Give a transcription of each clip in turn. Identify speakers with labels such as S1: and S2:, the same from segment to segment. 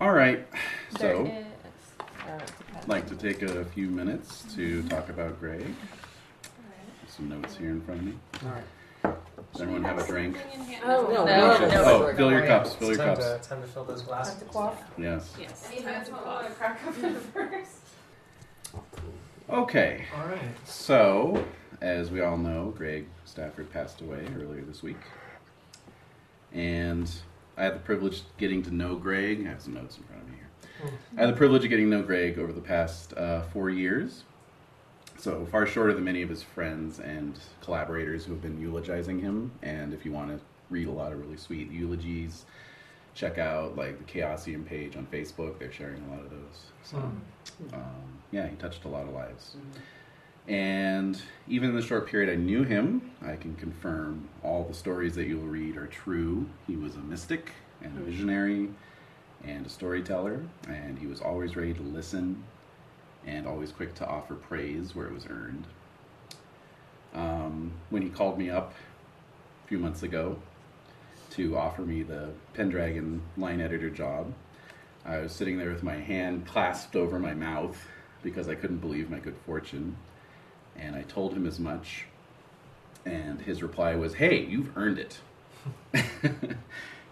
S1: All right.
S2: There
S1: So,
S2: is- oh, it's a
S1: I'd
S2: pen.
S1: like to take a few minutes to talk about Greg.
S2: Alright.
S1: Some notes here in front of me.
S3: All right.
S1: Does everyone have a drink?
S2: Oh,
S3: No, no,
S2: no, no,
S3: no.
S1: Oh, fill your cups. Fill
S3: It's
S1: your
S3: time,
S1: cups.
S3: To, time to fill those glasses.
S2: Have to
S1: Oh.
S2: quaff.
S1: Yes.
S2: Yes.
S4: I have to want to crack open first.
S1: Okay.
S3: All right.
S1: So, as we all know, Greg Stafford passed away earlier this week. And I had the privilege of getting to know Greg. I have some notes in front of me here. I had the privilege of getting to know Greg over the past uh, four years. So, far shorter than many of his friends and collaborators who have been eulogizing him. And if you want to read a lot of really sweet eulogies, check out like the Chaosium page on Facebook. They're sharing a lot of those. So,
S3: Hmm.
S1: um, yeah, he touched a lot of lives. And even in the short period I knew him, I can confirm all the stories that you will read are true. He was a mystic and a visionary and a storyteller, and he was always ready to listen and always quick to offer praise where it was earned. Um, when he called me up a few months ago to offer me the Pendragon line editor job, I was sitting there with my hand clasped over my mouth because I couldn't believe my good fortune. And I told him as much. And his reply was, Hey, you've earned it.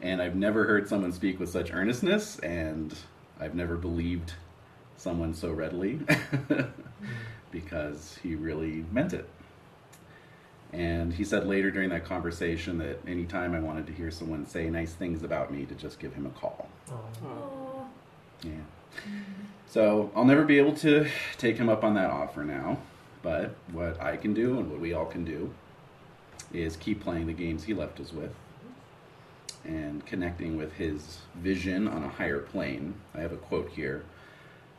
S1: and I've never heard someone speak with such earnestness, and I've never believed someone so readily because he really meant it. And he said later during that conversation that anytime I wanted to hear someone say nice things about me, to just give him a call. Hmm.
S3: Oh.
S1: Yeah. So I'll never be able to take him up on that offer now, but what I can do and what we all can do is keep playing the games he left us with and connecting with his vision on a higher plane. I have a quote here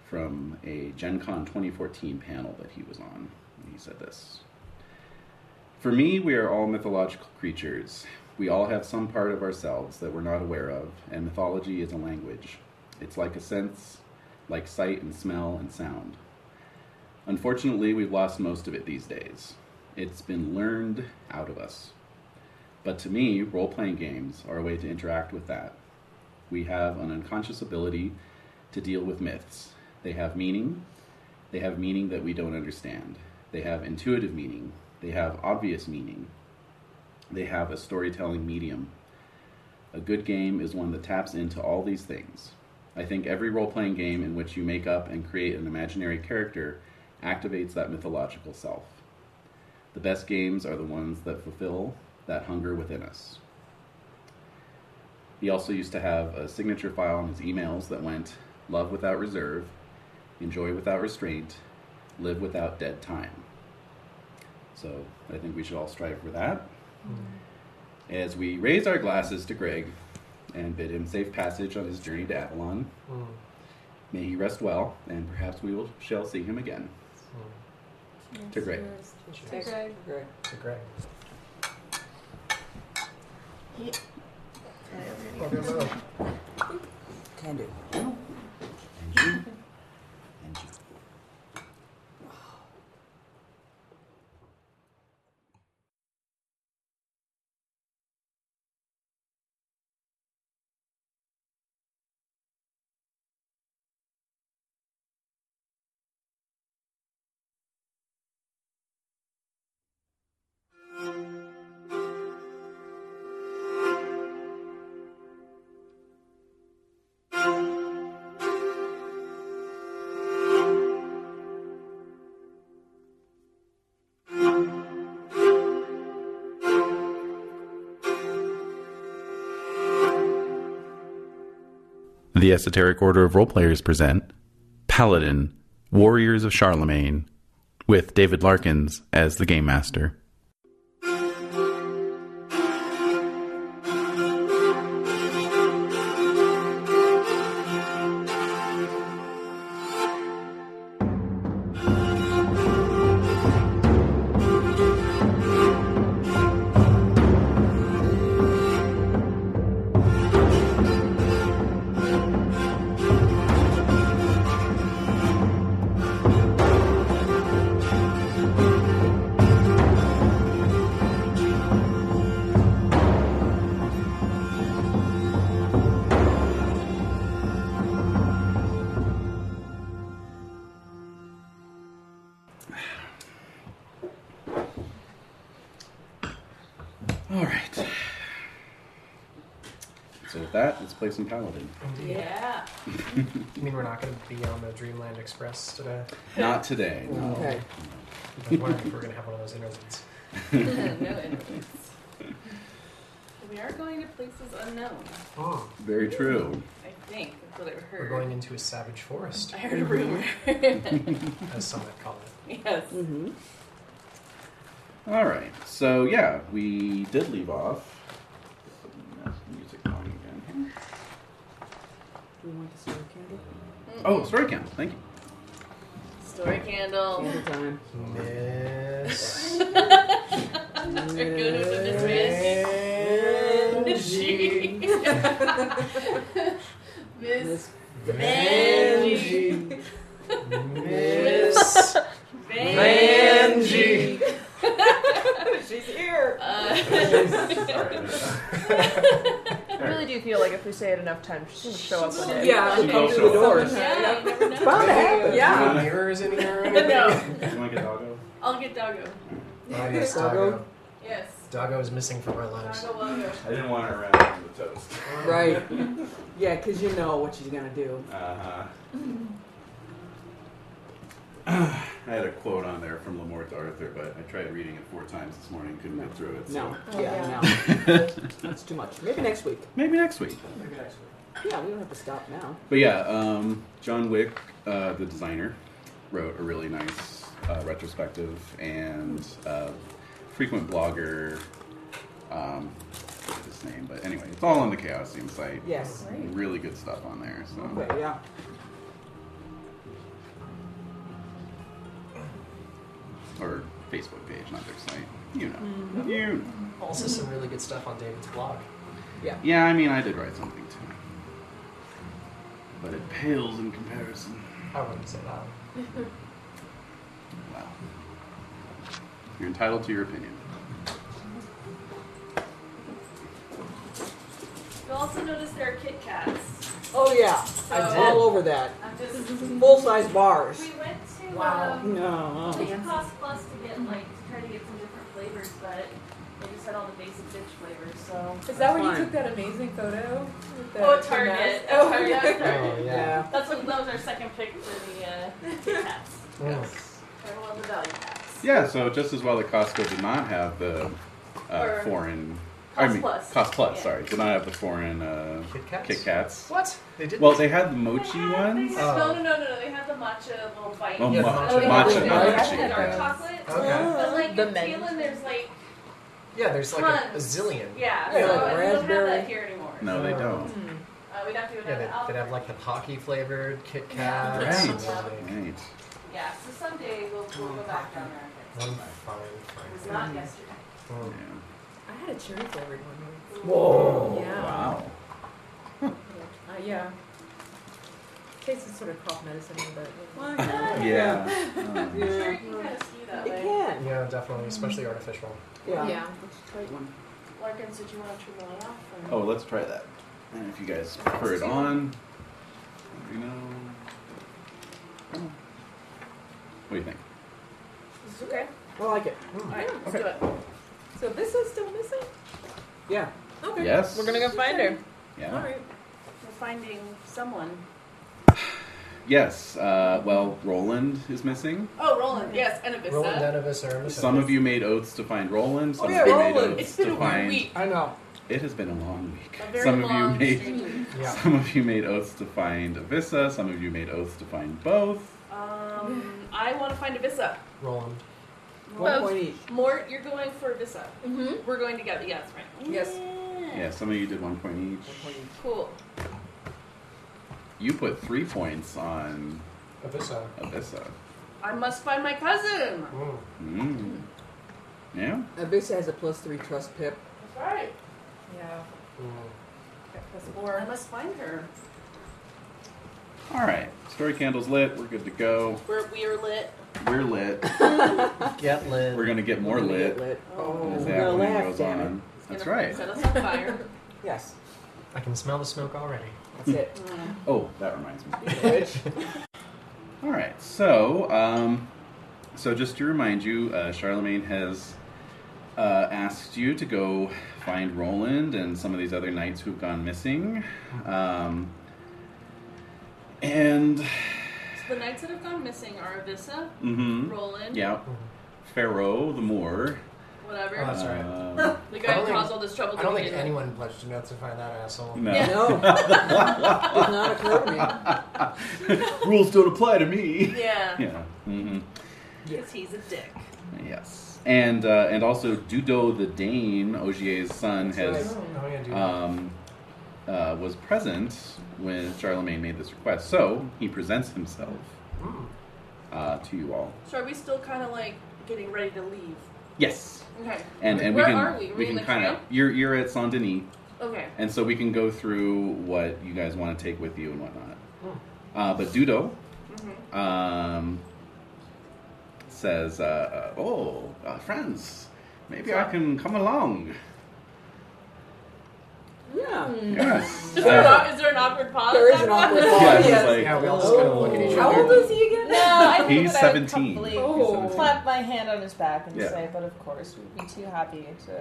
S1: from a Gen Con 2014 panel that he was on. He said this For me, we are all mythological creatures. We all have some part of ourselves that we're not aware of, and mythology is a language. It's like a sense, like sight and smell and sound. Unfortunately, we've lost most of it these days. It's been learned out of us. But to me, role playing games are a way to interact with that. We have an unconscious ability to deal with myths. They have meaning. They have meaning that we don't understand. They have intuitive meaning. They have obvious meaning. They have a storytelling medium. A good game is one that taps into all these things. I think every role playing game in which you make up and create an imaginary character activates that mythological self. The best games are the ones that fulfill that hunger within us. He also used to have a signature file in his emails that went love without reserve, enjoy without restraint, live without dead time. So I think we should all strive for that as we raise our glasses to Greg and bid him safe passage on his journey to Avalon.
S3: Mm.
S1: May he rest well, and perhaps we will shall see him again.
S3: Hmm.
S1: To Greg.
S2: Cheers. To Greg.
S3: Greg. To Greg. Look at Lou.
S5: Kind of.
S1: And you, and you. The Esoteric Order of Roleplayers present Paladin, Warriors of Charlemagne, with David Larkins as the Game Master. that, let's play some Paladin.
S6: Yeah.
S3: You mean we're not going to be on the Dreamland Express today?
S1: Not today. No.
S7: Okay.
S3: I was wondering if we're going to have one of those interludes.
S6: no enemies. We are going to places unknown.
S3: Mm.
S1: Very true.
S6: I think that's what I heard.
S3: We're going into a savage forest,
S6: I heard a rumor.
S3: as some might call it.
S6: yes.
S7: Mm-hmm.
S1: All right. So yeah, we did leave off. That's the music going again.
S7: Do we want the story candle?
S1: Oh, story count. Thank you.
S6: Story candle.
S7: Candle time.
S3: Miss.
S6: They're good with the
S3: Miss.
S6: Angie. Miss
S7: Miss
S6: Angie.
S3: Miss. Angie.
S2: She's here.
S1: Uh,
S8: I really do feel like if we say it enough times, she'll show up one day.
S7: Yeah,
S1: she'll come through the doors.
S6: Yeah, you never know.
S7: Bound to happen.
S3: Yeah.
S1: Yeah.
S3: Any mirrors in here? or anything?
S6: No,
S1: Do you want to get doggo?
S6: I'll get Doggo.
S3: Oh, yes,
S7: Doggo.
S3: Doggo.
S6: Yes.
S3: Doggo is missing from our lives. Um,
S6: Doggo, Doggo.
S1: I didn't want her around the toast.
S7: Right. Yeah, because you know what she's going to do.
S1: Uh-huh. I had a quote on there from Lamort Arthur, but I tried reading it four times this morning, couldn't get through it.
S7: No.
S1: So.
S7: yeah, no. That's too much. Maybe next week.
S1: Maybe next week.
S3: Maybe next week.
S7: Yeah, we don't have to stop now.
S1: But yeah, um, John Wick, uh, the designer, wrote a really nice uh, retrospective and uh, frequent blogger. Um, I forget his name, but anyway, it's all on the Chaosium site.
S7: Yes.
S1: Really good stuff on there. So
S7: Okay, yeah.
S1: or Facebook page, not their site. You know,
S7: Mm-hmm.
S1: you. Know.
S3: Also, some really good stuff on David's blog.
S1: Yeah, I mean, I did write something too. But it pales in comparison.
S3: I wouldn't say that.
S1: Wow. You're entitled to your opinion.
S6: You'll also notice there are Kit Kats.
S7: Oh, yeah.
S6: Oh.
S7: I'm all over that.
S6: I'm just.
S7: Full size bars.
S6: We went to.
S2: Wow.
S6: Um,
S7: No.
S6: It cost plus to get like to try to get some different flavors, but they just had all the basic bitch flavors. So.
S2: Is that when you
S7: Fine.
S2: took that amazing photo? With the,
S6: Oh,
S2: the
S6: Target.
S2: mask?
S6: Oh,
S2: Oh,
S6: Target.
S2: yeah.
S3: Oh, yeah.
S6: That's what that was our second pick for the uh, Kit Kats.
S3: Mm.
S6: Everyone loved the value packs.
S1: Yeah, so just as well that Costco did not have the uh,
S6: Or-
S1: foreign. I
S6: Cost
S1: mean,
S6: plus.
S1: Cost Plus,
S6: Yeah.
S1: sorry. Did not have the foreign uh,
S3: Oh, Kit Kats?
S1: Kit Kats.
S3: What? They did
S1: Well, they had the
S6: They
S1: mochi
S6: had-
S1: ones.
S6: They had, no,
S3: Oh.
S6: no, no, no, no. They had the matcha little bite.
S1: Oh,
S3: Yeah,
S1: ma-
S3: the
S6: they
S1: matcha,
S6: had
S3: matcha,
S1: not mochi.
S6: the dark
S2: yeah. Yeah.
S1: yeah.
S6: chocolate.
S3: Okay.
S6: But
S7: Oh,
S6: like
S8: The
S6: in
S8: mint.
S6: Keelan, there's like
S3: Yeah, there's like a, a
S6: Tons.
S3: zillion.
S6: yeah.
S7: Yeah,
S6: so and
S7: like
S6: we don't have
S7: raspberry.
S6: that here anymore.
S1: No, they don't.
S8: Hmm.
S6: Uh, we'd have to go down
S3: Yeah,
S6: to
S3: they, they'd have
S6: Albuquerque.
S3: like the Pocky flavored Kit
S6: Yeah.
S3: Kats.
S1: Right.
S3: and, like,
S1: Right.
S6: Yeah, so someday we'll, we'll go back down there. and
S3: One
S6: get
S3: fine,
S6: It was
S3: fine.
S6: not yesterday.
S1: Yeah.
S3: Mm.
S2: I had a cherry flavored one. once.
S3: Oh.
S7: Whoa.
S2: Yeah.
S1: Wow.
S2: Uh, yeah. Tasted sort of cough medicine, but.
S7: Why
S6: not?
S1: Yeah. Um,
S7: Yeah.
S6: Sure, you can kind of skew that
S7: It
S6: way.
S7: can.
S3: Yeah, definitely, especially artificial.
S7: Yeah.
S2: Yeah.
S7: Let's try one.
S6: Larkins, did you want to turn that off? or-
S1: oh, let's try that. And if you guys prefer it on, let me know. Come on. What do you think?
S6: It's okay.
S7: I like it.
S3: Hmm.
S6: All right, let's
S1: Okay.
S6: do it.
S2: So this is still missing?
S7: Yeah.
S2: Okay.
S1: Yes.
S8: We're gonna go find her.
S1: Yeah.
S2: All right.
S6: We're finding someone.
S1: Yes. Uh, well, Roland is missing.
S6: Oh, Roland. Yes, and Avista.
S3: Roland Dennis or Miss
S1: Some of you made oaths to find Roland. Some
S7: Oh, yeah,
S1: of you made
S7: Roland.
S1: oaths
S6: It's been
S1: to
S6: a
S1: find.
S6: week.
S7: I know.
S1: It has been a long week.
S6: A very
S1: some of
S6: long
S1: you made.
S6: strange week.
S3: Yeah.
S1: Some of you made oaths to find Avissa. Some of you made oaths to find both.
S6: Um, I want to find Avissa.
S3: Roland.
S7: One
S6: Both.
S7: point each.
S6: Mort, you're going for Avissa.
S2: Mm-hmm.
S6: We're going together. Yeah, that's right.
S2: Yes.
S6: Yeah.
S1: Yeah. Some of you did one point
S7: One
S1: each.
S7: point each.
S6: Cool.
S1: You put three points on
S3: Abyssa.
S1: Avissa.
S6: I must find my cousin.
S3: Mm.
S1: Mm. Yeah.
S7: Abyss has a plus three trust pip.
S6: That's right.
S2: Yeah.
S3: Mm.
S2: Got plus
S6: Or I
S2: four.
S6: must find her.
S1: All right. Story candles lit. We're good to go.
S6: We're we are lit.
S1: We're lit.
S3: Get lit.
S1: We're gonna get more
S7: We're gonna
S1: lit.
S7: get lit.
S6: Oh.
S7: Oh,
S1: as
S7: we're
S1: the
S7: gonna
S1: afternoon
S7: laugh,
S1: goes
S7: damn it.
S1: on.
S6: It's
S1: That's
S6: gonna
S1: right.
S6: Set us on fire.
S7: Yes.
S3: I can smell the smoke already.
S7: That's it.
S6: Mm.
S1: Oh, that reminds me.
S7: Which?
S1: All right, so um, so just to remind you, uh, Charlemagne has uh, asks you to go find Roland and some of these other knights who've gone missing. Um, and,
S6: So the knights that have gone missing are Avissa,
S1: hmm
S6: Roland,
S1: yeah, Pharaoh the Moor.
S6: whatever.
S3: Oh, Mm-hmm. that's right.
S1: Uh,
S6: the
S3: I
S6: guy
S3: don't
S6: who
S3: think-
S6: caused all this trouble
S3: I don't
S6: to
S3: think
S6: begin with.
S3: anyone pledged to notify that asshole.
S1: no.
S6: Yeah.
S7: No, does not occur to me.
S1: Rules don't apply to me.
S6: Yeah,
S1: Yeah. hmm
S6: because he's a dick.
S1: Yes. And uh, and also Dudo the Dane, Ogier's son, has
S3: Oh yeah, dude.
S1: um, uh, was present when Charlemagne made this request. So he presents himself
S3: Mm.
S1: uh, to you all.
S6: So are we still kind of like getting ready to leave?
S1: Yes.
S6: Okay.
S1: And and
S6: Where
S1: we can
S6: are we? Are we in
S1: can
S6: the
S1: kind of
S6: trail?
S1: you're you're at Saint Denis,
S6: Okay.
S1: and so we can go through what you guys want to take with you and whatnot.
S3: Hmm.
S1: Uh, but Dudo
S6: Mm-hmm.
S1: um, says, uh, uh, "Oh, uh, friends, maybe I can come along."
S7: Yeah.
S1: Yes.
S6: Is there, an,
S1: Uh,
S6: au- is there an awkward pause?
S7: There is an
S6: after
S7: awkward
S6: that?
S7: pause.
S1: yeah,
S7: yes.
S1: like,
S3: Yeah, we all just kind of look at each
S6: Oh.
S7: How
S3: other.
S7: old is he again?
S2: No, I think
S1: He's
S2: that I would
S1: 17.
S2: probably
S7: Oh.
S2: Clap my hand on his back and
S1: Yeah.
S2: say, "But of course, we'd be too happy to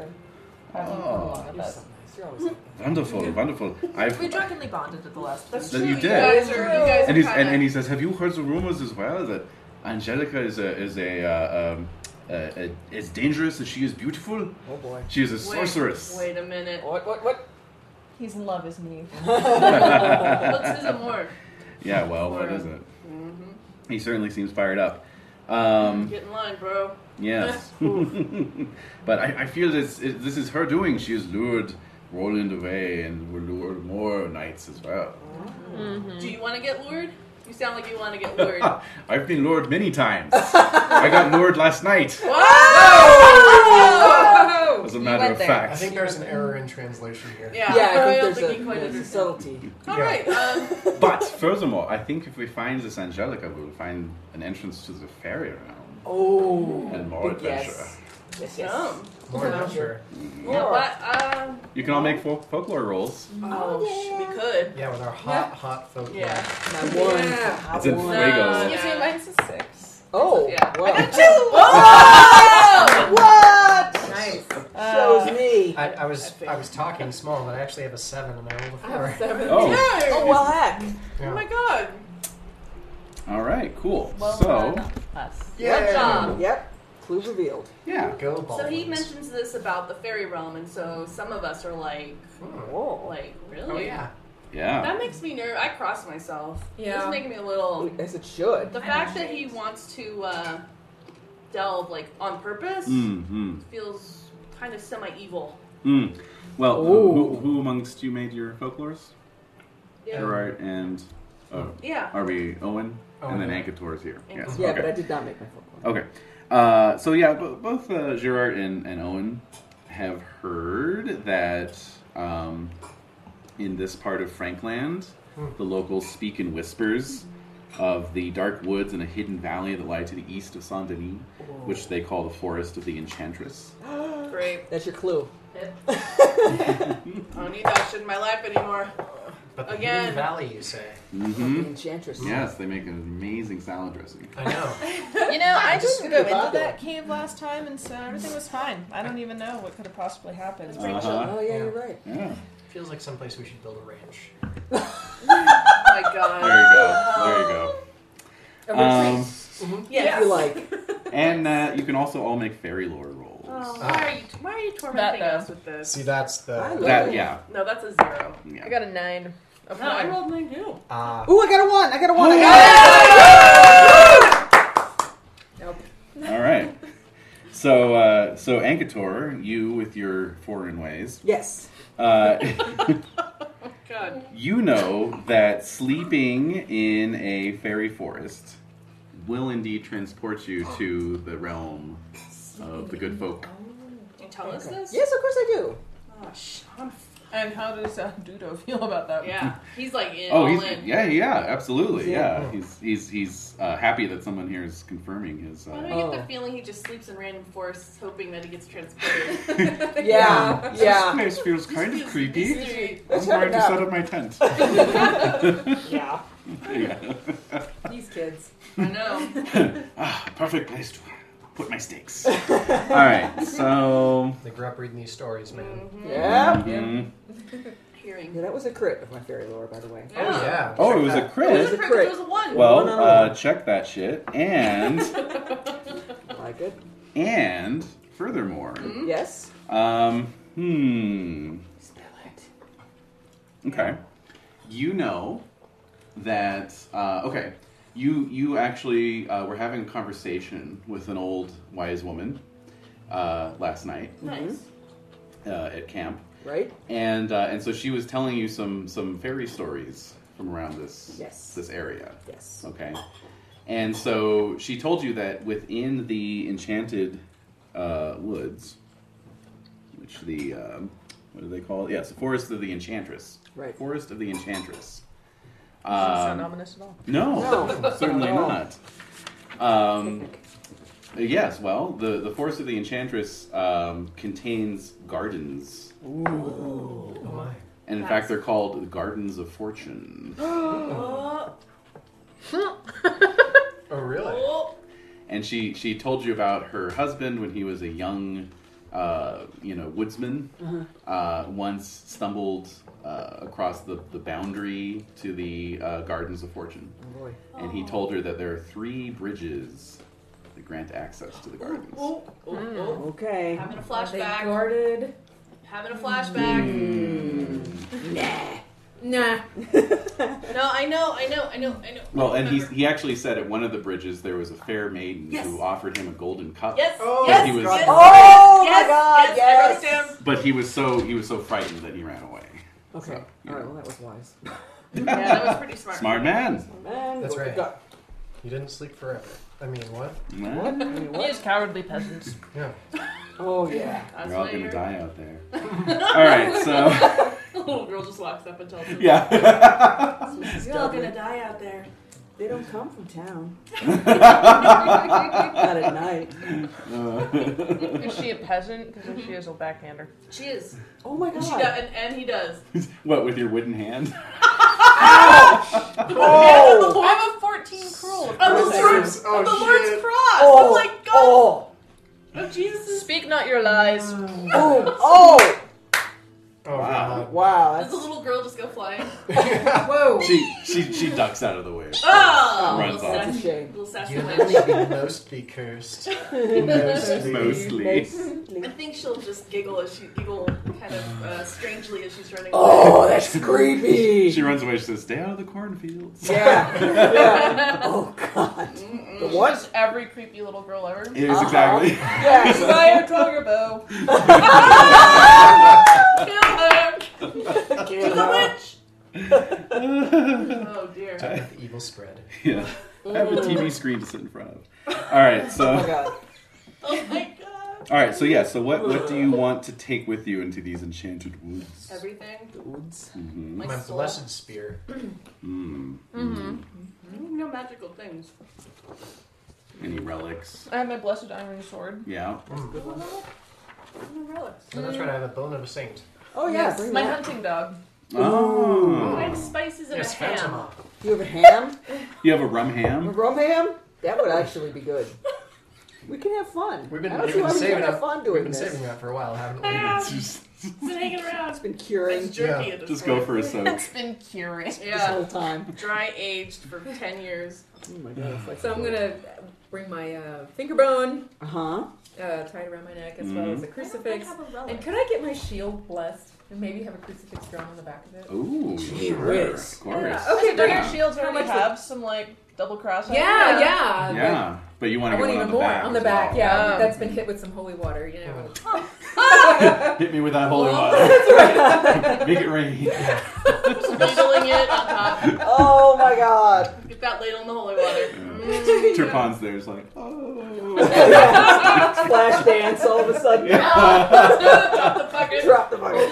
S2: have you come
S1: Oh.
S2: along with
S7: You're so
S2: us."
S7: nice. You're always like that.
S1: Wonderful, wonderful. I've
S2: We drunkenly bonded at the last.
S6: That's
S1: That
S6: true.
S1: you did.
S6: guys are. You guys
S1: and
S6: are
S1: he's and,
S6: kinda-
S1: and he says, "Have you heard the rumors as well that Angelica is a is a, uh, um, uh, uh, as dangerous as she is beautiful?
S7: Oh boy.
S1: She is a
S6: Wait,
S1: sorceress."
S6: Wait, a minute.
S7: What? What? What?
S2: He's in love, is me.
S6: What's his more?
S1: Yeah, well, what is it?
S6: Mm-hmm.
S1: He certainly seems fired up. Um,
S6: Get in line, bro.
S1: yes, but I, I feel this it, this is her doing. She has lured Roland away, and will lure more knights as well.
S6: Do you want to get lured? You sound like you want to get lured.
S1: I've been lured many times. I got lured last night,
S7: Oh!
S1: as a
S2: You
S1: matter
S2: went
S1: of
S2: there.
S1: fact.
S3: I think there's an error in translation here.
S6: Yeah.
S7: Yeah, I
S6: don't think
S7: think there's
S6: he
S7: a,
S6: quite
S7: there's a
S6: understood.
S7: subtlety.
S6: All
S3: Yeah.
S6: right. Um,
S1: But furthermore, I think if we find this Angelica, we will find an entrance to the fairy realm
S7: Oh.
S1: and more
S7: Big
S1: adventure. Mm-hmm.
S7: yes. Yes, yes.
S6: um,
S3: More
S7: Yeah.
S3: adventure.
S6: you know what? Um,
S1: You can all make folk- folklore rolls.
S7: Oh, sh-
S6: we could.
S3: Yeah, with our hot, hot folk.
S6: Yeah.
S7: my one.
S6: Yeah.
S7: my
S1: It's in
S7: one.
S1: Fuego.
S6: No,
S2: Excuse me,
S6: no.
S2: mine's a six.
S7: Oh,
S6: Yeah.
S7: wow.
S2: Oh!
S7: What?
S9: Nice.
S2: Uh,
S7: Shows me.
S3: I, I was I was talking small, but I actually have a seven and I rolled a
S9: I
S3: four.
S9: have seven.
S1: Oh,
S7: Oh, well, heck.
S6: Oh my
S3: Yeah.
S6: god.
S1: all right, cool.
S2: well
S1: so,
S2: done, us.
S6: Good job.
S7: Yep. Clue revealed.
S1: yeah,
S3: Go ball.
S6: So he mentions this about the fairy realm, and so some of us are like,
S7: Whoa.
S6: like really?
S3: Hmm. Oh yeah.
S1: yeah.
S6: That makes me nervous. I cross myself.
S9: Yeah.
S6: It's making me a little.
S7: As Oh, it should.
S6: The fact that he wants to uh, delve like on purpose
S1: Mm-hmm.
S6: feels kind of semi evil.
S1: Mm. Well,
S7: Ooh.
S1: who, who amongst you made your folklores? Gerard and oh,
S6: Yeah.
S1: are we Owen? and then
S3: Owen.
S1: Ankator is here. Yes.
S7: Yeah,
S1: okay.
S7: but I did not make my phone call.
S1: Okay. Uh, so yeah, bo- both uh, Gerard and, and Owen have heard that um, in this part of Frankland,
S3: Hmm.
S1: the locals speak in whispers of the dark woods and a hidden valley that lie to the east of Saint Denis, which they call the Forest of the Enchantress.
S6: Great.
S7: That's your clue.
S6: I don't need that shit in my life anymore.
S3: But the
S6: Again.
S3: Hidden Valley, you say?
S7: The
S1: Mm-hmm.
S7: Enchantress.
S1: Yes, they make an amazing salad dressing.
S3: I know.
S2: You know, I
S7: Just
S2: didn't go
S7: goodbye,
S2: into
S7: though.
S2: that cave last time, and so everything was fine. I don't even know what could have possibly happened.
S6: pretty
S1: Uh-huh.
S6: chill.
S7: Oh, yeah,
S3: Yeah.
S7: you're right.
S1: Yeah.
S3: Feels like someplace we should build a ranch.
S6: Oh my god.
S1: There you go. There you go.
S9: A
S1: Um,
S7: If
S6: Yes.
S7: you like.
S1: and uh, you can also all make fairy lore rolls.
S6: Oh, why are you why are you tormenting
S2: That, uh,
S6: us with this?
S3: See, that's
S7: I
S3: the.
S7: love
S1: That
S7: it.
S1: yeah.
S6: No, that's a zero.
S1: yeah.
S2: I got a nine. A
S6: No, I
S2: four.
S6: rolled nine too.
S3: Ah.
S7: Ooh, I got a one. I got a one. I got
S1: All right. So, uh, so Ankator, you with your foreign ways,
S7: it. Yes.
S1: uh,
S6: God.
S1: you know that sleeping in a fairy forest will indeed transport you to the realm of the good folk.
S6: Did you tell us this?
S7: Yes, of course I do.
S6: Oh, sh- I'm f-
S2: And how does uh, Dudo feel about that?
S6: yeah. He's like in
S1: Oh,
S6: all
S1: he's
S6: in.
S1: yeah, yeah, absolutely,
S7: Yeah.
S1: yeah. He's he's he's uh, happy that someone here is confirming his.
S6: Why do
S1: Uh,
S6: I get
S7: Oh.
S6: the feeling he just sleeps in random forests hoping that he gets transported?
S7: Yeah. Yeah.
S1: This place feels kind of
S6: This
S1: creepy.
S6: mystery-
S1: I'm going to set up my tent.
S7: Yeah.
S1: Yeah.
S9: These kids.
S6: I know.
S1: ah, perfect place to. Put my stakes. All right, so.
S3: They grew up reading these stories, man.
S6: Mm-hmm.
S7: Yeah.
S1: Mhm.
S7: Yeah, that was a crit of my fairy lore, by the way.
S3: Oh
S6: Mm-hmm.
S3: yeah.
S1: Oh, it was a
S7: It was
S1: crit.
S7: a crit.
S2: was a one.
S1: Well,
S7: One on
S1: uh,
S7: one.
S1: check that shit. And
S7: Like it.
S1: and furthermore,
S7: Mm-hmm. Yes.
S1: um, hmm.
S7: Spill it.
S1: Okay. You know that. Uh, okay. You you actually uh, were having a conversation with an old wise woman uh, last night
S10: Nice.
S1: uh, at camp,
S7: Right?
S1: and uh, and so she was telling you some some fairy stories from around this
S7: Yes.
S1: this area.
S7: Yes.
S1: Okay. And so she told you that within the enchanted uh, woods, which the um, what do they call it? Yes, the forest of the enchantress.
S7: Right.
S1: Forest of the enchantress.
S11: Doesn't sound
S1: Um,
S11: ominous at all.
S1: no,
S7: No.
S1: certainly
S7: No.
S1: not. Um, yes, well, the the forest of the enchantress um, contains gardens,
S3: Oh my.
S1: and in fact, they're called the gardens of fortune.
S3: Oh really?
S1: and she she told you about her husband when he was a young uh, you know woodsman
S6: Uh-huh.
S1: uh, once stumbled uh, across the, the boundary to the uh, gardens of fortune
S7: Oh boy.
S1: and he told her that there are three bridges that grant access to the gardens
S6: Oh.
S7: Okay.
S6: Having a
S2: Are they
S6: flashback.
S2: guarded?
S6: Having a flashback.
S2: Nah.
S6: No, I know, I know, I know, I know.
S1: well and he,
S6: Remember.
S1: he actually said at one of the bridges there was a fair maiden who offered him a golden cup
S6: Yes.
S3: Oh,
S6: yes.
S1: he was-
S6: Yes.
S7: Oh
S6: yes,
S7: my god,
S6: yes,
S7: yes!
S6: I wrote it
S1: but he was so he was so frightened that he ran away
S7: Okay.
S1: So, you
S7: Alright,
S1: know.
S7: well, that was wise.
S6: down. Yeah, that was pretty smart.
S1: smart man
S7: Man,
S3: That's
S7: what the
S3: right.
S7: go-
S3: You didn't sleep forever. I mean, what?
S7: What? I mean,
S11: You
S7: what?
S11: cowardly peasants.
S3: Yeah.
S7: Oh, yeah.
S6: That's
S1: You're all
S6: why
S1: gonna
S6: your
S1: die out there. all right, so
S6: Little girl just walks up and tells him.
S1: yeah.
S6: You're all gonna die out there.
S7: They don't come from town. Not at night.
S11: Is she a peasant? Because if she is, a backhander.
S6: She is.
S7: Oh my
S6: And
S7: god.
S6: she does, and, and he does.
S1: what with your wooden hand?
S7: Oh!
S6: I have a 14 cruel.
S7: Oh,
S6: Of the Lord's,
S3: Lord's- oh,
S6: of the Lord's
S3: shit.
S6: cross.
S7: Oh!
S6: Oh my god.
S7: Oh!
S6: Of Jesus.
S11: Speak not your lies.
S2: Uh,
S7: Boom! Oh!
S3: Oh
S1: Wow.
S7: Wow.
S6: Does
S7: That's,
S6: the little girl just go flying?
S3: God.
S2: Whoa.
S1: She she she ducks out of the way.
S6: Oh.
S1: Runs
S6: little
S1: off.
S6: sassy-
S7: That's a shame.
S6: Little sassy
S3: You
S6: wench.
S3: really most be cursed. Mostly.
S1: Mostly.
S6: I think she'll just giggle as she giggle kind of uh, strangely as she's running.
S7: Oh, that's creepy.
S1: She runs away. She says, "Stay out of the cornfields."
S7: Yeah. yeah. Oh god. The what?
S11: Just every creepy little girl ever.
S1: It is exactly.
S7: Yes.
S11: Fire Tiger Bow.
S6: Kill her! The
S7: Kill her.
S6: witch!
S7: Uh-huh.
S6: Oh dear.
S3: Let the evil spread.
S1: yeah. I have a TV screen to sit in front of. All right, so
S7: Oh my
S1: all
S7: god.
S6: Oh my god.
S1: right, so yeah. So what what do you want to take with you into these enchanted woods?
S6: Everything.
S7: The woods.
S1: Mhm.
S6: My,
S3: My
S6: soul.
S3: blessed spear.
S1: Mm.
S2: Mm-hmm.
S6: Mm, No magical things.
S1: Any relics?
S11: I have my blessed iron sword.
S1: Yeah.
S7: Good one.
S6: Mm, No relics.
S3: No, that's right. I have a bone of a saint.
S7: Oh yeah. Bring
S11: My
S7: that.
S11: hunting dog.
S6: I have
S1: Oh.
S6: spices and
S3: Yes,
S6: a ham.
S3: Fatima.
S7: You have a ham?
S1: You have a rum
S7: A
S1: ham.
S7: rum ham? That would actually be good. We can have fun.
S3: We've been,
S7: I don't
S3: we've
S7: see
S3: been
S7: why we
S3: saving
S7: can't have
S3: up.
S7: fun
S3: We've
S7: doing
S3: been
S7: this.
S3: saving up for a while, haven't we?
S6: Yeah.
S1: It's just
S6: It's been hanging around.
S7: It's been
S6: It's
S7: curing
S6: jerky
S3: Yeah,
S6: at this
S1: just go
S6: point.
S1: for a soak.
S11: It's been curing.
S7: this
S6: Yeah.
S7: whole time.
S6: Dry aged for 10 years.
S7: Oh my god. It's like
S2: So I'm gonna bring my uh, finger bone
S7: Uh huh.
S2: uh, tied around my neck as well
S1: Mm-hmm.
S2: as a crucifix.
S6: I don't think I have a relic.
S2: And could I get my shield blessed and maybe have a crucifix drawn on the back of it?
S1: Ooh,
S7: Gee
S1: sure,
S7: whiz.
S1: of course.
S2: Yeah,
S11: Okay, don't
S1: yeah.
S11: your shields
S2: How
S11: already
S2: much is-
S11: have some like double cross? on
S2: Yeah,
S11: them?
S2: yeah.
S1: Yeah, but you want to
S2: I
S1: get one
S2: want even
S1: on the
S2: more
S1: back.
S2: on the
S1: as
S2: back.
S1: well.
S2: Yeah, that's been hit with some holy water. You know,
S1: Hit me with that holy water. Make it rain.
S6: Ladling it on top.
S7: Oh my god.
S6: Get that ladle in the holy water.
S1: Turpon's there's like, oh.
S7: Flash dance all of a sudden.
S1: Uh,
S6: Drop the bucket.
S7: Drop the bucket.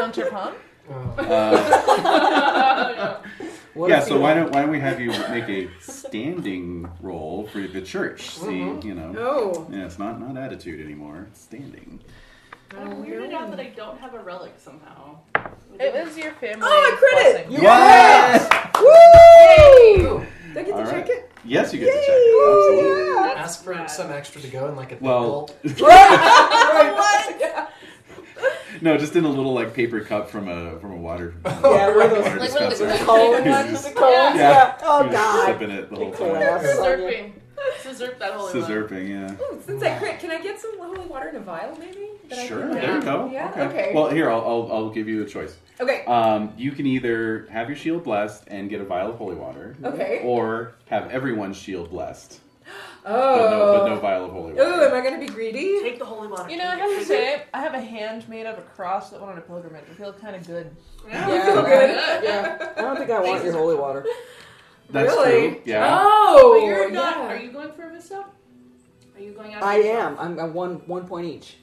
S11: Hunter pump.
S3: Oh,
S1: Uh,
S7: What
S1: yeah,
S7: a
S1: so why
S7: feeling.
S1: don't why don't we have you make a standing roll for the church? See, you know,
S2: oh,
S1: yeah, it's not not attitude anymore. It's standing.
S6: I'm weirded out that I don't have a relic somehow.
S11: It was your family.
S7: Oh, I crit it!
S11: blessing.
S7: You-
S1: Yes,
S7: Woo!
S2: do I get to
S1: All right.
S2: check it?
S1: yes, you get to check it. Absolutely.
S7: Yeah.
S6: That's
S3: ask for
S6: Right.
S3: some extra to go and like a thick
S1: Well-
S3: gulp?
S2: Oh,
S1: No, just in a little like paper cup from a from a water.
S5: Yeah, one of those-
S1: water
S12: Like one of the
S1: dispenser.
S12: quick
S5: Cold
S1: Yeah.
S5: ones, the cold ones,
S1: Yeah.
S5: yeah. Oh
S1: You're
S5: god.
S1: Sipping it the whole
S5: Kick
S1: time.
S5: your ass, Sonia.
S6: Scissorping. Scissorp that holy water.
S1: Scissorping, yeah.
S2: Ooh, Oh, since I crit, can I get some holy water in a vial, maybe? That I
S1: Sure,
S2: can-
S1: there you go.
S2: Yeah,
S1: okay.
S2: okay.
S1: Well, here I'll, I'll I'll give you a choice.
S2: Okay.
S1: Um, you can either have your shield blessed and get a vial of holy water,
S2: Okay.
S1: or have everyone's shield blessed, but no, but no
S2: Oh.
S1: vial of holy
S2: Ooh, am
S1: water.
S2: I gonna be greedy?
S6: Take the holy water.
S12: You know, I have to say, I have a hand made of a cross that went on a pilgrimage. I feel kind of good.
S6: Yeah.
S5: Yeah.
S2: Oh, Feel good.
S5: Yeah. I don't think I want your holy water.
S1: That's
S2: really?
S1: true. Yeah.
S2: Oh,
S6: But you're not.
S2: yeah.
S6: Are you going for a miss up? Are you going out?
S5: I
S6: yourself?
S5: am. I'm, I'm one one point each.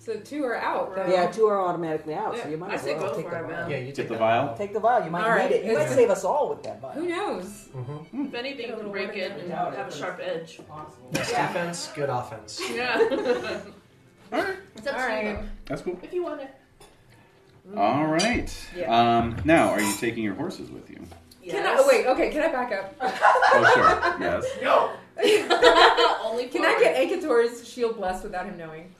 S2: So two are out. Then.
S5: Yeah, two are automatically out, so you might
S6: I
S5: as
S6: say
S5: well
S6: go
S5: take
S6: for
S5: the
S6: it,
S5: vial.
S6: man.
S3: Yeah,
S2: Oh.
S3: you
S1: Get
S3: take
S1: the
S3: that
S1: vial?
S5: Take the vial. You might
S2: All right.
S5: need it. You might
S2: Yeah.
S5: save us all with that
S2: Who
S5: vial.
S2: knows?
S3: Mhm.
S6: If anything, you can break it and
S5: Doubt it.
S6: have a sharp edge.
S3: Best
S2: Yeah.
S3: defense, good offense.
S6: Yeah.
S1: All right.
S6: It's up
S2: All
S6: to you,
S2: right.
S1: That's cool.
S6: though, If you want it.
S1: All right.
S2: Yeah.
S1: Um, now, are you taking your horses with you?
S2: Can I? Oh, wait. Okay. Can I back up?
S1: Oh, sure. Yes.
S6: Only
S2: Can I get Akator's shield blessed without him knowing?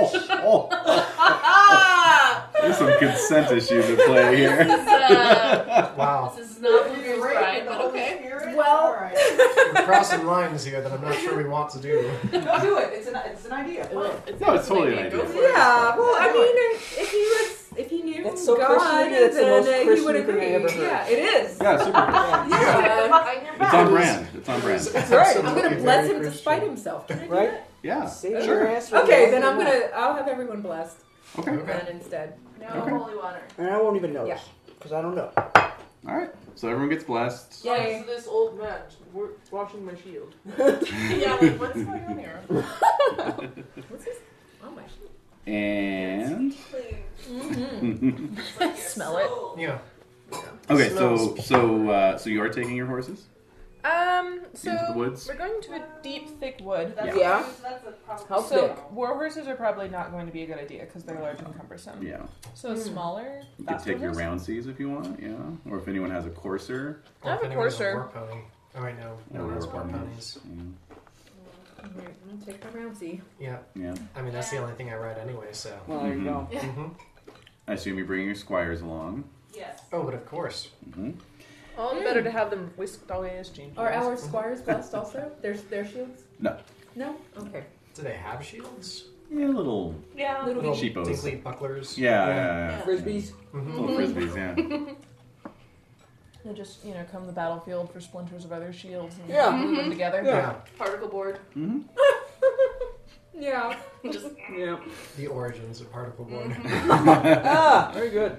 S1: Oh, oh, There's some consent issues at play here.
S3: Wow.
S6: uh, This is not Bluebeard's Bride, but okay.
S2: Well-
S3: We're crossing lines here that I'm not sure we want to do.
S5: do it. It's an it's an idea.
S1: No, it's totally an
S6: Go
S1: idea.
S6: for it.
S2: Yeah. Well, I mean, if- if he was, if he knew
S5: That's so
S2: God,
S5: Christian of you. That's the
S2: then
S5: most
S2: uh, he
S5: Christian
S2: would
S5: thing I
S2: agree.
S5: ever heard.
S2: Yeah, it is.
S1: Yeah, super.
S2: Yeah.
S1: It's on brand. It's on brand.
S3: That's
S5: right.
S2: I'm gonna bless him despite himself. Can I do
S5: Right?
S2: that?
S1: Yeah.
S5: Save
S1: Sure.
S5: your ass. for
S2: Okay,
S5: the
S2: then
S5: last
S2: I'm
S5: one.
S2: gonna. I'll have everyone blessed
S1: Okay.
S3: Okay.
S2: then instead.
S6: No
S1: Okay.
S6: holy water.
S5: And I won't even notice because I don't know.
S1: All right. So everyone gets blessed.
S2: Yay.
S6: this old man watching my shield. yeah, like, what's going on here?
S2: What's this? Oh my shit.
S1: And
S12: Smell it.
S3: Yeah.
S1: okay, so so uh, so you are taking your horses
S12: Um, so
S1: into the woods.
S12: we're going to a deep, thick wood.
S1: Yeah.
S5: Yeah.
S6: That's a problem.
S5: How
S12: so
S5: thick?
S12: war horses are probably not going to be a good idea because they're large and cumbersome.
S1: Yeah.
S12: So
S6: Hmm.
S12: smaller.
S1: You can
S12: fast
S1: take your
S12: horses?
S1: round seas if you want. Yeah. Or if anyone has a courser.
S12: I have
S3: If
S12: a
S3: anyone has
S12: courser.
S3: War pony. Oh, wait, no. No
S1: Or
S3: one has
S1: war
S3: war
S1: ponies.
S3: ponies.
S2: All right, I'm gonna take my Ramsey.
S3: Yeah.
S1: Yeah.
S3: I mean, that's the only thing I ride anyway, so.
S5: Well, there you go.
S3: hmm
S1: I assume you're bringing your squires along.
S6: Yes.
S3: Oh, but of course.
S1: hmm
S12: All the better to have them whisked away as Jean.
S2: Mm. Are our squires blessed also? Their their shields?
S1: No.
S2: No. Okay.
S3: Do they have shields?
S1: Yeah, little.
S6: Yeah.
S2: Little
S3: Little
S1: Cheapos.
S3: dinkly bucklers?
S1: Yeah. yeah, yeah, yeah.
S5: Frisbees.
S3: hmm
S1: Little frisbees. Yeah.
S12: They just, you know, come the battlefield for splinters of other shields and
S5: Yeah.
S12: glue
S6: Mm-hmm.
S12: them together.
S3: Yeah.
S6: Particle board.
S1: hmm
S2: Yeah.
S6: Just
S5: Yeah.
S3: The origins of particle board.
S5: Ah, very good.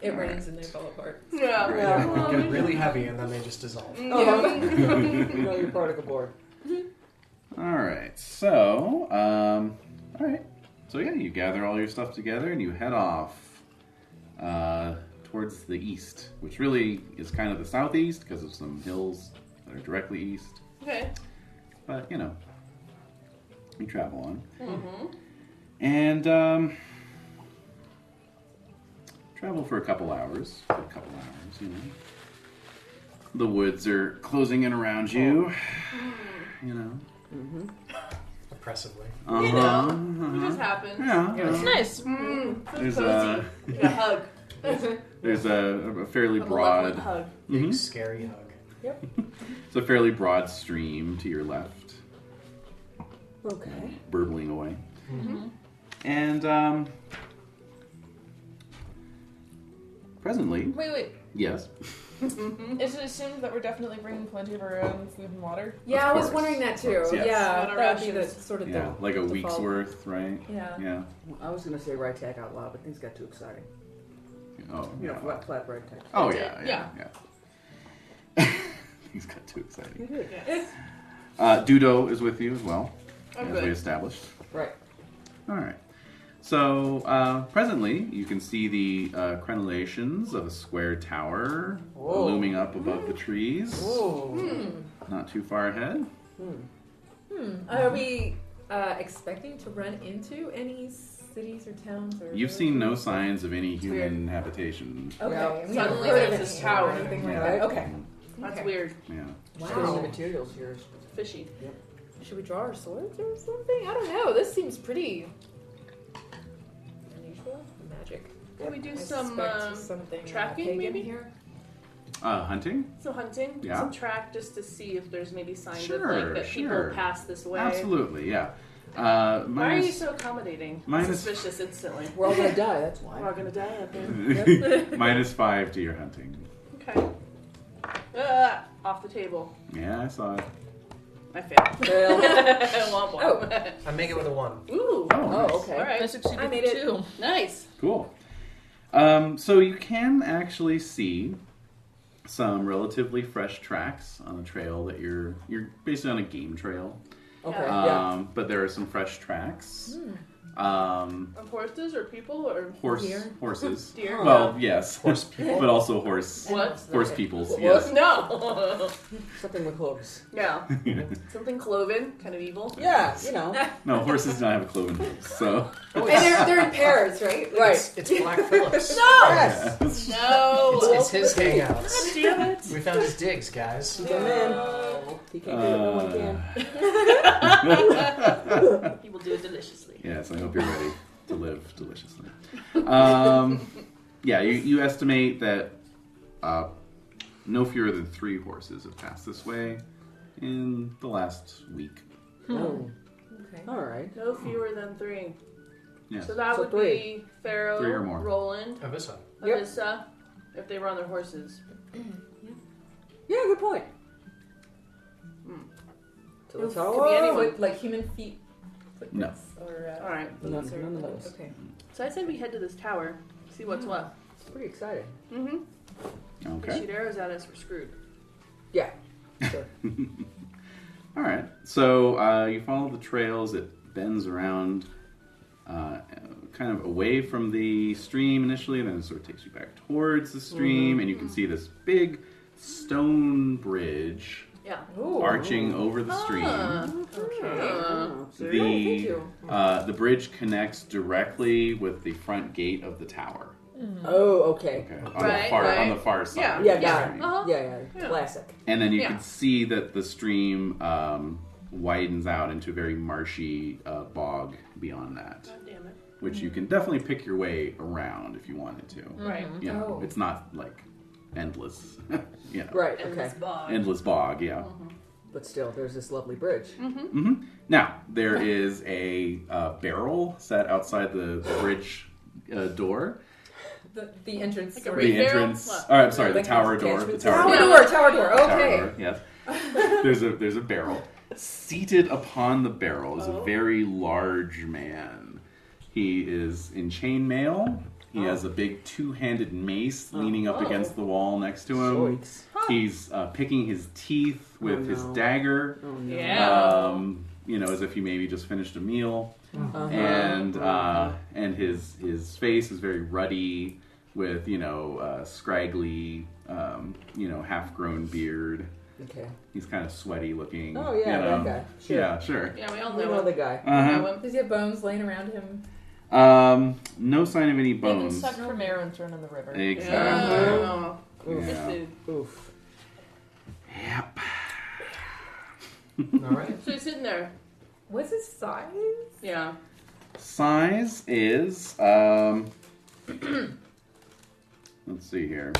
S2: It rains and they fall apart.
S6: yeah. Um,
S5: Yeah.
S3: They get really heavy and then they just dissolve.
S5: You know your particle board.
S1: All right. So, um, all right. So yeah, you gather all your stuff together and you head off uh, towards the east, which really is kind of the southeast because of some hills that are directly east.
S6: Okay.
S1: But you know, you travel on, and um, travel for a couple hours. For a couple hours, you know. The woods are closing in around you. You know.
S3: Oppressively.
S1: Uh-huh,
S6: You
S1: uh-huh.
S6: know, it just happens.
S1: Yeah,
S12: It's
S1: yeah.
S12: nice.
S6: Mm, so
S1: There's
S6: cozy.
S1: a
S6: Get a hug.
S1: there's a, a fairly
S6: A malevolent
S1: broad
S6: hug.
S3: Big
S1: Mhm.
S3: scary hug.
S1: it's a fairly broad stream to your left,
S5: Okay.
S1: burbling away,
S6: Mm-hmm.
S1: and um, presently,
S12: Wait, wait.
S1: yes,
S12: Is it assumed that we're definitely bringing plenty of our own food and water?
S2: Yeah, I was
S1: course.
S2: wondering that too.
S1: Yes.
S2: Yeah,
S6: Water
S2: that would be the
S6: rations.
S2: sort of
S1: yeah,
S2: the
S1: like a
S2: default.
S1: week's worth, right?
S2: Yeah.
S1: Yeah.
S5: Well, I was gonna say right tack out loud, but things got too exciting.
S1: Oh
S5: You know,
S1: yeah.
S5: flat, flat right tack.
S1: Oh
S6: Okay,
S1: yeah. Yeah. yeah. Things got too
S5: You
S1: exciting.
S5: did.
S6: Yes.
S1: Uh, Dudo is with you as well,
S6: I'm
S1: as we
S6: Oh, good.
S1: established.
S5: Right.
S1: All right. So uh, presently, you can see the uh, crenellations of a square tower
S5: Whoa.
S1: looming up above the trees,
S5: Whoa.
S1: not too far ahead.
S2: Hmm. Are we uh, expecting to run into any cities or towns or?
S1: You've seen no signs of any human habitation.
S2: Okay.
S5: Yeah.
S2: we haven't
S6: Suddenly
S2: heard of
S6: there's this
S2: anything
S6: tower.
S2: or anything like
S1: Yeah.
S2: that. Okay.
S6: That's
S2: Okay.
S6: weird.
S1: Mm, Yeah.
S5: Because the
S2: Wow.
S5: materials here is
S6: Fishy.
S2: Should we draw our swords or something? I don't know. This seems pretty unusual. Magic.
S6: Can we do
S2: I
S6: some
S2: suspect
S6: um,
S2: something uh,
S6: tracking,
S2: pagan
S6: maybe?
S2: here.
S1: Uh, hunting?
S6: so hunting?
S1: Yeah.
S6: Some track just to see if there's maybe signs of
S1: Sure,
S6: like that
S1: sure.
S6: people pass this way.
S1: Absolutely, yeah. Uh,
S6: Why are you
S1: minus,
S6: so accommodating?
S1: minus-
S6: Suspicious instantly.
S5: We're all gonna die. That's
S6: We're all
S5: why.
S6: gonna die up there.
S1: minus five to your hunting.
S6: Okay. Ah, off the table.
S1: Yeah, I saw it.
S6: I failed.
S2: Well,
S6: Womp womp.
S3: I make it with a one.
S6: Ooh.
S1: Oh, nice.
S2: oh, okay.
S6: All
S12: I
S6: right.
S12: succeeded
S2: I made it.
S12: too.
S6: Nice.
S1: Cool. Um, so you can actually see some relatively fresh tracks on the trail that you're you're basically on a game trail.
S5: Okay.
S1: Um,
S5: Yeah.
S1: But there are some fresh tracks. Um,
S6: Of horses or people or
S1: horse
S2: Deer.
S1: horses.
S6: deer?
S1: Well, yes,
S3: Horse people.
S1: but also horse
S6: What?
S1: horse peoples.
S5: What?
S1: Yes.
S6: No.
S5: Something with hooves.
S6: no. Something cloven, kind of evil.
S5: Yeah. You know.
S1: no, horses do not have cloven hooves. So
S2: and they're, they're in pairs, right?
S5: Oh, right.
S3: It's, it's Black Phillips.
S5: Yes.
S6: No.
S3: It's, it's his hangouts.
S6: Damn it.
S3: We found his digs, guys.
S5: He's a man. He can't do it. No
S1: Uh,
S5: one can.
S6: He will do it deliciously.
S1: Yes, I hope you're ready to live deliciously. Um, yeah, you, you estimate that uh, no fewer than three horses have passed this way in the last week.
S5: Oh,
S2: Okay.
S5: all right.
S6: No fewer than three.
S1: Yes.
S6: So that
S5: So
S6: would
S5: three.
S6: be Pharaoh,
S1: Three or more.
S6: Roland,
S3: Oh, this one.
S5: Yep.
S6: Alyssa, if they were on their horses.
S5: Yeah, good point. So it's all
S2: could be
S6: Oh.
S2: anyone with like human feet. footprints Or, uh,
S6: All right.
S5: None,
S2: boots or-
S5: none of those.
S2: Okay.
S6: So I said we head to this tower, see what's what.
S5: It's pretty exciting.
S6: Mm. Mm-hmm. They
S1: Okay.
S6: shoot arrows at us, we're screwed.
S5: Yeah. Sure.
S1: All right. So uh, you follow the trails. It bends around, uh, kind of away from the stream initially, and then it sort of takes you back towards the stream, and you can see this big stone bridge
S6: Yeah.
S2: Ooh.
S1: arching over the stream.
S6: Ah, okay.
S5: Oh, so-
S1: The
S5: Oh, thank you.
S1: uh, the bridge connects directly with the front gate of the tower.
S5: Oh, okay.
S1: Okay, on, the
S6: Right,
S1: far, on
S6: right.
S1: the far side.
S6: Yeah.
S5: Yeah,
S1: of the
S5: got
S1: stream.
S6: Uh-huh.
S5: Yeah, yeah.
S6: Yeah.
S5: Classic.
S1: And then you
S6: Yeah.
S1: can see that the stream um, widens out into a very marshy uh, bog beyond that,
S6: God damn it.
S1: which you can definitely pick your way around if you wanted to.
S12: Mm-hmm.
S6: Right.
S1: You know,
S2: Oh.
S1: it's not like endless, you know,
S5: Right.
S6: And
S5: Okay.
S6: this bog.
S1: endless bog. Yeah.
S5: But still, there's this lovely bridge.
S1: hmm Now there is a uh, barrel set outside the, the bridge uh, door.
S2: The, the entrance.
S6: Like a
S2: or-
S6: Wait,
S1: the
S6: barrel?
S1: entrance.
S6: What?
S1: Or, I'm sorry, the
S2: Like
S1: tower door. The
S5: catchment
S1: tower
S2: Tower
S1: door.
S2: door, tower door. Okay.
S1: Tower door, Yes. There's a there's a barrel. Seated upon the barrel is a very large man. He is in chainmail. He has a big two-handed mace leaning up
S6: Oh.
S1: against the wall next to him.
S5: Zoinks.
S1: He's uh, picking his teeth with his
S5: no.
S1: dagger,
S5: Oh, no.
S6: Yeah.
S1: um, you know, as if he maybe just finished a meal
S5: Uh-huh.
S1: and uh, and his his face is very ruddy with you know uh, scraggly um, you know half grown beard.
S5: Okay.
S1: He's kind of sweaty looking.
S5: Oh, yeah,
S1: you
S5: that
S1: know.
S5: guy. Sure.
S1: Yeah, sure.
S6: Yeah, we all
S5: We
S6: know
S5: know
S6: him.
S5: the guy.
S1: Uh-huh.
S6: Know him.
S2: Does he have bones laying around him?
S1: Um, no sign of any
S12: They can
S1: bones.
S12: suck from air and turn in the river.
S1: Exactly.
S6: Yeah. This
S1: Yeah.
S6: dude.
S5: Oof.
S1: Yep.
S3: All right.
S6: So he's sitting there.
S2: What's his size?
S6: Yeah.
S1: Size is um. let's see here.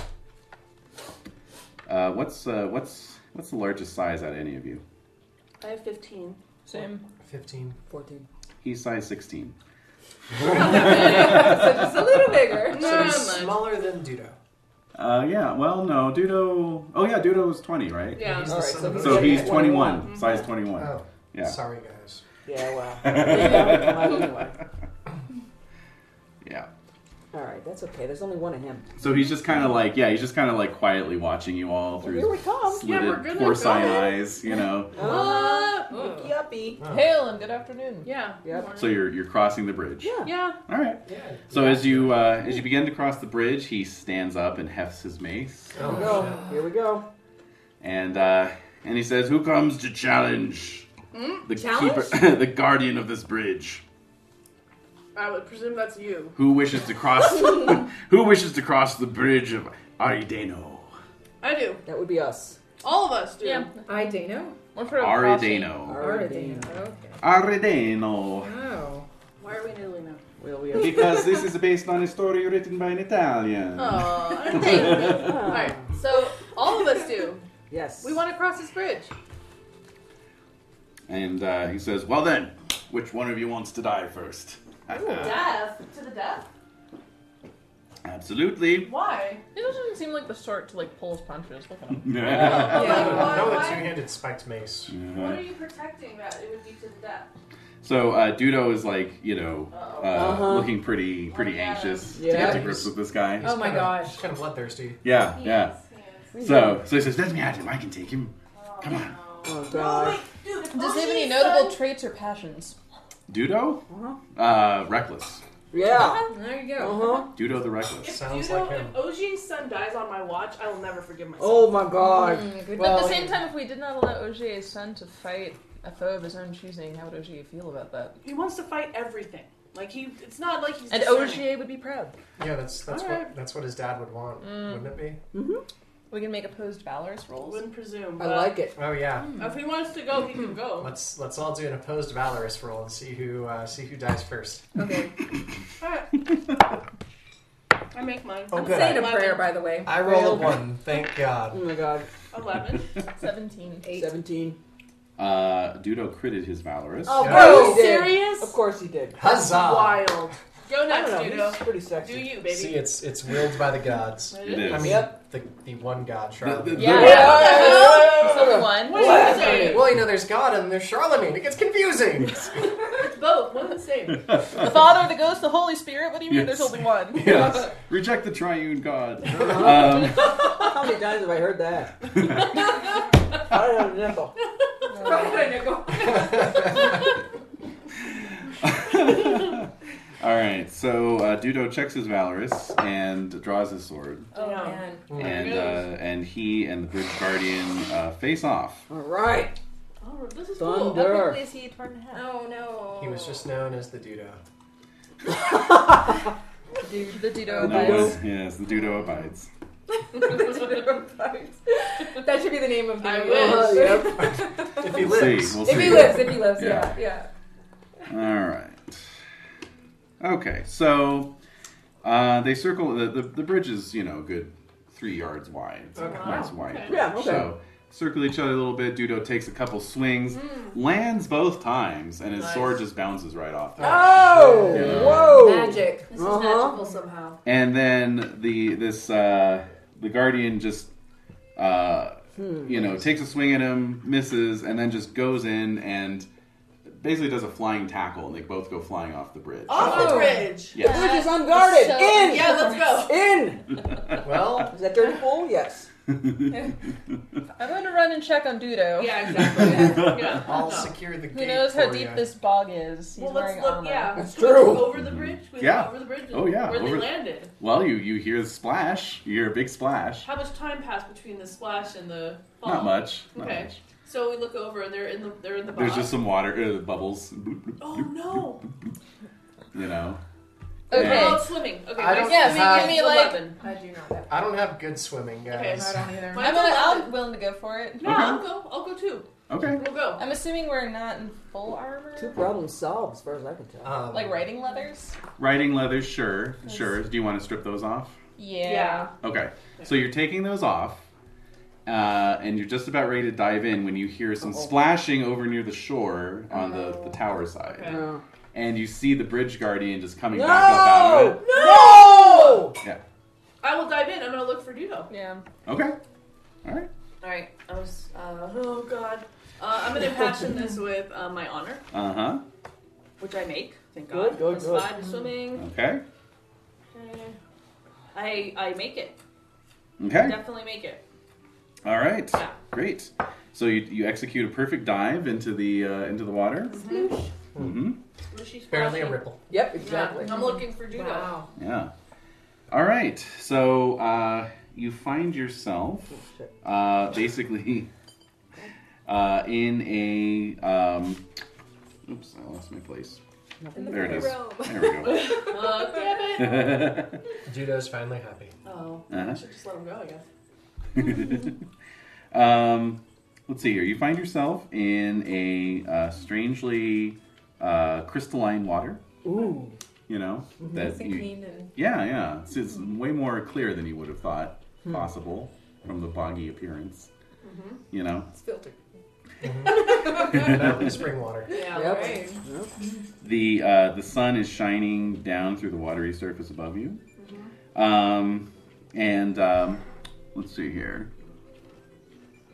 S1: Uh, what's uh, what's what's the largest size out of any of you?
S6: I have 15.
S12: Same.
S3: 15.
S5: 14.
S1: He's size sixteen.
S2: so just a little bigger.
S3: So he's
S6: much.
S3: smaller than Dudo.
S1: Uh, yeah. Well, no, Dudo. Oh, yeah, Dudo was twenty, right?
S6: Yeah.
S3: He's the
S5: All right,
S3: son
S5: so
S3: of a-
S5: he's
S1: So
S5: Yeah,
S1: he's
S5: yeah. Mm-hmm.
S1: 21, size 21.
S3: Oh,
S1: Yeah.
S3: sorry, guys.
S5: Yeah, wow. Yeah, come on, anyway.
S1: Yeah.
S5: All right, that's okay. There's only one of him.
S1: So he's just kind of like, yeah, he's just kind of like quietly watching you all
S5: Well,
S1: through
S5: here we
S1: his
S5: come.
S6: Yeah, we're
S1: slitted
S6: gonna
S1: porcine
S6: go.
S1: eyes, you know.
S6: Ah,
S2: Oh.
S5: Yuppie.
S3: Oh.
S12: Hail and good afternoon.
S6: Yeah.
S5: Yep.
S6: Morning.
S1: So you're you're crossing the bridge.
S5: Yeah.
S6: Yeah.
S1: All right.
S3: Yeah.
S1: So as you uh, as you begin to cross the bridge, he stands up and hefts his mace,
S5: Here we
S3: Oh,
S5: go. Here we go.
S1: and uh, and he says, "Who comes to challenge
S5: Hmm?
S1: the
S2: Challenge?
S1: keeper, the guardian of this bridge?
S6: I would presume that's you.
S1: Who wishes to cross? who wishes to cross the bridge of Arideno?"
S6: I do.
S5: That would be us.
S6: All of us do.
S12: Yeah.
S2: Idano?
S12: One for coffee.
S1: Aridano.
S5: Already.
S2: Okay.
S1: Aridano.
S2: Oh.
S6: Why are we in Italy now?
S5: Will we?
S1: Because this is based on a story written by an Italian.
S6: Oh, I don't think. all right. So all of us do.
S5: Yes.
S6: We want to cross this bridge.
S1: And uh, he says, Well then, which one of you wants to die first?
S4: Death to the death.
S1: Absolutely.
S6: Why?
S12: He doesn't seem like the sort to like pull his punches. Look at him.
S1: Yeah.
S6: Yeah.
S3: I know the
S6: Why-
S3: two-handed spiked mace.
S4: What are you protecting that it would be to the death?
S1: So uh, Dudo is like, you know, uh,
S4: Uh-oh. Oh
S5: Uh-huh.
S1: looking pretty, pretty
S4: Yeah.
S1: anxious to
S5: Yeah.
S1: get to grips with this guy.
S2: Oh my
S3: kinda,
S2: gosh.
S3: He's kind of bloodthirsty.
S1: Yeah,
S4: Yes,
S1: yeah.
S4: yes.
S1: So, so he says, "Let me at him. I can take him."
S4: Oh,
S1: Come on.
S4: no.
S5: Oh
S6: Oh,
S5: god.
S6: wait, dude. if
S12: Does he have
S6: Oshi
S12: any
S6: said-
S12: notable traits or passions?
S1: Dudo,
S5: Uh-huh.
S1: uh, reckless.
S5: Yeah.
S2: There you
S5: Uh
S2: go.
S7: Uh-huh.
S5: huh.
S1: Dudo the reckless.
S6: If
S3: Sounds
S6: Dudo,
S3: like him.
S6: if Oji's son dies on my watch, I will never forgive myself.
S5: Oh my god.
S2: Mm, good
S12: But at
S5: Well,
S12: the same time, if we did not allow Ogier's son to fight a foe of his own choosing, how would Ogier feel about that?
S5: Oh.
S6: He wants to fight everything. Like he, it's not like he's.
S12: And
S6: discerning.
S12: Ogier would be proud.
S3: Yeah, that's that's
S6: All
S3: what
S6: right.
S3: that's what his dad would want, wouldn't it
S6: Mm-hmm.
S12: We can make opposed valorous rolls.
S6: wouldn't presume.
S5: I
S6: but
S5: like it.
S3: be? Oh yeah.
S6: If he wants to go, he can go.
S3: Let's let's all do an opposed valorous roll and see who uh, see who dies first.
S2: Okay.
S6: All right. I make mine.
S3: Oh,
S2: I'm
S3: good.
S2: saying a
S6: Eleven.
S2: prayer, by the way.
S3: I roll a one, thank God.
S5: Oh my god.
S6: Eleven.
S12: Seventeen.
S2: Eight.
S5: Seventeen.
S1: Uh, Dudo critted his valorous.
S2: Oh,
S3: Yeah.
S2: bro.
S5: Oh,
S6: Are you
S5: he did.
S6: serious?
S5: Of course he did.
S6: That's
S3: Huzzah!
S6: Wild. Go
S5: I
S6: next,
S5: don't know. He's
S6: Dudo.
S5: pretty
S6: Do
S5: sexy.
S6: you, baby?
S3: See, it's it's willed by the gods.
S1: It is.
S3: I mean,
S5: Yep.
S3: the, the one god,
S1: The- the-
S3: Charlemagne.
S1: the-
S12: Yeah.
S5: Yeah.
S12: It's only one.
S6: What are you saying?
S3: Well, you know, there's God and there's Charlemagne. It gets confusing.
S6: It's both. One's the same.
S12: The Father, the Ghost, the Holy Spirit. What do you mean?
S1: Yes.
S12: There's only one.
S1: Yes. Reject the triune god. Um,
S5: How many times have I heard that? I don't have a nickel.
S1: all right. So uh, Dudo checks his valorous and draws his sword,
S2: Oh,
S6: Yeah.
S2: man.
S1: and
S6: goes.
S1: uh, and he and the bridge guardian uh, face off.
S5: All right.
S6: Oh, this is
S12: How
S6: cool.
S5: Thunder.
S12: quickly is he torn in half?
S2: Oh, no.
S3: he was just known as the Dudo.
S12: The
S5: Dudo.
S12: Dido
S1: No
S12: abides.
S1: one- yes, the Dudo abides.
S2: that should be the name of the
S6: I
S5: Uh,
S6: wish.
S5: yep.
S3: If he
S1: We'll
S3: lives.
S1: see. We'll see.
S2: Oh, If he lives, if he lives, yeah, yeah.
S1: All right. Okay, so uh, they circle the, the the bridge is you know a good three yards wide. It's
S3: Okay.
S1: a nice wide
S6: Okay.
S1: bridge.
S5: Yeah, okay.
S1: So circle each other a little bit. Dudo takes a couple swings, lands both times, and his
S6: Hmm. Nice. Ah.
S1: sword just bounces right off.
S3: Oh,
S5: Oh,
S1: Yeah.
S5: whoa.
S2: Magic.
S6: This
S5: Uh-huh.
S6: is magical somehow.
S1: And then the this uh, the guardian just uh,
S5: Hmm.
S1: you know takes a swing at him, misses, and then just goes in and basically does a flying tackle, and they both go flying off the bridge.
S6: Off the
S2: Oh.
S6: bridge.
S1: Yeah.
S5: Bridge is unguarded.
S12: So-
S5: In.
S6: Yeah, let's go.
S5: In.
S3: Well,
S5: Is that dirty pool? Yes.
S6: Oh.
S12: I'm gonna run and check on Dudo.
S6: Yeah, exactly. Yeah. Yeah.
S3: I'll secure the gate.
S12: Who knows how
S3: for
S12: deep
S3: ya.
S12: this bog is? He's
S6: Well, let's
S12: wearing
S6: look.
S12: armor.
S6: Yeah,
S5: That's
S6: Let's
S5: true.
S6: look Over the bridge. We
S1: Yeah.
S6: look Over the bridge.
S1: Oh, yeah,
S6: Where
S1: over
S6: they
S1: the-
S6: landed.
S1: Well, you you hear a splash. You hear a big splash.
S6: How much time passed between the splash and the fall?
S1: Not much. Not
S6: Oh, Okay.
S1: much.
S6: So we look over and they're in the they're in the
S1: There's
S6: box.
S1: just some water uh, bubbles. bloop, bloop,
S6: Oh no!
S1: You know.
S6: We're
S1: Yeah.
S12: Okay.
S6: all swimming. Okay,
S3: I don't
S6: mine's
S3: Yeah, have-
S12: give me, like-
S6: 11.
S2: I do not.
S3: I don't have good swimming, guys.
S6: Okay.
S2: either.
S12: I'm,
S6: Mine's
S12: gonna,
S6: 11.
S12: I'm willing to go for it.
S6: No, I'll go. I'll go too.
S1: Okay.
S6: We'll go.
S12: I'm assuming we're not in full armor.
S5: Two problems solved, as far as I can tell.
S3: Um,
S12: Like riding leathers?
S1: Riding leathers, sure, sure. Do you want to strip those off?
S12: Yeah.
S1: Okay. So you're taking those off, uh, and you're just about ready to dive in when you hear some splashing over near the shore on the, the tower side,
S6: Okay.
S5: No.
S1: and you see the bridge guardian just coming
S5: No.
S1: back up out of it.
S5: No.
S6: I will dive in. I'm gonna look for Dudo.
S12: Yeah.
S1: Okay. All right.
S6: All right. I was. Uh, oh God. Uh, I'm gonna passion this with uh, my honor,
S1: Uh huh.
S6: which I make. Thank
S5: Good,
S6: God.
S5: good,
S6: Plus
S5: good.
S6: five to swimming.
S1: Okay.
S6: Okay. I I make it.
S1: Okay.
S6: Definitely make it.
S1: All right.
S6: Yeah.
S1: Great. So you, you execute a perfect dive into the uh, into the water. Mm-hmm.
S6: Squishy, squashy.
S3: barely a ripple.
S5: Yep.
S6: Yeah,
S5: Exactly.
S6: I'm looking for Dudo.
S2: Wow.
S1: Yeah. All right. So uh, you find yourself
S5: shit.
S1: uh, basically uh, in a. Um, oops, I lost my place. There it is. There we go.
S6: Uh, damn it.
S1: uh-huh.
S3: Judo's finally happy.
S6: Oh, I should just let him go. I guess.
S1: Um, let's see here. You find yourself in a uh, strangely uh, crystalline water.
S5: Ooh.
S1: You know
S2: Nice
S1: that
S2: and
S1: you,
S2: clean and
S1: yeah, yeah. It's, it's way more clear than you would have thought possible from the boggy appearance. You know,
S2: it's filtered.
S3: Mountain spring water.
S2: Yeah,
S5: Yep.
S2: right.
S5: Yep.
S1: the uh, the sun is shining down through the watery surface above you, um, and um, let's see here.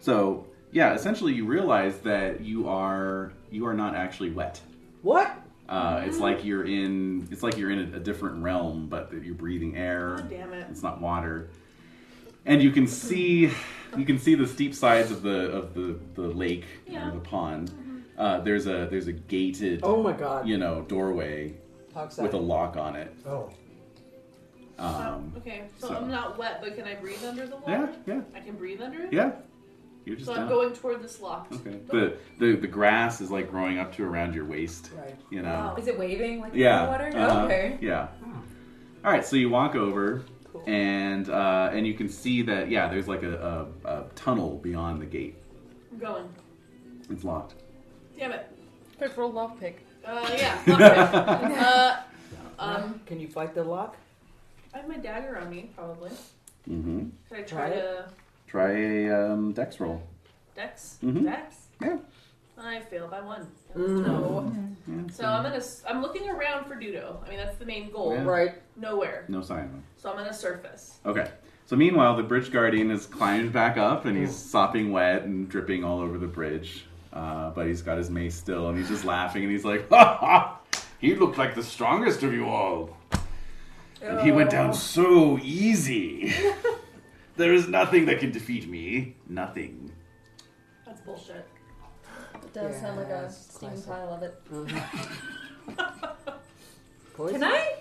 S1: So yeah, essentially you realize that you are you are not actually wet.
S5: What?
S1: Uh, it's like you're in it's like you're in a, a different realm, but that you're breathing air.
S6: God damn it.
S1: It's not water. And you can see you can see the steep sides of the of the, the lake
S4: Yeah.
S1: or the pond. Uh, there's a there's a gated
S5: Oh my god.
S1: you know doorway
S5: Talks
S1: with a lock on it.
S3: Oh,
S1: Um,
S6: okay, so,
S1: so-
S6: I'm not wet, but can I breathe under the water?
S1: yeah, yeah,
S6: I can breathe under it?
S1: yeah. You're just
S6: So I'm
S1: down.
S6: going toward this lock.
S1: Okay. The, the the grass is like growing up to around your waist.
S5: Right.
S1: You know.
S6: Wow.
S2: Is it waving like
S1: Yeah.
S2: Oh. the water?
S1: uh-huh,
S2: Okay.
S1: Yeah. All right. So you walk over, and uh, and you can see that yeah, there's like a, a, a tunnel beyond the gate.
S6: I'm going.
S1: It's locked.
S6: Damn it.
S12: Quick, roll love pick.
S6: Uh, yeah. okay. uh, um,
S5: Can you fight the lock?
S6: I have my dagger on me, probably.
S1: Mm-hmm.
S6: Could I try
S5: Try it.
S6: to
S1: Try a um, dex roll.
S6: dex?
S1: Mhm.
S6: Dex?
S1: Yeah.
S6: I fail by one.
S5: Mm.
S6: No.
S1: Yeah,
S6: So I'm gonna. s- I'm looking around for Dudo. I mean, that's the main goal.
S1: Yeah.
S5: Right.
S6: Nowhere.
S1: No sign of him.
S6: So I'm gonna surface.
S1: Okay. So meanwhile, the bridge guardian has climbed back up, and he's sopping wet and dripping all over the bridge. Uh, but he's got his mace still, and he's just laughing, and he's like, "Ha ha! He looked like the strongest of you all." And he went
S6: Oh.
S1: down so easy. there is nothing that can defeat me. Nothing.
S6: That's bullshit.
S2: Oh.
S12: It
S5: does sound like a Yeah, it's Steven classic.
S12: Pyle of it.
S5: Poison?
S2: Can I?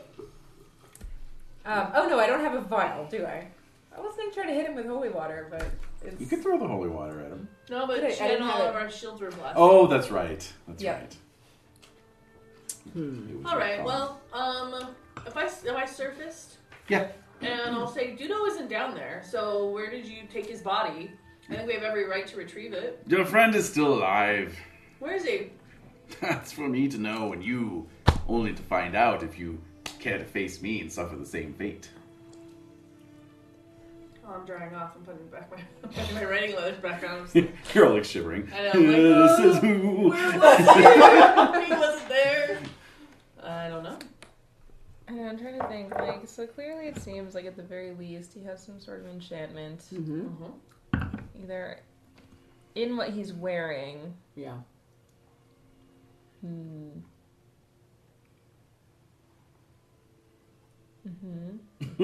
S2: Um, oh no, I don't have a vial, do I? I was gonna try to hit him with holy water, but it's
S1: You can throw the holy water at him.
S6: No,
S2: Did I- I
S6: but she
S2: didn't
S6: and all of
S2: have
S6: our shields were blessed.
S1: Oh, that's right. That's
S2: Yeah.
S1: right.
S5: Hmm.
S1: It was
S6: All
S1: your
S6: right.
S1: fault.
S6: Well, um, if I s- am I surfaced,
S1: Yeah.
S6: and I'll say Dudo isn't down there. So where did you take his body? I think we have every right to retrieve it.
S1: Your friend is still alive.
S6: Where is he?
S1: That's for me to know, and you only to find out if you care to face me and suffer the same fate.
S6: Oh, I'm drying off. I'm putting back my I'm putting my writing leathers back on.
S1: You're all like shivering.
S6: I know, I'm like,
S1: this is
S6: "Oh,
S1: who.
S6: Where was he? he wasn't there. I don't know.
S12: And I'm trying to think, like, so clearly it seems like at the very least he has some sort of enchantment,
S7: Hmm.
S5: Mm-hmm.
S12: either in what he's wearing.
S5: Yeah.
S12: Hmm. Mm-hmm.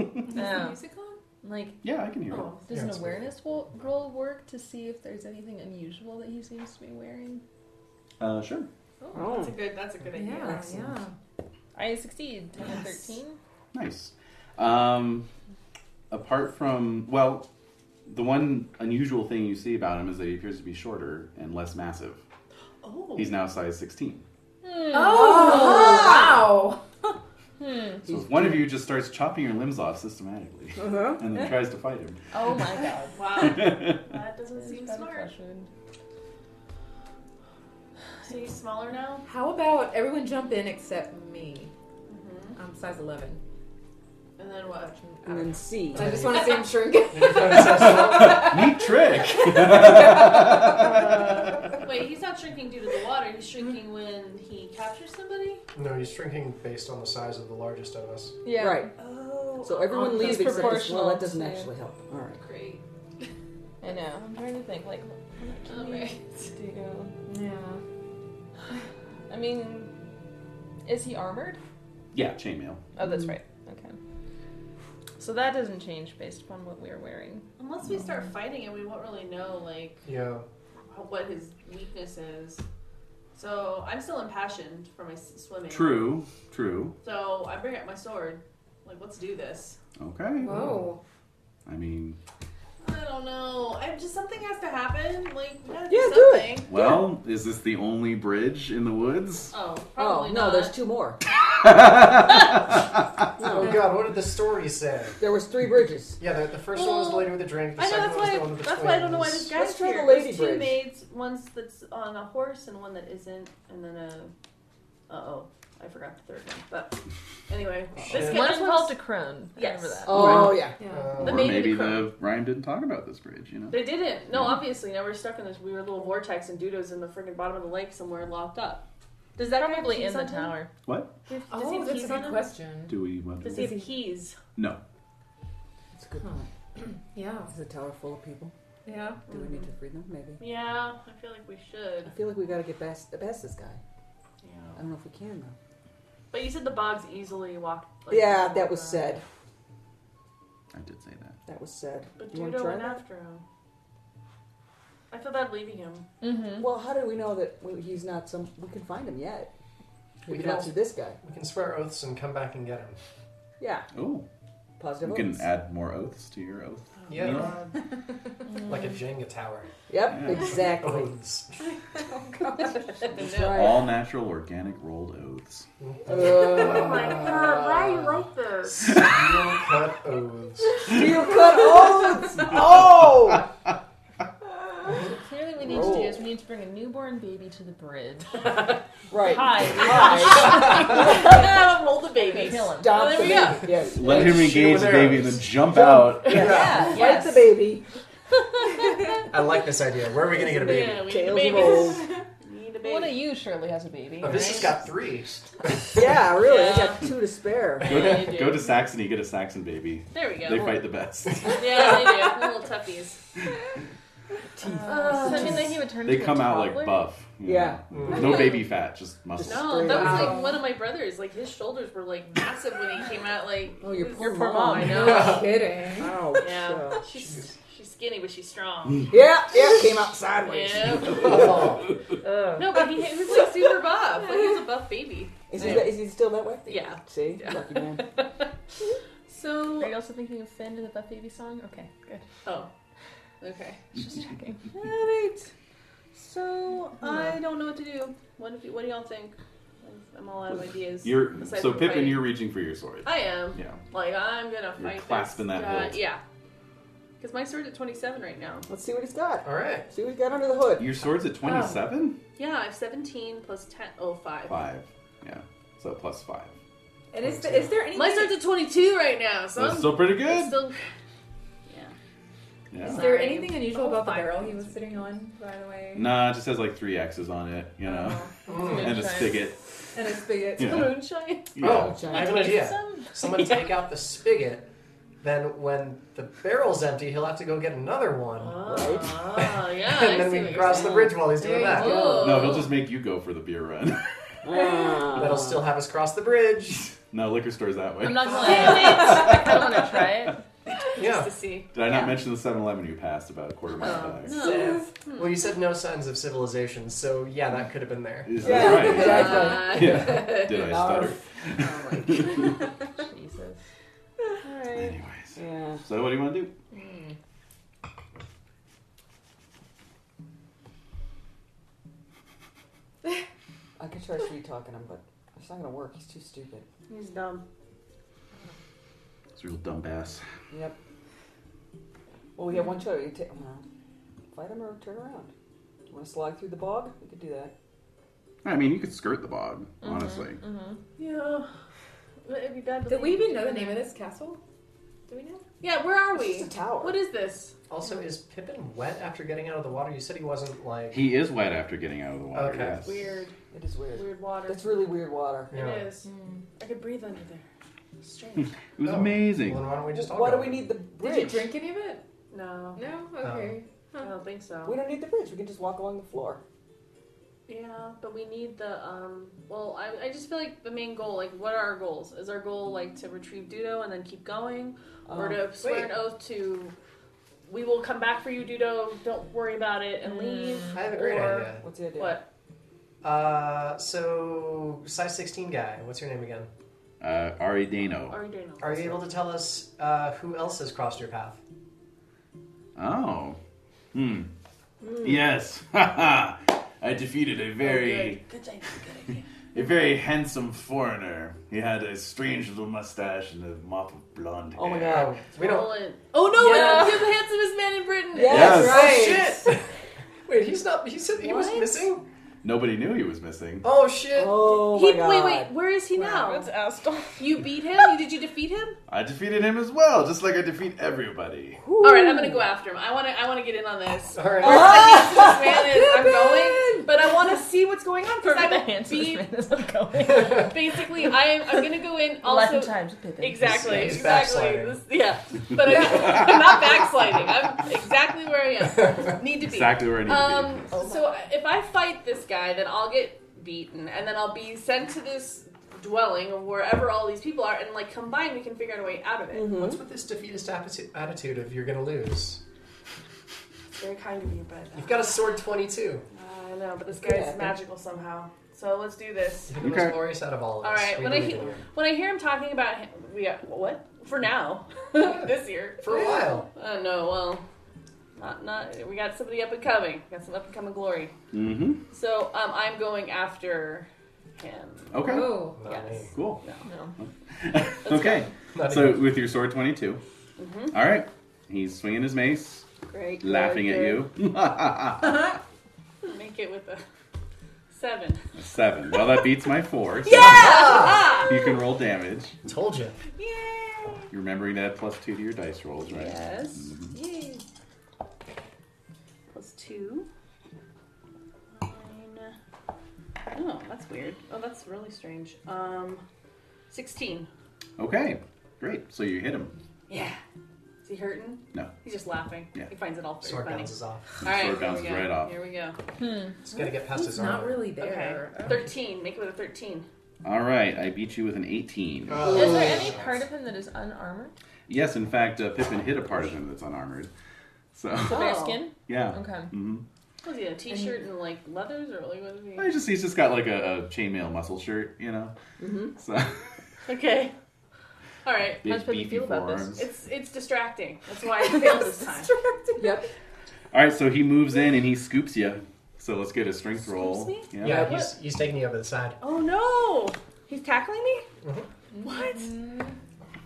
S6: Is the
S12: No.
S6: music on?
S12: Mm-hmm. Um, Like,
S1: Yeah, I can hear
S6: Oh.
S12: does
S3: Yeah,
S12: an
S3: it's weird.
S12: awareness wo- roll work to see if there's anything unusual that he seems to be wearing?
S1: it. Uh, sure.
S6: Oh, that's a good. That's a good idea.
S2: yeah,
S5: Excellent.
S2: yeah.
S12: I succeed. 10 and
S6: Yes.
S12: 13.
S1: Nice. Um, apart from, well, the one unusual thing you see about him is that he appears to be shorter and less massive.
S6: Oh,
S1: He's now size 16.
S2: Oh, wow!
S1: So if one of you just starts chopping your limbs off systematically
S5: Uh-huh.
S1: and then tries to fight him.
S12: Oh my god.
S6: wow. That doesn't seem
S12: That's
S6: smart.
S12: question.
S6: So he's smaller now.
S2: How about everyone jump in except me?
S6: Mm-hmm.
S2: I'm size 11.
S6: And then what?
S5: And then C.
S2: I just want to see him shrink.
S1: Neat trick!
S6: Wait, he's not shrinking due to the water. He's shrinking when he captures somebody.
S3: no, he's shrinking based on the size of the largest of us.
S12: Yeah.
S5: Right.
S6: Oh,
S5: So everyone
S12: Um,
S5: leaves
S12: that's
S5: except this- Well,
S12: proportional
S5: that doesn't
S12: to-
S5: actually help. All right.
S6: great.
S12: I know. I'm trying to think, like,
S6: All right.
S12: do you go?
S2: yeah.
S12: I mean, is he armored?
S1: yeah, chainmail.
S12: Oh,
S5: Mm-hmm.
S12: that's right. Okay. So that doesn't change based upon what we are wearing.
S6: Unless we start fighting and we won't really know like
S3: Yeah.
S6: what his weakness is. So I'm still impassioned for my s- swimming.
S1: True, true.
S6: So I bring out my sword. Like, let's do this.
S1: Okay.
S2: Whoa.
S1: I mean,
S6: I don't know. I just something has to happen. Like, we gotta
S5: Yeah,
S6: do
S5: do
S6: something.
S1: well, is this the only bridge in the woods?
S6: Oh,
S5: Oh
S6: probably
S5: no,
S6: not.
S5: there's two more.
S3: Oh god, what did the story say?
S5: There was three bridges.
S3: Yeah, the, the first one was the
S6: Well,
S3: lady with the drink. The
S6: I know
S3: second
S6: that's
S3: one was
S6: why.
S3: the one with the
S6: That's why I don't know why this
S3: twins.
S6: guy's
S5: Let's try the
S6: here.
S5: lady
S6: There's two
S5: bridge.
S6: maids, one's that's on a horse and one that isn't, and then a. Uh oh, I forgot the third one. But anyway, this
S3: Shit.
S6: guy.
S12: One
S6: This
S12: involved
S6: one's,
S12: a crone. I
S6: Yes.
S12: Remember that.
S5: Oh yeah.
S2: Yeah.
S3: Uh,
S6: The
S1: or
S6: maid and
S1: maybe
S6: the crow.
S1: the Rhyme didn't talk about this bridge, you know?
S6: they didn't. No,
S1: Yeah.
S6: obviously. Now we're stuck in this weird little vortex, and Dudo's in the freaking bottom of the lake somewhere, locked up. Does that guy have
S12: Probably in
S6: keys
S12: the
S6: on him?
S12: tower.
S1: What?
S6: Does he
S2: Oh,
S6: have
S2: that's a
S6: keys on
S2: good
S6: him?
S2: question.
S1: Do we want
S6: Does
S1: to?
S6: he have keys?
S1: No.
S7: It's a good.
S2: Huh. Yeah.
S7: This is a tower full of people.
S2: Yeah.
S7: Do we
S6: Mm-hmm.
S7: need to free them? Maybe.
S6: Yeah, I feel like we should.
S7: I feel like we gotta get past, past this guy. I
S6: Yeah.
S7: don't know if we can though.
S6: But you said the bog's easily walked. like,
S7: yeah, that was
S6: uh,
S7: said.
S1: I did say that.
S7: That was said.
S6: But
S7: You wanna
S6: Dudo
S7: try
S6: went
S7: that?
S6: after him. I feel bad leaving him.
S12: Mm-hmm.
S7: Well, how do we know that we- he's not some? We can find him yet. We,
S3: We
S7: can
S3: can
S7: answer this guy.
S3: we can swear oaths and come back and get him.
S7: Yeah,
S1: Oh,
S7: positive.
S1: you can
S7: votes.
S1: add more oaths to your oath.
S6: Oh,
S3: Yeah,
S1: Yeah.
S3: like a Jenga tower.
S7: Yep,
S1: Yeah.
S7: exactly.
S3: Oaths.
S12: Mm-hmm.
S7: Right.
S1: All natural organic rolled oaths.
S7: Uh,
S6: Oh my
S3: Uh,
S6: god, why are you like this?
S3: Steel cut oaths.
S7: Steel cut oaths. Oh,
S12: So clearly, we need to
S7: Roll.
S12: do is we need to bring a newborn baby to the bridge.
S7: right.
S12: Hi.
S7: Hi.
S6: Roll the baby.
S12: Kill him.
S7: Dom
S6: there
S7: the
S6: we
S7: baby. Yes.
S1: Let
S3: Like
S1: him engage
S3: shoot
S1: the baby and
S3: arrows.
S1: then jump out.
S12: Yeah.
S7: Yes.
S12: Yes.
S7: the baby.
S3: I like this idea. Where are we gonna get a baby?
S6: Yeah, we need a
S7: Tails
S6: baby.
S7: rolled.
S6: Need a baby.
S12: One of you surely has a baby.
S3: Oh, this has
S12: right?
S3: got three.
S7: Yeah, really. I
S6: Yeah.
S7: got two to spare.
S1: Go
S6: Yeah,
S1: to,
S6: they do.
S1: go to Saxony, get a Saxon baby.
S6: There we go.
S1: They fight the best.
S6: Yeah, they do. Little tuffies.
S2: Uh,
S12: Does that mean that he would turn
S1: They
S12: into a
S1: come out
S12: toddler?
S1: like buff. you
S7: Yeah.
S1: know?
S3: Mm.
S1: No baby fat, just muscle.
S7: Just-
S6: No, that was
S7: Wow.
S6: like one of my brothers. Like his shoulders were like massive when he came out. Like
S7: Oh, your
S6: his-
S7: poor mom.
S6: I know.
S2: kidding.
S7: Ouch.
S6: Yeah,
S7: Uh,
S6: she's she's skinny, but she's strong.
S7: Yeah, yeah, came out sideways.
S6: yeah.
S3: Oh,
S6: No, but he, he was like super buff. Like he was a buff baby.
S7: Is, he, is he still that way?
S6: Yeah.
S7: See?
S6: Yeah.
S7: Lucky man.
S6: So
S12: Are you also thinking of Finn in the Buff Baby song? Okay, good.
S6: Oh. Okay.
S12: Just checking.
S6: All right. So I don't know what to do. What, if you, what do y'all think? I'm all out of ideas.
S1: You're
S6: Aside
S1: so
S6: from
S1: Pippin,
S6: fighting.
S1: you're reaching for your sword.
S6: I am.
S1: Yeah.
S6: Like I'm gonna
S1: You're
S6: fight. this
S1: clasping that
S6: guy.
S1: hilt.
S6: Yeah. Because my sword's at 27 right now.
S7: Let's see what he's got.
S3: all right.
S7: See what he's got under the hood.
S1: Your sword's at 27?
S6: Yeah, I have 17 plus 10. Oh, five.
S1: Five. Yeah. So plus five.
S2: And is, the, is there any?
S6: My sword's at 22 right now, so
S1: That's
S6: I'm
S1: still pretty
S6: it's
S1: good.
S6: still.
S2: Is
S1: Yeah.
S2: there
S6: Sorry.
S2: anything unusual about the
S6: Five.
S2: barrel he was sitting on, by the way?
S1: Nah, it just has like three X's on it, you know?
S3: Mm.
S1: And a
S12: Moonshine.
S1: spigot.
S2: And a spigot.
S1: Yeah.
S6: Moonshine.
S1: Yeah.
S3: Oh, I have an idea. Someone take out the spigot. Then when the barrel's empty, he'll have to go get another one.
S6: Ah, yeah. Oh, I
S3: and
S6: see
S3: then we
S6: what
S3: can
S6: you're
S3: cross the
S7: saying.
S3: bridge while he's doing
S7: There
S3: that.
S7: you
S6: Whoa.
S1: No, he'll just make you go for the beer run.
S7: Ah.
S3: That'll still have us cross the bridge.
S1: no, liquor store's that way.
S12: I'm not gonna lie. I kind of want to try it.
S6: Just
S3: Yeah.
S6: to see.
S1: Did I not
S12: Yeah.
S1: mention the 7 Eleven you passed about a quarter mile
S6: Oh,
S1: back?
S6: no.
S3: Well, you said no signs of civilization, so yeah, that could have been there.
S1: Is
S7: Yeah.
S1: that right?
S7: Exactly.
S6: Uh,
S1: Yeah. Did I stutter?
S12: Jesus.
S1: Anyways.
S7: Yeah.
S1: So, what do you want to do?
S7: I could try sweet talking him, but it's not gonna work. He's too stupid.
S6: He's dumb.
S1: It's a real dumbass.
S7: Yep. Well, we have one choice. You ta- well, fight him or turn around. You want to slide through the bog? We could do that.
S1: I mean, you could skirt the bog, honestly.
S6: Yeah. It'd be bad to
S2: Did we
S6: leave.
S2: even know the name of this castle? Do we know?
S6: Yeah, where are
S7: It's
S6: we?
S7: just a tower.
S6: What is this?
S3: Also, is Pippin wet after getting out of the water? You said he wasn't like.
S1: He is wet after getting out of the water.
S3: Okay.
S1: Yes.
S6: Weird,
S7: It is weird.
S6: weird water.
S7: That's really weird water.
S3: Yeah.
S6: It is.
S2: Hmm.
S6: I could breathe under there. Strange.
S1: It was
S3: Oh. Well,
S1: amazing.
S3: then why don't we just all
S7: Why
S3: go?
S7: do we need the bridge?
S2: Did you drink any of it?
S6: no,
S2: No. Okay.
S6: I don't think so.
S7: We don't need the bridge. We can just walk along the floor.
S6: Yeah, but we need the um. Well, I, I just feel like the main goal, like, what are our goals? Is our goal like to retrieve Dudo and then keep going, or
S7: Um,
S6: to swear
S3: wait.
S6: an oath to, we will come back for you, Dudo. Don't worry about it and leave.
S3: I have a great
S6: or-
S3: idea.
S7: What's the idea?
S6: What?
S3: Uh, so size sixteen guy. What's your name again?
S1: Uh, Ari Dano.
S6: Are you doing? all
S3: Are
S6: this?
S3: you able to tell us uh, who else has crossed your path?
S1: Oh. Hmm. Yes. Ha ha. I defeated a very
S6: Oh, Good. Good idea. Good idea.
S13: a very handsome foreigner. He had a strange little mustache and a mop of blonde hair.
S7: Oh my god.
S3: We don't.
S6: Roland. Oh no!
S7: Yeah.
S6: You're the handsomest man in Britain.
S7: Yes,
S3: Oh
S7: right.
S3: shit! Wait, he's not. He said he was
S6: What?
S3: missing.
S1: Nobody knew he was missing.
S3: Oh shit!
S7: Oh
S6: He-
S7: my god.
S6: Wait, wait. Where is he
S12: Wow,
S6: now?
S12: that's Astor.
S6: You beat him. You, did you defeat him?
S13: I defeated him as well, just like I defeat everybody.
S6: All right, I'm gonna go after him. I wanna, I wanna get in on this.
S3: All right.
S6: This man is, I'm going, but I want to see what's going on because
S12: Perfect. The
S6: I'm
S12: handsomest
S6: be,
S12: man is not going.
S6: basically I'm, I'm gonna go in
S12: Eleven
S6: also.
S12: times Pippin.
S6: Exactly,
S3: He's
S6: exactly.
S3: backsliding.
S6: This- yeah, but I'm, I'm not backsliding. I'm exactly where I am. Need to be.
S1: Exactly where I need to
S6: Um,
S1: be.
S6: so I- if I fight this guy, then I'll get beaten, and then I'll be sent to this dwelling or wherever all these people are, and like combined, we can figure out a way out of it.
S7: Mm-hmm.
S3: What's with this defeatist atti- attitude of you're gonna lose?
S6: It's very kind of you, but
S3: You've got a sword twenty-two.
S6: uh, I know. But this
S7: Good
S6: guy's
S7: effort.
S6: magical somehow. So let's do this.
S3: You're the
S1: Okay.
S3: most glorious out of all of
S6: All
S3: us.
S6: right,
S3: We
S6: when I
S3: believe in
S6: hear
S3: you.
S6: when I hear him talking about him, we got, what for now this year
S3: For a while.
S6: I don't know. Well, not not we got somebody up and coming. We got some up and coming glory.
S1: Mm-hmm.
S6: So um, I'm going after him.
S1: Okay.
S2: Oh.
S3: Not
S6: Yes.
S3: me.
S1: Cool.
S12: No.
S1: okay.
S3: Not
S1: So
S3: even-
S1: with your sword 22.
S6: Mhm.
S1: All right. He's swinging his mace,
S6: Great.
S1: laughing at you. A
S6: Make it with a seven.
S1: Seven. Well, that beats my four. so
S6: Yeah.
S1: You can roll damage.
S3: told you.
S6: Yay.
S1: You're remembering that plus two to your dice rolls, right?
S6: Yes. Yay. Plus two. Nine. Oh, that's weird. Oh, that's really strange. Um, sixteen.
S1: Okay. Great. So you hit him.
S6: Yeah. Is he hurting?
S1: No.
S6: He's just laughing.
S1: Yeah.
S6: He finds it all very
S3: Sword
S6: funny.
S3: bounces off.
S6: All right,
S1: Sword
S6: here we
S1: bounces
S6: go.
S1: right off.
S6: Here we go.
S12: Hmm.
S3: It's gonna get past
S2: He's
S3: his
S2: not
S3: armor.
S2: really
S6: Okay.
S2: there. Oh.
S6: Thirteen. Make it with a thirteen.
S1: All right. I beat you with an 18.
S3: Oh.
S12: Is there any part of him that is unarmored?
S1: Yes, in fact, uh, Pippin hit a part of him that's unarmored. So,
S12: The Bare
S6: Oh.
S12: skin?
S1: yeah.
S12: Okay.
S1: hmm
S6: Was he in a t-shirt and like leathers or like what is he?
S1: He just, he's just got like a, a chainmail muscle shirt, you know? Mm-hmm. So,
S6: Okay. All right.
S1: big
S12: does Pippin
S1: beefy
S12: feel about this?
S1: forearms.
S6: It's it's distracting. That's why I failed this time.
S7: Yep.
S1: All right, so he moves in and he scoops you. So let's get a strength roll.
S6: me?
S1: Yeah.
S3: Yeah, he's, he's taking you over the side.
S6: Oh no! He's tackling me.
S12: Mm-hmm.
S6: What?
S12: Mm.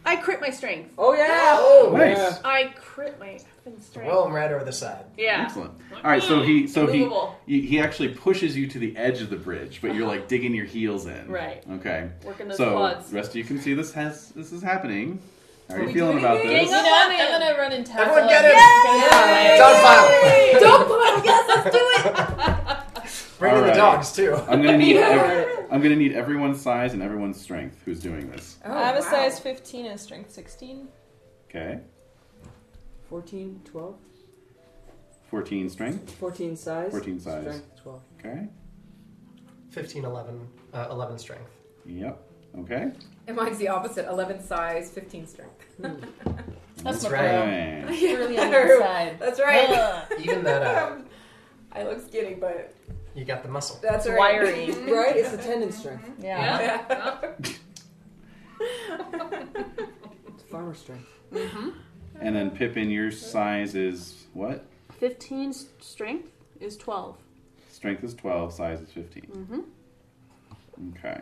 S6: I crit my strength.
S7: Oh yeah.
S3: Oh,
S1: Nice.
S7: Yeah.
S6: I crit my effing strength.
S3: Throw him right over the side.
S6: Yeah.
S1: Excellent. All right, so he so he,
S6: Immovable.
S1: he he actually pushes you to the edge of the bridge, but you're like digging your heels in.
S6: Right.
S1: Okay.
S6: Working those
S1: so
S6: quads.
S3: uh,
S1: the rest of you can see this has this is happening. How are you
S2: we
S1: feeling
S2: doing
S1: about
S2: it?
S1: this?
S6: Gang up
S12: I'm
S6: on him.
S12: gonna run and tackle
S3: Everyone get
S12: him.
S3: him!
S12: Yay!
S3: Dog pile!
S2: Don't put on yes, let's do it!
S3: Bring in the
S1: Alright.
S3: dogs, too.
S1: I'm gonna need ev- I'm gonna need everyone's size and everyone's strength who's doing this.
S2: Oh,
S12: I have a
S2: wow.
S12: size 15 and a strength 16.
S1: Okay.
S7: 14, 12,
S1: 14 strength.
S7: 14 size.
S1: 14 size.
S7: Strength 12.
S1: Okay.
S3: 15, 11, uh, 11 strength.
S1: Yep. Okay.
S2: And mine's the opposite 11 size, 15 strength.
S12: That's
S3: That's
S12: my
S3: right.
S1: Right.
S12: Really Oh. on the side.
S2: That's right.
S12: Ugh.
S3: Even that out.
S2: I look skinny, but
S3: You got the muscle.
S2: that's
S12: It's
S2: right.
S12: wiry.
S7: Right? It's the tendon strength.
S12: Yeah.
S2: Yeah.
S7: It's farmer strength.
S1: And then Pippin, your size is what?
S6: 15 s- strength is 12.
S1: Strength is 12, size is 15. Okay.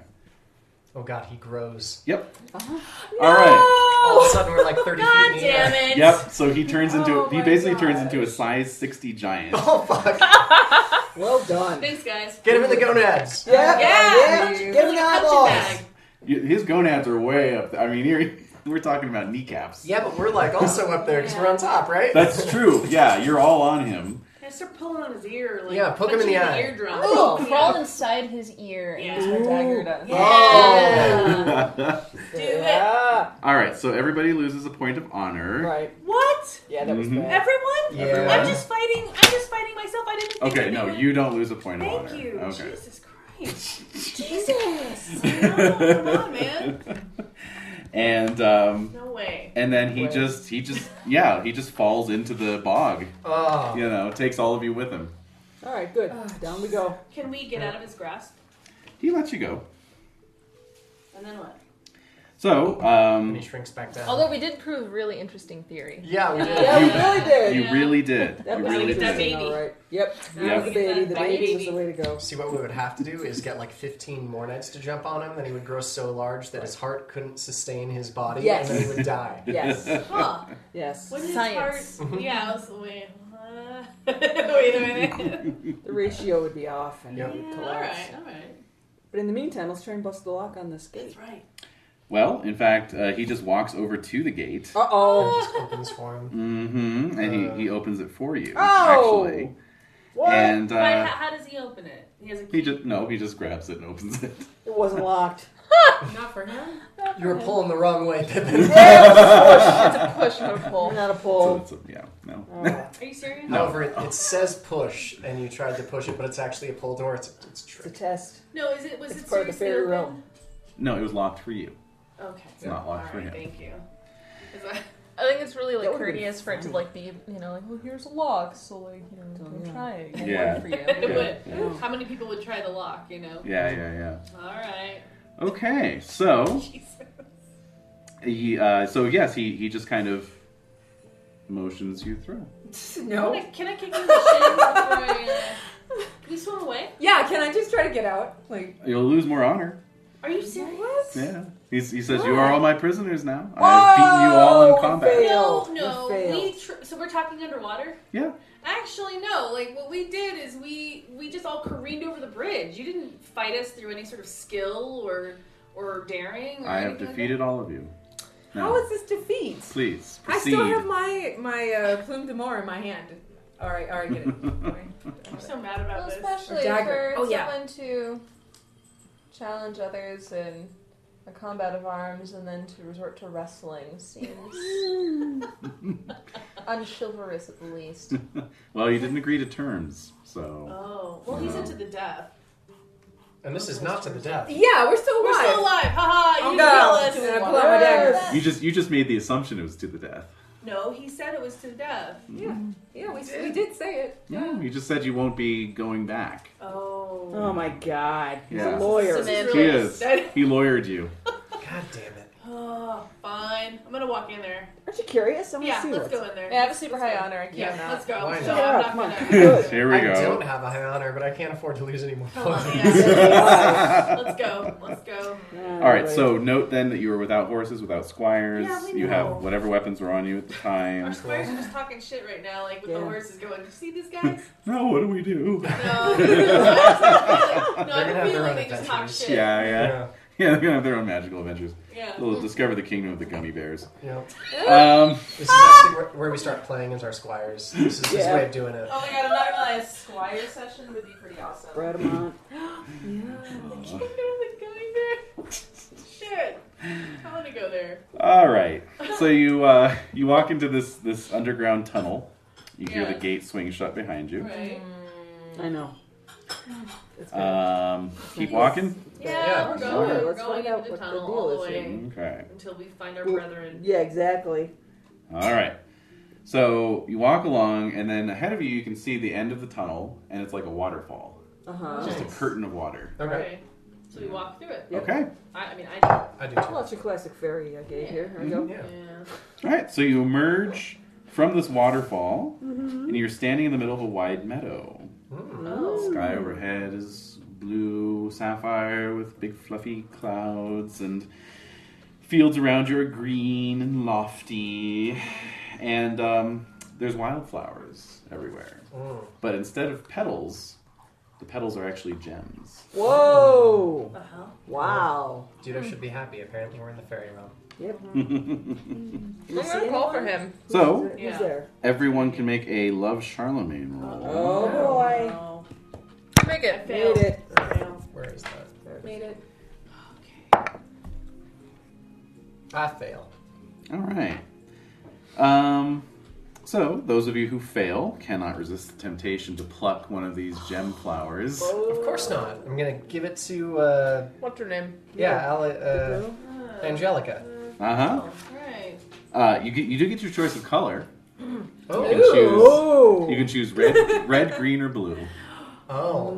S3: Oh god, he grows.
S1: Yep. All right.
S3: All of a sudden, we're like 30 feet in the air.
S6: Oh, it!
S1: Yep. So he turns into
S6: Oh
S1: he
S6: my
S1: basically turns
S6: gosh.
S1: into a size 60 giant.
S3: Oh fuck.
S7: Well done.
S6: Thanks, guys.
S3: Get him in the gonads.
S7: Yeah.
S6: Yeah.
S7: Give him the
S3: Oh.
S7: eyeballs.
S1: Y- His gonads are way up. I mean, here we're talking about kneecaps.
S3: Yeah, but we're like also up there because we're on top, right?
S1: That's true. Yeah, you're all on him.
S6: I start pulling on his ear. Like,
S3: Yeah, poke him in the
S6: punching
S3: eye.
S6: Eardrum.
S12: Ooh,
S6: Yeah.
S12: Oh, crawl inside his ear and
S6: Yeah.
S12: use my dagger to.
S3: Oh.
S1: all
S6: Do it.
S7: Yeah.
S1: right. So everybody loses a point of honor.
S7: Right.
S6: What?
S7: Yeah, that was
S1: Mhm.
S7: bad.
S6: Everyone?
S3: Yeah.
S6: I'm just fighting. I'm just fighting myself. I didn't. Think
S1: Okay.
S6: I
S1: No,
S6: did it.
S1: you don't lose a point of honor.
S6: Thank you.
S1: Okay.
S6: Jesus Christ.
S12: Jesus!
S6: Come on, man.
S1: and um,
S6: No way.
S1: and then he
S7: Right.
S1: just he just yeah he just falls into the bog.
S3: Oh.
S1: You know, takes all of you with him.
S7: All right, good.
S6: Oh,
S7: Down we go.
S6: Can we get out of his grasp?
S1: He lets you go.
S6: And then what?
S1: So,
S3: And
S1: um,
S3: he shrinks back down.
S14: Although we did prove a really interesting theory.
S3: yeah, we did.
S7: Yeah, we really did.
S1: you
S6: Yeah.
S1: really did.
S7: That
S1: you
S7: was
S1: really
S6: like that
S1: did.
S6: baby.
S7: All right. Yep.
S1: Yeah.
S7: That was the baby. The baby, was
S6: Baby.
S7: the way to go.
S3: See, what we would have to do is get like 15 more knights to jump on him, then he would grow so large that his heart couldn't sustain his body,
S7: Yes.
S3: and then he would die.
S7: Yes.
S6: Huh.
S7: Yes.
S6: When his
S14: Science.
S6: heart. Yeah, I was, wait, uh, wait a minute.
S7: The ratio would be off and
S3: Yep.
S7: it would
S6: Yeah,
S7: collapse.
S6: alright, alright.
S7: But in the meantime, let's try and bust the lock on this gate.
S6: That's right.
S1: Well, in fact, uh, he just walks over to the gate.
S7: Uh oh.
S3: Just opens for him.
S1: Mm-hmm. And
S3: Uh.
S1: he, he opens it for you,
S7: Oh!
S1: actually.
S7: What?
S1: And
S6: Why,
S1: uh,
S6: how, how does he open it? He has a key.
S1: he just no, he just grabs it and opens it.
S7: It wasn't locked.
S2: Not for him.
S3: You were pulling the wrong way, Pippin.
S14: It's a push, not a pull.
S7: Not a
S1: So
S7: pull.
S1: it's a, yeah, no.
S7: Oh,
S6: Are you serious?
S1: No.
S3: However, it, it says push, and you tried to push it, but it's actually a pull door. It's, it's
S7: it's a
S3: tricky.
S7: test.
S6: No, is it was
S7: It's
S6: it
S7: part of the
S6: seriously
S7: fairy
S6: open?
S7: realm.
S1: No, it was locked for you.
S6: Okay.
S1: It's not locked for
S6: Alright,
S1: him.
S6: Thank you. Is that-
S14: I think it's really like
S7: That would've been
S14: courteous for it to
S7: funny.
S14: like be, you know, like well, here's a lock, so like you know,
S7: So,
S14: go
S7: yeah.
S14: try it. It'll
S1: Yeah.
S14: work for you.
S6: It would.
S7: Yeah.
S6: How many people would try the lock? You know.
S1: Yeah, yeah, yeah.
S6: All right.
S1: Okay, so
S6: Jesus.
S1: he, uh, so yes, he he just kind of motions you through.
S6: Can
S2: No.
S6: I, can I kick you in the shin before I? Uh... Can you swim away?
S2: Yeah, can I just try to get out? Like,
S1: You'll lose more honor.
S6: Are you serious?
S1: Yeah. He's, he says, "You are all my prisoners now. I've beaten you all
S7: Whoa,
S1: in combat."
S7: fail.
S6: No,
S7: Failed.
S6: no.
S7: You failed.
S6: We tr- so we're talking underwater.
S1: Yeah.
S6: Actually, no. Like what we did is we we just all careened over the bridge. You didn't fight us through any sort of skill or or daring. Or
S1: I have
S6: anything like
S1: defeated all of you.
S2: how
S1: Now,
S2: is this defeat?
S1: please
S2: I
S1: proceed.
S2: still have my my uh, plume de mort in my hand. All right, all right, get it. All right.
S6: that. I'm so mad about
S14: Well,
S6: this.
S14: especially
S2: dagger.
S14: for
S2: Oh, yeah.
S14: someone to challenge others in a combat of arms and then to resort to wrestling seems unchivalrous at the least.
S1: well, you didn't agree to terms, so
S6: Oh, well, he's
S1: No.
S6: into the death.
S3: And this is not to the death.
S2: Yeah, we're still alive.
S6: We're still alive. Haha, you
S2: Oh,
S6: didn't
S2: God.
S6: kill us.
S2: And I pull out my dagger.
S1: you just you just made the assumption it was to the death.
S6: No, he said it was to death.
S2: Yeah, yeah, we, we did say it.
S1: No, you just said you won't be going back.
S6: Oh.
S7: Oh my god. He's
S1: Yeah.
S7: a lawyer.
S6: This is
S1: He
S6: really
S1: is.
S6: upsetting.
S1: He lawyered you.
S3: God damn it.
S6: Oh, fine. I'm gonna walk in there.
S7: Aren't you curious? I want
S6: Yeah,
S7: to see
S6: let's
S7: what's-
S6: go in there.
S14: Yeah, I have a super high honor. I
S6: Yeah,
S14: can't
S6: let's
S14: not.
S6: go.
S3: Why
S6: No,
S3: not?
S6: I'm
S7: Yeah,
S6: not
S7: come
S6: gonna.
S1: Here we
S3: I
S1: go.
S3: don't have a high honor, but I can't afford to lose any more
S6: Come on,
S3: points.
S6: yeah. let's go. Let's go.
S7: No,
S1: All right,
S7: wait.
S1: so note then that you were without horses, without squires.
S6: Yeah, we
S1: you
S6: know.
S1: have whatever weapons were on you at the
S6: Our
S1: time.
S6: squares are just talking shit right now, like with the
S7: Yeah.
S6: horses going. You see these guys?
S1: No, what do we do?
S6: No. no, I
S3: gonna
S6: have
S3: have
S6: a
S3: their
S6: feeling
S3: own
S6: they just talk
S1: Yeah,
S3: adventures.
S6: shit.
S1: yeah,
S3: yeah.
S1: yeah. They're gonna have their own magical adventures.
S6: Yeah.
S1: They'll discover the kingdom of the gummy bears.
S3: yeah.
S6: Ah.
S1: Um,
S3: This is actually where, where we start playing as our squires. This is his
S7: Yeah.
S3: way of doing it.
S6: Oh my god, I'm not gonna lie. A squire session would be pretty awesome.
S7: Bradamont.
S6: Kingdom of the Gummy Bear. Shit. I want to go there.
S1: all right, so you uh, you walk into this this underground tunnel. You hear
S6: Yeah.
S1: the gate swing shut behind you.
S6: Right.
S7: I know. Uh, It's bad.
S1: Um, keep walking.
S6: Yeah,
S3: Yeah,
S6: we're going.
S1: all right,
S6: we're
S7: let's
S6: going
S7: find
S6: into
S7: out
S6: the
S7: what the
S6: tunnel
S7: deal
S6: all the
S7: is
S6: way
S7: here.
S1: Okay.
S6: until we find our
S7: Well,
S6: brethren.
S7: yeah, exactly.
S1: All right. So you walk along, and then ahead of you, you can see the end of the tunnel, and it's like a waterfall,
S7: Uh huh.
S1: just a
S3: Nice.
S1: curtain of water.
S3: Okay,
S6: Right. So we walk through it.
S7: Yep.
S1: Okay.
S6: I, I mean, I.
S3: I do too.
S7: Well, it's your classic fairy uh, gate here. Here we go.
S3: Yeah.
S6: Yeah.
S1: All right, so you emerge from this waterfall, and you're standing in the middle of a wide meadow.
S7: Mm-hmm.
S3: Mm.
S6: Oh.
S1: Sky overhead is blue sapphire with big fluffy clouds, and fields around you are green and lofty, and um, there's wildflowers everywhere.
S3: Mm.
S1: But instead of petals, the petals are actually gems.
S7: Whoa!
S6: Uh-huh.
S7: Wow.
S3: Dudo should be happy. Apparently, we're in the fairy realm.
S7: Yep.
S14: I'm gonna call for him.
S1: so
S7: Who's
S6: Yeah.
S7: there?
S1: everyone can make a love Charlemagne roll.
S7: Oh boy.
S6: No.
S14: Make
S6: I
S14: it.
S7: Made
S6: failed.
S7: it.
S6: Failed.
S3: Where is that?
S2: Made it.
S6: Okay.
S3: I fail.
S1: All right. Um, so those of you who fail cannot resist the temptation to pluck one of these gem flowers.
S7: Oh.
S3: Of course not. I'm gonna give it to uh,
S14: What's her name?
S3: yeah,
S7: Yeah.
S3: Ale- uh, Angelica.
S1: Uh-huh.
S6: Right.
S1: Uh You get you do get your choice of color.
S3: Oh,
S1: You can choose.
S7: Ooh.
S1: You can choose red, red, green, or blue.
S3: oh.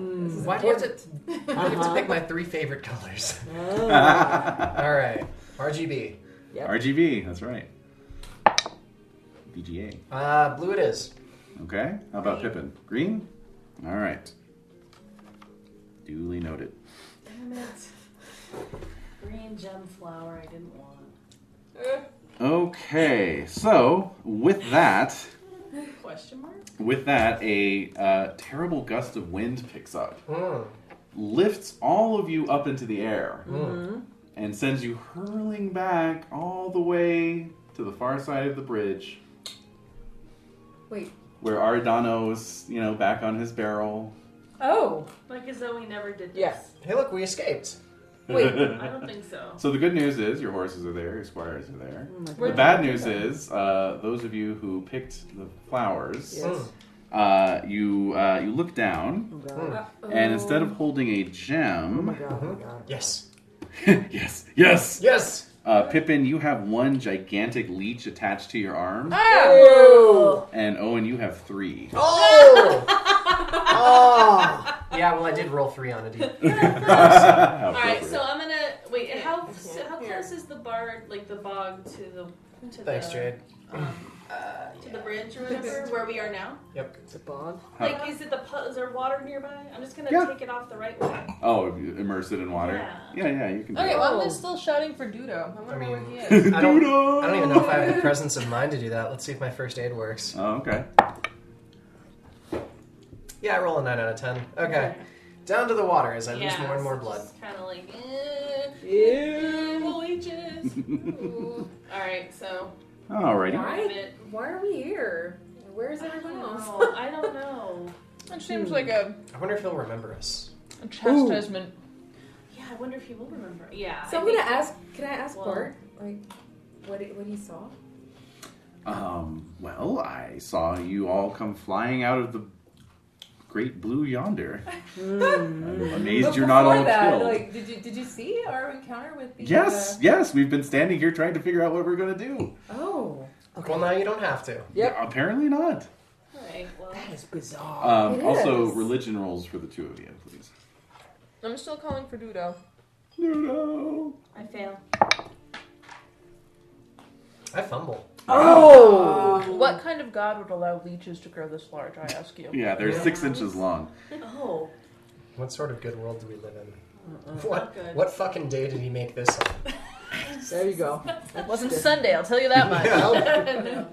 S3: Why do you have to? Why do you have to
S7: Uh-huh.
S1: Uh-huh.
S3: pick my three favorite colors?
S7: Ah.
S3: All right. RGB.
S7: Yep.
S1: RGB, that's right. BGA.
S3: Uh, blue it is.
S1: Okay. How about Pippin? Green? All right. Duly noted.
S4: Damn it. Green gem flower I didn't want.
S1: Okay. So, with that,
S4: Question mark?
S1: with that, a uh, terrible gust of wind picks up,
S3: Mm.
S1: lifts all of you up into the air,
S2: Mm-hmm.
S3: Mm.
S1: and sends you hurling back all the way to the far side of the bridge
S2: Wait.
S1: where Ardano's, you know, back on his barrel.
S2: Oh.
S6: Like as though we never did this.
S7: Yeah.
S3: Hey, look, we escaped.
S2: Wait.
S6: I don't think so.
S1: So the good news is your horses are there, your squires are there.
S2: Where-
S1: The bad news is uh, those of you who picked the flowers,
S7: Yes.
S3: Mm.
S1: uh, you uh, you look down,
S7: Oh, God.
S3: Mm.
S1: and instead of holding a
S7: Oh my
S1: gem,
S7: god, oh my god.
S3: Yes.
S1: yes, yes,
S3: Yes.
S1: uh, Pippin, you have one gigantic leech attached to your arm,
S7: Oh!
S1: and Owen, you have three.
S3: Oh.
S7: Oh!
S3: yeah. Well, I did roll three on a D.
S1: All
S6: All right, so I'm gonna wait. How so how
S12: Here.
S6: close is the bar, like the bog, to the to
S3: Thanks,
S6: the
S3: Jade.
S6: um, to the bridge or whatever where we are now?
S7: It's a bog.
S6: Like, is it the pu- is there water nearby? I'm just gonna
S1: Yeah.
S6: take it off the right way.
S1: oh, immerse it in water. Yeah,
S6: Yeah.
S1: yeah, you can. Do
S12: Okay, well, I'm
S7: Oh.
S12: just still shouting for Dudo. I want
S3: I
S12: to know where
S3: mean-
S12: he
S1: that.
S12: is.
S3: I don't-
S1: Doodle!
S3: I don't even know if I have the presence of mind to do that. Let's see if my first aid works.
S1: Oh, okay.
S3: Yeah, I roll a nine out of ten. Okay. Down to the water as I lose
S6: Yeah,
S3: more and more
S6: so
S3: blood.
S6: Just kind of like, eh, eh,
S7: Ew.
S6: well, leeches. Ooh. All right, so
S1: Alrighty.
S6: Why?
S2: Why? Why are we here? Where's everyone else?
S6: No, I don't know.
S12: That seems like a,
S3: I wonder if he'll remember us.
S12: a chastisement.
S6: Yeah, I wonder if he will remember. Yeah.
S2: So
S6: I
S2: I'm gonna
S6: think-
S2: ask. Can I ask
S6: Well-
S2: Bart like what it, what he saw?
S1: Um, well, I saw you all come flying out of the great blue yonder. I'm amazed
S2: But
S1: you're not
S2: before
S1: all
S2: that,
S1: killed.
S2: Like, did you did you see our encounter with the?
S1: yes, yes, we've been standing here trying to figure out what we're gonna do.
S2: Uh, oh,
S3: Well, now you don't have to.
S7: Yep.
S1: Apparently not.
S6: All right. Well,
S7: That is bizarre.
S1: Um,
S2: It
S1: also,
S2: is.
S1: religion rolls for the two of you, please.
S2: uh,
S12: I'm still calling for Dudo.
S1: No, no.
S6: I fail.
S3: I fumble.
S1: Uh-huh.
S7: oh!
S12: What kind of god would allow leeches to grow this large, I ask you?
S1: Yeah, they're
S3: Yeah.
S1: six inches long.
S6: Oh,
S3: What sort of good world do we live in?
S6: not
S3: What
S6: good.
S3: what fucking day did he make this on?
S7: There you go.
S12: It wasn't Sunday, I'll tell you that much.
S6: no.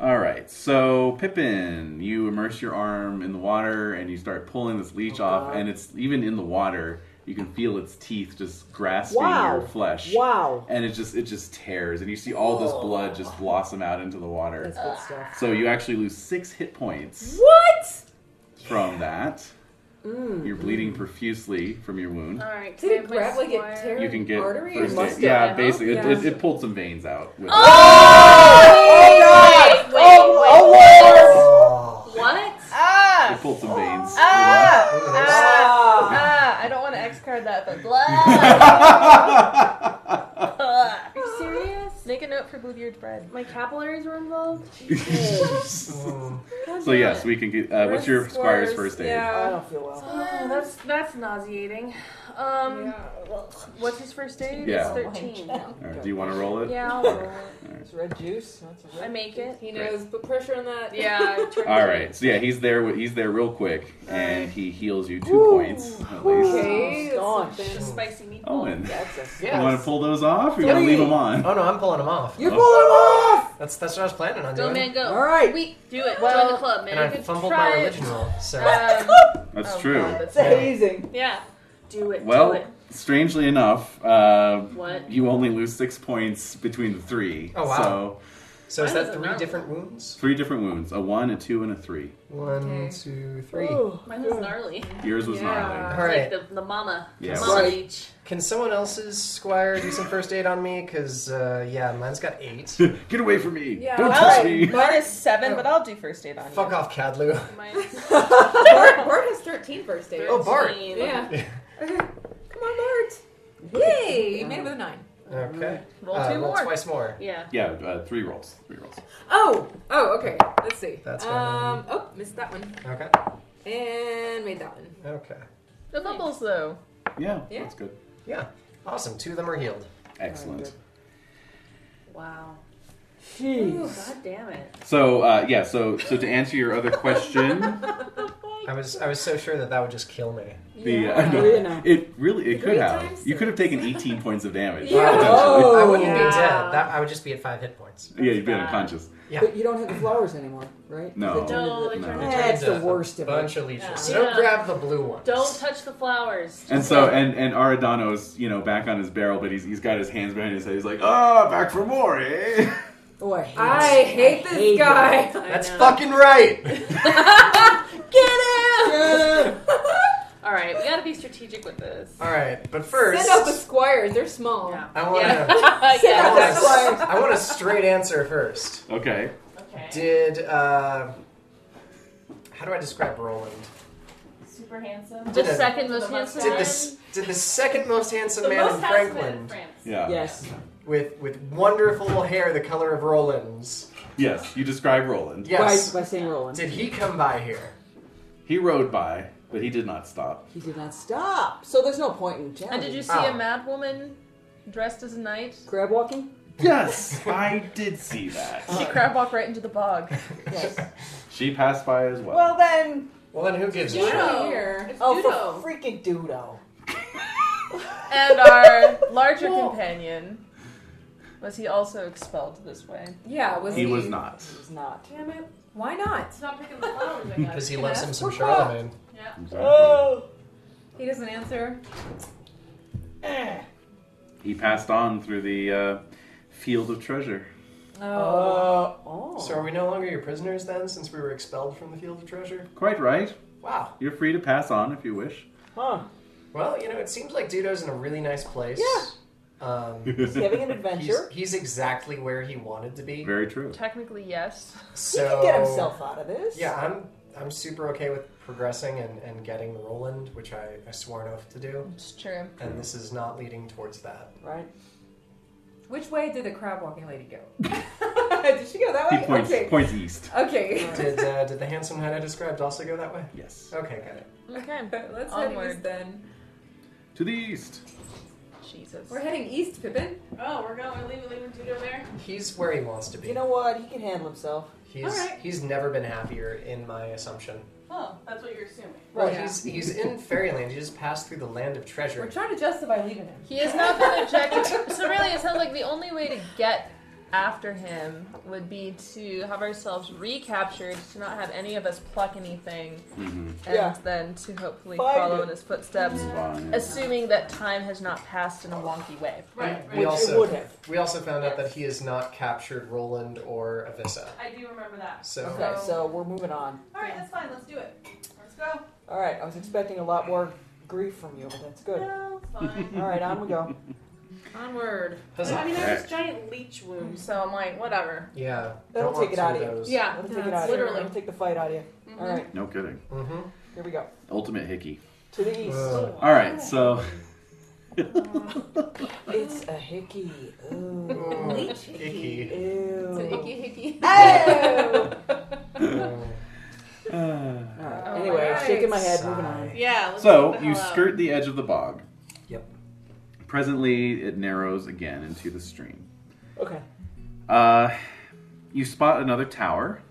S1: All right, so Pippin, you immerse your arm in the water and you start pulling this leech
S7: Oh,
S1: off,
S7: God.
S1: and it's even in the water. You can feel its teeth just grasping
S7: Wow.
S1: your flesh.
S7: Wow.
S1: and it just it just tears and you see all this blood just blossom out into the water
S7: That's good stuff.
S1: so you actually lose six hit points
S2: what?
S1: from that
S7: Mm.
S1: you're bleeding profusely from your wound
S6: All right.
S2: Did it grab like it tear
S1: you can get
S2: artery?
S1: first
S7: must
S1: aid.
S7: have,
S1: yeah
S6: huh?
S1: basically it, it,
S2: Yeah.
S1: it pulled some veins out with
S7: Oh, God!
S6: Wait, wait,
S7: oh, oh, Lord!
S3: Oh.
S6: What?
S1: it,
S12: Ah!
S1: it pulled some veins
S6: Oh!
S12: Ah!
S3: Look at this.
S7: Ah!
S12: Ah! I don't want to X card that, but blah!
S6: Are you serious?
S12: Make a note for Blue Beard's bread.
S6: My capillaries were involved.
S3: Mm.
S1: so yes we can get uh, what's your squire's first aid
S7: I
S12: Yeah.
S7: don't feel well.
S6: Oh, that's that's nauseating. Um, what's his first aid?
S1: Yeah.
S6: It's thirteen.
S1: All right, do you want to roll it
S6: Yeah, I'll roll it.
S7: It's red juice. That's a
S6: I
S7: red.
S6: make it.
S2: He knows. Put pressure on that.
S6: Yeah. I turned
S1: all
S6: it.
S1: right so yeah he's there wi- he's there real quick and he heals you two
S7: Ooh.
S1: points at least
S2: Okay. that's
S7: Staunch.
S6: The
S2: something.
S6: spicy meatball.
S1: owen
S7: That's a.
S1: you want
S3: Yes.
S1: to pull those off or you want to leave them on
S3: Oh no, I'm pulling him off.
S7: You're pulling them off!
S3: That's that's what I was planning on
S6: Go,
S3: doing.
S6: man, go.
S7: All right.
S6: We do it. Join
S12: Well-
S6: the club, man.
S3: And I
S6: Good
S3: fumbled
S6: try
S3: my
S6: it.
S3: religion roll. So
S6: Um,
S1: that's
S12: Oh,
S1: true
S12: God, that's-
S7: It's a hazing.
S6: yeah. Do it. do
S1: Well,
S6: it.
S1: strangely enough, uh,
S6: What?
S1: you only lose six points between the three.
S3: Oh, wow.
S1: So
S3: so
S6: Mine
S3: is that
S6: was a
S3: three
S6: normal.
S3: different wounds?
S1: three different wounds: a one, a two, and a three.
S3: One,
S2: Okay.
S3: two, three.
S6: mine was gnarly.
S1: Yours was
S2: Yeah.
S1: gnarly.
S3: All
S6: It's
S3: right.
S6: Like the, the mama.
S1: Yeah,
S6: The
S1: it
S6: mama
S7: was.
S6: leech.
S3: Can someone else's squire do some first aid on me? Cause uh, yeah, mine's got eight.
S1: Get away from me!
S2: Yeah.
S1: Don't
S2: All
S1: touch
S2: right.
S1: me!
S12: Mine is seven, but I'll do first aid on
S3: Fuck
S12: you.
S3: off, Cadlu.
S6: Mm-hmm. Mine's
S2: Bart, Bart has 13 first aid.
S3: Oh, Bart.
S6: 13.
S2: Yeah. Come on, Bart. Yay! You made it with a nine.
S3: Okay.
S12: Roll
S3: Uh,
S12: two
S3: roll
S12: more.
S3: twice more.
S6: Yeah.
S1: Yeah, uh, three rolls. Three rolls.
S2: Oh. Oh. Okay. Let's see.
S3: That's
S2: um. Oh, missed that one
S3: Okay.
S2: and made that one.
S3: Okay.
S12: The bubbles, though.
S1: Yeah,
S2: Yeah.
S1: that's good.
S3: Yeah. Awesome. Two of them are healed.
S1: Excellent.
S6: Wow. Ooh,
S7: Jeez.
S6: God damn it.
S1: So uh, yeah, so so to answer your other question,
S3: I was I was so sure that that would just kill me.
S1: the
S12: Yeah.
S1: uh, no,
S7: Yeah, no.
S1: it really it could
S2: Three
S1: have
S2: times
S1: you could have taken 18 points of damage.
S7: Yeah.
S1: potentially.
S7: Oh.
S3: I wouldn't be
S6: Yeah.
S3: dead. That, I would just be at five hit points.
S1: yeah, you've been unconscious.
S3: Yeah.
S7: But you don't have the flowers anymore, right?
S1: No.
S7: They turned
S6: No,
S7: into-
S6: they
S1: No.
S6: turned
S1: Yeah,
S6: into.
S7: That's
S3: Turned
S7: the worst
S3: a
S7: of
S3: bunch
S7: it.
S3: of leeches.
S2: Yeah.
S3: So don't
S6: Yeah.
S3: grab the blue ones.
S6: Don't touch the flowers.
S1: And so and and Aradano's you know back on his barrel, but he's he's got his hands behind his head. He's like, ah, back for more, eh?
S7: Oh, I hate,
S2: I hate this
S7: hate
S2: guy.
S7: it.
S3: That's fucking right.
S6: All right, we gotta be strategic with this.
S3: All right, but first,
S2: Send out the squires. They're small.
S6: Yeah.
S3: I want
S6: Yeah. Yeah.
S3: to. I,
S2: That's
S3: want a, I want a straight answer first.
S1: Okay.
S4: Okay.
S3: Did uh, how do I describe Roland?
S4: Super handsome.
S6: The
S3: Did a-
S6: second most handsome
S3: Did
S6: man.
S3: this did the second most handsome
S4: the
S3: man
S4: most
S3: in
S4: handsome
S3: Franklin
S4: man in France.
S1: Yeah.
S7: Yes.
S3: with with wonderful hair the color of Roland's?
S1: Yes. You describe Roland.
S3: Yes.
S7: By, by saying Roland.
S3: Did he come by here?
S1: He rode by, but he did not stop.
S7: He did not stop. So there's no point in challenging.
S6: And did you see
S3: Oh.
S6: a mad woman dressed as a knight?
S7: crab walking?
S1: Yes, I did see that.
S6: She crab walked right into the bog.
S7: Yes.
S1: She passed by as well.
S7: well then,
S3: Well, then who gives a
S4: Judo.
S3: shit?
S2: Here.
S4: It's
S7: oh
S4: judo.
S7: for freaking Dudo.
S6: And our larger companion was he also expelled this way?
S2: Yeah, was
S1: he was not.
S7: It was not.
S2: Damn it. Why not?
S4: It's not picking the flowers, I guess.
S3: Because he
S4: You
S3: loves
S4: know?
S3: him some Charlemagne.
S7: Oh.
S1: Exactly.
S2: He doesn't answer.
S1: He passed on through the uh, field of treasure.
S2: Oh.
S7: oh.
S3: Uh, So are we no longer your prisoners then, since we were expelled from the Field of Treasure?
S1: Quite right.
S3: Wow.
S1: You're free to pass on if you wish.
S7: Huh.
S3: Well, you know, it seems like Dudo's in a really nice place. Yeah. Um,
S7: He's having an
S3: he's,
S7: adventure.
S3: he's exactly where he wanted to be.
S1: Very true.
S6: Technically, yes.
S3: So
S7: he can get himself out of this.
S3: Yeah, I'm I'm super okay with progressing and, and getting the Roland, which I, I swore an oath to do.
S6: It's true.
S3: And this is not leading towards that.
S7: Right.
S2: Which way did the crab walking lady go? did she go that
S1: He
S2: way?
S1: points
S2: okay.
S1: points east.
S2: Okay.
S3: Did uh, did the handsome head I described also go that way?
S1: Yes.
S3: Okay, got it.
S6: Okay.
S2: Let's head east
S6: Onward.
S2: then.
S1: To the east.
S6: Jesus.
S2: We're heading east, Pippin.
S4: Oh, we're going. We're leaving. Leaving Judo there.
S3: He's where he wants to be.
S7: You know what? He can handle himself.
S3: he's
S4: alright.
S3: he's never been happier in my assumption.
S4: Oh, that's what you're assuming.
S3: Well,
S7: Right.
S3: he's he's in fairyland. He just passed through the land of
S2: We're
S3: treasure.
S2: trying to justify leaving him.
S6: He has not been objective. so really, it sounds like the only way to get after him would be to have ourselves recaptured, to not have any of us pluck anything,
S1: Mm-hmm.
S6: and
S7: Yeah.
S6: then to hopefully
S7: Find
S6: follow
S7: it.
S6: in his footsteps, assuming that time has not passed in a wonky way.
S4: Right.
S3: We
S7: Which
S4: Right.
S3: also-
S7: it would have.
S3: We also found out that he has not captured Roland or Avissa.
S4: I do remember that.
S3: So
S7: Okay, so we're moving on.
S4: All right, that's fine. Let's do it. Let's go.
S7: All right. I was expecting a lot more grief from you, but that's good.
S4: No, it's fine.
S7: All right, on we go.
S6: Onward.
S3: Huzzah.
S4: I mean, there's this giant leech wound,
S6: So I'm like, whatever.
S3: yeah,
S7: That'll
S3: don't
S7: take it
S3: walk
S7: out of
S3: through
S7: you.
S3: those.
S6: Yeah.
S7: That'll take it
S2: Yeah,
S7: out of you.
S6: literally.
S7: That'll take the fight out of you. All right,
S1: No kidding.
S3: Mm-hmm.
S7: here we go.
S1: Ultimate hickey.
S7: To the east.
S3: Ugh.
S1: All right. So
S7: It's a hickey. Ooh.
S3: Leech? Hickey.
S7: Ew.
S2: It's an icky hickey.
S7: Ew.
S1: uh,
S3: Um,
S7: Alright,
S6: Oh,
S7: anyway,
S2: alright.
S7: shaking my head, moving
S3: Sigh.
S7: on.
S4: Yeah. Let's
S1: so
S4: get the
S1: you
S6: uh,
S4: hell out.
S1: skirt the edge of the bog.
S3: Yep.
S1: Presently, it narrows again into the stream.
S7: Okay.
S1: Uh, you spot another tower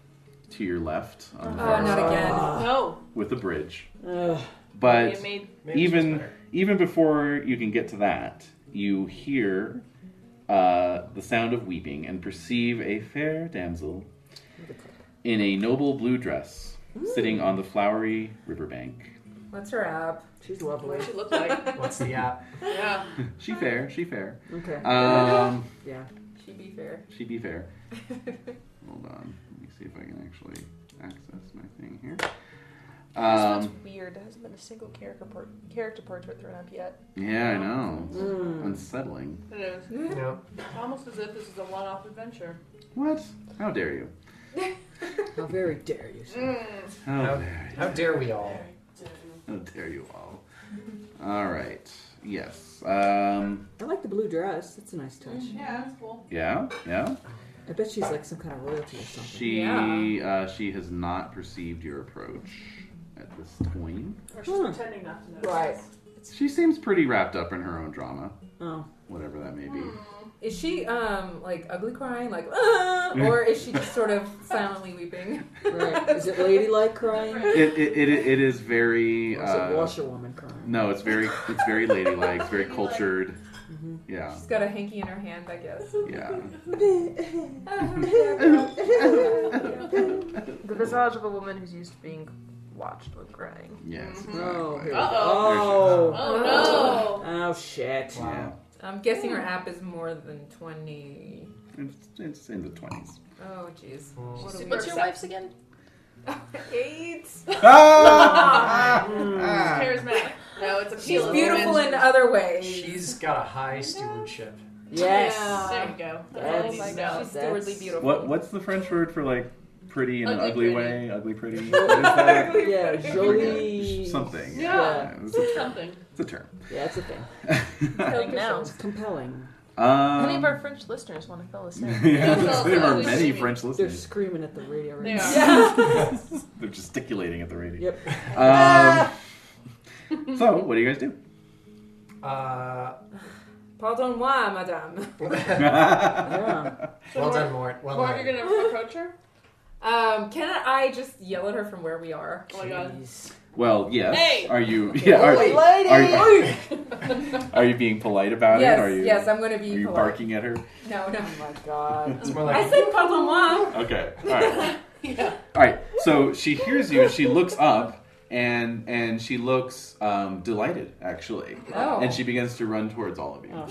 S1: to your left on the
S2: Oh,
S1: far
S2: not
S1: side
S2: again.
S6: No.
S1: with a bridge.
S7: Ugh.
S1: But
S6: You made
S3: maybe it's
S1: even
S3: better.
S1: even before you can get to that, you hear uh, the sound of weeping and perceive a fair damsel in a noble blue dress sitting on the flowery riverbank.
S2: What's her up?
S7: She's lovely.
S6: what she looked like.
S3: What's the app?
S6: yeah.
S1: She fair, she fair.
S7: Okay.
S1: Um,
S7: Yeah.
S2: She be fair.
S1: she be fair. Hold on, let me see if I can actually access my thing here.
S6: This one's
S1: Um,
S6: weird. There hasn't been a single character por- character portrait thrown up yet.
S1: yeah, I know.
S7: Mm.
S1: Unsettling.
S6: It is.
S3: No.
S6: Almost as if this is a one-off adventure.
S1: What? How dare you?
S7: How very dare you. sir.
S4: Mm.
S1: How
S3: How-
S1: dare you?
S3: How dare we all?
S1: How dare you all? All right. Yes. Um,
S7: I like the blue dress. That's a nice touch.
S4: Yeah, that's cool.
S1: yeah. Yeah.
S7: I bet she's like some kind of royalty or something.
S1: She
S2: Yeah.
S1: uh, she has not perceived your approach at this point.
S4: Or she's
S7: Hmm.
S4: pretending not to notice.
S7: Right.
S1: She seems pretty wrapped up in her own drama.
S7: Oh.
S1: whatever that may be.
S2: Is she um like ugly crying, like "Ah,"
S7: Mm.
S2: or is she just sort of silently weeping?
S7: Right. Is it ladylike crying? Or
S1: It, it, it, it is very.
S7: is it
S1: Uh,
S7: washerwoman crying?
S1: no, it's very it's very ladylike. It's very cultured. Yeah,
S2: She's got a hanky in her hand, I guess.
S1: yeah.
S6: The visage of a woman who's used to being watched when crying.
S1: Yes.
S7: Oh,
S1: Exactly.
S7: here-
S4: Uh-oh.
S7: oh,
S4: Oh
S7: oh, shit.
S1: Yeah.
S2: I'm guessing her app is more than twenty.
S1: It's, it's in the twenties.
S2: Oh, jeez.
S3: Mm.
S2: What
S4: She's
S2: a
S4: super
S6: What's your
S4: upset.
S6: wife's again?
S2: weird- Eight.
S1: Ah! Um,
S4: no! Charismatic. No, it's a
S2: She's
S4: peel.
S2: beautiful in uh, other ways.
S3: She's got a high stewardship.
S7: Yes.
S4: There you go.
S2: Oh
S7: That's-
S4: That's all I need to know.
S2: She's stewardly
S7: That's-
S2: beautiful.
S1: What what's the French word for like pretty in an
S4: Ugly
S1: ugly
S4: pretty.
S1: way? Ugly pretty. What is that?
S7: Yeah,
S1: I forget.
S7: Jolie.
S1: Something.
S4: Yeah.
S1: it's, a term.
S4: Something.
S1: it's a term.
S7: Yeah, it's a thing.
S6: Like now.
S7: It's compelling.
S1: Um,
S6: Many of our French listeners want to fill us in.
S1: yeah,
S4: Well,
S1: there are
S4: we should
S1: many
S4: be-
S1: French
S7: They're
S1: listeners.
S7: screaming at the radio right
S4: They
S7: now.
S4: are.
S1: They're gesticulating at the radio.
S7: Yep.
S1: Um, so, what do you guys do?
S3: Uh,
S2: Pardon moi, madame.
S7: Yeah.
S3: well done, Mort. Well
S4: Mark,
S3: done.
S4: you're gonna approach her?
S2: Um, can I just yell at her from where we are?
S4: Oh my god.
S7: Jeez.
S1: well, yes.
S4: Hey!
S1: Are you? Yeah. Are,
S7: Oi,
S1: are,
S7: Oh
S1: you- are you being polite about
S2: yes,
S1: it? Are you?
S2: yes, I'm gonna
S1: Are
S2: be
S1: you
S2: polite.
S1: barking at her?
S2: No, no.
S7: Oh my god.
S3: It's more
S2: I
S3: like
S2: said pardon
S7: Oh.
S2: moi.
S1: Okay. All right.
S4: Yeah.
S1: All right. So she hears you. and She looks up, and and she looks um, delighted, actually,
S2: Oh.
S1: and she begins to run towards all of you.
S7: Oh,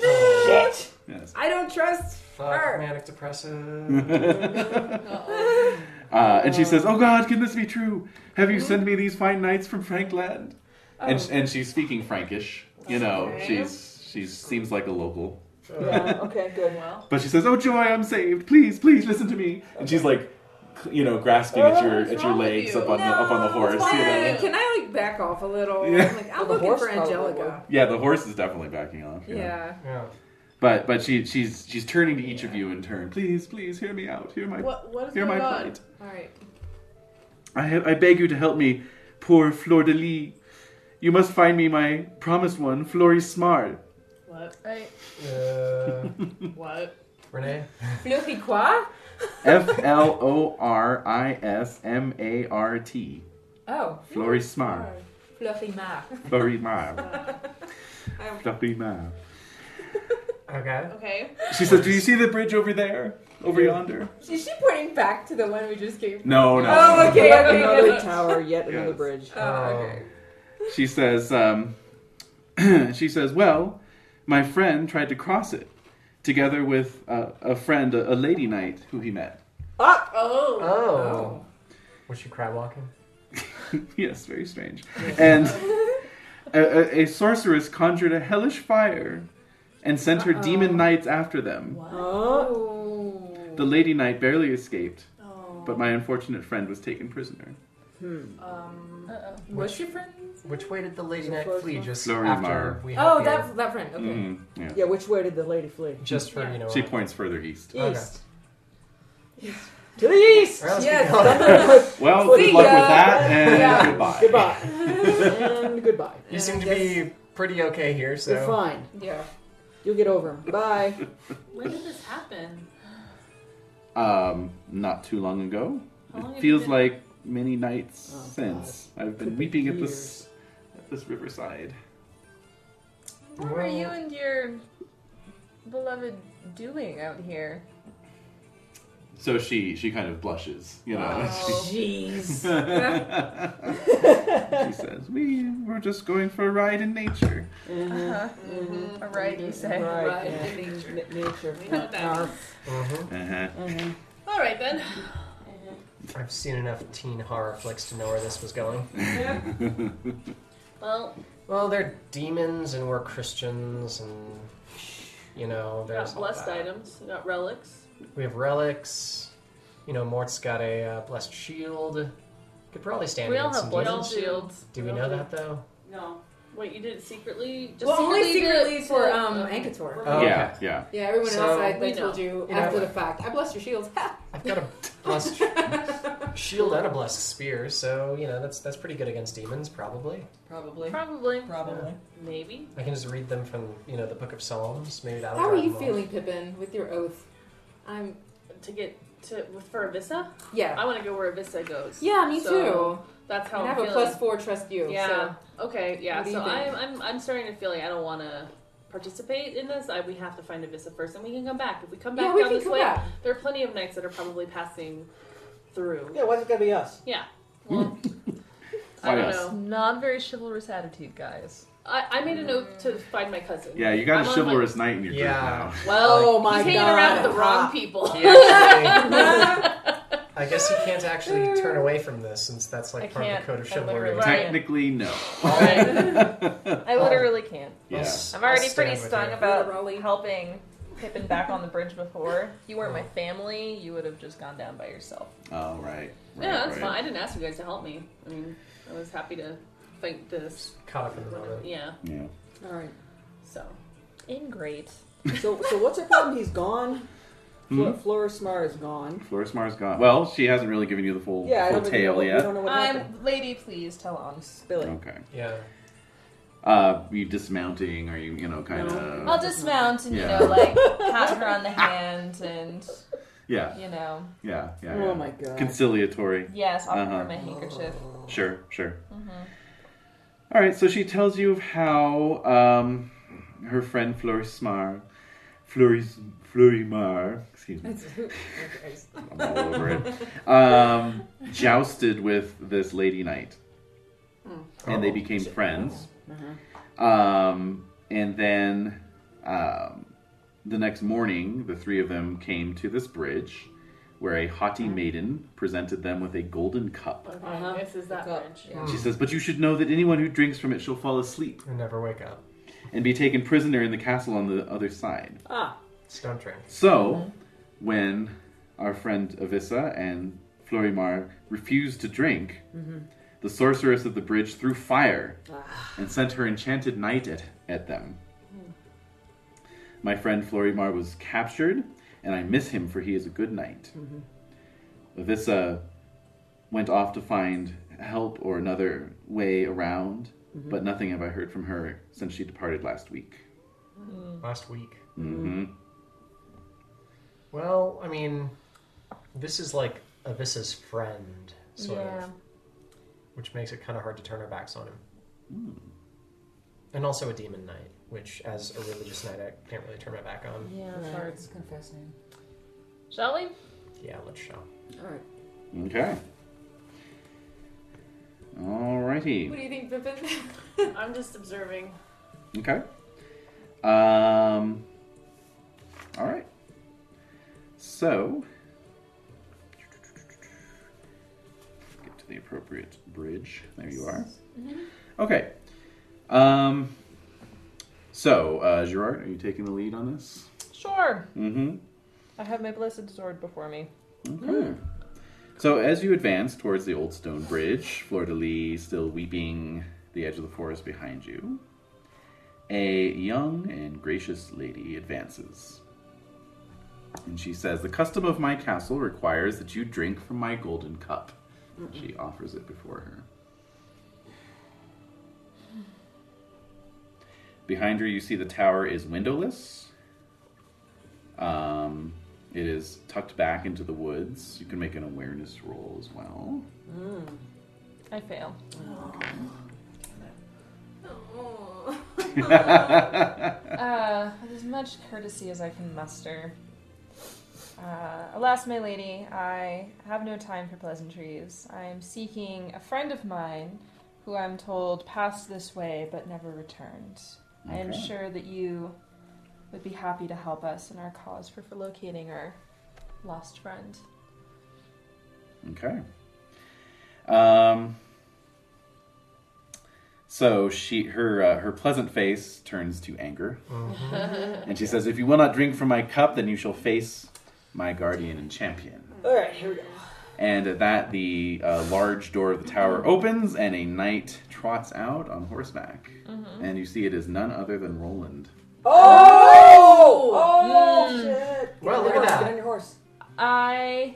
S2: Shit!
S1: Yes.
S2: I don't trust
S3: fuck,
S2: her.
S3: manic depressive.
S1: uh,
S4: Uh-oh.
S1: and she says, "Oh God, can this be true? Have you sent me these fine knights from Frankland?" And and she's speaking Frankish. You know,
S4: Okay.
S1: she's she seems like a local.
S7: Yeah, okay, good.
S4: Well.
S1: But she says, "Oh joy, I'm saved! Please, please listen to me." And she's like, cl- you know, grasping at your
S4: Oh, What's
S1: at your
S4: wrong with
S1: legs
S4: you?
S1: up on the up on the
S2: No, it's
S1: horse. You
S2: fine.
S1: know?
S2: Can I like back off a little?
S1: Yeah.
S2: I'm like, I'm
S7: Well, the
S2: looking
S7: horse
S2: for
S7: probably
S2: Angelica.
S1: Yeah, the horse is definitely backing off.
S2: Yeah.
S3: Yeah.
S1: But but she she's she's turning to each of you in turn. Please, please hear me out. Hear my
S4: What, what is
S1: hear my
S4: going on?
S1: plight.
S2: All right.
S1: I I beg you to help me, poor Fleur de Lis. You must find me my promised one, Flory Smart.
S4: What?
S6: Right?
S3: Uh,
S4: What?
S3: Renee?
S2: Fluffy quoi?
S1: F L O R I S M A R T.
S2: Oh,
S1: Flory Smart.
S2: Fluffy ma.
S1: Flory Mar. Flory Mar.
S3: Okay.
S4: Okay.
S1: She says, Do you see the bridge over there? Over yonder?
S2: Is she pointing back to the one we just came? from?
S1: No, no.
S2: Oh, okay,
S7: Yet
S2: okay,
S7: another
S2: good.
S7: tower, yet another
S1: Yes.
S7: bridge.
S2: Oh, okay.
S3: Um,
S1: She says, um, she says, well, my friend tried to cross it together with uh, a friend, a, a lady knight who he met.
S3: Oh.
S4: Oh.
S3: Was she crab walking?
S1: yes, very strange. And a, a, a sorceress conjured a hellish fire and sent her demon knights after them.
S7: Oh.
S2: Oh.
S1: The lady knight barely escaped,
S4: Oh.
S1: but my unfortunate friend was taken prisoner.
S7: Hmm.
S4: Um.
S7: Uh,
S6: Uh-oh.
S2: What's your friend's?
S3: Which way did the
S7: Is
S3: lady
S7: it
S3: knight
S7: first
S3: flee?
S7: one?
S3: Just
S1: Flurry
S3: after
S1: Mar.
S3: we
S2: Oh,
S3: helped you?
S2: that that friend. Okay.
S1: Mhm, yeah.
S7: Yeah, which way did the lady flee?
S3: Just for, you know.
S1: She
S3: uh,
S1: points further east.
S7: East.
S3: Okay.
S7: To the east!
S3: All right, let's keep
S2: Yes.
S3: going.
S7: Good-
S1: Well, good
S2: See
S1: luck
S2: ya.
S1: with that, and
S2: Yeah.
S1: goodbye.
S7: goodbye. and goodbye.
S3: You seem to be pretty okay here,
S7: You're
S3: so.
S7: fine.
S2: Yeah.
S7: You'll get over him. Bye.
S4: When did this happen?
S1: Um, not too long ago.
S4: How long have
S1: It feels
S4: you been-
S1: like many nights
S7: Oh,
S1: since I've been
S7: Could be
S1: weeping at
S7: years.
S1: this at this riverside.
S6: What were you and your beloved doing out here?
S1: So she she kind of blushes, you know.
S4: Oh,
S7: Jeez.
S1: she says, "We were just going for a ride in nature."
S6: Uh-huh.
S7: Mhm.
S6: All right, you say.
S7: Right.
S4: Right,
S7: yeah.
S4: in nature.
S7: N- nature.
S4: We know what that
S7: Arf.
S4: means.
S3: hmm
S1: Uh-huh.
S4: All right then.
S3: I've seen enough teen horror flicks to know where this was going.
S4: Well,
S3: Well, they're demons and we're Christians and. You know,
S4: we got
S3: there's. all
S4: blessed
S3: that.
S4: items. We got relics.
S3: We have relics. You know, Mort's got a uh, blessed shield. Could probably stand
S6: We all
S3: against
S6: have
S3: some
S4: We all
S6: blessed
S3: demons.
S6: shields.
S3: Do we know that though?
S4: No. Wait, you did it secretly? Just
S2: Well, only
S4: to-
S2: secretly for,
S4: to-
S2: um,
S4: okay.
S2: Ankator.
S3: Oh,
S1: Yeah, yeah.
S2: Yeah. Everyone
S3: So,
S2: else, I, I
S4: we
S2: told you
S3: You know
S2: after
S3: what?
S2: the fact. I blessed your shields.
S3: I've got a blessed shield and a blessed spear, so you know that's that's pretty good against demons, probably.
S7: Probably.
S6: Probably.
S7: Probably.
S6: Maybe.
S3: I can just read them from you know the Book of Psalms. Maybe that'll.
S2: How are
S3: drive
S2: you
S3: them off.
S2: feeling, Pippin, with your oath? I'm.
S4: to get to with- for Avissa.
S2: Yeah.
S4: I want to go where Avissa goes.
S2: Yeah, me
S4: So,
S2: too.
S4: That's how
S2: And I
S4: I'm
S2: have a
S4: feeling.
S2: plus four trust you.
S4: yeah. Okay. Yeah.
S2: What do you
S4: So
S2: think?
S4: I'm, I'm I'm starting to feel like I don't want to participate in this. I, we have to find Avissa first, and we can come back if we come
S2: So.
S4: back
S2: Yeah, we
S4: down
S2: can
S4: this
S2: come
S4: way.
S2: back.
S4: There are plenty of knights that are probably passing through.
S5: Yeah, why's it gotta be us?
S4: Yeah. Well, I
S1: Why
S4: don't
S1: us?
S4: know.
S6: Not very chivalrous attitude, guys.
S4: I, I made a note to find my cousin.
S1: Yeah, you got
S4: I'm
S1: a
S4: on
S1: chivalrous knight in your group
S3: Yeah.
S1: now.
S4: Well,
S7: Oh my
S4: he's hanging
S7: God.
S4: around with the wrong
S7: Ah.
S4: people.
S3: He actually- I guess you can't actually turn away from this since that's like
S6: I
S3: part of
S6: can't.
S3: the code of
S6: I
S3: chivalry.
S6: literally- Right.
S1: Technically, no.
S6: I literally can't.
S3: I'll
S1: yeah.
S3: s-
S6: I'm
S3: I'll
S6: already
S3: stand
S6: pretty
S3: with you.
S6: stung about
S2: Literally.
S6: helping Pippin back on the bridge before. If you weren't my family, you would have just gone down by yourself.
S1: Oh, right. right
S4: Yeah, that's
S1: right.
S4: fine. I didn't ask you guys to help me. I mean, I was happy to fight this.
S3: Caught up in the moment.
S4: Yeah,
S1: Yeah.
S7: All right.
S4: so.
S6: Ingrate.
S7: So, so what's our problem? He's gone.
S3: Hmm?
S7: Flo- Flora Smar is gone.
S1: Florismar's gone. Well, she hasn't really given you the full,
S7: Yeah, I
S1: full
S7: don't, really know,
S1: tale
S7: what- we
S1: yet.
S7: don't know what
S4: Um,
S7: happened.
S6: I'm lady, please tell on.
S7: Spill
S3: Oh.
S7: it.
S1: Okay.
S3: Yeah.
S1: Uh, you dismounting? Are you, you know, kind of?
S6: I'll dismount and
S1: Yeah.
S6: you know, like pat her on the hand and
S1: yeah,
S6: you know,
S1: yeah, yeah.
S7: Oh
S1: yeah.
S7: my God.
S1: Conciliatory.
S6: yes, offer
S1: Uh-huh.
S6: her my handkerchief.
S1: Sure, sure. All right. So she tells you of how um, her friend Florismar, Floris, Florimar, excuse me, I'm all over it, um, jousted with this lady knight, and they became friends. Um, and then um, the next morning, the three of them came to this bridge, where a haughty maiden presented them with a golden cup.
S4: Okay,
S7: Uh-huh.
S4: this is that
S7: Look up.
S4: bridge.
S7: Yeah.
S1: She says, "But you should know that anyone who drinks from it shall fall asleep
S3: You never wake up.
S1: and be taken prisoner in the castle on the other side."
S7: Ah,
S3: So don't drink.
S1: So, when our friend Avissa and Florimar refused to drink, the sorceress of the bridge threw fire and sent her enchanted knight at, at them. My friend Florimar was captured, and I miss him for he is a good knight. Avissa went off to find help or another way around, but nothing have I heard from her since she departed last week.
S6: Mm.
S3: Last week.
S1: hmm
S3: Well, I mean, this is like Abyssa's friend, sort
S6: Yeah.
S3: of, which makes it kind of hard to turn our backs on him.
S1: Hmm.
S3: And also a demon knight, which, as a religious knight, I can't really turn my back on.
S6: Yeah, it's
S7: right.
S6: hard.
S7: it's kind of fascinating.
S6: Shall we?
S3: Yeah, let's show.
S7: All right.
S1: Okay.
S2: What
S1: Alrighty.
S2: do you think, Pippin?
S4: I'm just observing.
S1: Okay. Um. All right. So. Get to the appropriate bridge. There you are. Okay. Um. So, uh, Gerard, are you taking the lead on this?
S6: Sure.
S1: Mm-hmm.
S6: I have my blessed sword before me.
S1: Okay. Hmm. So as you advance towards the old stone bridge, Fleur de Lis still weeping, the edge of the forest behind you, a young and gracious lady advances. And she says, The custom of my castle requires that you drink from my golden cup. She offers it before her. Behind her, you see the tower is windowless. Um, it is tucked back into the woods. You can make an awareness roll as well.
S6: I fail. Uh, with as much courtesy as I can muster. Uh, alas, my lady, I have no time for pleasantries. I am seeking a friend of mine who I'm told passed this way but never returned. I am
S1: Okay.
S6: sure that you would be happy to help us in our cause for, for locating our lost friend.
S1: Okay. Um, so she, her, uh, her pleasant face turns to anger, and she says, "If you will not drink from my cup, then you shall face my guardian and champion."
S7: All right. Here we go.
S1: And at that, the uh, large door of the tower opens, and a knight trots out on horseback, and you see it is none other than Roland.
S7: Oh! Oh shit! Get
S3: Well,
S7: on
S3: look
S7: your
S3: at
S7: horse,
S3: that.
S7: Get on your horse.
S6: I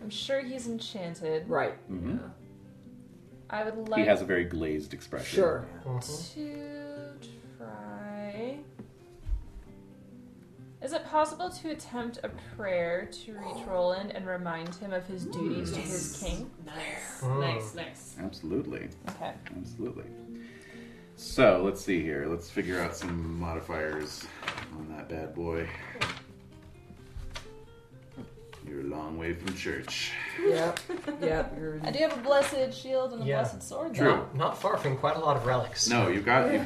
S6: I'm sure he's enchanted.
S7: Right.
S1: Mhm.
S6: I would like
S1: He has a very glazed expression.
S7: Sure.
S6: to try. Is it possible to attempt a prayer to reach Roland and remind him of his duties to his king?
S4: Nice,
S3: Mm.
S4: nice, nice.
S1: Absolutely.
S6: Okay.
S1: Absolutely. So let's see here. Let's figure out some modifiers on that bad boy. You're a long way from church.
S7: Yep. Yep. You're
S6: I do have a blessed shield and a
S3: Yeah.
S6: blessed sword.
S1: True.
S6: Though.
S3: Not, not far from quite a lot of relics.
S1: No, you got you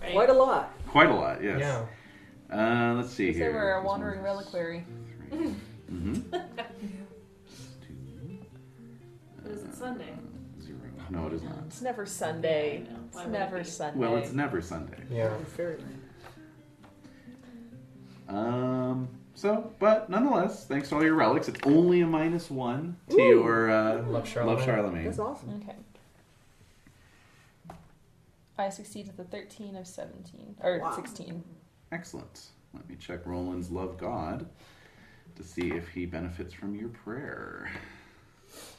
S4: Right.
S7: quite a lot.
S1: quite a lot. Yes.
S3: Yeah.
S1: Uh, let's see
S6: If
S1: here.
S6: they were a wandering reliquary.
S1: Mm-hmm.
S4: But is it Sunday?
S1: Uh, Zero. No, it is not.
S6: It's never
S4: I
S6: Sunday.
S4: know. Why
S6: It's
S4: would it
S6: never
S4: be?
S6: Sunday.
S1: Well, it's never Sunday.
S3: Yeah.
S1: Um. So, but nonetheless, thanks to all your relics, it's only a minus one to
S7: Ooh.
S1: your uh,
S3: Love Charlemagne.
S1: love Charlemagne.
S7: That's awesome.
S6: Okay. I succeeded the 13 of 17. Or
S7: Wow.
S6: 16.
S1: Excellent. Let me check Roland's love god to see if he benefits from your prayer.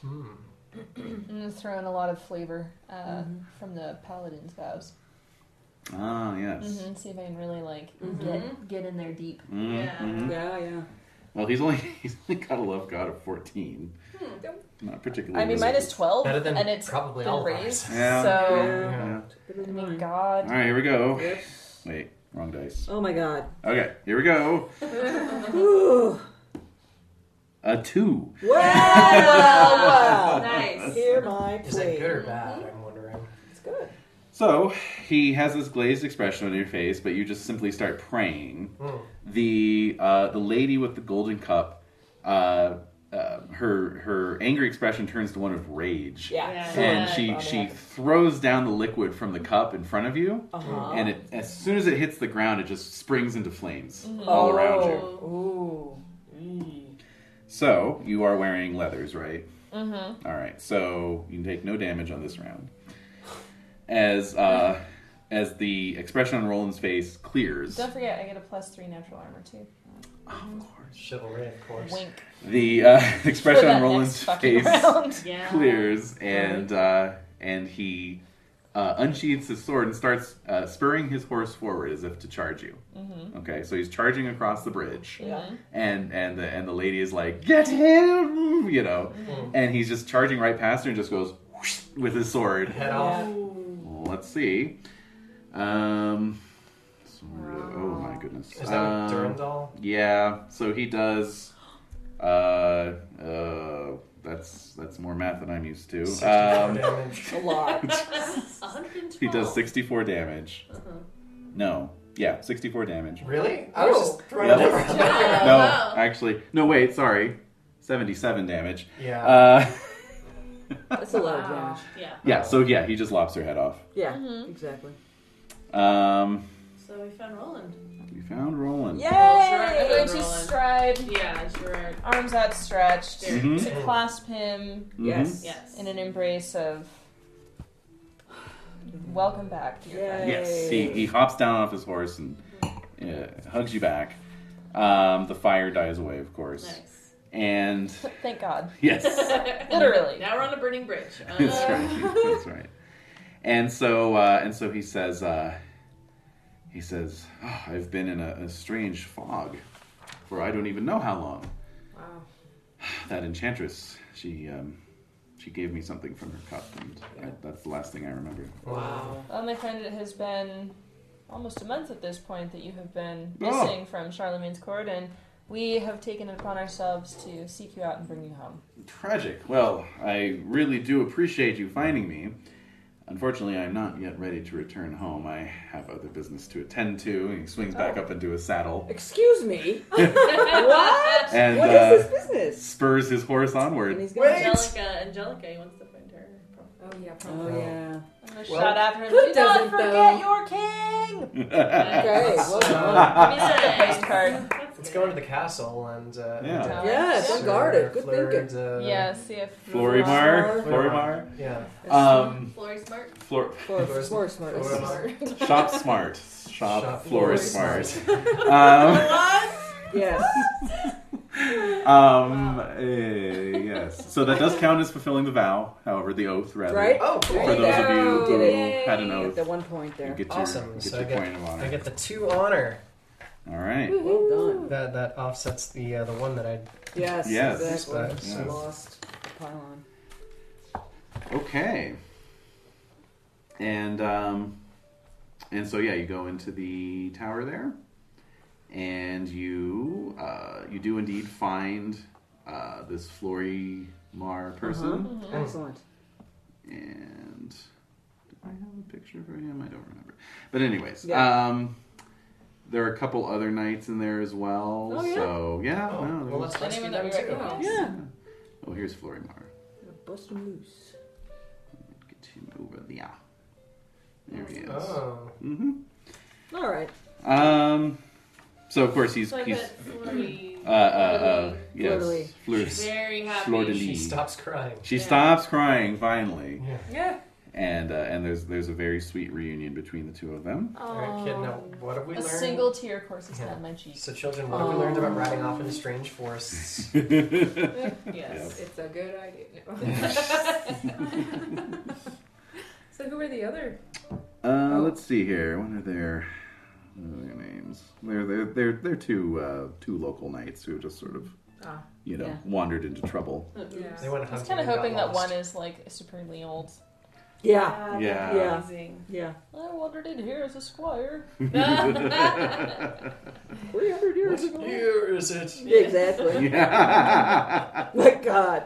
S3: Hmm.
S6: I'm going to throw in a lot of flavor uh, from the paladin's vows.
S1: Ah, yes.
S6: hmm See if I can really, like, get, get in there deep.
S1: Mm,
S4: Yeah.
S1: mhm.
S7: Yeah, yeah.
S1: Well, he's only he's only got a love god of fourteen. Not particularly.
S6: Hmm. I mean, minus 12,
S3: Better than
S6: and it's
S3: probably
S6: been
S3: all of
S6: raised.
S3: ours.
S1: Yeah.
S6: So,
S1: Yeah.
S3: Yeah.
S6: I mean, God.
S1: All right, here we go.
S7: Yep.
S1: Wait, wrong dice.
S7: Oh my god.
S1: Okay, here we go.
S7: Ooh.
S1: A two.
S7: Well, well.
S4: Nice.
S7: Hear my plea.
S3: Is that good or bad? I'm wondering.
S7: It's good.
S1: So he has this glazed expression on your face, but you just simply start praying.
S3: Mm.
S1: The uh, the lady with the golden cup, uh, uh, her her angry expression turns to one of rage,
S7: Yeah.
S4: Yeah.
S7: sure.
S1: and she
S7: Probably
S1: she
S7: happened.
S1: throws down the liquid from the cup in front of you,
S7: Uh-huh.
S1: and it as soon as it hits the ground, it just springs into flames all around you.
S7: Ooh. Mm.
S1: So you are wearing leathers, right?
S6: Mm-hmm.
S1: All right, so you can take no damage on this round. As uh, as the expression on Roland's face clears,
S6: Don't forget, I get a plus 3 natural armor, too.
S1: of course,
S3: Chivalry, of course.
S6: Wink.
S1: the uh,
S6: For
S1: expression
S6: that
S1: on Roland's
S6: next fucking
S1: face
S6: round.
S4: Yeah.
S1: clears, and uh, and he uh, unsheathes his sword and starts uh, spurring his horse forward as if to charge you. Mm-hmm. Okay, so he's charging across the bridge,
S7: Yeah.
S1: and and the and the lady is like, "Get him!" You know, and he's just charging right past her and just goes whoosh with his sword.
S3: Head off.
S1: Let's see. Um, sort of- oh my goodness.
S3: Is that
S1: Um,
S3: with Durandal?
S1: Yeah. So he does. Uh, uh, that's that's more math than I'm used to.
S3: 64
S1: Um,
S3: damage.
S7: A lot.
S4: 112.
S1: he does 64 damage. No. Yeah, 64 damage.
S3: Really? I was just throwing
S1: Yeah.
S3: that around.
S4: Oh,
S1: no,
S4: wow.
S1: actually, no. Wait, sorry. 77 damage.
S3: Yeah.
S1: Uh,
S7: That's a lot of damage.
S4: Yeah.
S1: yeah. So yeah, he just lops her head off.
S7: Yeah. Exactly.
S1: Um,
S4: So we found Roland.
S1: we found Roland.
S6: Yay!
S4: right.
S6: I'm going to
S4: Roland.
S6: stride,
S4: Yeah, that's right.
S6: arms outstretched,
S4: There.
S1: Mhm.
S6: to clasp him
S1: Mhm.
S7: Yes.
S4: Yes.
S6: in an embrace of welcome back to your friend.
S1: Yes, he, he hops down off his horse and uh, hugs you back. Um, the fire dies away, of course.
S4: Nice.
S1: And
S6: Thank God.
S1: yes,
S6: Literally.
S4: Now we're on a burning bridge. Uh,
S2: Um,
S1: that's right. That's right. And so uh, and so he says uh, he says "Oh, I've been in a, a strange fog for I don't even know how long.
S2: Wow.
S1: That enchantress, she um, she gave me something from her cup, and I, that's the last thing I remember.
S3: Wow.
S6: Well, my friend, it has been almost a month at this point that you have been
S1: Oh.
S6: missing from Charlemagne's court, and we have taken it upon ourselves to seek you out and bring you home.
S1: Tragic. Well, I really do appreciate you finding me. Unfortunately, I'm not yet ready to return home. I have other business to attend to. And he swings
S7: Oh.
S1: back up into his saddle
S7: Excuse me. what?
S1: and
S7: What
S1: uh,
S7: is this business?
S1: spurs his horse
S7: And
S1: onward.
S7: he's gonna.
S4: Angelica, Angelica, he wants to find her.
S2: Oh yeah.
S7: Oh
S2: Probably.
S7: yeah.
S6: I'm going to
S3: Well,
S6: shout after him.
S2: who
S6: Do not
S2: doesn't,
S6: forget
S2: though?
S6: your king!
S1: yeah.
S7: Okay. Well done.
S6: Give me that postcard.
S3: Let's go into the castle and. Uh,
S1: Yeah.
S3: and
S7: Yes,
S3: Fleur-
S7: unguarded. Good
S3: Fleur
S7: thinking.
S3: de-
S6: Yeah, see if.
S1: Florimar.
S3: Florimar.
S1: Florimar.
S3: Yeah.
S1: Um,
S4: Flory Smart.
S1: Flor-
S7: Four, four, smart.
S3: Four.
S1: shop smart. Shop,
S3: Shop
S1: florist
S3: floor
S1: smart. um,
S7: Yes.
S1: Um, eh, yes. So that does count as fulfilling the vow, however, the oath, rather.
S7: Right?
S3: Oh, cool.
S1: For those of you who
S7: Yay.
S1: had an oath,
S7: At the one point
S1: you
S7: there.
S1: get your,
S3: Awesome.
S1: you get
S3: So I
S1: your
S3: get-
S1: point of honor.
S3: I get the two honor.
S1: All right.
S7: Well done.
S3: That that offsets the uh, the one that I.
S7: Yes,
S1: Yes.
S7: exactly.
S1: Yes.
S7: Lost the pylon.
S1: Okay. And um, and so yeah, you go into the tower there, and you uh, you do indeed find uh, this Florimar person,
S7: Uh-huh. Excellent.
S1: and did I have a picture for him? I don't remember. But anyways,
S7: Yeah.
S1: um, there are a couple other knights in there as well.
S7: Oh, yeah?
S1: So yeah,
S3: Oh,
S1: no,
S3: well,
S1: there's-
S3: let's rescue
S6: Anyone that
S3: them
S6: we
S3: too.
S6: recognize?
S7: Yeah.
S1: oh here's Florimar.
S7: Bust him loose.
S1: Get him over there. There he is.
S3: Oh.
S1: Mm-hmm.
S7: All right.
S1: Um. So of course he's
S4: So I
S1: he's
S4: bet Flurry
S1: uh, uh, uh yes
S7: Fleur-de-lis.
S1: Fleur-
S4: very happy.
S1: Fleur-de-lis.
S3: She stops crying.
S1: She stops crying finally,
S3: Yeah.
S6: Yeah.
S1: and uh, and there's there's a very sweet reunion between the two of them.
S3: All right, kid. Now, what have we
S6: A
S3: learned?
S6: single tear courses
S3: Yeah.
S6: down my cheek.
S3: So, children, what have we learned about riding off into strange forests?
S2: Yes, it's a good idea. No. so who are the other?
S1: Uh, Let's see here. What are their what are their names? They're they're they're they're two uh, two local knights who just sort of
S2: Ah.
S1: you know
S7: Yeah.
S1: wandered into trouble.
S3: they
S2: Yeah.
S3: went
S6: I was
S3: hunting
S6: kind of
S3: and got
S6: hoping that
S3: lost.
S6: one is like supremely old.
S7: Yeah.
S1: Yeah.
S7: Yeah.
S4: Amazing.
S7: Yeah.
S6: I wandered in here as a squire.
S7: 300 years
S3: What
S7: ago.
S3: year is it?
S7: Yeah, Exactly.
S1: Yeah.
S7: My God.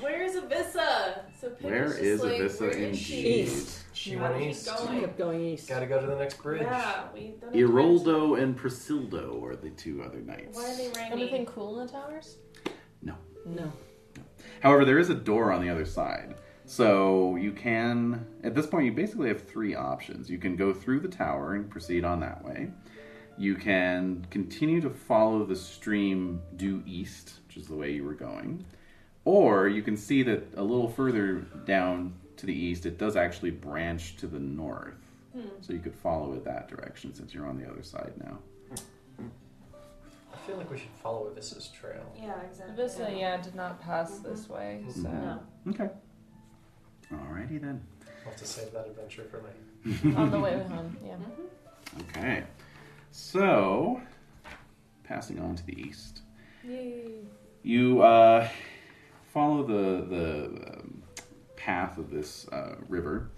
S4: Where is Avissa? So Pip
S1: Where
S4: was just
S1: is
S4: like,
S1: Avissa
S4: where is
S1: indeed?
S4: she?
S7: East.
S3: She
S4: Gotta
S3: went
S4: keep
S3: east.
S4: going.
S7: Kept going east.
S3: Gotta go to the next bridge.
S4: Yeah, we don't have time.
S1: Iroldo and Priscildo are the two other knights.
S4: Why are they raining?
S6: Anything cool in the towers?
S7: No.
S1: However, there is a door on the other side. So you can, at this point, you basically have three options. You can go through the tower and proceed on that way. You can continue to follow the stream due east, which is the way you were going. Or you can see that a little further down to the east, it does actually branch to the north. So you could follow it that direction since you're on the other side now.
S3: I feel like we should follow Avissa's trail.
S4: Yeah, exactly.
S6: Avista, uh, yeah, did not pass this way, so.
S4: No.
S1: Okay. Alrighty then.
S3: I'll have to save that adventure for later.
S6: On the way home, yeah.
S1: Okay. So, passing on to the east. You uh, follow the, the um, path of this uh, river.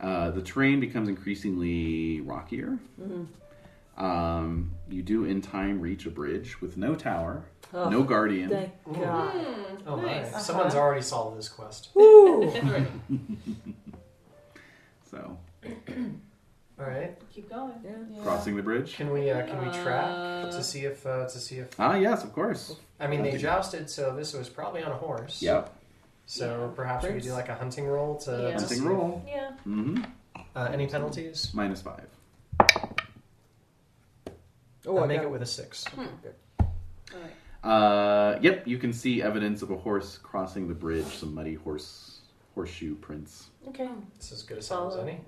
S1: Uh, the terrain becomes increasingly rockier.
S4: Mm-hmm.
S1: Um, you do, in time, reach a bridge with no tower,
S7: Oh,
S1: no guardian.
S7: Thank God.
S3: Oh
S4: nice.
S6: Uh-huh.
S3: my! Someone's already solved this quest.
S7: Woo!
S1: So,
S3: All right.
S4: Keep going.
S1: crossing the bridge.
S3: Can we uh, can we track
S4: Uh,
S3: to see if uh, to see if
S1: Ah, yes, of course.
S3: I mean they
S1: Hunting.
S3: jousted, so Avissa was probably on a horse.
S1: Yeah.
S3: So perhaps we could do like a hunting roll to
S4: Yeah.
S3: to
S1: Hunting
S3: see-
S1: roll.
S4: Yeah.
S1: Mm-hmm.
S3: Uh, any penalties?
S1: Minus five.
S7: Oh,
S3: I
S7: I
S3: make
S7: got
S3: it with a six.
S4: Hmm.
S1: Uh, yep, you can see evidence of a horse crossing the bridge, some muddy horse horseshoe prints.
S4: Okay.
S2: Oh.
S3: It's as good a sound as any.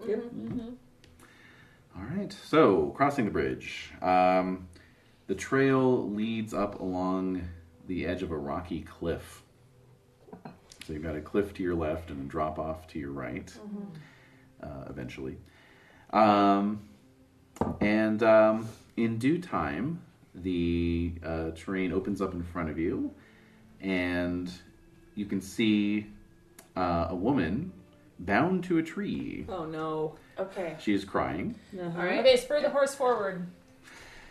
S1: All right, so crossing the bridge. Um, the trail leads up along the edge of a rocky cliff. So you've got a cliff to your left and a drop off to your right, uh, eventually. Um, and um, in due time, the uh, terrain opens up in front of you, and you can see uh, a woman bound to a tree.
S7: Oh, no. Uh-huh.
S4: Okay.
S1: She is crying.
S4: All right.
S6: Okay, spur the horse forward.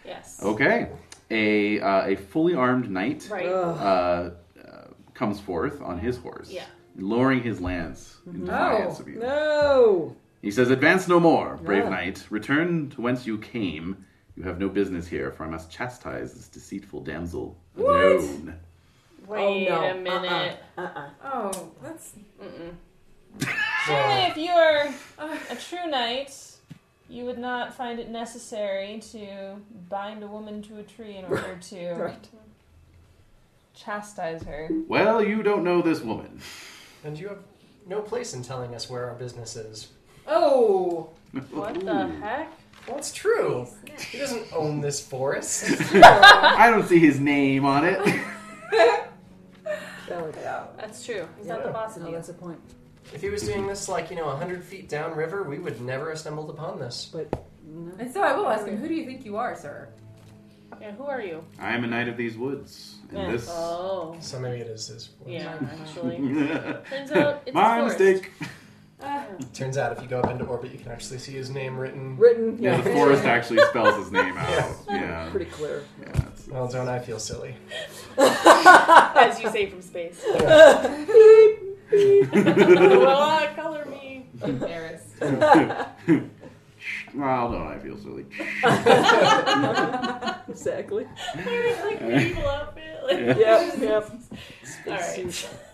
S4: Yes.
S1: Okay. A uh, a fully armed knight
S4: Right.
S1: uh,
S7: Oh,
S1: uh, comes forth on his horse,
S4: Yeah.
S1: lowering his lance
S6: Mm-hmm.
S1: in defiance
S6: Oh,
S1: of you.
S7: No!
S1: He says, "Advance no more, brave
S7: No.
S1: knight. Return to whence you came. You have no business here, for I must chastise this deceitful damsel alone."
S4: Wait
S7: oh, no.
S4: a minute.
S7: Uh-uh. Uh-uh.
S2: Oh, that's
S6: Surely, if you are a true knight, you would not find it necessary to bind a woman to a tree in order to
S7: Right.
S6: chastise her.
S1: Well, you don't know this woman.
S3: And you have no place in telling us where our business is.
S4: Oh. What the heck?
S3: Well, it's true. He doesn't own this forest.
S1: I don't see his name on it.
S7: Valid.
S6: That's true.
S3: He's not the
S7: boss
S6: Oh,
S7: No, that's a point.
S3: if he was doing this, like, you know, 100 feet downriver, we would never have stumbled upon this.
S7: No.
S2: And so I will ask him, who do you think you are, sir?
S6: Yeah, who are you?
S1: I am a knight of these woods, and
S6: Yeah.
S1: this.
S6: Oh.
S3: So maybe it is his. forest.
S6: Yeah, actually. Turns out it's a
S1: My
S6: forest.
S1: mistake.
S2: uh,
S3: Turns out if you go up into orbit, you can actually see his name written.
S7: Written.
S1: Yeah,
S7: Yeah.
S1: the forest actually spells his name out. Yeah.
S7: Pretty clear.
S1: yeah it's-
S3: Well, don't I feel silly?
S6: As you say from space. well, color me.
S4: Embarrassed.
S1: well, no, I feel silly.
S7: Exactly.
S6: like medieval outfit. Like,
S1: Yeah.
S7: Yep. Yep.
S6: All right.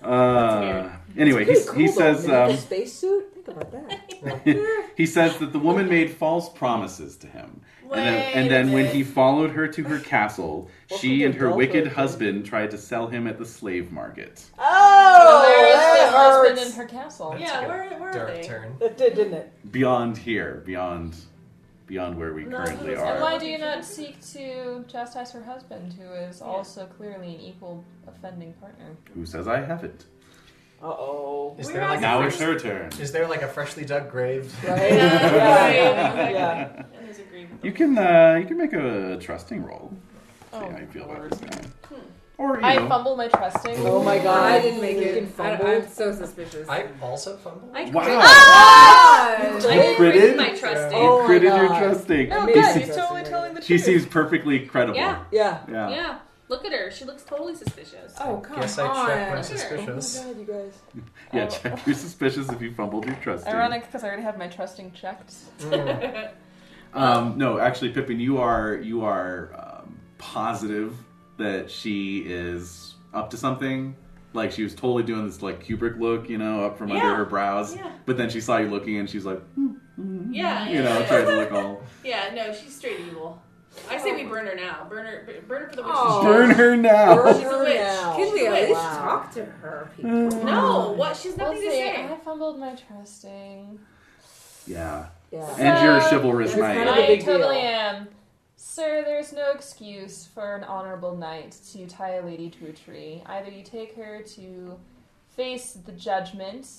S1: Uh, anyway, he,
S7: Pretty cool,
S1: he
S7: though,
S1: says
S7: man,
S1: um,
S7: with a spacesuit. Think about that.
S1: he says that the woman made false promises to him, and then, and then when he followed her to her castle, she
S7: Welcome
S1: and
S7: to
S1: her
S7: adulthood,
S1: wicked
S7: man.
S1: husband tried to sell him at the slave market.
S7: Oh,
S6: Where's
S7: that
S6: the husband
S7: hurts.
S6: in her castle?
S3: That's
S4: Yeah,
S3: good.
S4: where, where are
S3: Dark
S4: they?
S3: turn.
S7: That did, didn't it?
S1: Beyond here, beyond, beyond where we currently
S4: it's-
S1: are.
S6: And why do you not seek to chastise her husband, who is also clearly an equal offending partner?
S1: Who says I haven't?
S7: Uh oh.
S3: Is
S4: We're
S3: there, like,
S1: Now
S3: a
S1: it's
S3: fresh,
S1: her turn.
S3: is there like a freshly dug grave?
S7: Right?
S4: Yeah,
S7: yeah.
S4: right,
S7: yeah.
S4: And there's a green
S1: You can uh, you can make a trusting roll. See
S6: Oh,
S1: how you feel about
S6: Lord.
S1: this guy. Or you
S6: I
S1: know,
S6: fumble my trusting.
S7: Oh my god.
S2: I didn't make
S7: You
S2: it.
S7: can
S2: I,
S7: fumble.
S2: I'm so suspicious. Oh
S3: I also fumbled.
S4: I
S1: wow,
S4: crit-
S2: God!
S4: I
S1: You
S4: crit
S1: critted?
S4: my trust in.
S1: you
S7: Oh my
S1: critted your
S7: God.
S1: trusting.
S6: Oh,
S7: Amazing.
S6: God, he's totally telling the truth.
S1: She seems perfectly credible.
S4: Yeah.
S7: Yeah.
S1: Yeah.
S4: Yeah, look at her. She looks totally suspicious.
S2: Oh, come
S3: Guess
S2: on.
S3: I checked my
S4: Sure.
S3: suspicious.
S7: Oh my god, you guys.
S1: Yeah,
S6: Oh.
S1: check your suspicious if you fumbled your trusting.
S6: Ironic, because I already have my trusting checked.
S3: Mm.
S1: Um, no, actually, Pippin, you are you are um, positive that she is up to something. Like she was totally doing this like Kubrick look, you know, up from under
S4: Yeah.
S1: her brows.
S4: Yeah.
S1: But then she saw you looking, and she's like, "Hmm, hmm,"
S4: Yeah,
S1: you know,
S4: yeah.
S1: trying to look all
S4: Yeah, no, she's straight evil. I say we burn her now. Burn her, b- burn her for the witch.
S2: Oh.
S1: burn her now.
S7: Burn
S4: she's a
S7: her
S4: witch.
S7: now.
S2: Can we at
S4: Wow.
S2: least talk to her, people? Oh.
S4: No, what? She's
S6: Let's
S4: nothing to
S6: see,
S4: say.
S6: I fumbled my trusting.
S1: Yeah,
S7: Yeah.
S1: and you're a
S6: So-
S1: chivalrous
S7: It's kind of
S1: knight.
S7: a
S6: I
S7: big deal.
S6: totally am. Sir, there's no excuse for an honorable knight to tie a lady to a tree. Either you take her to face the judgment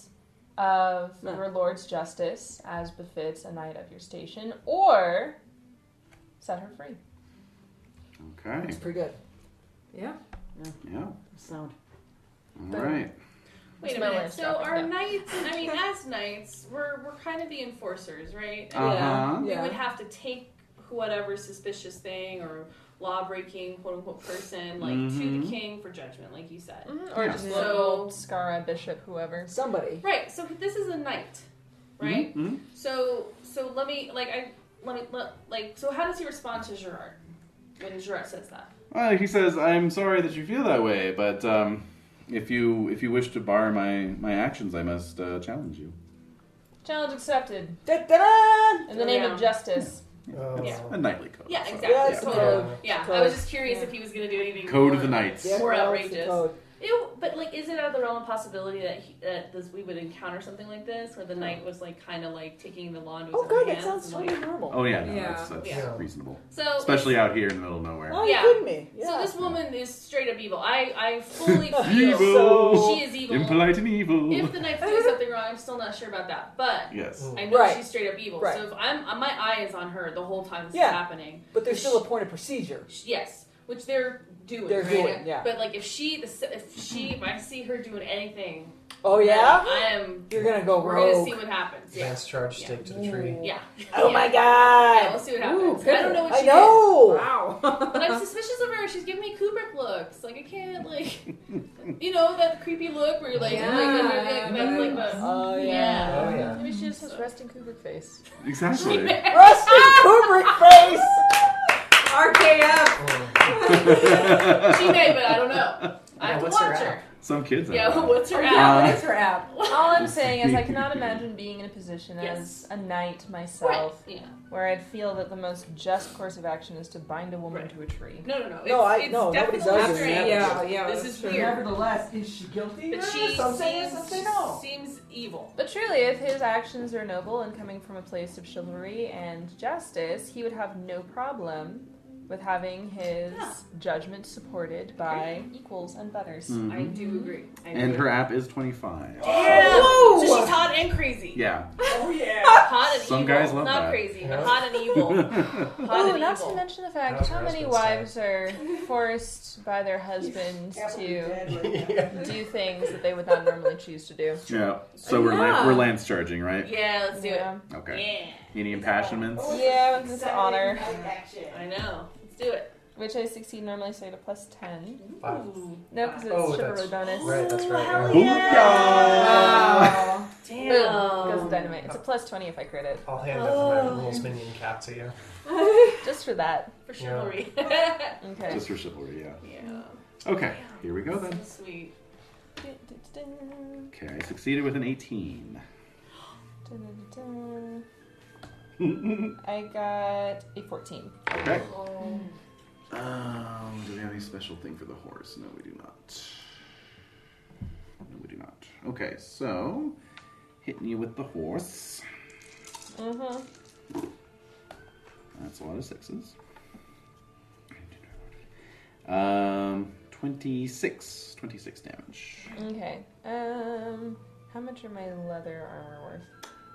S6: of
S7: No.
S6: your lord's justice, as befits a knight of your station, or set her free.
S1: Okay,
S7: It's pretty good.
S2: Yeah.
S1: yeah,
S7: Sound.
S1: all right.
S4: Wait a
S6: My
S4: minute.
S6: last
S4: So
S6: drop is
S4: our
S6: down.
S4: knights, I mean, as knights, we're we're kind of the enforcers, right? I mean,
S1: Uh
S7: Yeah.
S1: huh.
S4: We would have to take whatever suspicious thing or law-breaking quote unquote person like to
S1: Mhm.
S4: the king for judgment, like you said.
S6: Mm-hmm. Or
S1: Yeah.
S6: just
S2: Yeah.
S6: local Skara, bishop, whoever.
S7: Somebody.
S4: Right. So this is a knight, right?
S1: Mhm.
S4: So so let me like I let me let, like so how does he respond to Gerard when Gerard says that?
S1: Well, he says, "I'm sorry that you feel that way, but um, if you if you wish to bar my my actions, I must uh, challenge you."
S6: Challenge accepted.
S7: Da-da-da!
S6: In the name of
S4: Yeah.
S6: justice.
S3: Oh.
S4: Yeah.
S1: A knightly code.
S4: Yeah,
S1: so,
S4: exactly.
S7: Yes,
S1: yeah.
S4: totally.
S3: code.
S4: Yeah, I
S7: Code.
S4: was just curious if he was going to do anything.
S1: Code
S4: more.
S1: of the knights.
S7: Yeah,
S4: More
S7: well, it's
S4: outrageous.
S7: the code.
S4: Ew, but like, is it out of the realm of possibility that he, that this, we would encounter something like this, where the knight was like kind of like taking the law into his
S7: Oh
S4: own
S7: god, that
S4: hands
S7: sounds
S4: and, like-
S7: totally normal.
S1: Oh yeah, no,
S2: Yeah.
S1: that's, that's
S3: Yeah.
S1: reasonable,
S4: so.
S1: especially out here in the middle of nowhere.
S7: Oh, you
S4: Yeah.
S7: kidding me? Yeah.
S4: So this woman is straight up evil. I I fully
S1: Evil.
S4: feel
S7: So-
S4: she is evil.
S1: Impolite and evil.
S4: If the knight's doing something wrong, I'm still not sure about that, but.
S1: yes.
S4: I know
S7: Right.
S4: she's straight up evil.
S7: Right.
S4: So if I'm, uh, my eye is on her the whole time this
S7: Yeah.
S4: is happening.
S7: But there's still a point of procedure.
S4: Sh- Yes, which they're doing.
S7: They're
S4: right?
S7: doing, yeah.
S4: But like if she, the se- if she, if I see her doing anything,
S7: Oh yeah?
S4: I am.
S7: You're gonna go
S4: We're gonna
S7: rogue.
S4: see what happens. Yeah.
S3: Advanced charge
S4: Yeah.
S3: stake to the tree.
S4: Yeah.
S7: Oh
S4: Yeah.
S7: my
S4: Yeah, we'll
S7: god!
S4: see what
S2: Ooh,
S4: happens. I don't know what she
S7: I
S4: did,
S7: know!
S2: Wow.
S4: but I'm suspicious of her. She's giving me Kubrick looks. Like I can't, like, you know, that creepy look where you're like,
S2: Yeah.
S4: like, under- like, that's like the-
S7: Oh yeah.
S4: yeah.
S3: Oh yeah.
S6: Maybe she just has resting Kubrick face.
S1: Exactly.
S7: Rusty Kubrick Oh, face!
S2: RKF.
S3: Oh.
S1: Uh.
S4: She may, but I don't know. I have to
S3: what's her
S4: watch
S3: app?
S4: her.
S1: Some kids. have
S4: Yeah,
S1: that.
S4: what's her app?
S1: Uh,
S2: What is her app?
S6: All I'm saying is I cannot imagine being in a position
S4: Yes.
S6: as a knight myself
S4: Right, Yeah.
S6: where I'd feel that the most just course of action is to bind a woman
S4: Right.
S6: to a tree.
S4: No, no, no. It's,
S7: No, I-
S4: it's
S7: no, nobody
S4: definitely
S7: does it.
S4: strange.
S2: Yeah, yeah,
S4: This
S2: that's
S4: is
S2: true.
S4: weird.
S5: Nevertheless, is she guilty?
S4: But
S5: Yes,
S4: she
S5: some say yes,
S4: seems,
S5: some say no.
S4: seems evil.
S6: But truly, if his actions are noble and coming from a place of chivalry and justice, he would have no problem with having his
S4: Yeah.
S6: judgment supported by equals and butters.
S1: Mhm.
S4: I do agree. I
S1: And
S4: agree.
S1: her app is 25.
S4: Yeah.
S2: Whoa!
S4: So she's hot and crazy.
S1: Yeah.
S5: Oh yeah.
S4: Hot and
S1: Some
S4: evil.
S1: guys love
S4: Not
S1: that.
S4: crazy, but
S3: Yeah.
S4: hot and evil. Hot
S6: Oh,
S4: and
S6: not
S4: evil.
S6: to mention the
S3: That
S6: fact
S3: was
S6: how
S3: what I was
S6: many
S3: gonna say.
S6: wives are forced by their husbands to
S3: yeah.
S6: do things that they would not normally choose to do.
S1: Yeah. So we're lan-
S2: Yeah.
S1: we're lance charging, right?
S4: Yeah, let's do
S6: Yeah,
S1: Okay.
S4: it.
S1: Any impassionments?
S6: yeah with dishonor,
S4: Yeah. I know. Let's do it.
S6: which I succeed normally, so I get a plus 10.
S3: Wow.
S6: No, because it's
S3: Oh,
S6: chivalry
S3: that's-
S6: bonus.
S3: Right, that's right. yeah.
S4: hell
S1: Booyah!
S6: Wow.
S4: Damn.
S6: Boom. Goes the dynamite.
S3: Oh.
S6: It's a plus 20 if I crit it.
S3: I'll hand over
S4: Oh.
S3: my rules minion cap to you.
S6: Just for that.
S4: For chivalry.
S6: Okay.
S1: Just for chivalry, yeah.
S4: yeah.
S1: Okay. Here we go then.
S4: So sweet.
S1: Okay, I succeeded with an 18.
S6: I got a 14.
S1: Okay. Um, do we have any special thing for the horse? No, we do not. No, we do not. Okay, so hitting you with the horse.
S6: Mm-hmm.
S1: That's a lot of sixes. Um, 26. 26 damage.
S6: Okay. Um, how much are my leather armor worth?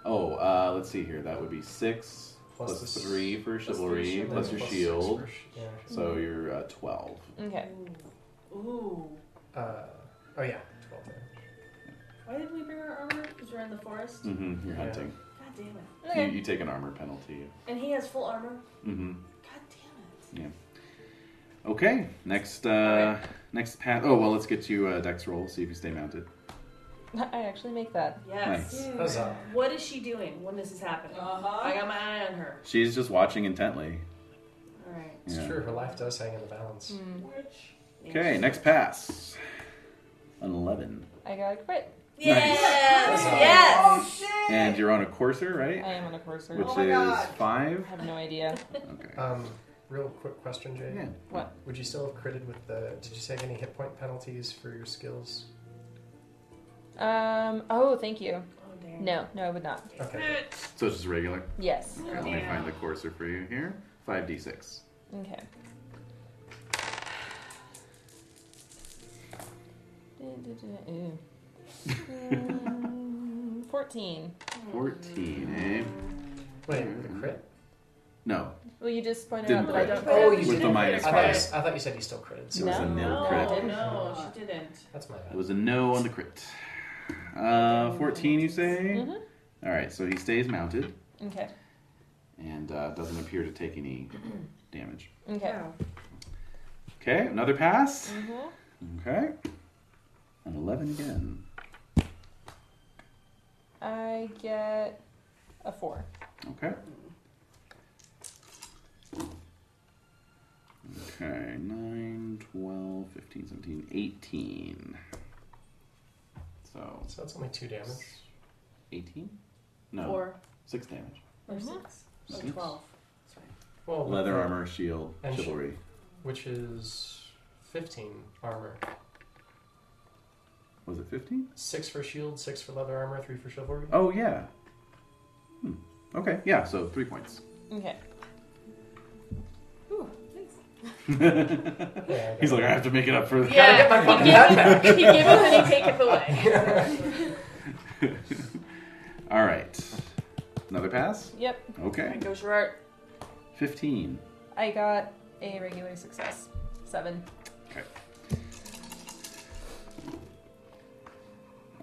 S1: Oh, uh, let's see here. That would be six
S3: Plus
S1: plus,
S3: the s-
S1: three for
S4: the
S1: chivalry,
S4: chivalry.
S1: plus,
S3: Plus six
S1: your shield.
S3: for sh- yeah.
S1: So you're uh, 12.
S6: Okay.
S4: Ooh.
S3: Uh, oh yeah, twelve there.
S4: Why did we bring our armor? Because we're in the forest?
S1: Mm-hmm. You're
S3: Yeah.
S1: hunting.
S4: God damn it.
S6: Okay.
S1: You, you take an armor penalty.
S4: And he has full armor?
S1: Mm-hmm.
S4: God damn
S1: Okay. Next. Uh,
S4: Okay.
S1: Next path. Oh well, let's get you a dex roll. See if you stay mounted.
S6: I actually make that.
S4: it. Yes.
S1: Nice.
S3: Huzzah.
S4: What is she doing when this is happening? I
S7: Uh-huh.
S4: got my eye on her.
S1: She's just watching intently.
S4: Alright.
S3: It's
S1: Yeah.
S3: true. Her life does hang in the balance.
S4: Mm.
S1: Okay. Next pass. An eleven,
S6: I got a crit.
S4: Yes!
S1: Nice.
S5: Oh,
S4: Yes!
S3: Oh,
S1: and you're on a courser, right?
S6: I am on a courser.
S1: Which
S6: I
S1: is five.
S6: have no idea.
S1: Okay.
S3: Um, real quick question, Jay.
S1: yeah.
S6: What?
S3: Would you still have critted with the? Did you take any hit point penalties for your skills?
S6: Um. Oh, thank you.
S4: Oh, damn.
S6: No, no, I would not.
S3: Okay.
S1: So it's just regular.
S6: Yes.
S1: Okay, let me find the courser for you here. Five d six.
S6: Okay. Ooh. Mm, Fourteen.
S1: Fourteen. Eh?
S3: Wait, the
S1: Mm-hmm.
S3: crit?
S1: No.
S6: Well, you just pointed
S1: Didn't
S6: out that I
S1: crit.
S6: don't.
S3: Oh, you
S1: With
S3: did.
S1: the
S3: I
S1: minus
S3: thought, you,
S1: five.
S3: s- I thought you said you still critted. So
S1: It was a
S6: No.
S1: nil crit.
S4: No, no, she didn't.
S3: that's my
S1: It
S3: bad.
S1: was a no on the crit. Uh, 14, you say?
S6: Mhm.
S1: All right, so he stays mounted
S6: Okay.
S1: and uh, doesn't appear to take any damage.
S6: Okay.
S1: Okay, another pass.
S6: Mhm.
S1: Okay. An 11 again.
S6: I get a four.
S1: Okay. Okay, 9, 12, 15, 17, 18. So,
S3: So that's only two damage.
S1: 18? No,
S4: Or,
S1: 6 damage.
S4: or
S6: Mhm.
S4: six.
S2: Oh,
S4: Or
S1: Six.
S4: twelve.
S3: Well, with
S1: Leather
S3: the-
S1: armor, shield,
S3: And shi-
S1: chivalry.
S3: which is fifteen armor.
S1: Was it 15?
S3: Six for shield, six for leather armor, three for chivalry.
S1: Oh yeah. Hmm. Okay, yeah. So three points.
S6: Okay.
S1: He's
S3: Yeah,
S1: like,
S3: I
S1: I
S3: got it.
S1: have to make it up for.
S4: Yeah,
S3: Gotta get my fucking
S4: he
S3: hat
S4: giveth-
S3: back.
S4: He giveth and he taketh away.
S1: All right. Another pass.
S6: Yep.
S1: Okay.
S6: Go Gerard.
S1: Fifteen.
S6: I got a regular success. Seven.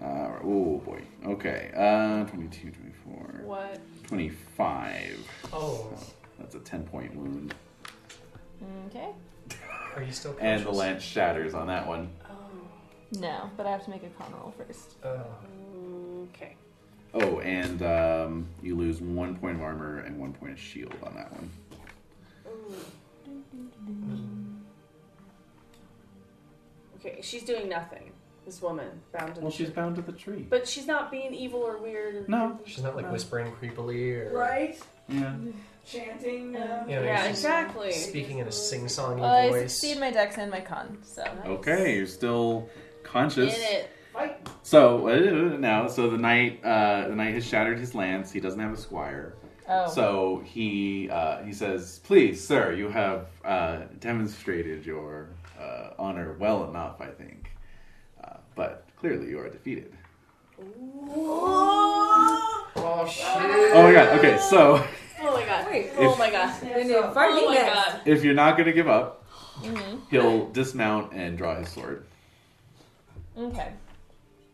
S1: Uh, oh boy. Okay. Uh, 22, 24,
S4: What?
S1: 25.
S3: Oh,
S1: That's a ten-point wound,
S6: Okay.
S3: are you still conscious?
S1: and the lance shatters on that one.
S6: No, but I have to make a con roll first.
S3: Oh.
S4: Okay.
S1: Oh, and um, you lose one point of armor and one point of shield on that one.
S4: Okay, Okay, she's doing nothing. This woman bound to.
S1: Well,
S4: the
S1: she's
S4: tree.
S1: bound to the tree.
S4: But she's not being evil or weird. Or
S1: No.
S3: She's not like whispering creepily or
S15: Right?
S1: Yeah.
S15: Chanting. Uh,
S3: you know,
S4: Yeah,
S3: she's
S4: exactly.
S3: speaking in a sing-songy
S6: Well, I
S3: voice.
S6: succeed my dex and my con, so.
S1: Okay, you're still conscious.
S4: In it.
S15: fight.
S1: So uh, now, so the knight, uh, the knight has shattered his lance. He doesn't have a squire,
S6: Oh.
S1: so he uh, he says, "Please, sir, you have uh, demonstrated your uh, honor well enough, I think, uh, but clearly you are defeated."
S3: Oh shit!
S1: Oh my god. Okay, so
S4: Oh my god.
S2: Wait.
S4: Oh my god.
S15: Snaps
S2: need to
S15: off.
S2: fight me
S4: Oh my
S2: next.
S4: god.
S1: if you're not gonna give up,
S6: Mhm.
S1: he'll dismount and draw his sword.
S6: Okay.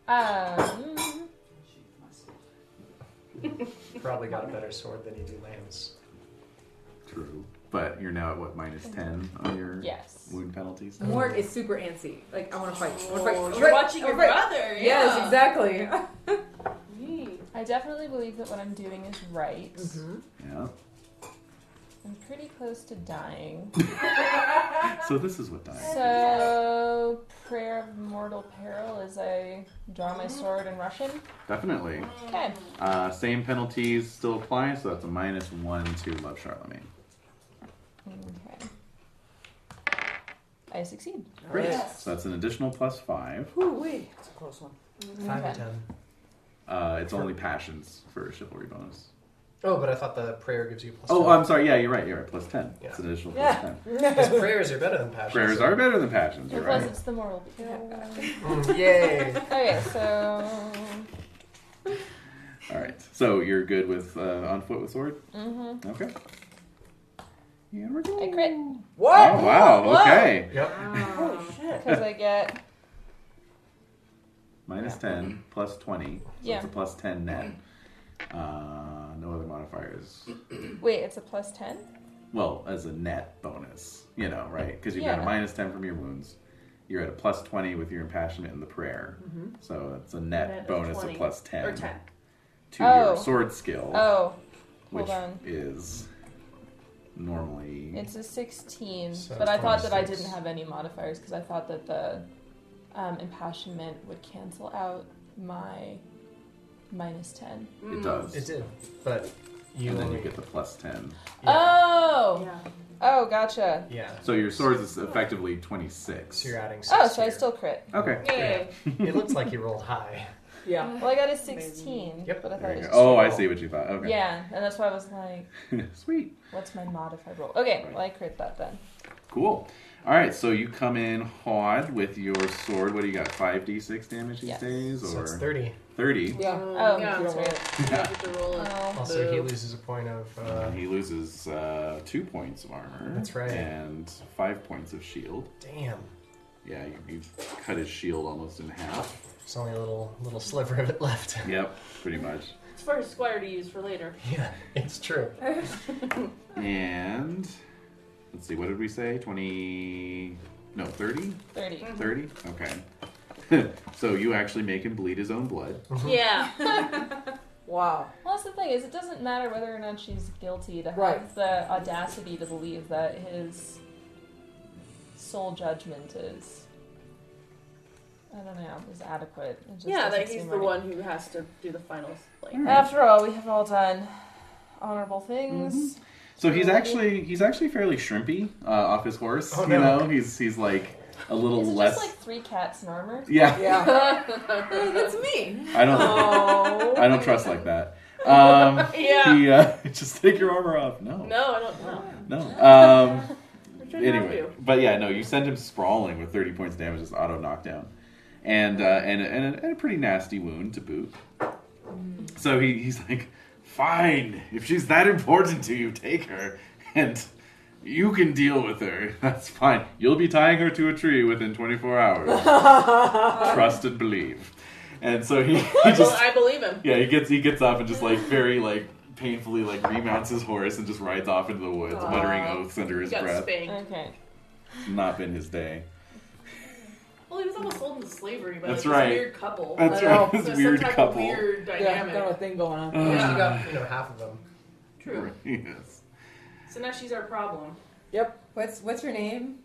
S6: Um,
S3: Probably got a better sword than you do lance.
S1: True, but you're now at what minus ten on your
S6: yes.
S1: wound penalties.
S2: Mort is super antsy. Like I want to fight. I want to fight.
S4: Oh,
S2: I wanna
S4: you're
S2: fight,
S4: watching
S2: I
S4: your
S2: wanna fight.
S4: brother. Yeah.
S2: Yes, exactly.
S4: exactly.
S6: I definitely believe that what I'm doing is right.
S4: Mm-hmm.
S1: Yeah.
S6: I'm pretty close to dying.
S1: So this is what dies.
S6: So, prayer of mortal peril as I draw
S4: Mm-hmm.
S6: my sword and rush him.
S1: Definitely.
S6: Okay.
S1: Uh, same penalties still apply, so that's a minus one to Love Charlemagne.
S6: Okay. I succeed.
S1: Great. So that's an additional plus five.
S7: Ooh, wee. It's a close one.
S3: Five
S6: Mm-hmm. Okay.
S3: to ten.
S1: Uh, it's only passions for a chivalry bonus.
S3: Oh, but I thought the prayer gives you plus.
S1: Oh,
S3: ten.
S1: I'm sorry. Yeah, you're right. You're right. Plus ten. It's an additional plus
S7: Yeah.
S1: ten.
S3: Because prayers are better than passions.
S1: Prayers are better than passions. You're
S6: It was,
S1: right.
S6: it's the moral peril.
S3: Mm, yay!
S6: Okay, so.
S1: All right. So you're good with uh, on foot with sword.
S6: Mm-hmm.
S1: Okay. Yeah, we're good.
S6: I crit
S7: What?
S1: Oh wow.
S6: Whoa.
S1: Okay.
S3: Yep.
S7: Holy shit.
S6: because I get.
S1: Minus ten plus twenty. So
S6: Yeah.
S1: It's a plus ten net. Uh, no other modifiers.
S6: Wait, it's a plus 10?
S1: well, as a net bonus, you know, right? Because you've got
S6: Yeah.
S1: a minus 10 from your wounds. You're at a plus 20 with your impassionment and the prayer. So that's a net,
S4: Net of
S1: bonus of,
S4: 20,
S1: plus 10
S4: Or ten.
S1: to
S6: Oh.
S1: your sword skill,
S6: Oh,
S1: which
S6: on.
S1: is normally.
S6: it's a 16.
S3: So
S6: but I thought that I
S3: 26.
S6: didn't have any modifiers because I thought that the um, impassionment would cancel out my minus 10.
S1: it does.
S3: It did, but you
S1: and then
S3: only
S1: you get the plus 10.
S3: yeah.
S6: Oh!
S4: Yeah.
S6: Oh, gotcha.
S3: yeah.
S1: So your sword is effectively 26.
S3: So you're adding. Six
S6: Oh, so
S3: to
S6: I
S3: your-
S6: still crit.
S1: Okay.
S4: Yay.
S3: It looks like you rolled high.
S7: Yeah.
S6: Well, I got a 16.
S3: Yep,
S6: but I thought
S1: There
S6: it
S1: you
S6: was
S1: go. Oh, I
S3: roll.
S1: see what you thought. Okay.
S6: Yeah, and that's why I was like,
S1: Sweet.
S6: what's my modified roll? Okay,
S1: Right.
S6: well, I crit that then.
S1: Cool. All right, so you come in hard with your sword. What do you got? 5d6 damage these
S6: Yes.
S1: days? Or
S3: So it's thirty.
S1: 30.
S7: Yeah.
S6: Oh,
S4: Um, yeah.
S6: that's right.
S4: You have to roll it.
S6: Oh,
S3: Also, he loses a point of.
S1: Uh,
S3: Uh,
S1: he loses uh, two points of armor.
S3: That's right.
S1: And five points of shield.
S3: damn.
S1: Yeah, you, you cut his shield almost in half.
S3: There's only a little little sliver of it left.
S1: Yep, pretty much.
S4: It's for his squire to use for later.
S3: Yeah, it's true.
S6: Oh.
S1: And let's see, what did we say? 20. No, 30?
S6: 30.
S1: 30? Okay. so you actually make him bleed his own blood.
S4: Yeah.
S7: Wow.
S6: Well, that's the thing is, it doesn't matter whether or not she's guilty. To have
S7: Right.
S6: the audacity to believe that his sole judgment is, I don't know, is adequate. It just
S4: yeah,
S6: doesn't
S4: that he's
S6: seem
S4: the
S6: right.
S4: one who has to do the final like.
S6: After all, we have all done honorable things.
S1: So he's actually he's actually fairly shrimpy uh, off his horse.
S3: Oh,
S1: you
S3: no.
S1: know, he's he's like a little
S6: Is it
S1: less.
S6: just like three cats in armor?
S1: yeah,
S7: Yeah.
S2: Hey, that's me.
S1: I don't.
S7: oh.
S1: I don't trust like that. Um,
S4: Yeah.
S1: He, uh, just take your armor off. No.
S4: No, I don't
S1: No.
S4: know.
S1: Um,
S4: I'm trying to help
S1: anyway,
S4: you.
S1: but yeah, no. You send him sprawling with 30 points of damage as auto knockdown, and uh, and and a, and a pretty nasty wound to boot.
S4: Mm.
S1: So he, he's like, "Fine, if she's that important to you, take her, and you can deal with her. That's fine. You'll be tying her to a tree within 24 hours. Trust and believe." And so he, he
S4: Well,
S1: just
S4: I believe him.
S1: yeah, he gets he gets up and just like very like painfully like remounts his horse and just rides off into the woods, muttering oaths under
S4: He
S1: his
S4: got
S1: breath.
S4: spanked.
S6: Okay.
S1: Not been his day.
S4: Well, he was almost sold into slavery by like,
S1: That's
S4: this
S1: right.
S4: weird couple.
S1: That's
S4: I don't
S1: right,
S4: know.
S1: this
S4: So
S1: weird
S4: some type
S1: couple.
S4: Of weird
S7: Yeah, got a
S4: dynamic.
S7: thing going on.
S3: At least
S4: Yeah.
S3: you got you know half of them.
S4: True.
S1: yes.
S4: So now she's our problem.
S7: Yep.
S2: What's what's your name?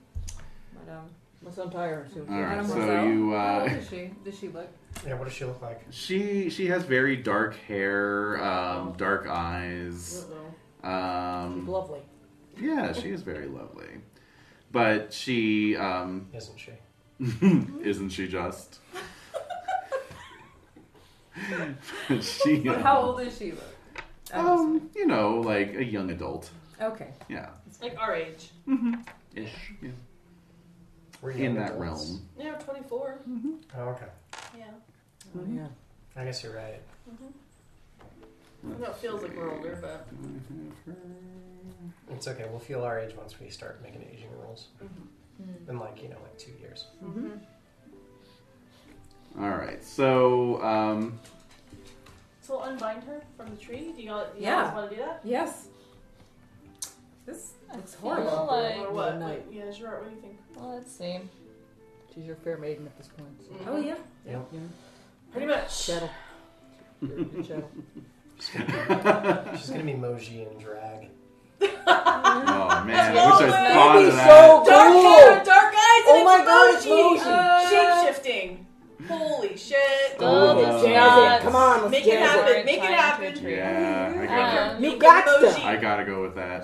S7: Madam. Let's untie her.
S1: All right, so you. Uh,
S2: does she? Does she look?
S3: Yeah, what does she look like?
S1: She she has very dark hair, um, dark eyes.
S7: She's
S1: Um,
S7: lovely.
S1: yeah, she is very lovely, but she um,
S3: Isn't she?
S1: isn't she just? But she uh,
S2: How old is she? Look?
S1: um, you know, like a young adult.
S2: Okay.
S1: Yeah, Mm-hmm.
S4: Like our age.
S1: ish. Yeah.
S3: We're
S1: In
S3: young
S1: that
S3: adults.
S1: realm.
S4: Yeah, 24.
S3: Oh, okay.
S4: Yeah.
S7: Oh, yeah.
S3: I guess you're right.
S4: No, it feels like we're older, but.
S3: It's okay. We'll feel our age once we start making aging rules.
S6: Mm-hmm.
S3: In like you know, like two years.
S1: All right, so um,
S4: So we'll unbind her from the tree. Do you all, you
S2: Yeah.
S4: guys want to do that?
S2: Yes. This looks
S6: feel
S2: horrible.
S6: like-
S4: or what?
S7: Night.
S4: What- yeah, Gerard, what do you think?
S6: Well, let's see.
S7: She's your fair maiden at this point. so-
S2: Oh yeah.
S4: Pretty much.
S7: Chattel. You're a good chattel.
S3: She's gonna be Moji in drag.
S1: oh man, I
S6: Well,
S1: wish I
S6: that'd
S1: thought
S7: be
S1: of that.
S7: so-
S4: Dark hair, and dark eyes,
S7: Oh
S4: and
S7: my God,
S4: it's
S7: it's
S4: emoji.
S7: emoji.
S2: Uh,
S4: Shape shifting. Holy shit.
S1: Oh,
S6: Does
S1: jazz it.
S6: not
S7: Come on, let's
S4: Make it
S7: jazz
S4: happen.
S6: warrant
S4: Make it
S6: time to
S4: happen.
S6: a tree.
S1: yeah, I gotta,
S6: Um,
S7: You
S4: Make
S7: got
S4: an
S7: to.
S4: emoji.
S1: I gotta go with that.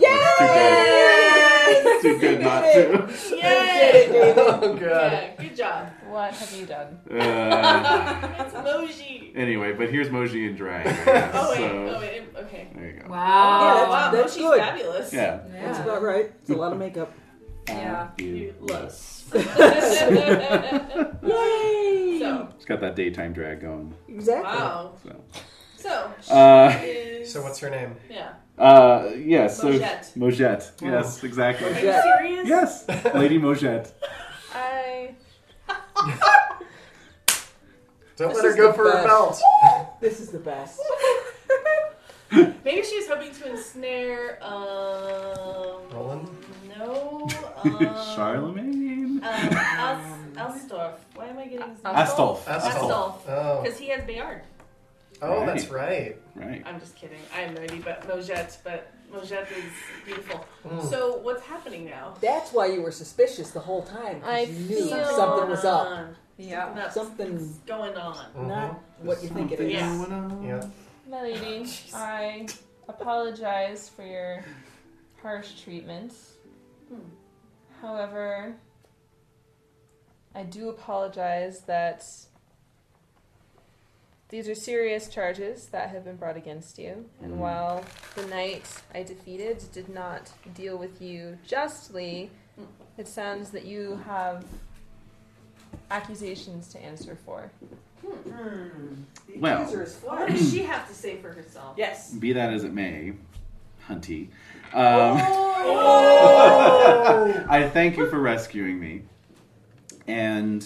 S1: That's too good. It's too good not to.
S4: Yay!
S3: oh god.
S4: Yeah, good job.
S6: What have you done?
S1: Uh,
S4: It's emoji.
S1: anyway, but here's Moji and Drag. I guess,
S4: Oh wait,
S1: so
S4: oh wait, it- okay.
S1: there you go.
S2: Wow.
S7: Yeah,
S4: wow,
S7: that's
S4: Mochi's
S7: good.
S4: fabulous.
S1: Yeah.
S7: That's about right. It's a lot of makeup.
S2: Yeah.
S4: You
S1: Fabulous.
S7: Yay!
S4: so,
S1: It's got that daytime drag going.
S7: Exactly.
S4: wow.
S1: So,
S4: So, she
S1: Uh,
S4: is.
S3: So what's her name?
S4: Yeah.
S1: uh, yeah. So
S4: Mojette.
S1: Mojette. Yes, exactly.
S4: Are you serious?
S1: Yes, Lady Mojette.
S6: I
S3: Don't
S7: This
S3: let her
S7: is
S3: go
S7: the
S3: for her
S7: best.
S3: belt.
S7: This is the best.
S4: Maybe she was hoping to ensnare. Um,
S3: Roland?
S4: No. Um,
S1: Charlemagne.
S4: Um, Als- Alstorf. Why am I getting his name?
S1: Astolf.
S4: Astolf.
S3: Oh.
S4: Because he has Bayard.
S3: Oh, that's right.
S1: Right.
S4: I'm just kidding. I have no idea, but Mojette, but Mojette is beautiful.
S1: Hmm.
S3: Mm.
S4: So what's happening now?
S7: That's why you were suspicious the whole time. 'cause
S6: I
S7: you knew
S6: feel-
S7: something was up.
S2: Yeah.
S4: Nuts.
S7: Something's
S4: going on.
S1: Uh-huh.
S3: Mhm.
S7: not what you think it
S1: Something
S7: is.
S4: Yeah.
S1: going on.
S3: Yeah.
S6: Melody, I apologize for your harsh treatment.
S4: Hmm.
S6: However, I do apologize that these are serious charges that have been brought against you. And
S1: Mm.
S6: while the knight I defeated did not deal with you justly, it sounds that you have accusations to answer for.
S2: Hmm.
S7: The
S1: Well.
S7: accuser is
S4: What
S7: flying.
S4: does she have to say for herself?
S7: Yes.
S1: Be that as it may, Hunty. Um, I thank you for rescuing me. And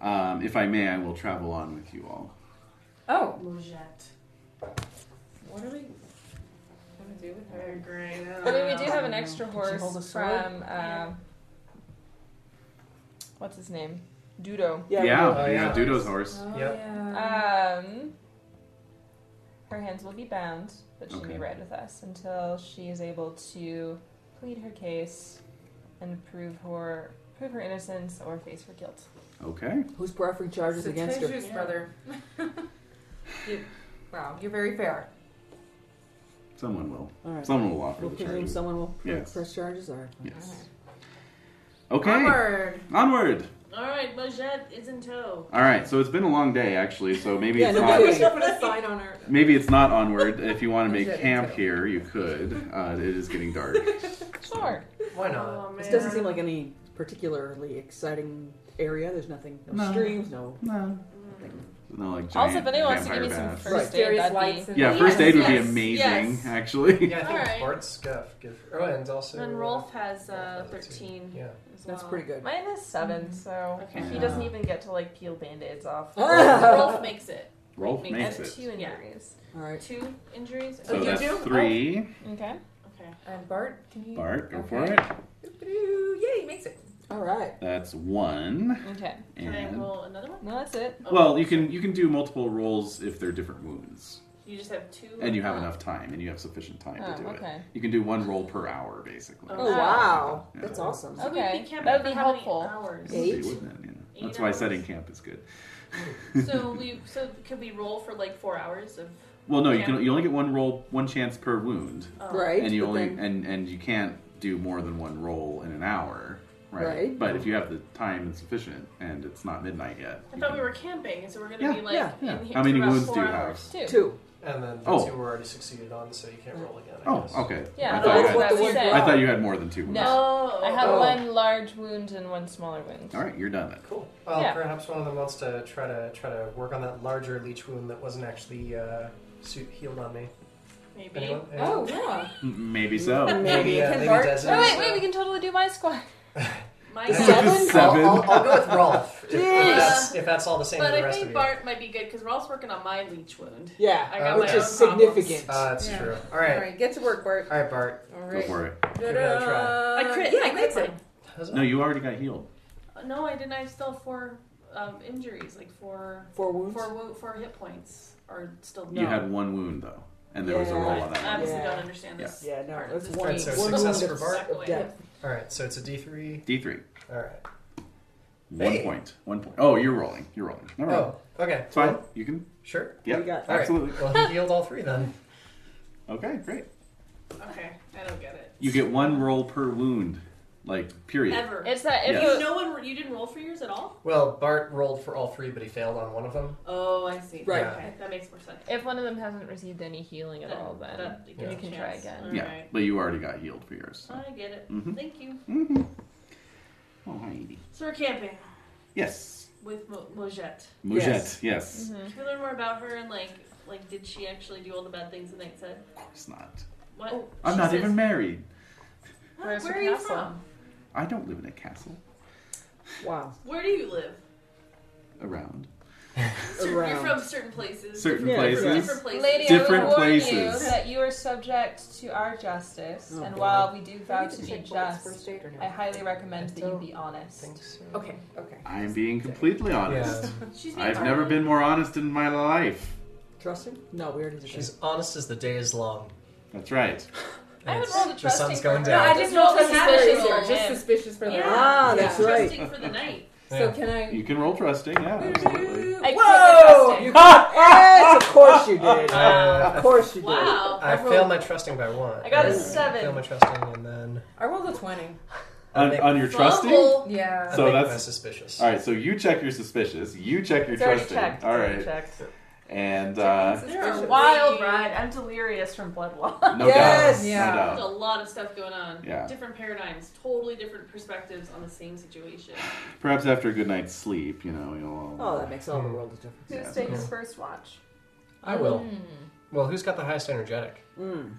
S1: um, if I may, I will travel on with you all.
S2: Oh.
S4: Mojette.
S2: What are we gonna do with
S4: I
S2: her?
S4: agree.
S6: I mean, we do have an extra
S7: you hold a
S6: horse
S7: sword?
S6: from um, what's his name, Dudo.
S1: Yeah,
S7: Yeah.
S1: yeah,
S3: Oh, yeah.
S1: Dudo's horse.
S2: Oh
S3: Yep.
S2: yeah.
S6: Um, her hands will be bound, but she'll
S1: Okay.
S6: be right with us until she is able to plead her case and prove her prove her innocence or face her guilt.
S1: Okay.
S7: Who's proffering charges
S2: So
S7: against her?
S2: Teju's brother. You- wow, you're very fair.
S1: Someone will.
S7: All right.
S1: Someone will offer
S7: We'll
S1: the
S7: presume
S1: charges.
S7: someone will pr-
S1: Yes.
S7: press charges. Or
S1: Yes. Okay.
S2: Onward.
S1: Onward.
S4: All right, Mojette is in tow.
S1: All right. So it's been a long day, actually. So maybe
S7: Yeah,
S1: it's
S7: no
S1: not.
S7: kidding.
S2: put a sign on her.
S1: Maybe it's not onward. If you want to make
S2: Mojette
S1: camp
S2: too.
S1: here, you could. Uh, it is getting dark.
S6: Sure.
S3: Mm-hmm. Why
S1: Uh,
S6: Oh.
S2: Oh,
S3: not?
S7: this doesn't seem like any particularly exciting area. There's nothing. No,
S1: No.
S7: streams. No.
S1: No. No, like giant
S6: also, if anyone wants to
S1: vampire
S6: give me some
S1: baths.
S6: first
S7: Right.
S6: aid,
S2: Various
S6: that'd
S2: lights.
S6: be
S2: and-
S1: Yeah, first aid would
S4: Yes,
S1: be amazing,
S4: yes.
S1: actually.
S3: Yeah, I
S6: All
S3: think
S6: right.
S3: Bart's scuff. Good for, oh, and also.
S6: And
S3: uh,
S6: Rolf has uh,
S3: Rolf has two.
S6: thirteen.
S3: Yeah.
S6: as
S7: That's
S6: well.
S7: pretty good.
S6: Mine is seven, so
S4: Okay.
S6: he doesn't even get to like peel band-aids off.
S4: Rolf makes it.
S1: Rolf
S4: Make
S1: makes
S6: I have
S1: it.
S6: two
S4: Yeah.
S6: injuries.
S7: All right.
S4: Two injuries.
S1: So
S4: oh,
S1: that's
S4: you do?
S1: three.
S6: Okay.
S4: Oh, okay.
S2: And Bart, can you?
S1: Bart, go for
S2: Okay.
S1: it.
S2: Doo-doo-doo. Yay, he makes it.
S7: All right.
S1: That's one.
S6: Okay.
S4: Can I
S1: And
S4: roll another one?
S6: No, that's it.
S4: Oh,
S1: well, you can you can do multiple rolls if they're different wounds.
S4: You just have two.
S1: And you have enough time, and you have sufficient time
S6: Oh,
S1: to do
S6: okay.
S1: it. You can do one roll per hour, basically.
S7: Oh, wow. That's awesome.
S4: So
S6: Okay,
S4: we'd be camping
S6: that would be
S4: for how many
S6: helpful.
S4: hours?
S1: That'd be,
S7: Eight?
S1: wouldn't it? Yeah.
S4: Eight
S1: That's why
S4: hours.
S1: setting camp is good.
S4: so we so can we roll for like four hours of?
S1: Well, no, you
S4: Yeah.
S1: can. You only get one roll, one chance per wound,
S4: Oh.
S7: Right.
S1: and you
S7: but
S1: only
S7: then-
S1: and and you can't do more than one roll in an hour, right?
S7: Right.
S1: But if you have the time and sufficient, and it's not midnight yet,
S4: I
S1: you
S4: thought
S1: can-
S4: we were camping, and so we're gonna
S1: Yeah,
S4: be like
S7: yeah,
S1: yeah.
S4: in here
S1: How many
S4: for about
S1: wounds
S4: four
S1: do you
S4: hours.
S6: Two.
S7: two.
S3: And then the
S1: Oh.
S3: two were already succeeded on, so you can't roll again. I guess.
S1: Oh, okay.
S6: Yeah,
S1: I thought, you
S7: that's
S1: had,
S7: what the
S6: we
S7: one-
S6: said.
S1: I thought you had more than two wounds.
S6: No.
S4: Oh,
S6: I have
S7: Oh.
S6: one large wound and one smaller wound.
S1: All right, you're done then.
S3: Cool. Well,
S6: Yeah.
S3: perhaps one of them wants to try to try to work on that larger leech wound that wasn't actually uh, suit healed on me.
S4: maybe.
S3: Anyone?
S2: Oh yeah.
S1: M- Maybe so.
S7: Maybe
S3: uh,
S7: it can
S3: maybe
S7: work.
S3: Desmond,
S6: Oh wait, wait, we can totally do my squad.
S4: My
S1: Seven? Seven.
S3: I'll, I'll, I'll go with Rolf. if, if
S7: Jeez.
S3: that's, if that's all the same
S4: But
S3: to the
S4: I
S3: rest of
S4: think
S3: you.
S4: Bart might be good because Rolf's working on my leech wound.
S7: Yeah,
S4: I got
S7: which
S4: my
S7: is
S4: own problems.
S7: significant.
S3: Uh, that's
S2: Yeah.
S3: true. All
S2: All
S3: right.
S2: right, get to work, Bart.
S3: All right, Bart.
S2: All
S1: Go
S2: right.
S1: for it.
S3: Give it a try.
S2: Ta-da.
S4: I crit.
S2: Uh, Yeah,
S4: I crit.
S2: amazing.
S4: mine.
S3: How's
S1: No,
S3: that?
S1: you already got healed.
S4: Uh, No, I didn't. I still have four um, injuries, like four,
S7: Four wounds.
S4: four, wo- four hit points are still.
S1: You
S4: no.
S1: had one wound though, and there was a
S7: Yeah.
S1: roll
S4: I
S1: on that.
S4: obviously
S7: Yeah.
S4: don't understand this.
S7: Yeah, no,
S4: part of
S7: that's
S4: this
S7: one,
S3: Right,
S4: game.
S3: so
S7: one wound
S3: success
S7: of-
S3: for Bart.
S7: of death.
S3: All right, so it's a D3.
S1: D three.
S3: All right.
S1: One
S3: Hey.
S1: point. One point. Oh, you're rolling. You're rolling. Never mind.
S3: Oh, okay.
S1: It's fine.
S3: Well,
S1: You can.
S3: sure.
S1: Yeah.
S7: you got?
S3: All right.
S1: Absolutely.
S3: Well, he healed all three then.
S1: Okay. Great.
S4: Okay, I don't get it.
S1: You get one roll per wound, like period.
S4: Ever.
S6: It's that if
S1: Yeah.
S4: you,
S6: you
S4: no one, you didn't roll for yours at all?
S3: Well, Bart rolled for all three, but he failed on one of them.
S4: Oh, I see.
S7: Right.
S4: Okay, that makes more sense.
S6: if one of them hasn't received any healing at all,
S4: That-
S6: then
S4: that
S6: you
S4: gives
S6: can
S4: a
S6: try
S4: chance.
S6: again.
S4: All
S1: Yeah,
S4: right.
S1: but you already got healed for yours. So.
S4: I get it.
S1: Mhm.
S4: Thank you.
S1: Mm-hmm. Alrighty.
S4: So we're camping
S1: Yes.
S4: with Mo- Mojette.
S1: Moujet. Yes.
S7: Yes.
S6: Mm-hmm.
S4: Can we learn more about her and like, like, did she actually do all the bad things the knight said?
S1: Of course not.
S4: What?
S1: I'm
S4: She
S1: not
S4: says-
S1: even married.
S4: Huh?
S6: Where's
S4: Where
S6: her
S4: are you
S6: castle?
S4: from?
S1: I don't live in a castle.
S7: Wow.
S4: Where do you live?
S1: Around.
S4: Cer- You're
S7: Around.
S4: from certain places.
S1: Certain
S4: different,
S1: places.
S4: Different places.
S6: Lady,
S1: Different
S6: I will warn you
S1: places.
S6: that you are subject to our justice,
S7: Oh,
S6: and
S7: boy.
S6: while we do vow
S15: Maybe
S6: to
S15: the
S6: be
S15: check box
S6: just,
S15: first aid or not.
S6: I highly recommend that you be honest.
S3: Think so.
S15: Okay, okay.
S1: I'm being completely honest.
S4: She's being
S1: I've never
S4: guarded.
S1: been more honest in my life.
S7: Trust him? No, we already did
S3: She's honest as the day is long.
S1: That's right.
S3: And
S6: I would
S3: it's-
S6: roll the
S3: The
S6: trusting
S3: sun's
S6: for
S3: going
S6: her.
S2: No, I
S3: down.
S2: didn't
S6: Just
S2: roll
S6: roll
S2: for suspicious
S6: suspicious
S2: or
S6: roll,
S2: just
S6: yeah.
S2: suspicious for
S4: Yeah.
S2: that.
S7: Ah, that's
S2: Yeah.
S7: right.
S4: Trusting for the night.
S3: Uh,
S2: So can I?
S1: You can roll trusting. Yeah,
S4: Mm-hmm.
S1: absolutely.
S6: I quit the
S7: Whoa!
S6: trusting.
S7: You- yes, of course you did.
S3: Uh,
S7: Of course you did.
S4: Wow.
S3: I failed my trusting by one.
S6: I got a
S3: Uh,
S6: seven.
S3: Failed my trusting and then
S2: I rolled a twenty.
S1: On,
S3: make-
S1: on your trusting?
S4: Bumble.
S2: Yeah.
S3: I
S1: So
S3: think
S1: that's-
S3: my suspicious.
S1: Alright, so you check your suspicious. You check your
S6: It's already
S1: trusting.
S6: checked.
S1: Alright.
S6: Checked.
S1: And uh
S4: They're a
S6: Wild
S4: wild
S6: ride. I'm delirious from blood loss.
S1: no
S7: Yes.
S1: doubt.
S2: Yeah.
S1: No
S4: There's a
S1: doubt.
S4: lot of stuff going on.
S1: Yeah.
S4: Different paradigms, totally different perspectives on the same situation.
S1: Perhaps after a good night's sleep, you know, you'll all
S7: Oh, that makes all the world a difference.
S1: Yeah.
S6: Who's takes first watch?
S3: I will. Well, who's got the highest energetic?
S7: Mm.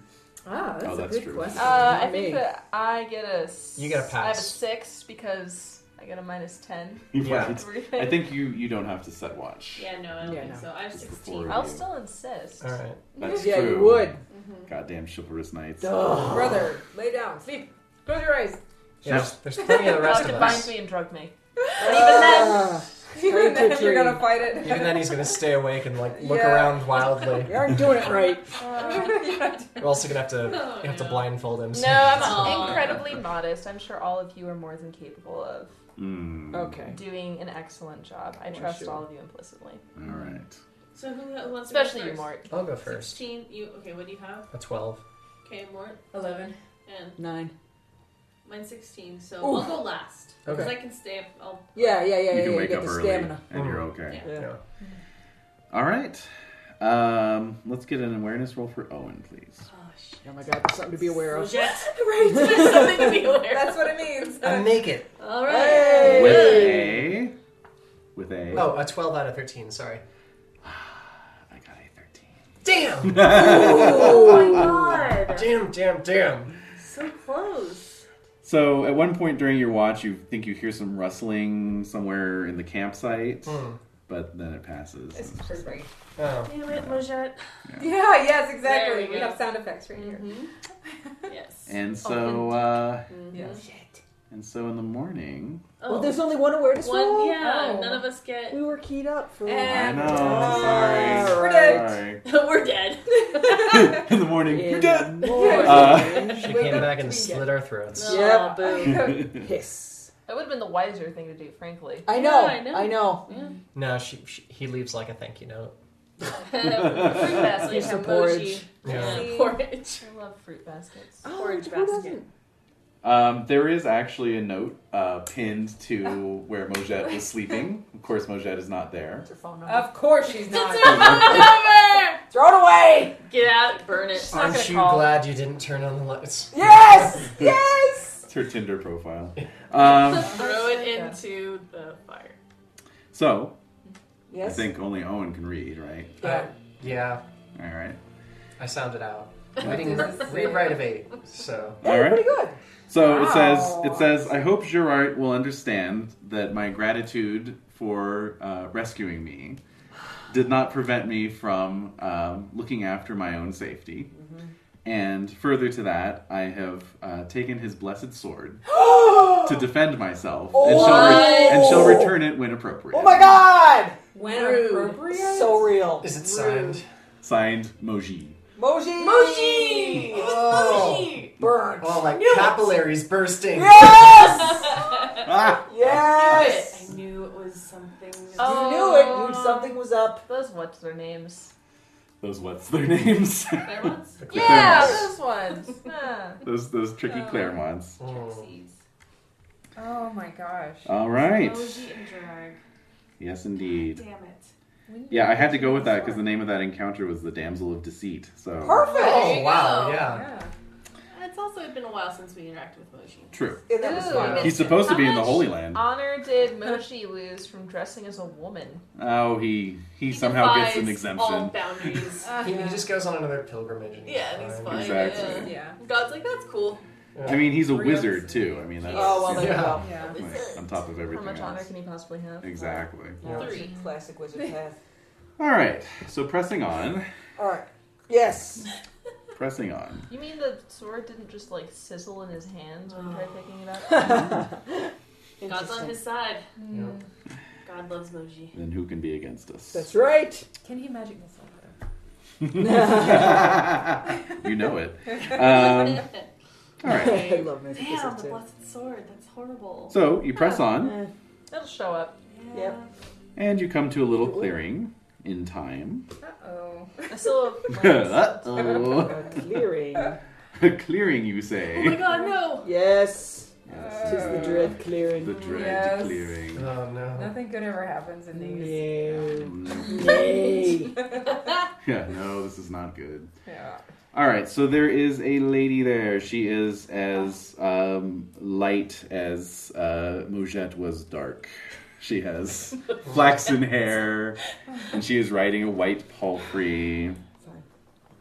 S2: Ah, that's
S1: Oh,
S2: a
S1: that's
S2: good
S1: true.
S2: question.
S6: Uh, I
S7: Me.
S6: think that I get a. s-
S3: You get a
S6: I have a
S3: pass.
S6: six because I get a minus ten.
S1: You're
S3: Yeah.
S1: right.
S6: Everything.
S1: I think you you don't have to set watch.
S4: Yeah, no, I don't
S7: Yeah,
S4: think
S7: no.
S4: so. I have
S1: Just
S4: 16.
S1: before-
S6: I'll still insist.
S3: All right.
S1: That's
S7: Yeah,
S1: true.
S7: you would.
S2: Mm-hmm.
S1: Goddamn chivalrous knights.
S7: Duh.
S2: Brother, lay down, sleep, close your eyes.
S3: Yeah, there's, there's plenty of the rest
S6: God
S3: of
S6: defines
S3: us.
S6: me and drug me.
S7: Ah,
S2: Even
S7: Straight
S2: then,
S7: to
S2: you're
S7: tree.
S2: gonna fight it.
S3: Even then, he's gonna stay awake and like look
S2: Yeah.
S3: around wildly.
S7: you aren't doing it right.
S3: We're also gonna have to
S4: Oh,
S3: have to
S4: no.
S3: blindfold him.
S6: Uh, No,
S3: so-
S6: I'm
S4: Aw.
S6: incredibly modest. I'm sure all of you are more than capable of
S1: Mm.
S7: Okay.
S6: doing an excellent job. I
S7: Well,
S6: trust
S7: sure.
S6: all of you implicitly,
S1: All right.
S4: So who, who wants to go
S6: especially you,
S4: first?
S6: Mort.
S3: I'll go first.
S4: 16. You okay? What do you have?
S3: A twelve.
S4: Okay, Mort
S2: Eleven.
S4: and
S7: Nine.
S4: mine's 16. So I'll go last because I can stay up. oh, I'll
S7: Yeah, yeah, yeah,
S1: you
S7: yeah.
S1: can
S7: you
S1: wake
S7: get
S1: up
S7: the
S1: early
S7: stamina.
S1: and you're
S2: Mm-hmm.
S1: okay.
S4: Yeah.
S7: Yeah.
S3: Yeah.
S1: All right. Um, let's get an awareness roll for Owen, please.
S4: Oh shit.
S7: Oh my god, there's something to be aware of.
S4: Jet.
S2: right.
S4: Something to be aware.
S2: That's what it means.
S3: I make it.
S4: All right.
S7: Hey!
S1: With a with a
S3: Oh, a twelve out of thirteen. Sorry.
S1: I got a thirteen.
S3: Damn.
S4: Oh my god.
S3: damn. Damn. Damn.
S4: So close.
S1: So at one point during your watch, you think you hear some rustling somewhere in the campsite,
S3: Hmm.
S1: but then it passes.
S2: It's
S1: and-
S2: perfect.
S3: Oh.
S4: Damn it, Mojette.
S2: Yeah. Yes.
S4: There
S2: Exactly.
S4: we
S2: We
S4: go.
S2: Mm-hmm. have sound effects right here.
S4: Yes.
S1: And so uh,
S2: Yeah.
S1: And so in the morning,
S4: Oh.
S7: Well, there's only one awareness
S4: One-
S7: roll?
S4: yeah,
S7: Oh.
S4: none of us get.
S7: We were keyed up for
S1: I know.
S7: Ah,
S1: I'm sorry.
S7: right.
S1: Sorry.
S4: We're dead.
S1: in the morning,
S7: In
S1: you're dead.
S7: the morning.
S1: Uh,
S3: She came back and slit our throats.
S4: No,
S7: Yep.
S4: boo.
S7: Hiss.
S12: That would have been the wiser thing to do, frankly.
S7: I know.
S4: Yeah,
S7: I
S4: I
S7: know.
S4: know.
S7: I know.
S3: No, she, she he leaves like a thank you note.
S4: Fruit basket
S7: Here's some
S4: emoji.
S7: porridge.
S3: Yeah.
S4: Yeah, porridge.
S12: I love fruit baskets.
S2: Oh,
S4: Porridge
S7: Oh, who
S4: basket.
S7: doesn't?
S1: Um, there is actually a note uh, pinned to where Mojette was sleeping. Of course, Mojette is not there.
S7: That's her phone number.
S2: Of course she's not.
S1: Ah,
S4: Number!
S7: Throw it away.
S4: Get out, burn it.
S12: not
S3: Aren't
S12: gonna
S3: you
S12: call.
S3: glad you didn't turn on the lights?
S7: Yes. Yes.
S1: It's her Tinder profile. Um,
S4: Throw it into the fire.
S1: so, I
S7: Yes.
S1: think only Owen can read, right?
S3: Uh, yeah,
S1: All right.
S3: I sounded out. Reading, read right of eight. So
S7: Yeah,
S1: All right.
S7: Pretty good.
S1: So it
S7: Wow.
S1: says it says I hope Gerard will understand that my gratitude for uh, rescuing me did not prevent me from um, looking after my own safety.
S7: Mm-hmm.
S1: And further to that, I have uh, taken his blessed sword to defend myself and, shall re- and shall
S7: What?
S1: return it when appropriate.
S7: Oh my God.
S2: When
S12: Rude.
S2: appropriate.
S7: So real.
S3: is it signed?
S1: Signed, Moji.
S7: Moji.
S4: Moji!
S7: Oh. Burnt.
S3: Oh, my capillaries bursting.
S7: Yes.
S1: Ah!
S7: yes.
S4: I knew it was something.
S12: Oh.
S7: You knew it. You, something was up.
S12: Those what's their names?
S1: Those what's their names?
S4: Claremont's?
S12: Yeah,
S1: Claremonts.
S12: those ones. Yeah.
S1: Those those tricky
S7: Oh.
S1: Claremonts.
S3: Mm.
S4: Seeds.
S6: Oh my gosh.
S1: All right.
S4: Emoji and Gerard.
S1: Yes, indeed.
S4: Damn it.
S1: Yeah, I had to go with that because the name of that encounter was the Damsel of Deceit. So
S7: Perfect.
S4: There
S3: Oh
S4: you
S3: wow,
S4: go.
S3: yeah.
S6: Yeah.
S4: It's also been a while since we interacted with Moji.
S1: true.
S7: Yeah, that was
S12: Ooh,
S7: fun.
S12: I
S1: He's supposed to be in the
S12: How much
S1: Holy Land.
S12: Honor did Moshi lose from dressing as a woman.
S1: Oh, he he, somehow gets an
S4: defies All
S1: exemption.
S4: boundaries. Uh,
S16: Uh,
S3: He, he just goes on another pilgrimage. And
S4: yeah, and he's fine.
S1: Exactly.
S2: Yeah.
S4: Yeah. God's like, that's cool.
S1: I mean, he's a
S2: Free
S1: wizard
S2: us.
S1: too. I mean, that's
S7: Oh well, there
S1: you know,
S7: you
S3: Yeah.
S7: go.
S2: Yeah.
S1: like, on top of
S12: How
S1: everything
S12: much honor
S1: else.
S12: can he possibly have?
S1: Exactly.
S7: Yeah,
S4: Three.
S7: it's a Classic wizard path.
S1: All right. So pressing on,
S7: All right. Yes.
S1: pressing on.
S12: You mean the sword didn't just like sizzle in his hands when he
S2: Oh.
S12: tried picking it up?
S4: God's on
S7: Interesting.
S4: his side.
S3: Yeah.
S4: God loves Moji.
S1: Then who can be against us?
S7: That's right.
S2: Can he magic missile her?
S1: you know it. Um, all right.
S7: I love magic
S4: Damn,
S7: wizards
S4: the
S7: too.
S4: blessed sword. That's horrible.
S1: So you press on,
S7: Eh,
S12: It'll show up.
S7: Yep.
S1: and you come to a little clearing in time.
S2: Uh oh.
S12: I still
S1: Uh-oh.
S7: a clearing.
S1: A clearing, you
S4: Oh my
S1: say?
S4: god, no!
S7: Yes. Uh,
S1: Yes.
S7: Tis the dread clearing.
S1: The dread
S2: Yes.
S1: clearing.
S3: Oh no.
S2: Nothing good ever happens in these.
S7: No.
S1: Mm.
S7: Nay.
S1: Yeah, no, this is not good.
S2: Yeah.
S1: All right, so there is a lady there. She is as um, light as uh, Moujette was dark. She has flaxen hair, and she is riding a white palfrey.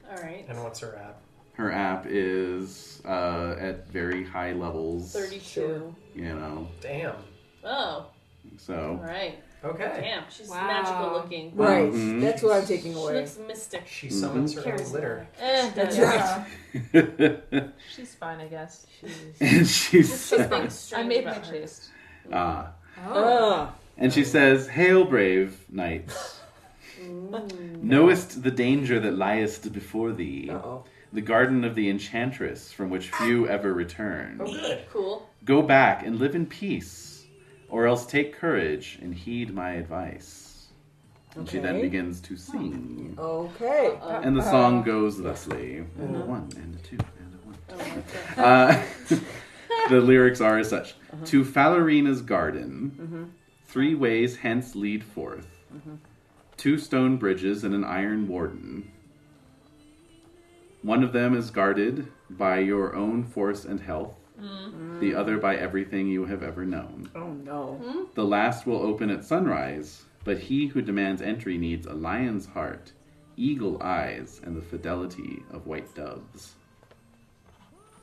S4: Alright.
S3: And what's her app?
S1: Her app is uh, at very high levels.
S4: 32.
S7: Sure.
S1: You know,
S3: Damn.
S4: Oh,
S1: so
S4: alright.
S3: Okay.
S4: Damn, she's
S2: Wow.
S4: magical looking.
S7: Right.
S1: Mhm.
S7: That's what I'm taking
S4: She
S7: away.
S4: looks mystic.
S3: She summons her own litter.
S4: Eh,
S12: That's
S4: yeah.
S7: right.
S12: She's fine, I guess.
S1: and she
S4: Just something
S1: says,
S12: I
S4: strange
S12: made my
S4: about her.
S12: chase.
S1: ah,
S2: Oh.
S7: Ah.
S1: And she says, Hail, brave knights. Knowest the danger that liest before thee,
S7: Uh-oh.
S1: the garden of the enchantress from which few ever return.
S3: Oh good.
S4: Cool.
S1: Go back and live in peace, or else take courage and heed my advice. And she then
S7: Okay.
S1: begins to sing.
S7: Okay.
S1: And the song goes thusly. And a one, and a two, and a one. Uh, the lyrics are as such To Falerina's garden, three ways hence lead forth, two stone bridges and an iron warden. One of them is guarded by your own force and health, the other by everything you have ever known.
S7: Oh no.
S1: The last will open at sunrise, but he who demands entry needs a lion's heart, eagle eyes, and the fidelity of white doves.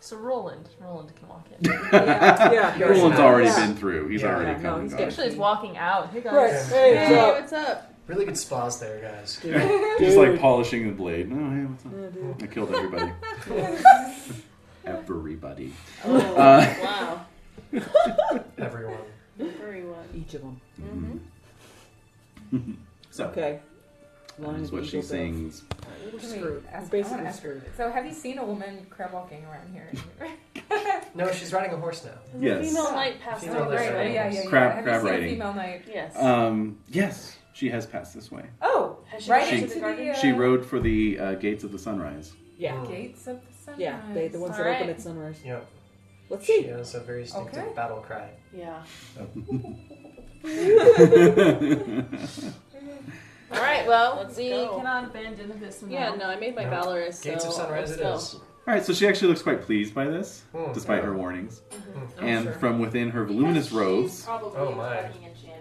S12: So Roland, Roland can walk in.
S7: Yeah.
S3: Yours
S1: Roland's
S3: has.
S1: already
S7: Yeah.
S1: been through. He's
S3: Yeah.
S1: already
S7: Yeah, no,
S1: come. and
S7: he's
S1: gone.
S12: Actually, he's walking out. Hey guys.
S7: Right. Hey,
S3: Yeah.
S7: what's up?
S2: what's up?
S3: Really good spas there, guys.
S1: Just like
S7: Dude.
S1: polishing the blade. No, hey, what's
S7: Yeah,
S1: up?
S7: dude.
S1: I killed everybody. everybody.
S4: Oh,
S1: Uh,
S4: wow.
S3: Everyone.
S4: Everyone.
S7: Each of them.
S1: Mm-hmm. So
S7: Mm-hmm. Okay.
S1: that is what she sings.
S7: Screwed.
S16: Ask, I
S7: Basically
S16: wanna ask-
S7: screwed.
S16: So, have you seen a woman crab walking around here? Oh,
S3: No, she's riding a horse now.
S1: Yes.
S4: Female knight passed
S3: Female
S4: out.
S3: knight
S16: right,
S3: riding a
S16: yeah,
S3: horse.
S16: yeah, yeah.
S1: Crab-
S16: have
S1: crab
S16: you seen
S1: riding.
S16: a female knight?
S4: Yes.
S1: Um, yes, she has passed this way.
S16: Oh,
S4: Has she
S16: right
S4: gone
S1: She,
S16: into the garden.
S1: she rode for the uh, gates of the sunrise.
S7: Yeah.
S1: Hmm.
S16: Gates of the sunrise.
S7: Yeah. They, the ones that
S4: Alright.
S7: open at sunrise.
S3: Mm. Yep.
S7: Let's
S3: She
S7: see.
S3: has a very distinctive
S16: Okay.
S3: battle cry.
S4: Yeah.
S12: All right, well,
S4: Let's
S12: we
S4: go.
S12: cannot abandon this now.
S4: Yeah, no, I made my
S3: No.
S4: Valorous.
S3: Gates of
S4: so
S3: Sunrise
S4: let's
S3: it
S4: go.
S3: is.
S1: All right, so she actually looks quite pleased by this,
S3: Hmm.
S1: despite her warnings.
S2: Oh,
S1: and
S2: sure.
S1: from within her voluminous robes,
S3: Oh my.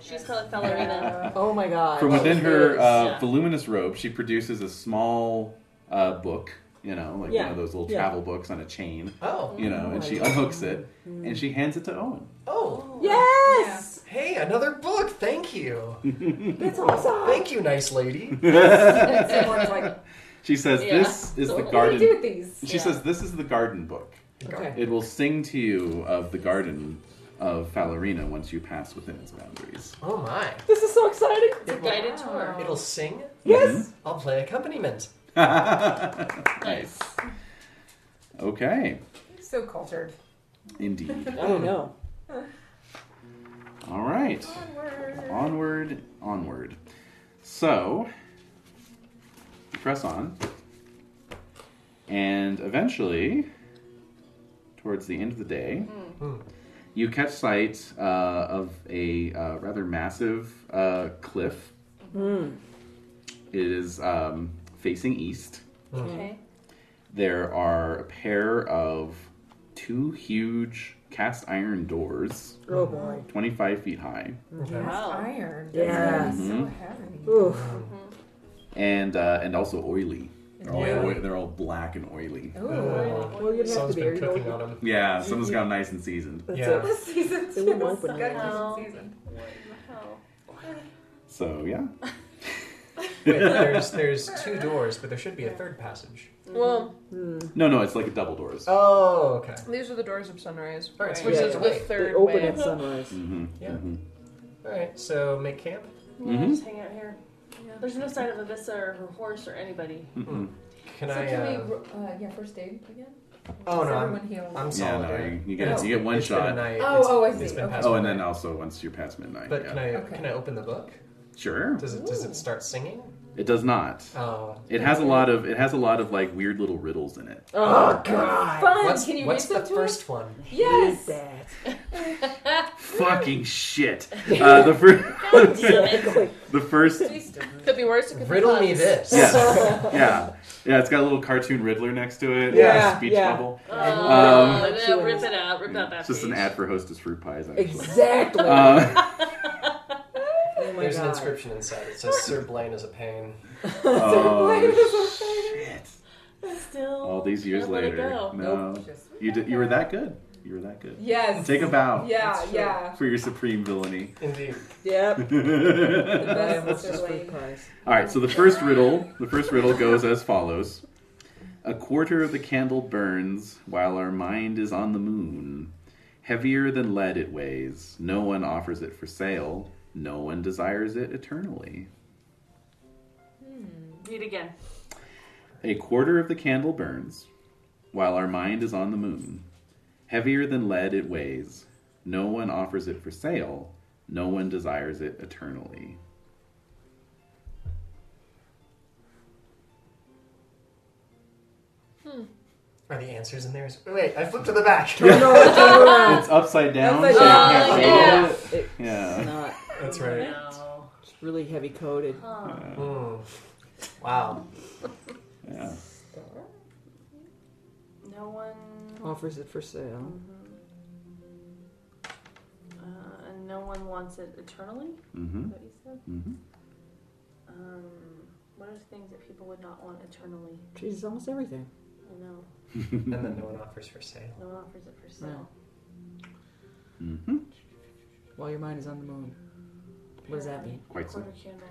S4: She's called Ballerina.
S7: Oh my god.
S1: from within her
S4: is,
S1: uh,
S4: yeah.
S1: voluminous robe, she produces a small uh, book. You know, like one
S7: Yeah,
S1: of those little
S7: yeah.
S1: travel books on a chain.
S4: Mm.
S3: Oh.
S1: You know, and she unhooks it and she hands it to Owen.
S3: Oh.
S7: Yes.
S3: Hey, another book. Thank you.
S7: That's awesome.
S3: Thank you, nice lady.
S7: Someone's like,
S1: She says,
S4: Yeah.
S1: "This is the
S4: What do we
S1: garden."
S2: do with these?
S1: She
S4: Yeah.
S1: says, "This is the garden book.
S7: okay.
S1: It will sing to you of the garden of Fallerina once you pass within its boundaries."
S3: Oh my.
S7: This is so exciting.
S3: It will,
S4: Guided tour.
S3: it'll sing.
S1: Mm-hmm.
S7: Yes.
S3: I'll play accompaniment.
S1: nice. Okay,
S16: So cultured.
S1: indeed.
S7: I don't know.
S1: All right. Onward, onward. So, you press on. And eventually, towards the end of the day,
S3: Mm.
S1: you catch sight uh, of a uh, rather massive uh, cliff. It is um, facing east.
S4: Okay.
S1: There are a pair of two huge cast iron doors,
S7: Oh boy.
S1: 25 feet high.
S16: That's
S4: Wow.
S16: iron.
S7: Yeah.
S16: That's so
S1: Mhm.
S16: heavy.
S7: Oof.
S1: and uh, and also oily. They're all,
S3: Oh, Yeah.
S1: oi- they're all black and oily.
S16: Ooh.
S7: Well, you'd have to
S3: Uh, Someone's
S7: be.
S3: been
S7: you know,
S3: cooking on him.
S1: Yeah, someone's got 'em nice and seasoned.
S7: That's
S3: Yeah.
S7: it.
S16: Season
S7: They
S16: two.
S7: wouldn't open
S16: Suck
S7: it.
S16: it up.
S4: Wow.
S16: Season.
S1: So yeah,
S3: Wait, there's there's two doors, but there should be a third passage.
S12: Well,
S7: Hmm.
S1: no, no, it's like a double doors.
S3: Oh, okay.
S12: these are the doors of sunrise,
S3: All right, so
S12: which
S3: yeah,
S12: is
S3: yeah,
S12: the
S3: right.
S7: They
S12: third
S7: open
S12: way.
S7: at sunrise.
S1: Mm-hmm.
S3: Yeah.
S1: hmm
S3: All right, so make camp.
S1: Mhm.
S4: Just hang out here. There's no sign of Avissa or her horse or anybody.
S1: mm-hmm.
S3: Can
S16: So
S3: I?
S16: can
S3: uh,
S16: we, uh, yeah, first aid again?
S3: Oh
S16: Is
S3: no, I'm,
S16: everyone healed?
S3: I'm
S1: Yeah,
S3: solid.
S1: no,
S3: right?
S1: you, you get
S3: No,
S1: you get one
S3: it's been a
S1: shot.
S3: night.
S16: Oh,
S3: It's-
S16: oh, I
S3: It's
S16: see.
S3: been
S16: Okay.
S3: past
S1: Oh, and
S3: midnight.
S1: then also once you're past midnight.
S3: But
S1: yeah.
S3: can I
S16: Okay.
S3: can I open the book?
S1: Sure.
S3: Does it does it start singing?
S1: It does not.
S3: Oh,
S1: It has a lot of it has a lot of like weird little riddles in it.
S7: Oh god.
S16: Fun.
S3: what's
S16: can you
S3: what's
S16: read
S3: the
S16: them to us?
S3: first one?
S16: Yes.
S7: That.
S1: Fucking shit. Uh, the first
S7: Exactly.
S1: the first
S12: Could be worse. It could
S3: Riddle
S12: be
S3: me
S12: puns.
S3: this.
S1: yeah yeah yeah it's got a little cartoon Riddler next to it.
S7: Yeah,
S1: speech
S7: yeah.
S1: bubble.
S4: Oh,
S7: Um,
S4: no, rip it out. Rip out that
S1: It's just an
S4: page.
S1: ad for Hostess fruit pies. Actually.
S7: exactly.
S1: Uh,
S7: oh my
S3: There's an
S7: god.
S3: inscription inside. It says Sir Blaine is a pain.
S1: oh, shit.
S4: Still.
S1: All these years
S4: can't let it
S1: later.
S4: go.
S1: No.
S16: Just-
S1: You, did, you were that good. You were that good.
S16: Yes.
S1: Take a bow
S16: Yeah,
S7: That's true.
S16: yeah.
S1: for your supreme villainy.
S3: Indeed.
S7: Yep.
S1: All
S7: I
S16: That's
S7: almost
S16: Mr.
S7: just
S16: Lane.
S7: food pies.
S1: right, so the first riddle, the first riddle goes as follows. A quarter of the candle burns while our mind is on the moon. Heavier than lead it weighs. No one offers it for sale. No one desires it eternally.
S4: Read again.
S1: A quarter of the candle burns, while our mind is on the moon. Heavier than lead it weighs. No one offers it for sale. No one desires it eternally.
S3: Are the answers in there? Wait, I flipped to the back.
S1: It's upside down.
S7: Upside
S1: so you can't
S7: down.
S4: Oh,
S1: see
S4: yeah.
S1: it.
S7: It's
S1: Yeah.
S7: not.
S3: That's right.
S4: No.
S7: It's really heavy coated.
S4: Oh,
S3: Mm. Wow.
S1: Yeah.
S4: No one.
S7: Offers it for sale.
S4: Uh, and no one wants it eternally.
S1: Mm-hmm.
S4: Is that what you said?
S1: Mhm.
S4: Um, what are things that people would not want eternally?
S7: Jesus, almost everything.
S4: I know.
S3: And then no one offers for sale.
S4: No one offers it for sale.
S1: Mm-hmm.
S7: While your mind is on the moon. What does that mean?
S1: Quite so.
S4: Quarter candle.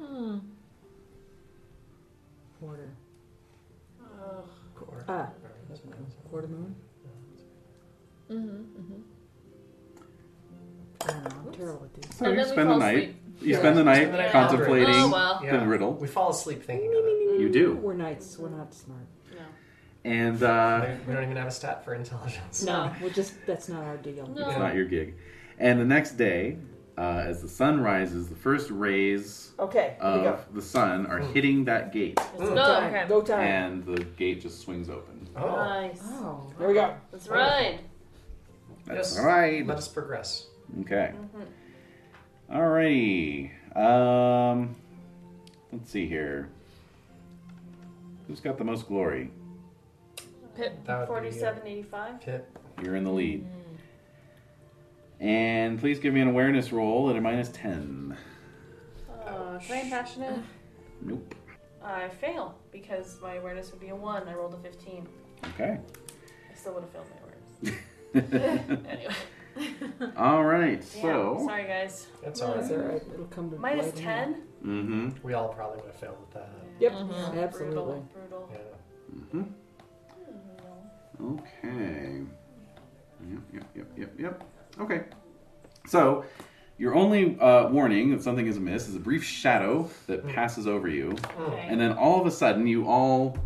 S12: Hmm.
S7: Quarter.
S4: Ugh.
S7: Uh,
S3: Quarter.
S7: Ah. Quarter moon?
S12: Mm-hmm.
S1: so
S4: And
S1: you
S4: then we
S1: spend the
S4: fall
S1: night.
S4: asleep.
S1: You
S4: Yeah.
S1: spend the night
S4: Spend the night
S1: contemplating
S4: pondering. Oh, well.
S1: the
S4: Yeah.
S1: riddle.
S3: We fall asleep thinking about it.
S1: You do,
S7: We're knights. We're not smart.
S1: and uh,
S3: We don't even have a stat for intelligence.
S7: No, we're just that's not our deal.
S1: It's not your gig. And the next day, uh, as the sun rises, the first rays
S7: Okay, here we
S1: of the sun are hitting that gate.
S7: Go time. Go time.
S1: And the gate just swings open.
S3: Oh.
S4: Nice.
S7: Oh, there we go.
S4: Let's ride.
S1: That's
S3: Yes.
S1: right.
S3: Let us progress.
S1: Okay. Alrighty. Um, let's see here. Who's got the most glory?
S3: That
S4: Pip,
S3: would be, uh,
S4: forty-seven eighty-five.
S3: Pip.
S1: You're in the lead. And please give me an awareness roll at a minus 10.
S4: Uh, can I impassion it?
S1: Nope.
S4: I fail because my awareness would be a one. I rolled a fifteen.
S1: Okay.
S4: I still would have failed my awareness. Anyway.
S1: All right.
S4: Damn,
S1: So.
S4: sorry guys.
S3: That's all right.
S7: That's all right. It'll come to
S4: Minus
S7: light in
S4: ten.
S1: Mm-hmm.
S3: We all probably would have failed with that.
S7: Yep,
S4: Mhm.
S7: absolutely.
S4: Brutal. Brutal.
S3: Yeah.
S1: Mm-hmm. Okay. Yep, yep, yep, yep, yep. Okay. So, your only uh, warning that something is amiss is a brief shadow that passes over you,
S4: Okay.
S1: and then all of a sudden you all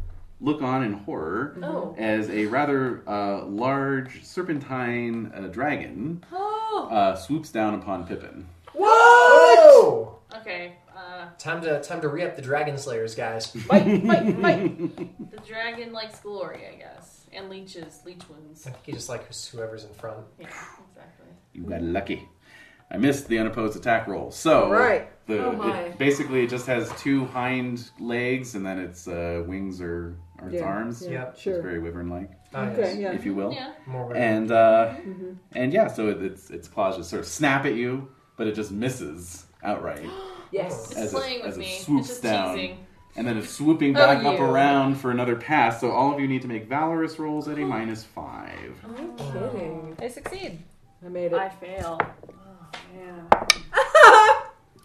S1: look on in horror
S4: Oh.
S1: as a rather uh, large serpentine uh, dragon
S4: Oh.
S1: uh, swoops down upon Pippin.
S3: Whoa!
S4: Okay. Uh,
S3: Time to time to re up the dragon slayers, guys.
S7: Fight, fight, fight.
S4: the dragon likes glory, I guess, and leeches, leech wounds.
S3: I think he just likes whoever's in front.
S4: Yeah, exactly.
S1: You got lucky. I missed the unopposed attack roll. So
S7: Right.
S1: the,
S2: Oh my.
S1: It, basically, it just has two hind legs, and then its uh, wings are, are its
S7: Yeah,
S1: arms.
S7: yeah,
S3: Yep.
S1: It's
S7: Sure.
S1: very wyvern-like,
S3: Oh, yes.
S7: Okay, yeah. Mm-hmm.
S1: if you will.
S4: Yeah.
S3: More women.
S1: And uh, and yeah, so it, its its claws just sort of snap at you, but it just misses outright
S7: Yes.
S4: It's
S1: as
S4: playing
S1: it,
S4: with
S1: as
S4: me.
S1: it
S4: It's
S1: swoops
S4: just
S1: down,
S4: teasing.
S1: and then it's swooping back up
S4: you.
S1: around for another pass. So all of you need to make valorous rolls at a minus five.
S2: I'm
S7: kidding.
S6: I succeed.
S7: I made
S4: I
S7: it.
S4: fail. Oh, man.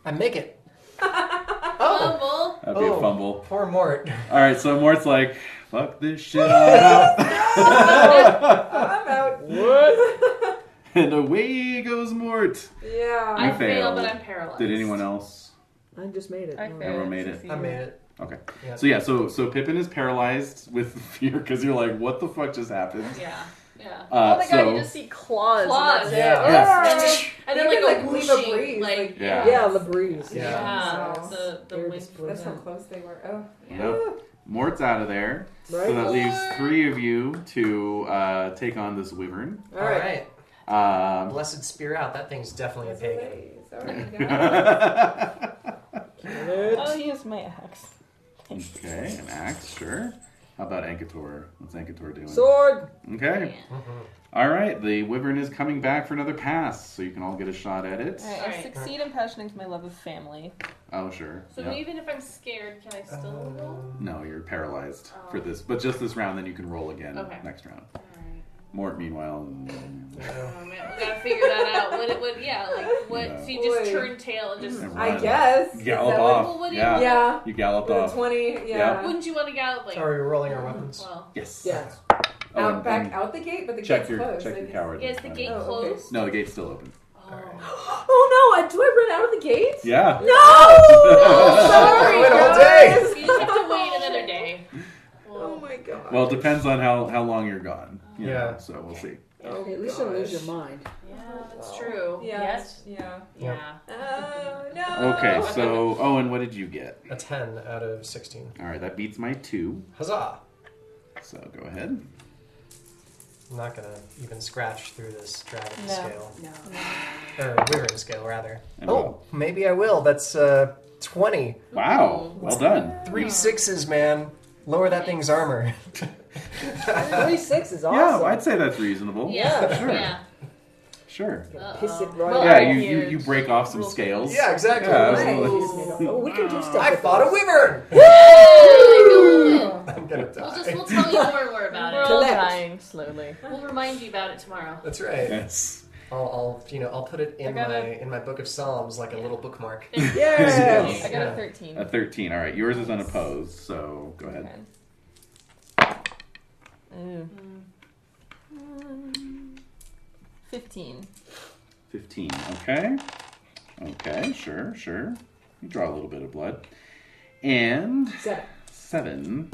S3: I make it. oh,
S4: Bumble.
S1: That'd be a
S3: Oh.
S1: fumble.
S3: poor Mort.
S1: All right, so Mort's like, "Fuck this shit." I'm out."
S2: out.
S7: What?
S1: And away goes Mort.
S2: Yeah.
S4: I
S1: You
S4: fail,
S1: failed.
S4: but I'm paralyzed.
S1: Did anyone else?
S7: I just made it.
S6: I
S7: No.
S6: failed.
S1: Everyone made it.
S6: succeeded.
S3: I made it.
S1: Okay.
S3: Yeah.
S1: So yeah, so so Pippin is paralyzed with fear because you're like, what the fuck just happened?
S4: Yeah. Yeah.
S1: Uh,
S12: oh my
S1: so
S12: god, you just see claws. and
S4: Claws.
S12: that's it.
S3: Yeah.
S4: And then, and then
S2: You
S4: like,
S2: can,
S4: a
S2: like, leave
S4: whooshing,
S2: a breeze,
S4: like,
S2: like-
S1: yeah.
S7: Yeah, the breeze.
S3: Yeah.
S4: yeah,
S2: Yeah.
S4: the, the
S7: Air
S4: wind
S7: just blew
S4: blew
S2: That's how
S4: down.
S2: close they were. Oh.
S1: Yep. Mort's out of there, so
S7: Right.
S1: that leaves three of you to uh, take on this wyvern.
S7: All right.
S1: Um,
S3: Blessed spear out. That thing's definitely a
S2: That's
S3: pagan.
S2: hilarious. Oh my God.
S1: okay,
S6: Oh,
S7: Let's-
S6: he is my axe.
S1: an axe, sure. How about Ankator? What's Ankator doing?
S7: Sword.
S1: okay. All right, the wyvern is coming back for another pass, so you can all get a shot at it.
S6: All right, I
S4: Alright.
S6: succeed in passioning to my love of family.
S1: Oh, sure.
S4: So
S1: Yep.
S4: even if I'm scared, can I
S3: Uh,
S4: still roll?
S3: Um,
S1: No, you're paralyzed
S4: Oh.
S1: for this, but just this round, then you can roll again
S4: Okay.
S1: next round.
S4: Alright.
S1: Mort, meanwhile,
S4: Oh, man. We gotta figure that out. What, what, yeah, like, what,
S1: Yeah.
S4: so you just
S2: Boy.
S4: turn tail and just,
S1: Never mind.
S2: I guess. Is
S1: gallop
S2: that
S1: off.
S2: what-
S4: Well, what do you-
S1: yeah.
S2: Yeah.
S1: you galloped
S2: With a
S1: off.
S2: Twenty.
S1: Yeah.
S2: Yeah.
S4: wouldn't you want to gallop, like,
S3: Sorry, we're rolling our weapons.
S4: well.
S1: Yes.
S7: Yeah.
S1: Oh,
S2: out
S1: and-
S2: back
S1: and
S2: out the gate, but the
S1: check
S2: gate's
S1: your
S2: closed.
S1: check
S2: I
S1: your
S2: guess.
S1: coward.
S4: Yeah, is the gate
S2: Oh, okay.
S4: closed?
S1: No, the gate's still open.
S4: Oh.
S2: Oh no! I, do I run out of the gate?
S1: Yeah.
S2: No! Sorry,
S3: Wait a whole
S2: guys.
S3: day.
S4: Oh. You just have to wait another day.
S2: Oh
S4: Well,
S2: my god.
S1: Well, it depends on how how long you're gone. you
S3: Yeah.
S1: know, so we'll see.
S7: Okay, at least you don't lose your mind.
S4: yeah, that's true.
S2: Yeah.
S4: Yes.
S2: Yeah.
S4: Yeah.
S2: Oh no.
S1: Okay. So Owen, what did you get?
S3: A 10 out of 16.
S1: All right, that beats my two.
S3: Huzzah!
S1: So go ahead.
S3: I'm not gonna even scratch through this dragon
S6: No.
S3: scale.
S4: No.
S3: Or wyvern scale, rather.
S1: And
S3: Oh,
S1: roll.
S3: maybe I will. That's uh, 20.
S1: Wow. Well done.
S3: Three sixes, man. Lower that thing's armor.
S7: Three six is awesome.
S1: Yeah, I'd say that's reasonable.
S4: Yeah.
S1: Sure.
S4: Yeah.
S1: Sure.
S4: Uh-oh.
S7: Piss it right
S2: Oh,
S6: Well,
S1: Yeah.
S7: out.
S1: You,
S6: I'm
S1: you you
S6: huge.
S1: break off some scales.
S3: yeah, exactly.
S1: Yeah,
S7: Nice.
S1: absolutely.
S7: Oh, we can do stuff.
S3: I
S7: with
S3: fought a
S7: this.
S3: wyvern!
S4: Oh my God.
S3: I'm gonna
S4: We'll
S3: die.
S4: just we'll tell you more and more about
S6: We're
S4: it.
S6: all
S7: Collect.
S6: dying slowly.
S4: We'll remind you about it tomorrow.
S3: That's right.
S1: Yes.
S3: I'll, I'll, you know, I'll put it in
S6: I gotta-
S3: my in my book of Psalms like a little bookmark.
S7: Yes.
S6: I got
S3: Yeah.
S6: a 13.
S1: A thirteen. All right, yours is unopposed. So go ahead.
S6: Ooh. Fifteen.
S1: Fifteen. Okay. Okay, sure, sure. You draw a little bit of blood. And.
S16: Seven.
S1: Seven.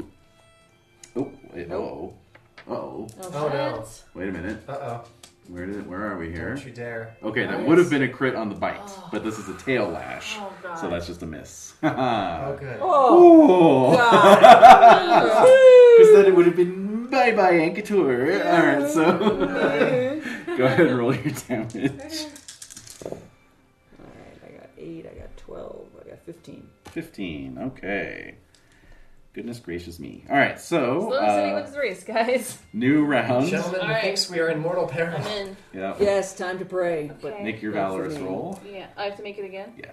S1: Oh, wait, oh. Uh-oh.
S3: Oh, Oh, no. shit.
S1: Wait a minute.
S3: Uh-oh.
S1: Where did where are we here?
S3: Don't you dare.
S1: Okay, that
S3: Nice.
S1: would have been a crit on the bite, but this is a tail lash.
S3: Oh, God.
S1: So that's just a miss. oh
S3: good.
S1: Oh.
S3: Oh, God.
S1: Because then it would have been bye bye Ankator. Alright, so go ahead and roll your damage.
S7: Alright, I got 8, I got 12, I got 15.
S1: 15. Okay. Goodness gracious me. All right, so
S6: Slow city
S1: uh,
S6: wins the race, guys.
S1: new round.
S3: Gentlemen
S6: All right.
S3: thinks we are in mortal peril.
S6: I'm in.
S1: Yeah.
S7: Yes, time to pray. But
S1: Make your valorous roll.
S4: Yeah, I have to make it again.
S1: Yeah.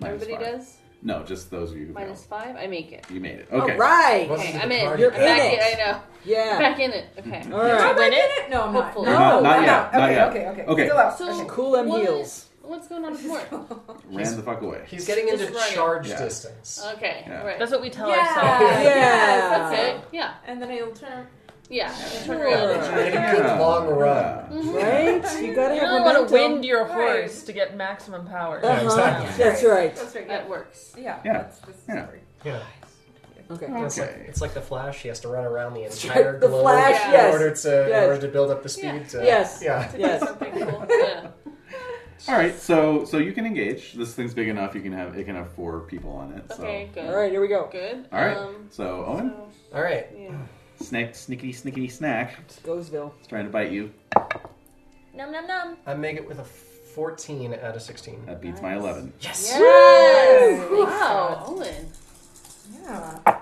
S1: Minus
S4: Everybody
S1: five.
S4: does.
S1: No, just those of you who failed.
S4: Minus five. I make it.
S1: You made it. Okay.
S7: All Oh, right.
S4: Okay, I'm in.
S7: You're
S4: I'm back
S7: in
S4: in.
S7: it.
S4: I know.
S7: Yeah.
S4: Back in it. Okay.
S7: All right. Am I
S4: win
S7: back
S4: it?
S16: No, I'm not.
S4: Hopefully.
S1: You're not- not yet, not
S16: okay,
S1: yet.
S16: okay, okay,
S1: Okay.
S16: Still out.
S4: So,
S16: okay.
S7: Cool them
S4: what-
S7: heels.
S4: What's going on with Mort?
S1: Ran the fuck away.
S3: He's getting into
S4: Just running. Uh,
S3: charge
S1: Yeah.
S3: distance.
S4: Okay,
S1: Yeah.
S4: right.
S6: That's what we tell
S2: Yeah.
S6: ourselves.
S7: Yeah.
S4: That's it. Yeah.
S2: And then I'll turn.
S4: Yeah.
S3: You're getting a good long run.
S1: Mm-hmm.
S7: Right? You gotta
S6: You
S7: have
S6: really want to
S7: momentum.
S6: wind your horse to get maximum power.
S7: Uh-huh.
S3: exactly.
S7: That's right.
S2: That's right.
S4: That
S2: Yeah.
S4: works.
S2: Yeah.
S1: Yeah.
S2: That's, this is
S1: Yeah.
S2: great.
S3: Yeah.
S7: Okay.
S3: It's, like,
S1: Okay.
S3: it's like the Flash. He has to run around the entire
S7: The
S3: globe
S7: Flash,
S3: in
S7: yes.
S3: order to
S7: Yes.
S3: in order to build up the speed.
S4: Yeah.
S3: To,
S7: Yes.
S3: Yeah.
S7: Yes.
S4: Something cool. Yeah.
S1: All right, so so you can engage. This thing's big enough. You can have it can have four people on it. So.
S4: Okay, good.
S7: All right, here we go.
S4: Good.
S1: All right.
S4: Um,
S1: so Owen,
S4: so,
S3: All right.
S4: yeah.
S1: snake, snickety, snickety, snack.
S7: Goesville.
S1: It's trying to bite you.
S6: Num num num.
S3: I make it with a 14 out of 16.
S1: That beats my eleven.
S3: Yes.
S6: Yes.
S4: Wow, Owen.
S16: Yeah.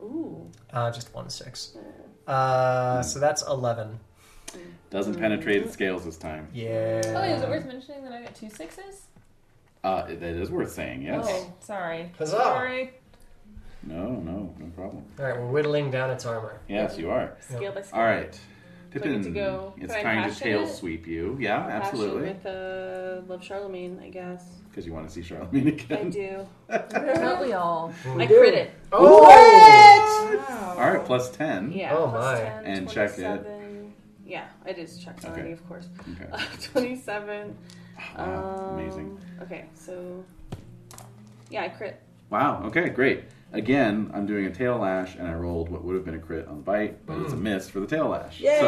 S4: Ooh.
S3: Uh, just one six. Uh, so that's 11.
S1: Doesn't penetrate its scales this time.
S3: Yeah.
S6: Oh, wait, is it worth mentioning that I got two sixes?
S1: Uh, that is worth saying. Yes.
S4: Oh.
S6: Okay, sorry.
S3: Huzzah.
S6: Sorry.
S1: No, no, no problem.
S3: All right, we're whittling down its armor.
S1: Yes, you are.
S4: Scale by scale.
S1: All right,
S4: I
S1: Pippin.
S4: get to go-
S1: it's
S4: can I
S1: trying to
S4: passion
S1: tail
S4: it?
S1: sweep you. Yeah,
S4: Passion
S1: absolutely.
S4: With uh, Love Charlemagne, I guess.
S1: Because you want to see Charlemagne
S4: I
S1: again.
S4: do.
S6: Don't we all?
S4: I crit it.
S3: Oh!
S16: Wow.
S1: All right, plus ten.
S4: Yeah.
S3: Oh,
S4: plus
S3: my.
S4: 10,
S1: And check it.
S4: 27. Yeah, I just checked already,
S1: Okay.
S4: of course.
S1: Okay.
S4: Uh, 27.
S1: Wow,
S4: um,
S1: amazing.
S4: Okay, so. Yeah, I crit.
S1: Wow. Okay, great. Again, I'm doing a tail lash, and I rolled what would have been a crit on the bite, but it's a miss for the tail lash.
S7: Yay!
S1: So,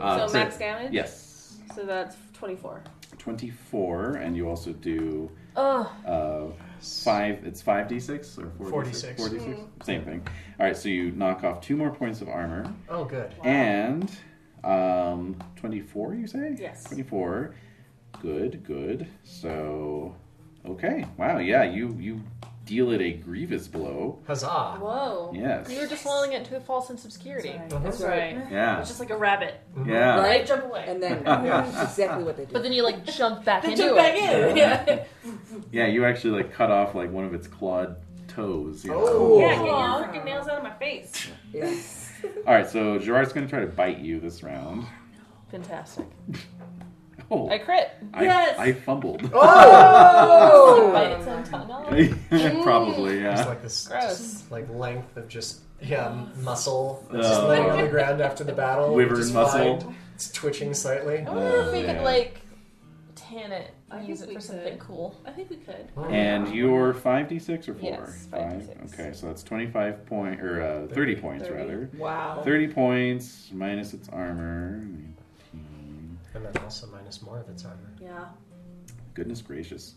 S1: uh,
S4: Mm. so
S1: crit.
S4: max damage?
S1: Yes,
S4: So that's 24.
S1: 24, and you also do
S6: Ugh.
S1: uh, five. It's five d6 or four
S3: 46.
S1: Four d6, same thing. All right, so you knock off two more points of armor,
S3: Oh, good.
S1: and um, 24. You say
S4: Yes.
S1: 24. Good, good. So, okay. Wow. Yeah. You you deal it a grievous blow.
S3: Huzzah.
S4: Whoa.
S1: Yes.
S6: We were just falling it to a false sense of security.
S3: That's
S6: right.
S1: Yeah.
S4: It's just like a rabbit.
S1: Yeah.
S7: Right.
S4: Right? Jump away.
S7: And then that's exactly what they do.
S6: But then you like jump back into
S4: jump
S6: it.
S4: back in. Yeah.
S1: Yeah, you actually like cut off like one of its clawed toes. You know?
S3: Oh.
S4: yeah, get your freaking nails out of my face.
S1: All right, so Gerard's gonna try to bite you this round.
S6: Fantastic.
S1: Oh,
S6: I crit. Oh.
S1: I,
S4: yes.
S1: I fumbled.
S7: Oh.
S6: Bite its own
S4: Oh,
S6: tongue off.
S1: Probably,
S3: Just
S1: yeah.
S3: like this
S6: Gross.
S3: just, like length of just yeah muscle that's just laying
S1: Oh.
S3: on the ground after the battle.
S1: Wyvern
S3: Just
S1: muscle.
S3: find- It's twitching slightly.
S6: I wonder if we
S1: Yeah.
S6: could like tan it
S4: I
S6: and use
S4: think
S6: it
S4: we
S6: for something
S4: could.
S6: cool.
S4: I think we could.
S3: Oh.
S1: And you're five d six or four?
S6: Yes, 5d6.
S1: Okay, so that's twenty five point or uh, thirty points rather.
S7: Wow.
S1: Thirty points minus its armor.
S3: And then also minus more of its armor.
S4: Yeah.
S1: Goodness gracious.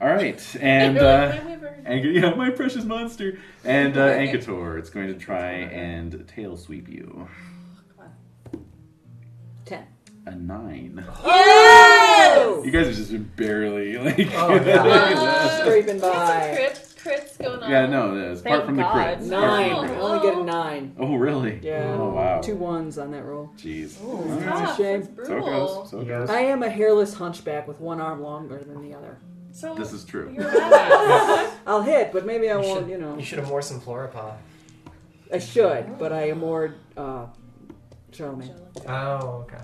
S1: All right, and. Uh,
S4: My wyvern.
S1: Anch- yeah, my precious monster. And uh, Ankator, it's going to try and tail sweep you.
S7: Ten.
S1: A nine.
S7: Oh!
S1: You guys have just been barely like.
S3: Oh, yeah.
S7: Scraping
S4: Some
S7: by.
S4: crit, crits going on.
S1: yeah, no, it is. Apart
S6: Thank
S1: from the
S6: God.
S1: crit.
S7: Nine.
S4: Oh,
S7: I
S4: no.
S7: only get a nine.
S1: Oh, really?
S7: Yeah.
S1: Oh, wow.
S7: Two ones on that roll.
S1: Jeez.
S7: It's
S1: Alright.
S7: a
S4: Ah,
S7: shame.
S4: that's
S1: So it
S4: brutal.
S1: goes. So it goes.
S7: I am a hairless hunchback with one arm longer than the other.
S4: So
S1: This is true.
S4: you're mad.
S7: I'll hit, but maybe I
S3: You
S7: won't,
S3: should-
S7: you know.
S3: You should have more some Floripah.
S7: I should, but I am more uh, Charlemagne.
S3: Oh, okay.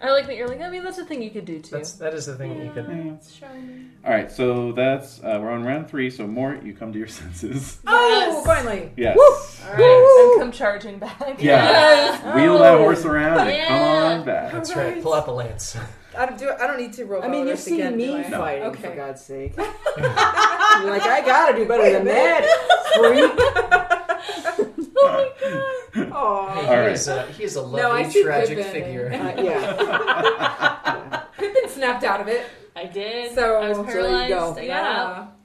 S6: I like that you're like, I mean that's a thing you could do too.
S3: That's that is the thing that you could.
S4: It's showing.
S1: All right, so that's uh, we're on round three. So Mort, you come to your senses.
S16: Oh, finally.
S1: Yes.
S4: All right.
S6: and come charging back. Uh,
S1: Yeah. Wheel that horse around and come
S4: Yeah.
S1: on back.
S3: That's right. Pull out the lance.
S16: I don't do. I don't need to roll.
S7: I mean, you're
S16: bonus
S7: seeing
S16: again, do
S7: me
S16: I?
S7: fighting, for
S16: Okay.
S7: God's sake. You're like, I gotta do better than that, freak.
S3: Hey,
S7: oh
S3: he,
S7: my
S3: is a, he is a
S16: No,
S3: lovely,
S16: I see
S3: tragic
S16: Pippin.
S3: figure.
S7: Uh, yeah.
S16: Pippin snapped out of it.
S4: I did.
S16: So
S4: I was
S16: so
S4: paralyzed. I got
S16: Yeah.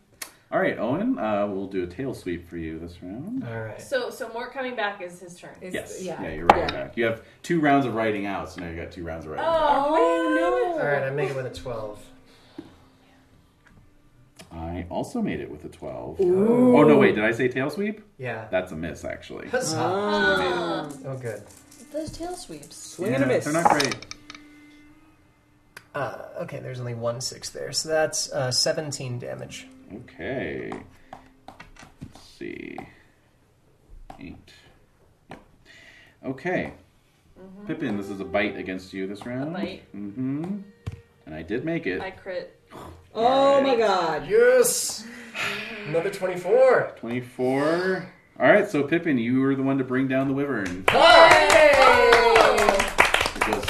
S1: All right, Owen, uh, we'll do a tail sweep for you this round.
S3: All right.
S4: So, so Mort coming back is his turn.
S1: Yes. Yeah, you're right back. You have two rounds of writing out, so now you got two rounds of writing back.
S4: Oh,
S3: All right, I make it with a 12.
S1: I also made it with a 12. Oh, no, wait. Did I say tail sweep?
S3: Yeah.
S1: That's a miss, actually.
S3: Huzzah.
S6: Ah.
S3: Uh-huh. Oh, good.
S6: Those tail sweeps.
S7: Swing and a
S1: Yeah,
S7: miss.
S1: They're not great.
S3: Uh, okay, there's only one six there, so that's uh, 17 damage.
S1: Okay. Let's see. Eight. Yep. Okay.
S7: Mm-hmm.
S1: Pippin, this is a bite against you this round.
S4: bite.
S1: Mm-hmm. And I did make it.
S4: I crit.
S7: Oh my god.
S3: Yes! Another 24.
S1: 24. All right, so Pippin, you were the one to bring down the wyvern.
S6: Oh.
S1: It goes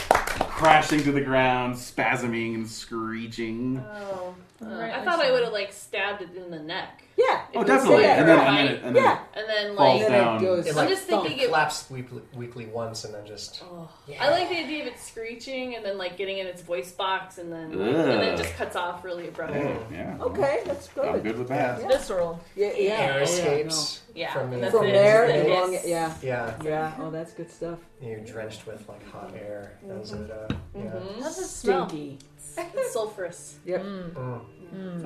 S1: crashing to the ground, spasming and screeching.
S4: Oh, uh,
S6: Right,
S4: I
S6: I
S4: thought I
S6: saw.
S4: would have like stabbed it in the neck.
S7: Yeah.
S1: oh,
S4: It was
S1: definitely.
S4: like
S1: And then,
S4: a
S1: and then,
S4: bite,
S1: it- and then it
S7: Yeah.
S4: and then,
S1: falls
S4: like,
S1: down.
S7: goes-
S4: I'm
S3: like,
S4: just thinking it.
S3: Flaps weekly, weekly once and then just.
S4: Oh.
S3: Yeah.
S4: I like the idea of it screeching and then like getting in its voice box and then
S1: Ugh.
S4: and then it just cuts off really abruptly.
S1: Oh, yeah.
S7: Okay, that's good.
S1: I'm good with that.
S7: Yeah.
S6: Visceral.
S7: Yeah, yeah.
S3: Air escapes
S4: Yeah,
S3: from,
S4: and
S3: the-
S4: that's
S7: From
S4: it.
S7: there,
S4: Just the
S7: along,
S4: hiss.
S7: yeah,
S3: Yeah.
S7: yeah. Oh, that's good stuff.
S3: You're drenched with like hot air. As it, uh, yeah.
S4: Mhm.
S6: How's it smell?
S7: Stinky.
S4: It's sulfurous.
S7: Yep.
S3: Mm.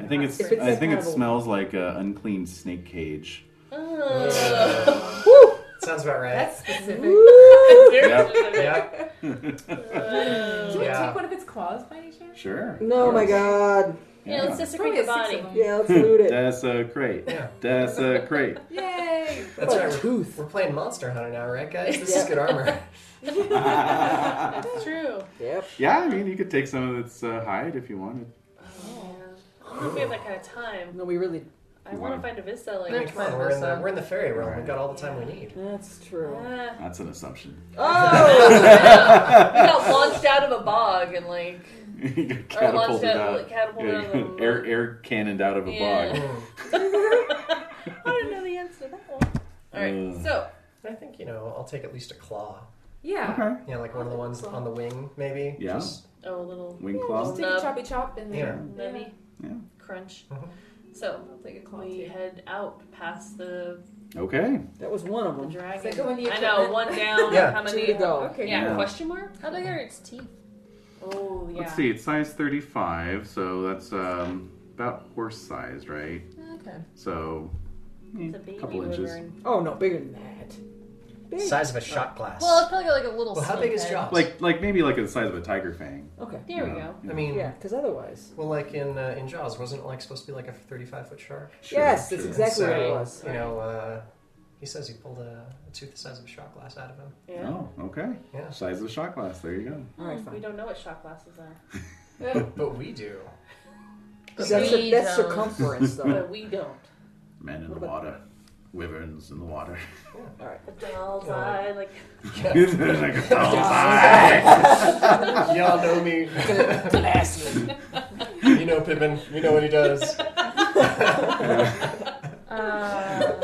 S1: I think it's.
S7: If it's
S1: I think it
S7: edible.
S1: smells like an unclean snake cage.
S4: Ugh.
S3: Mm. Sounds about right.
S16: That's specific.
S3: yeah.
S16: Can we
S3: Yeah.
S16: take one of its claws by any chance?
S1: Sure. of
S7: No, my
S1: course.
S7: god.
S4: yeah, let's desecrate
S16: Probably
S4: the
S16: a six
S4: body.
S16: of them.
S7: Yeah, let's
S1: Hmm.
S7: loot it.
S1: Desecrate.
S3: Yeah.
S1: Desecrate.
S16: Yay!
S7: What a
S3: That's right. we're-
S7: tooth.
S3: We're playing Monster Hunter now, right, guys? This is good armor.
S1: yeah,
S4: That's true.
S7: Yep.
S1: I mean, you could take some of its uh, hide if you wanted.
S4: I don't know if we have that kind of time.
S7: No, we really.
S4: I want to find a vista like.
S6: Next
S3: Come on,
S6: time,
S3: we're in, the,
S6: Marissa.
S3: we're in the fairy realm. We've got all the time we need.
S7: That's true.
S4: Ah.
S1: That's an assumption.
S7: Oh,
S4: we got launched out of a bog and like
S1: You got
S4: Or launched
S1: catapulted
S4: out-
S1: out.
S4: like, catapulted
S1: Yeah,
S4: out
S1: you
S4: of
S1: got
S4: the-
S1: air air cannoned out of a
S4: Yeah.
S1: bog.
S3: Mm.
S4: I don't know the answer to that one. All right,
S1: Ugh.
S4: so
S3: I think, you know, I'll take at least a claw.
S16: Yeah.
S1: Okay.
S3: Yeah, like one of the ones on the wing, maybe.
S1: Yeah.
S3: Just,
S4: oh, a little
S1: Wing
S16: Just
S1: claw.
S16: take a choppy chop and
S3: yeah.
S16: then
S4: nubby
S1: Yeah.
S4: crunch.
S3: Mhm.
S4: So
S16: I'll take a claw
S4: we
S16: too.
S4: head out past the,
S1: Okay.
S7: that was one of
S4: the
S7: them.
S4: dragon.
S16: Is that going in the
S4: I know
S16: equipment?
S4: one down.
S3: Yeah.
S4: how many?
S7: Two to go.
S16: Okay.
S4: Yeah,
S1: Yeah.
S4: question mark.
S6: How big are its teeth?
S4: Oh yeah.
S1: Let's see. It's size 35, so that's um, about horse sized, right?
S6: Okay.
S1: So
S4: It's a baby
S1: couple inches.
S4: wyvern.
S7: Oh no, bigger than that. Big.
S3: Size of a shot glass.
S6: Well, it's probably got like a little.
S3: Well, how
S6: snake
S3: big is
S6: head.
S3: Jaws?
S1: like like maybe like the size of a tiger fang.
S7: Okay.
S4: There we
S1: Uh,
S4: go.
S3: I mean,
S7: Yeah, because otherwise.
S3: well, like in uh, in Jaws, wasn't it like supposed to be like a 35 foot shark?
S1: sure,
S7: yes, that's
S1: sure.
S7: exactly
S3: so,
S7: what it was.
S3: You know, uh, he says he pulled a, a tooth the size of a shot glass out of him.
S4: Yeah.
S1: Oh, okay.
S3: Yeah.
S1: Size of a shot glass. There you go.
S7: All right,
S4: We
S7: fine.
S4: don't know what shot glasses are,
S3: But we do.
S7: That's, a,
S6: We
S7: that's
S6: don't.
S7: circumference,
S1: Hmm.
S7: though.
S4: but we don't.
S1: Men in
S7: What
S1: the
S7: about-
S1: water. Wyverns in the water.
S7: All right.
S4: But dolls eye, like
S1: Like a doll's eye.
S3: Y'all know me. you know Pippin. You know what he does.
S1: "Oh,
S6: Uh,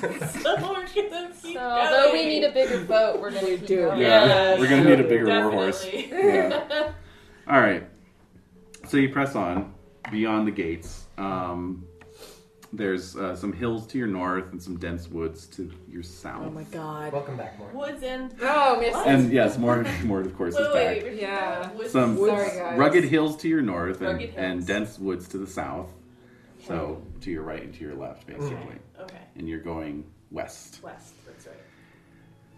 S4: so we're gonna keep
S6: so although we
S4: going.
S6: need a bigger boat, we're gonna
S7: We
S6: keep
S7: do.
S6: Going.
S1: Yeah,
S4: Yes.
S1: we're gonna need a bigger war horse.
S4: Definitely.
S1: Yeah. All right. So you press on beyond the gates. Um, there's uh, some hills to your north and some dense woods to your south.
S7: Oh my god.
S3: Welcome back, Mark.
S4: Woods and
S16: Oh, miss.
S1: and yes, more, more of course is back.
S4: wait, wait, wait,
S16: Yeah.
S4: Woods
S1: Some
S4: and-
S16: Sorry, guys.
S1: rugged hills to your north and,
S4: Rugged
S1: and
S4: hills.
S1: dense woods to the south. So to your right and to your left, basically.
S4: Okay,
S1: And you're going west.
S4: west. That's right.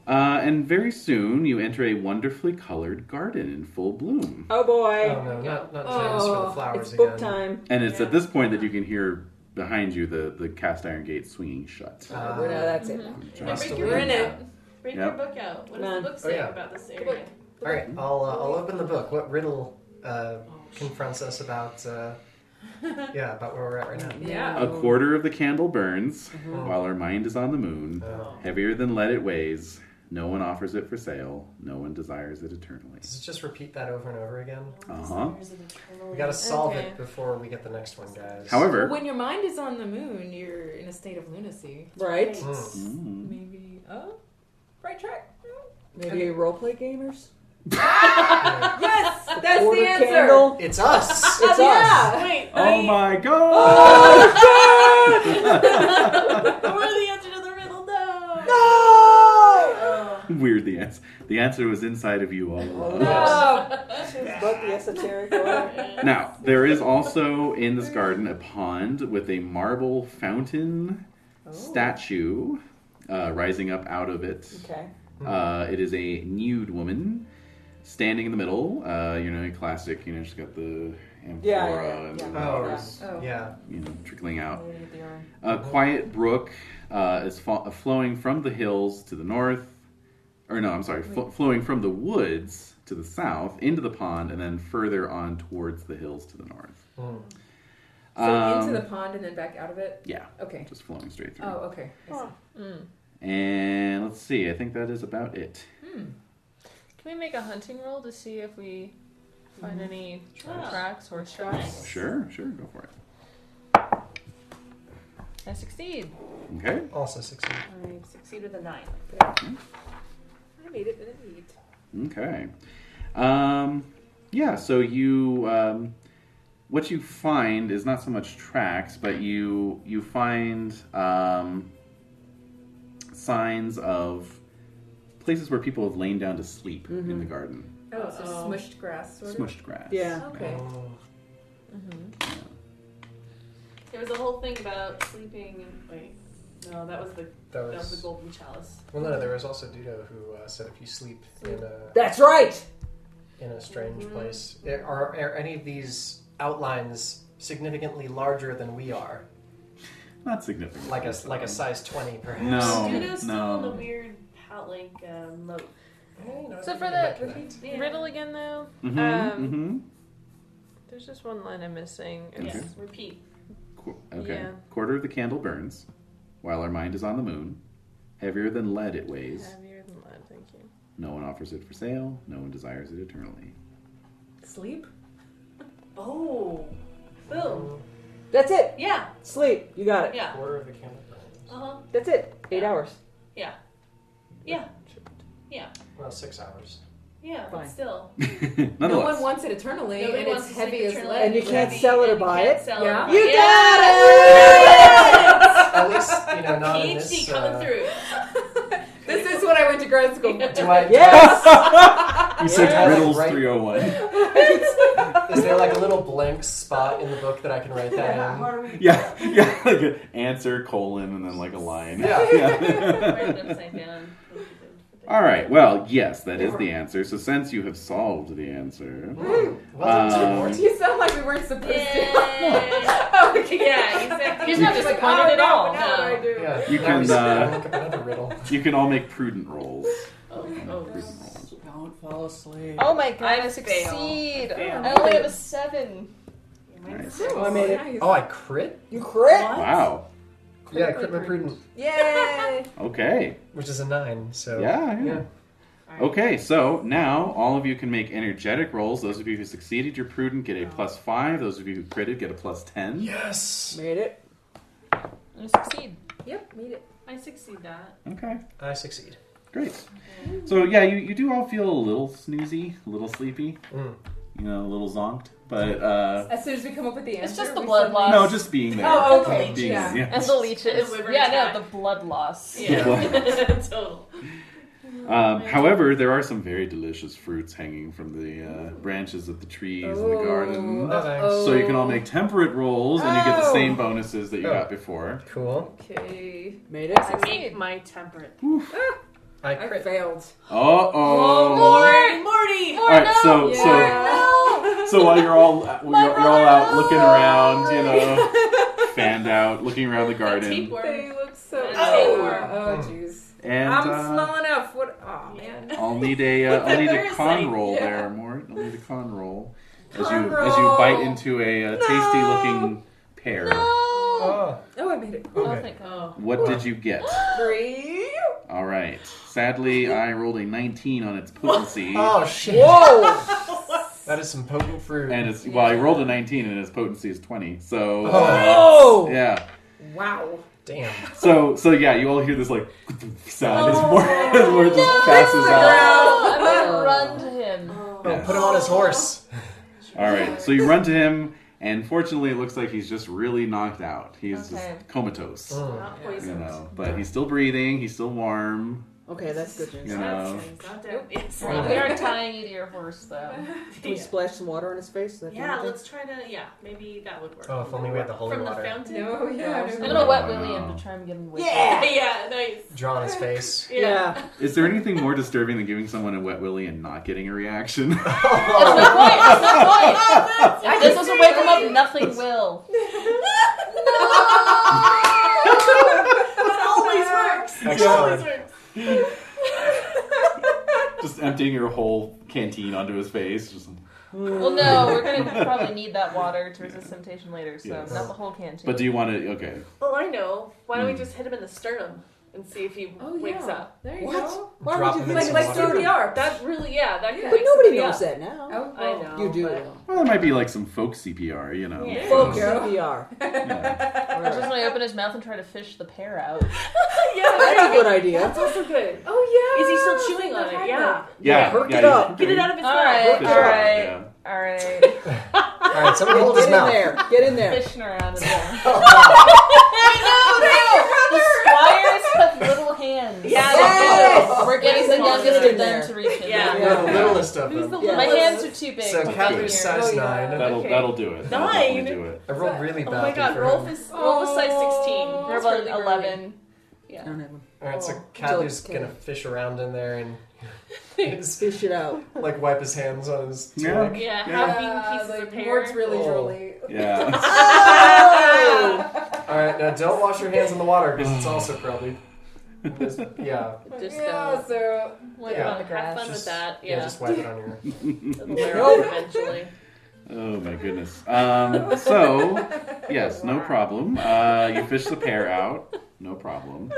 S1: Uh, and very soon you enter a wonderfully colored garden in full bloom.
S7: Oh boy.
S3: Oh no, not not James for the flowers
S7: Oh, it's book
S3: again.
S7: time.
S1: And it's at this point that you can hear behind you the, the cast iron gate swinging shut.
S3: Uh,
S7: We're not- that's it.
S1: mm-hmm.
S4: Now
S3: Just
S4: break
S3: a
S4: your
S3: little
S4: book
S3: bit.
S4: out. Break
S1: Yep.
S4: your book out. What does
S7: Come
S4: the
S7: on.
S4: book
S3: Oh,
S4: say
S3: yeah.
S4: about this area?
S3: All right, I'll uh, I'll open the book. What riddle uh, confronts us about? Uh, yeah, about where we're at right now.
S16: Yeah.
S1: A
S4: Mm-hmm.
S1: quarter of the candle burns while our mind is on the moon.
S3: Oh.
S1: Heavier than lead it weighs. No one offers it for sale. No one desires it eternally.
S3: Let's just repeat that over and over again.
S1: Uh huh.
S3: We gotta solve
S2: Okay.
S3: it before we get the next one, guys.
S1: However-
S2: When your mind is on the moon, you're in a state of lunacy.
S7: Right.
S3: Hmm,
S1: Mm.
S2: Maybe. Oh, right track.
S7: Maybe roleplay gamers?
S2: Yes, that's
S7: Order
S2: the answer.
S7: candle?
S3: It's us.
S7: It's
S2: yeah.
S7: us.
S2: Wait.
S1: Oh
S2: I-
S1: my god!
S2: Oh. We're the answer to the riddle. No.
S4: Oh,
S1: Weird the answer. The answer was inside of you all
S7: Oh,
S1: along.
S7: She's but the esoteric order.
S1: Now, there is also in this garden a pond with a marble fountain
S7: Oh.
S1: statue uh, rising up out of it.
S7: Okay.
S1: Uh, it is a nude woman standing in the middle. Uh, you know, classic, you know, she's got the amphora
S7: Yeah, yeah, yeah.
S1: and the
S7: Oh,
S1: flowers,
S7: yeah. Oh.
S3: Yeah.
S1: you know, trickling out.
S7: Lady of the Order.
S1: A quiet brook uh, is fa- flowing from the hills to the north, or no, I'm sorry, fl- flowing from the woods to the south into the pond, and then further on towards the hills to the north.
S3: Hmm,
S2: So
S1: Um,
S2: into the pond and then back out of it.
S1: yeah.
S2: Okay.
S1: Just flowing straight through.
S2: Oh, okay. I see.
S3: Mm.
S6: Mm.
S1: And let's see. I think that is about it.
S6: Can we make a hunting roll to see if we find any tracks, horse tracks?
S1: Sure, sure, go for it.
S6: I succeed.
S1: Okay.
S3: Also succeed.
S4: I succeed with a nine.
S2: I made it with an eight.
S1: Okay. Um, yeah, so you um, what you find is not so much tracks, but you you find um, signs of places where people have lain down to sleep in the garden.
S2: Oh, so
S4: Uh-oh.
S2: smushed grass, sort of.
S1: Smushed grass.
S7: Yeah.
S2: Okay.
S3: Um,
S4: There was a whole thing about sleeping and wait. No, that was the
S3: That
S4: that was,
S3: was-
S4: the golden chalice.
S3: Well, no, there was also Dudo who uh, said if you sleep in a
S7: That's right.
S3: in a strange place, eh, are, are any of these outlines significantly larger than we are?
S1: Not significant.
S3: Like a like a size twenty, perhaps.
S1: No.
S4: Dudo's still in the
S1: no.
S4: weird how like um, moat.
S6: So for the repeat riddle again, though,
S1: Mm-hmm,
S6: um,
S1: mm-hmm.
S6: there's just one line I'm missing. It's-
S4: Yes, repeat.
S1: Qu- okay.
S6: Yeah.
S1: Quarter of the candle burns, while our mind is on the moon. Heavier than lead it weighs.
S6: Heavier than lead, thank you.
S1: No one offers it for sale. No one desires it eternally.
S2: Sleep.
S4: Oh, boom.
S7: That's it.
S4: Yeah,
S7: Sleep. You got it.
S4: yeah.
S3: Quarter of the candle.
S4: Uh huh.
S7: That's it. Eight hours.
S4: Yeah, yeah, yeah,
S3: Well, six hours.
S4: yeah. But
S7: Fine.
S4: still,
S2: No
S1: Nonetheless,
S2: one wants it eternally,
S4: Nobody
S2: and
S4: wants
S2: it's
S4: to sleep
S2: heavy as
S4: eternally.
S2: lead.
S7: And you can't
S4: Yeah.
S7: sell it or
S4: You
S7: buy
S4: can't
S7: it.
S4: sell
S2: Yeah.
S4: or-
S7: You
S4: Yeah.
S3: At least you know not in
S4: PhD
S3: this.
S4: coming
S3: uh,
S4: through.
S2: This is what I went to grad school for.
S3: Do I?
S7: Yes.
S1: you said
S3: Yeah.
S1: riddles
S3: Right.
S1: 301.
S3: Is there like a little blank spot in the book that I can write that in?
S1: yeah, yeah, like an answer colon and then like a line.
S3: Yeah.
S4: Write
S1: yeah.
S4: it upside down.
S1: All right. Well, yes, that is the answer. So since you have solved the answer,
S3: Hmm. Well,
S1: Um,
S3: Morty.
S2: You sound like we weren't supposed
S4: Yeah.
S2: to. okay.
S4: yeah, exactly. "Oh,
S6: He's not disappointed at all.
S4: No.
S2: Now what do Oh, I do?
S3: Yeah,
S1: You
S3: now
S1: can,
S3: we sit down
S1: uh,
S3: and look up another riddle.
S1: you can all make prudent rolls.
S4: Oh,
S1: All make prudent rolls.
S7: Don't fall asleep.
S6: Oh my god,
S4: I
S6: I, succeed!
S4: fail.
S6: I only have a seven.
S1: Nice.
S7: Oh, I made it.
S2: Nice.
S3: Oh, I crit.
S7: You crit.
S1: Wow.
S3: Yeah, crit my prudent,
S2: Yay!
S1: Okay.
S3: which is a nine. So
S1: Yeah. Yeah.
S3: Yeah.
S1: Okay, so now all of you can make energetic rolls. Those of you who succeeded your prudent get a plus five. Those of you who critted get a plus ten.
S3: Yes,
S7: Made it.
S6: I succeed.
S2: Yep, meet it.
S4: I succeed that.
S1: Okay,
S3: I succeed.
S1: great. So yeah, you, you do all feel a little snoozy, a little sleepy,
S3: Mm.
S1: you know, a little zonked. But uh,
S2: As soon as we come up with the answer,
S6: It's just the
S2: we
S6: blood
S2: suddenly-
S1: no,
S6: loss.
S1: just being there.
S2: Oh, okay,
S1: Being
S2: yeah.
S1: there, yeah.
S6: And the leeches.
S4: The wyvern
S6: yeah,
S4: attack.
S6: no, the blood loss.
S4: Yeah, total.
S1: Um, however, there are some very delicious fruits hanging from the uh, branches of the trees in the garden.
S3: No thanks.
S1: So you can all make temperate rolls, and you get the
S2: Oh.
S1: same bonuses that you
S3: Oh.
S1: got before.
S3: Cool.
S2: Okay.
S7: Made it.
S4: I
S6: Succeed.
S4: make my temperate.
S3: I
S2: I
S3: crit.
S2: failed.
S1: Uh oh.
S4: Morty! Morty!
S1: All right, so so
S2: Yeah.
S1: Oh, So while you're all you're, you're all out looking around, you know, fanned out, looking around the garden,
S4: Tapeworm.
S2: They look so.
S4: Oh.
S2: Oh, jeez.
S1: Hmm. and
S2: I'm
S1: uh,
S2: small enough. What? Oh man.
S1: I'll need a uh, I'll need a con
S4: Embarrassing.
S1: roll
S4: Yeah.
S1: there, Mort. I'll need a con roll as
S2: Con
S1: you as you bite
S2: roll.
S1: into a, uh tasty looking pear.
S3: Oh,
S2: Oh, I made it.
S1: Okay. Oh, thank
S2: Oh.
S1: What did you get?
S2: Three.
S1: All right. Sadly, I rolled a 19 on its potency.
S3: Oh shit!
S2: Whoa!
S3: that is some potent fruit.
S1: And it's well, I rolled a 19 and its potency is 20. So uh,
S3: Oh. Whoa!
S1: yeah.
S2: Wow.
S3: Damn.
S1: So so yeah, you all hear this like sound as
S3: Oh.
S1: more as more just
S3: No,
S1: passes
S3: no.
S12: I'm
S1: out.
S12: gonna run to him.
S3: Oh, put him on his horse.
S1: All right. So you run to him and fortunately it looks like he's just really knocked out. He's
S12: Okay.
S1: just comatose.
S7: Oh,
S3: Mm.
S4: Not
S1: You
S4: poisoned.
S1: know, but he's still breathing, he's still warm.
S7: Okay, that's good news.
S1: You know.
S4: Not dead. It's-
S6: We are tying you to your horse, though.
S7: Can we splash some water on his face? Is that the
S4: Yeah,
S7: only thing?
S4: let's try to. Yeah, maybe that would work.
S3: Oh, if only we had the holy
S4: From the
S3: water.
S4: fountain.
S2: No, yeah.
S6: I'm
S2: no.
S6: gonna wet
S1: Oh,
S6: William
S1: no.
S6: to try and get him wet.
S4: Yeah, yeah, nice.
S3: Draw on his face.
S4: Yeah.
S1: Is there anything more disturbing than giving someone a wet willy and not getting a reaction?
S6: That's my point. That's my point.
S2: I
S6: If this
S2: can
S6: was
S2: see
S6: a wake him
S2: it.
S6: up, nothing will.
S4: That always works. That always
S3: Excellent.
S4: works.
S1: just emptying your whole canteen onto his face. Just
S6: Well, no, we're gonna probably need that water to resist temptation later, so
S1: Yes.
S6: not the whole canteen.
S1: But do you want to? Okay.
S4: Well, I know. Why don't we
S1: Mm.
S4: just hit him in the sternum and see if he
S2: Oh, yeah.
S4: wakes up?
S2: There you go.
S7: What? Why
S3: Drop
S7: would
S3: him
S7: you
S3: in
S2: Like,
S7: think
S3: some
S2: like
S3: water.
S2: CPR.
S4: That really, yeah, that.
S2: Yeah.
S4: Yeah.
S7: But nobody knows that now.
S2: Oh,
S4: I know.
S7: You do.
S4: but-
S1: Well, it might be like some folk CPR, you know.
S4: Yeah.
S7: Full
S2: Folk.
S7: CPR.
S1: Yeah.
S7: All
S6: I just
S7: right.
S6: want to open his mouth and try to fish the pear out.
S4: yeah,
S7: That's a good idea.
S4: That's also good.
S2: Oh,
S4: Is he still chewing on it? Yeah.
S1: Yeah.
S7: Perk
S1: yeah,
S7: it
S1: you
S7: up.
S1: can
S4: Get it out of his
S6: All
S4: mouth.
S6: right,
S1: Fish
S6: all
S1: out,
S6: right,
S1: yeah.
S6: all right.
S3: All right, someone hold
S7: Get
S3: his
S7: in
S3: mouth.
S7: there. Get in there.
S6: Fishing around in there. The squires have little hands.
S4: Yeah,
S7: Yes!
S6: we're getting the
S7: Small
S6: youngest
S7: hand
S6: of them
S7: there.
S6: to reach him.
S4: Yeah.
S3: Yeah, the
S1: Yeah.
S3: littlest of
S4: Who's the
S3: them.
S7: Yeah.
S6: My
S4: littlest?
S6: hands are too big.
S3: So
S6: for
S3: Catherine's
S6: here.
S3: size
S2: Oh, yeah.
S3: nine.
S1: That'll
S4: Okay.
S1: that'll do it. That'll
S4: Nine?
S1: definitely do it.
S3: I rolled really
S4: Oh
S3: bad.
S4: my god,
S3: for
S4: Rolf
S3: him.
S4: is Rolf is size sixteen.
S6: They're
S4: That's
S6: about
S4: really groovy.
S6: eleven.
S7: I don't have one.
S3: All right, so
S7: Oh.
S3: Cather's
S7: Joke's
S3: gonna fish around in there and
S7: Just fish it out.
S3: like wipe his hands on his
S1: Yeah.
S3: neck.
S4: Yeah,
S1: Yeah.
S4: having pieces
S2: like,
S4: of
S2: Mort's
S4: pear.
S2: really
S3: Oh.
S2: drooly.
S1: Yeah.
S3: All right, now don't wash your hands in the water because it's also probably. it's- yeah,
S4: Just
S2: yeah,
S4: uh,
S2: so
S6: Like
S3: Yeah.
S6: on the
S4: have
S6: grass.
S4: fun with that.
S3: yeah,
S4: Yeah,
S3: just wipe it on your.
S4: it'll wear off eventually.
S1: oh my goodness. Um, so yes, no problem. Uh, you fish the pear out. No problem.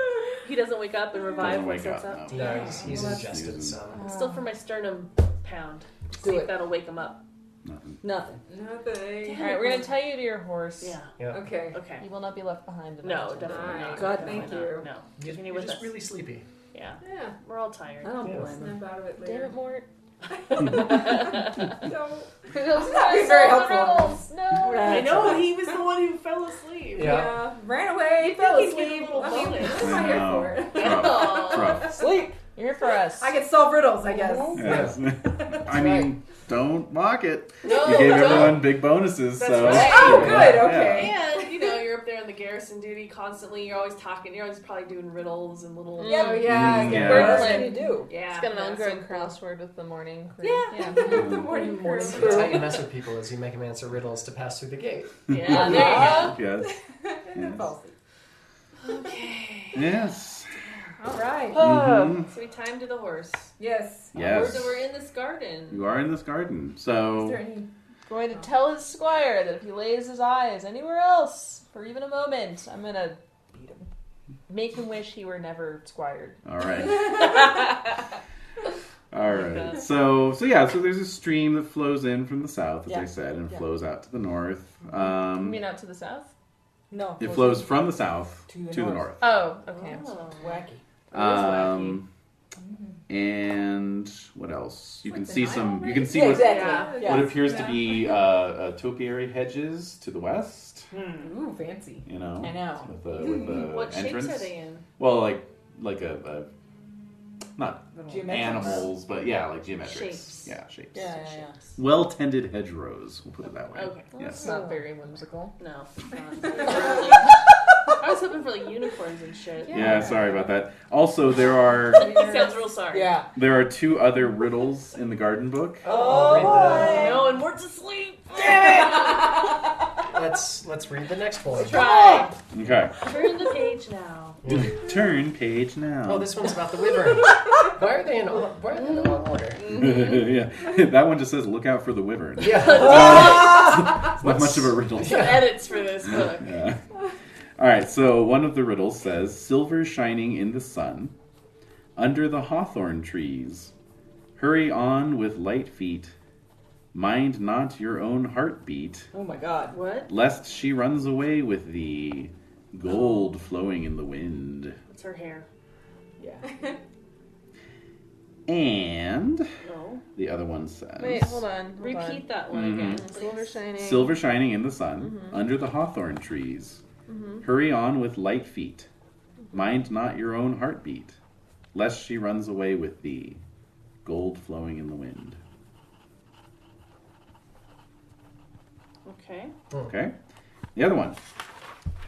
S4: He doesn't wake up and revive
S1: Doesn't
S4: once
S1: wake
S4: that's
S1: up.
S4: up.
S1: No.
S3: No, he's, he's
S2: Well,
S3: ingested
S1: that's-
S3: some.
S4: Still for my sternum pound.
S7: Do
S4: See if
S7: it.
S4: that'll wake him up.
S1: Nothing.
S7: Nothing.
S2: nothing.
S6: All right, we're gonna tie you to your horse.
S4: Yeah.
S2: Okay.
S4: Okay.
S6: You will not be left behind. in
S4: No,
S6: that.
S4: definitely not.
S7: God,
S4: Definitely
S2: thank you.
S4: not. No.
S3: You're,
S4: Continue
S3: you're
S4: with
S3: just
S4: us.
S3: really sleepy.
S4: Yeah.
S2: Yeah.
S4: We're all
S7: I
S4: tired.
S7: don't
S3: Yeah.
S7: blame him.
S2: Snap out of it
S6: Damn
S2: later.
S6: it, Mort.
S2: So-
S6: Very
S2: very helpful.
S6: No.
S4: I know he was the one who fell asleep.
S3: Yeah.
S2: Yeah. Ran away, fell
S4: Think he'd get a
S2: asleep.
S4: little
S2: I mean,
S4: bonus.
S2: what am I here for?
S1: Rough. Rough.
S7: Sleep.
S6: You're here for us.
S2: I can solve riddles, I guess.
S4: Mm-hmm.
S1: Yes. I mean, don't mock it.
S6: Oh,
S4: No,
S1: You gave
S4: don't.
S1: everyone big bonuses,
S4: That's
S1: so
S4: right.
S2: Oh,
S1: Yeah.
S2: good,
S1: Yeah.
S2: okay.
S4: And you know, you're up there on the garrison duty constantly. You're always talking. You're always probably doing riddles and little.
S6: Yeah.
S2: Oh, yeah.
S1: Mm,
S2: yeah.
S1: yeah.
S7: What else can you do?
S4: Yeah.
S6: It's got an
S4: yeah,
S6: ongoing
S4: so cool.
S6: crossword with the morning crew.
S4: Yeah.
S2: the morning crew.
S4: Mm-hmm.
S7: Morning
S3: That's how you mess with people is you make them answer riddles to pass through the gate.
S4: Yeah. There
S1: Yes.
S2: And then falls asleep.
S4: you go. Okay.
S1: Yes.
S2: All right.
S1: Mhm.
S4: So we timed to the horse.
S2: Yes.
S1: Yes.
S4: So we're in this garden.
S1: You are in this garden,
S2: Is
S1: so
S2: there any-
S6: Going to tell his squire that if he lays his eyes anywhere else for even a moment, I'm gonna beat him. Make him wish he were never squired.
S1: All right. All right. So so yeah. So there's a stream that flows in from the south, as I
S7: Yeah.
S1: said, and
S7: Yeah.
S1: flows out to the north.
S6: You
S1: Um,
S6: mean out to the south?
S7: No.
S1: it flows from the south to the, north.
S6: Oh, okay.
S7: Wacky.
S1: Um, and what else? You can
S2: Like the
S1: see
S2: Nile,
S1: some. You
S2: right?
S1: can see
S7: Yeah,
S1: what,
S7: exactly.
S2: Yeah.
S7: Yeah.
S1: what appears to be uh, uh, topiary hedges to the west.
S2: Ooh, fancy.
S1: You know.
S7: I know.
S1: With the, with
S6: Mm-hmm.
S1: the
S4: What
S1: entrance.
S4: shapes are they in?
S1: Well, like like a, a
S7: Geometrics.
S1: animals, but yeah, like geometrics.
S4: Shapes.
S1: Yeah, shapes.
S7: Yeah, yeah, yeah.
S1: Well tended hedgerows, we'll put it that way.
S4: Okay.
S6: It's
S1: Yes.
S6: not very whimsical.
S4: No. not. I was hoping for like unicorns and shit.
S1: Yeah. sorry about that. Also, there are
S4: He sounds real sorry.
S7: Yeah.
S1: there are two other riddles in the garden book.
S3: Oh, read
S4: No, and Mort's asleep.
S3: the, let's let's read the next one.
S7: Oh,
S4: Try.
S1: Okay.
S4: Turn the page now.
S1: Turn page now.
S3: Oh, this one's about the wyvern. why are they in all, why are they in the wrong order?
S1: yeah, that one just says look out for the wyvern.
S3: Yeah.
S1: It's not much of a riddle.
S4: Some edits for this book.
S1: Yeah. All right, so one of the riddles says Silver shining in the sun, under the hawthorn trees. Hurry on with light feet. Mind not your own heartbeat,
S7: Oh my god.
S4: What?
S1: lest she runs away with thee. Gold flowing in the wind.
S4: It's her hair.
S7: Yeah.
S1: And
S4: No.
S1: the other one says
S12: Wait, hold on. Hold
S4: Repeat
S12: on.
S4: that one
S1: Mhm.
S4: again.
S12: Silver shining.
S1: Silver shining in the sun,
S12: Mhm.
S1: under the hawthorn trees.
S12: Mhm.
S1: Hurry on with light feet. Mind not your own heartbeat, lest she runs away with thee. Gold flowing in the wind.
S4: Okay.
S1: Okay? The other one.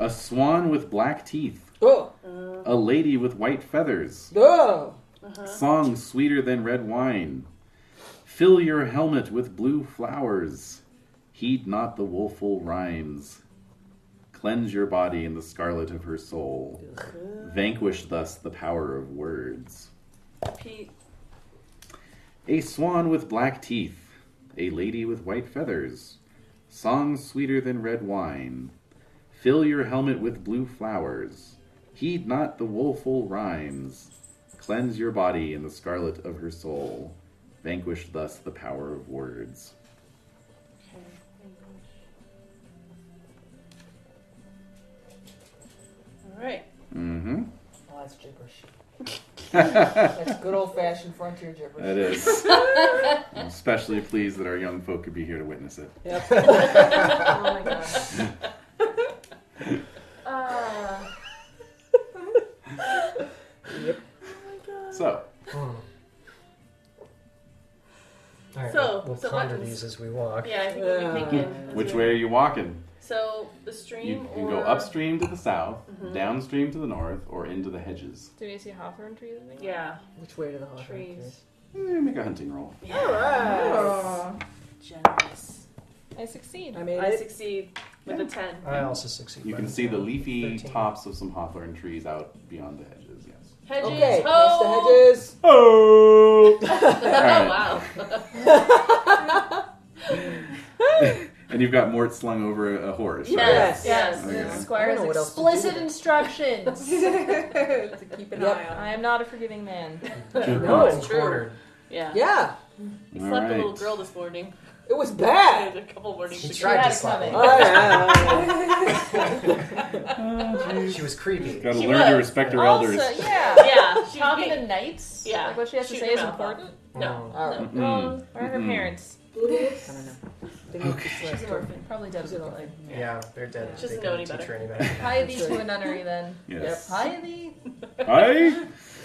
S1: A swan with black teeth,
S7: Oh.
S4: Uh,
S1: a lady with white feathers,
S7: Oh.
S4: uh-huh.
S1: song sweeter than red wine. Fill your helmet with blue flowers. Heed not the woeful rhymes. Cleanse your body in the scarlet of her soul. Vanquish thus the power of words.
S4: Pete.
S1: A swan with black teeth, a lady with white feathers, song sweeter than red wine. Fill your helmet with blue flowers. Heed not the woeful rhymes. Cleanse your body in the scarlet of her soul. Vanquish thus the power of words.
S4: All right.
S1: Mm-hmm.
S7: Oh, that's gibberish.
S1: that
S7: That's good old fashioned frontier gibberish.
S1: is. I'm especially pleased that our young folk could be here to witness it.
S12: Oh my gosh. Uh,
S1: So,
S3: Hmm. All right,
S4: So-
S3: we'll, we'll
S4: so
S3: ponder
S4: buttons.
S3: these as we walk.
S4: Yeah, I think we'll be
S7: Yeah.
S4: thinking.
S1: Uh, which way are you walking?
S4: So the
S1: You
S4: stream
S1: you can
S4: or
S1: go upstream to the south,
S4: Mhm.
S1: downstream to the north, or into the hedges.
S12: do we see hawthorn trees? in there?
S4: Yeah.
S7: Which way to the hot
S4: Trees.
S1: Eh, make a hunting roll.
S12: Oh.
S4: Generous.
S6: I succeed.
S7: I made
S4: I
S7: it.
S4: succeed with a ten.
S3: I also succeed.
S1: You
S3: by
S1: can see the leafy
S3: 13.
S1: tops of some hawthorn trees out beyond the hedges. Yes.
S4: Hedges.
S7: Okay, next to
S4: Oh!
S1: Oh!
S7: hedges.
S4: wow.
S1: and you've got Mort slung over a, a horse.
S4: yes.
S7: Yes.
S4: Yes.
S1: Okay.
S12: The Squire's
S7: I don't know what else to do
S12: explicit
S7: with it.
S12: instructions.
S2: to keep an
S7: Yep.
S2: eye on.
S6: I am not a forgiving man.
S7: No,
S3: and
S7: it's
S4: true.
S3: quartered.
S4: Yeah.
S7: Yeah,
S4: We
S1: All
S4: slept a little
S1: right.
S4: girl this morning.
S7: it was bad.
S4: There's a couple mornings.
S3: She
S4: ago.
S3: tried
S6: had
S3: to
S6: it
S3: slap
S6: coming.
S3: me.
S7: Oh, yeah.
S4: Oh,
S3: She was creepy.
S1: Ah, Gotta
S4: She
S1: learn to
S4: was.
S1: respect her
S6: also,
S1: elders.
S6: yeah.
S4: Yeah. She
S6: Talking
S4: was
S6: to knights.
S4: Yeah.
S6: Like what she has to
S4: Shoot
S6: say
S4: your
S6: is
S4: mouth off.
S6: important.
S3: Hmm.
S4: No.
S7: All right.
S1: Mm-mm.
S4: Um,
S6: Well, or her
S1: Mm-mm.
S6: parents.
S7: I don't know. They might be
S6: She's
S7: slapped.
S6: an orphan. Probably dead.
S7: She's an orphan.
S3: Yeah, they're dead.
S4: She
S3: They
S4: doesn't know
S3: didn't
S4: any
S3: teach
S4: better.
S3: her Um, any better.
S6: Hie thee to a nunnery then.
S1: Yes.
S6: Hie thee.
S1: Hi.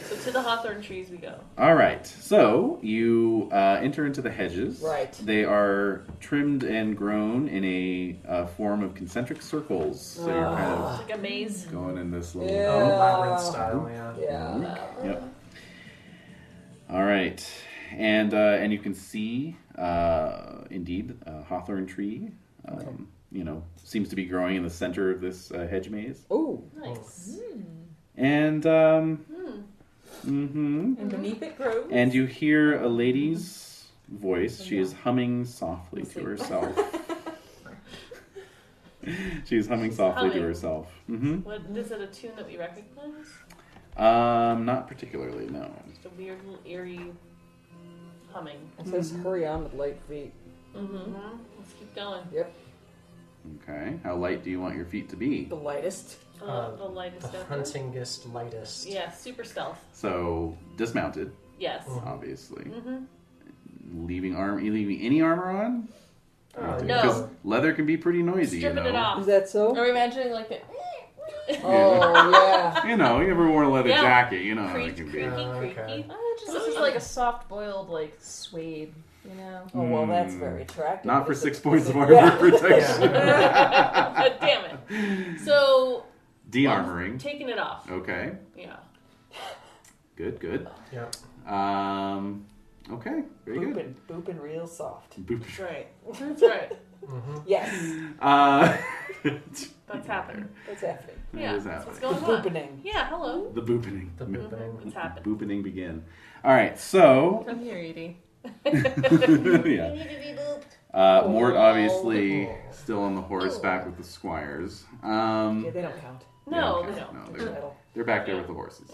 S4: So to the hawthorn trees we go.
S1: All right. So you uh, enter into the hedges.
S7: Right.
S1: They are trimmed and grown in a uh, form of concentric circles. So you're kind of
S4: It's like a maze.
S1: going in this little.
S7: Yeah.
S3: Oh, labyrinth
S1: Hmm?
S3: style, yeah.
S7: Yeah.
S1: Yep. All right, and uh, and you can see uh, indeed a hawthorn tree. Um, You know, seems to be growing in the center of this uh, hedge maze,
S7: Ooh.
S4: Nice.
S1: and um, hmm
S2: And beneath it grows.
S1: and you hear a lady's voice. She is humming softly to herself. she is humming softly to
S4: humming.
S1: herself. hmm
S4: What is it? A tune that we recognize?
S1: Um, not particularly, no.
S4: Just a weird little eerie humming.
S7: It says hurry on with light feet.
S4: Mm-hmm. Let's keep going.
S1: Okay, how light do you want your feet to be?
S7: The lightest.
S4: The,
S3: Uh,
S4: Oh, the lightest
S3: The
S4: effort.
S3: huntingest, lightest.
S4: Yeah, super stealth.
S1: So dismounted,
S4: Yes.
S3: Mhm.
S1: obviously.
S4: Mm-hmm.
S1: Leaving arm, you leaving any armor on?
S3: Oh,
S7: Uh,
S4: No.
S1: Because leather can be pretty noisy,
S4: Stripping
S1: you
S4: it
S1: know. Oh,
S4: off.
S7: Is that so?
S12: Are we imagining like the?
S7: Oh yeah.
S1: You know, you ever wore a leather
S4: Yeah.
S1: jacket, you know how
S4: Creak,
S1: it can
S4: creaky,
S1: be.
S4: creaky.
S3: Oh, okay.
S6: Oh, just this is like a soft boiled like suede, you know.
S7: Oh well, that's
S1: Mm.
S7: very attractive.
S1: Not for
S7: It's a-
S1: six points of
S7: it's a-
S1: armor
S7: Yeah.
S1: protection.
S4: Oh, But damn it. So
S1: De-armoring.
S4: taking it off.
S1: Okay,
S4: Yeah.
S1: good, good.
S3: Yeah.
S1: Um, okay, very good.
S7: Booping, booping real soft.
S1: Boop.
S4: That's right. That's right.
S3: Mm-hmm.
S7: Yes,
S1: Uh,
S4: That's happening.
S7: that's happening.
S1: It
S4: Yeah.
S1: is
S4: That's what's
S1: happening.
S4: going on.
S7: Boopening.
S4: Yeah. Hello.
S1: the booping.
S3: The
S1: The
S3: booping.
S4: It's happening.
S1: booping begin. All right, so
S6: Come here, Edie.
S1: yeah. Uh, Mort obviously
S3: Oh.
S1: still on the horseback with the squires. Um,
S7: Yeah, they don't count.
S4: No,
S1: okay.
S4: they don't.
S1: No,
S4: They're
S1: they're,
S4: cattle.
S1: they're back there with the horses.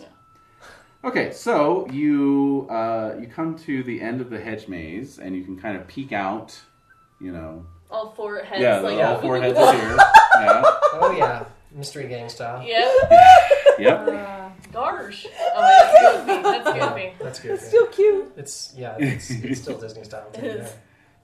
S1: Okay, so you uh, you come to the end of the hedge maze, and you can kind of peek out. You know,
S4: All four heads.
S1: yeah, the,
S4: like,
S1: all four heads are here. Yeah,
S3: Oh yeah, mystery game style.
S4: Yep.
S1: yep.
S4: oh, Garsh. Oh, wait, that's goofy. That's goofy.
S3: That's good.
S4: It's still
S3: cute. It's yeah, it's, it's still Disney style. Too,
S4: It
S3: yeah.
S4: is.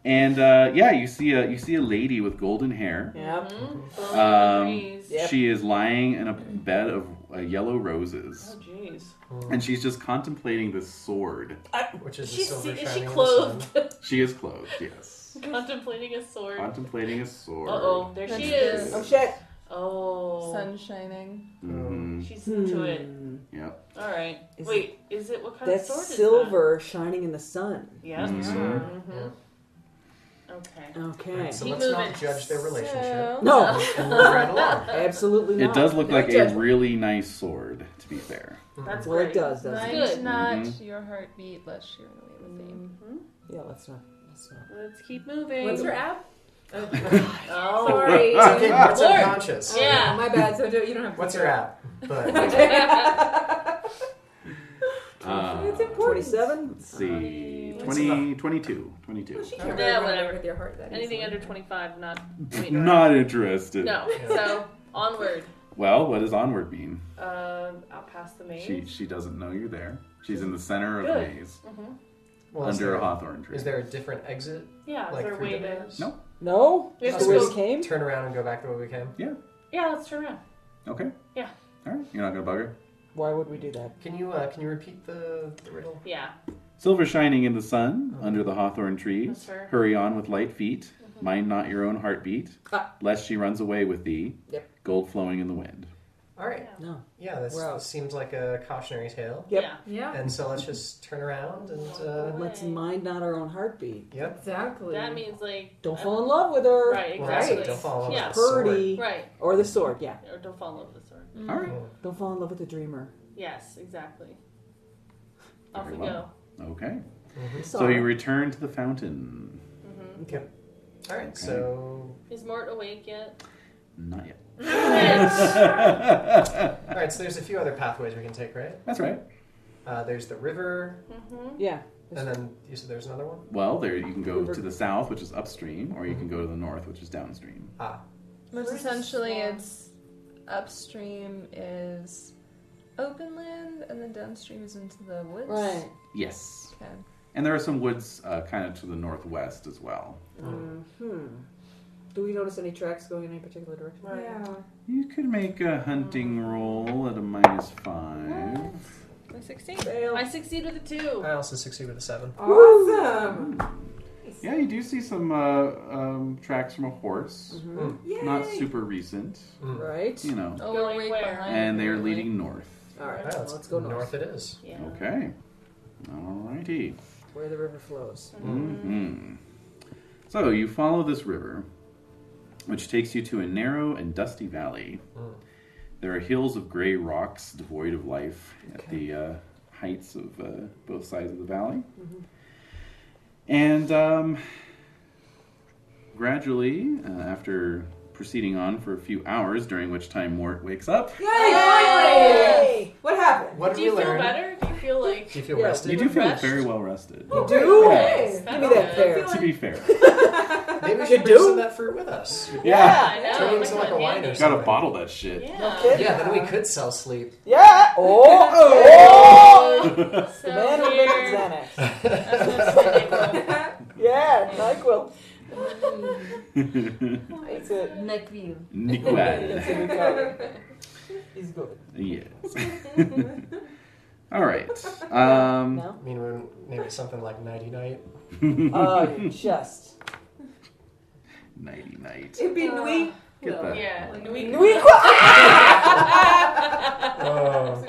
S1: And uh, yeah, you see a you see a lady with golden hair.
S7: Yep.
S4: Mm-hmm. Oh,
S1: Um,
S7: Yep.
S1: She is lying in a bed of uh, yellow roses,
S7: Oh, jeez.
S1: and she's just contemplating this sword.
S3: Mm, Which is
S4: She's,
S3: the silver
S4: is she
S3: shining in the
S4: clothed?
S1: She is clothed, yes,
S4: Contemplating a sword. Uh
S1: contemplating a sword.
S4: oh, there she
S12: That's
S4: is.
S12: good. Oh,
S7: shit.
S4: Oh.
S12: Sun shining.
S1: Mhm.
S4: She's into it.
S1: Yep.
S4: All right.
S7: Is
S4: Wait, is it what kind
S7: Hmm. That's
S4: of sword
S7: silver shining in the sun.
S4: is that? Yeah.
S3: Mm-hmm.
S1: Mhm.
S4: hmm Okay.
S7: Okay.
S3: So
S4: Keep
S3: let's
S4: moving.
S3: not judge their relationship.
S12: So-
S7: No.
S3: And move right along.
S7: Absolutely not.
S1: It does look
S4: No
S1: like a
S4: judgment.
S1: really nice sword, to be fair.
S3: Mm-hmm.
S4: That's
S7: Well,
S4: great.
S7: it does, doesn't
S6: Mind
S7: it?
S4: Good.
S6: not
S1: Mhm.
S6: your heartbeat, lest you're away with theme.
S7: Yeah, let's not. Let's not.
S4: Let's keep moving.
S2: What's her app? Oh,
S4: Oh.
S2: Sorry.
S3: It's okay, what's
S4: Lord.
S3: unconscious?
S4: Yeah.
S2: my bad. So do, you don't have.
S3: What's her app? But
S4: That's
S1: Uh,
S2: It's important.
S7: 27?
S1: Let's see.
S4: Uh,
S3: What's
S1: 20, 22. 22.
S2: Well, she can't really
S4: Yeah,
S2: run away
S4: whatever.
S2: with your heart that
S4: Anything
S2: easily.
S4: under 25, not. wait,
S1: Not interested.
S4: No. So, onward.
S1: Well, what does onward mean?
S4: Um, out past the maze.
S1: She she doesn't know you're there. She's in the center of the
S4: Good.
S1: maze,
S4: hmm
S3: well, is
S1: under
S3: there,
S1: a hawthorn tree.
S3: is there a different exit?
S4: Yeah, is
S3: Like
S4: there a
S3: through
S4: way
S3: the
S4: to.
S3: maze?
S1: No.
S7: No?
S4: There's
S7: That's the way
S4: no-
S7: we came?
S3: Turn around and go back the way we came.
S4: Yeah, let's turn around.
S1: Okay.
S4: Yeah.
S1: All right. You're not gonna bug her.
S7: Why would we do that?
S3: Can you uh, can you repeat the, the riddle?
S4: Yeah.
S1: Silver shining in the sun under the hawthorn trees.
S4: That's her.
S1: Hurry on with light feet. Mind not your own heartbeat,
S7: Ah.
S1: lest she runs away with thee.
S7: Yep.
S1: Gold flowing in the wind.
S3: All right.
S7: No.
S3: Yeah, this,
S7: We're out.
S3: this seems like a cautionary tale.
S7: Yep.
S4: Yeah.
S2: Yeah.
S3: And so let's just turn around and uh,
S7: Let's
S4: Way.
S7: mind not our own heartbeat.
S3: yep.
S2: Exactly.
S4: That means, like.
S7: Don't fall in love with her.
S4: Right,
S3: Well, that's
S4: exactly.
S3: it. Don't fall in love
S4: yeah.
S3: with the sword.
S7: Purdy.
S4: Right.
S7: Or the sword, yeah.
S4: Or don't fall in love with the sword.
S1: All right.
S7: Don't fall in love with the dreamer.
S4: Yes, exactly. Off
S1: Very
S4: we go.
S1: well. Okay. So
S7: Sorry.
S1: you return to the fountain.
S3: All right. So
S4: Is Mort awake yet?
S1: Not yet.
S3: Mm-hmm. all right. So there's a few other pathways we can take, right?
S1: That's right.
S3: Uh, there's the river,
S4: mm-hmm.
S7: yeah.
S3: and then you said there's another one.
S1: Well, there you can go to the south, which is upstream, or you can go to the north, which is downstream.
S12: But
S4: Fruits,
S12: essentially,
S4: yeah.
S12: it's upstream is open land, and then downstream is into the woods.
S7: Right.
S1: Yes.
S12: Okay.
S1: And there are some woods uh, kind of to the northwest as well.
S7: Hmm. Do we notice any tracks going in any particular direction?
S2: Yeah.
S1: You could make a hunting roll at a minus five.
S6: My 16?
S7: Fail.
S4: I succeed with a two.
S3: I also succeed with a seven.
S7: Awesome.
S1: Yeah, you do see some uh, um, tracks from a horse.
S7: Mm-hmm.
S1: Not super recent,
S3: Hmm.
S7: Right.
S1: you know.
S12: Oh,
S4: Going
S12: we're way
S4: where?
S12: behind.
S1: And they are
S12: apparently.
S1: leading north.
S7: All right.
S3: Wow,
S7: let's go north.
S3: North it is.
S4: Yeah.
S1: Okay. Alrighty.
S7: Where the river flows.
S4: Mm-hmm.
S1: hmm So you follow this river, which takes you to a narrow and dusty valley. There are hills of gray rocks devoid of life at the uh, heights of uh, both sides of the valley. And um, gradually, uh, after proceeding on for a few hours, during which time Mort wakes up,
S7: Yay! What happened?
S3: What did
S4: Do
S3: we
S4: you feel
S3: learn?
S4: better? Do you feel like
S3: Do you feel
S7: Yeah.
S1: you
S3: rested?
S1: do feel
S4: refreshed?
S1: very well rested.
S7: do?
S1: Yeah,
S7: Give me Oh, that fair.
S1: to be fair.
S3: Maybe we should
S7: You
S3: bring
S7: do?
S3: some of that fruit with us.
S4: Yeah,
S1: Yeah.
S4: I know.
S3: Turn it
S4: Like
S3: into like a
S4: what
S3: wine
S4: candy.
S3: or
S1: Gotta
S3: something.
S1: bottle that shit.
S4: Yeah.
S7: No kidding.
S3: Yeah, then we could sell sleep.
S7: Yeah. Oh. Oh.
S4: So
S7: The man who
S4: here-
S7: makes Xanax.
S4: That's
S7: Yeah. Nyquil. That's it.
S12: Necville.
S1: Nickel.
S7: That's a good cover. He's good.
S1: Yes. All right. Um,
S7: No.
S3: I mean, we name it something like Nighty Night.
S7: Oh, you just.
S1: nighty night.
S7: It'd be Nui.
S1: Get that.
S4: Yeah, and we-
S3: Oh,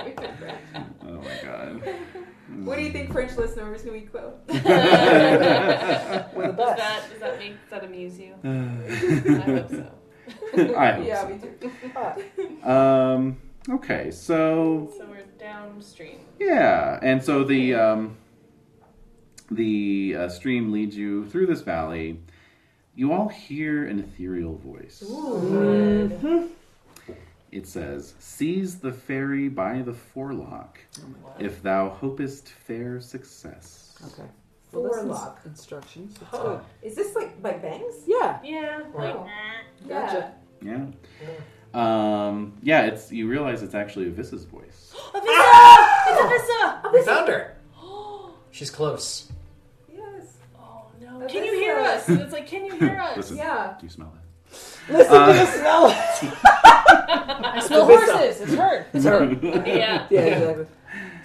S1: Oh my god.
S2: What do you think French listener was going to be quote?
S7: We're the
S4: Does
S7: best.
S4: that, does that make does that amuse you?
S1: I
S4: I hope so.
S1: hope
S2: Yeah, we do.
S7: Ah,
S1: so. Um, okay, so
S4: So we're downstream.
S1: yeah, and so the um, the uh, stream leads you through this valley. You all hear an ethereal voice. It says, Seize the fairy by the forelock
S7: Oh
S1: if thou hopest fair success.
S7: Okay.
S2: Well, that's
S7: Forelock. Instructions. That's
S2: Oh. Is this like by bangs?
S7: Yeah. Oh.
S2: Yeah.
S1: Or-
S2: like,
S7: Gotcha.
S1: Yeah. Um, yeah, it's you realize it's actually Avissa's voice.
S4: "Ah!" Avissa!
S3: We found her. She's close.
S2: Yes.
S4: Oh no. Can you hear us? And it's like, can you hear us?
S1: Listen,
S2: Yeah.
S1: Do you smell that?
S7: Listen,
S1: Uh,
S7: do you smell it?
S4: I
S6: smell horses. It's her.
S7: It's her.
S4: Yeah.
S7: Yeah, exactly.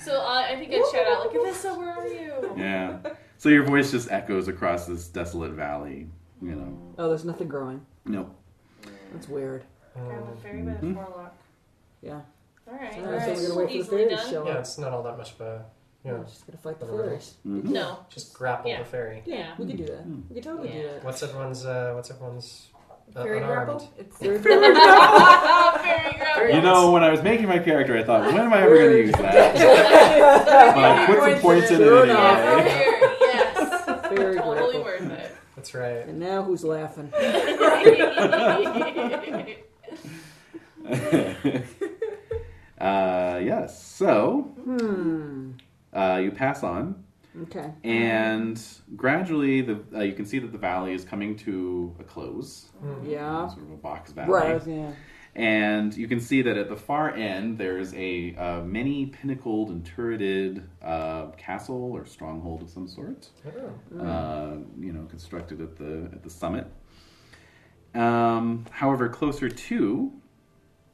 S4: So uh, I think I shout out like, Avissa, where are you?
S1: Yeah. So your voice just echoes across this desolate valley. You know.
S7: Oh, there's nothing growing.
S1: No.
S7: That's weird.
S4: Grab the fairy by the
S1: Mhm.
S4: forelock.
S7: Yeah.
S4: All right.
S7: So
S4: All
S7: we're
S4: right.
S7: gonna wait for the
S4: Easily
S7: fairies
S4: done.
S7: to show
S3: Um, Yeah,
S7: up.
S3: it's not all that much of a. You
S7: We're
S3: know,
S7: just gonna fight the
S3: Of a riddle.
S7: fairies.
S1: Mhm.
S4: No.
S3: just grapple
S4: Mm-hmm. Yeah.
S3: the fairy.
S7: Yeah, we could do that. We could totally do
S4: Yeah.
S7: that.
S3: What's everyone's? Uh, what's everyone's? Uh,
S2: Fairy
S3: unarmed?
S2: grapple? It's
S4: Fairy grapple.
S1: You know, when I was making my character, I thought, when am I ever going to use that?
S7: Fairy
S1: But I put some points in it
S7: Sure
S4: Yeah,
S1: anyway.
S4: fairy, yes. Totally
S7: grapple.
S4: worth it.
S3: That's right.
S7: And now who's laughing?
S1: uh, yes. So
S7: Hmm.
S1: uh, you pass on,
S7: Okay.
S1: and gradually the uh, you can see that the valley is coming to a close.
S3: Hmm.
S7: Yeah.
S1: Sort of a box valley.
S7: Right. Yeah.
S1: And you can see that at the far end there is a uh, many pinnacled and turreted uh, castle or stronghold of some sort.
S3: Oh.
S7: Mm.
S1: uh, you know, constructed at the at the summit. Um, however, closer to,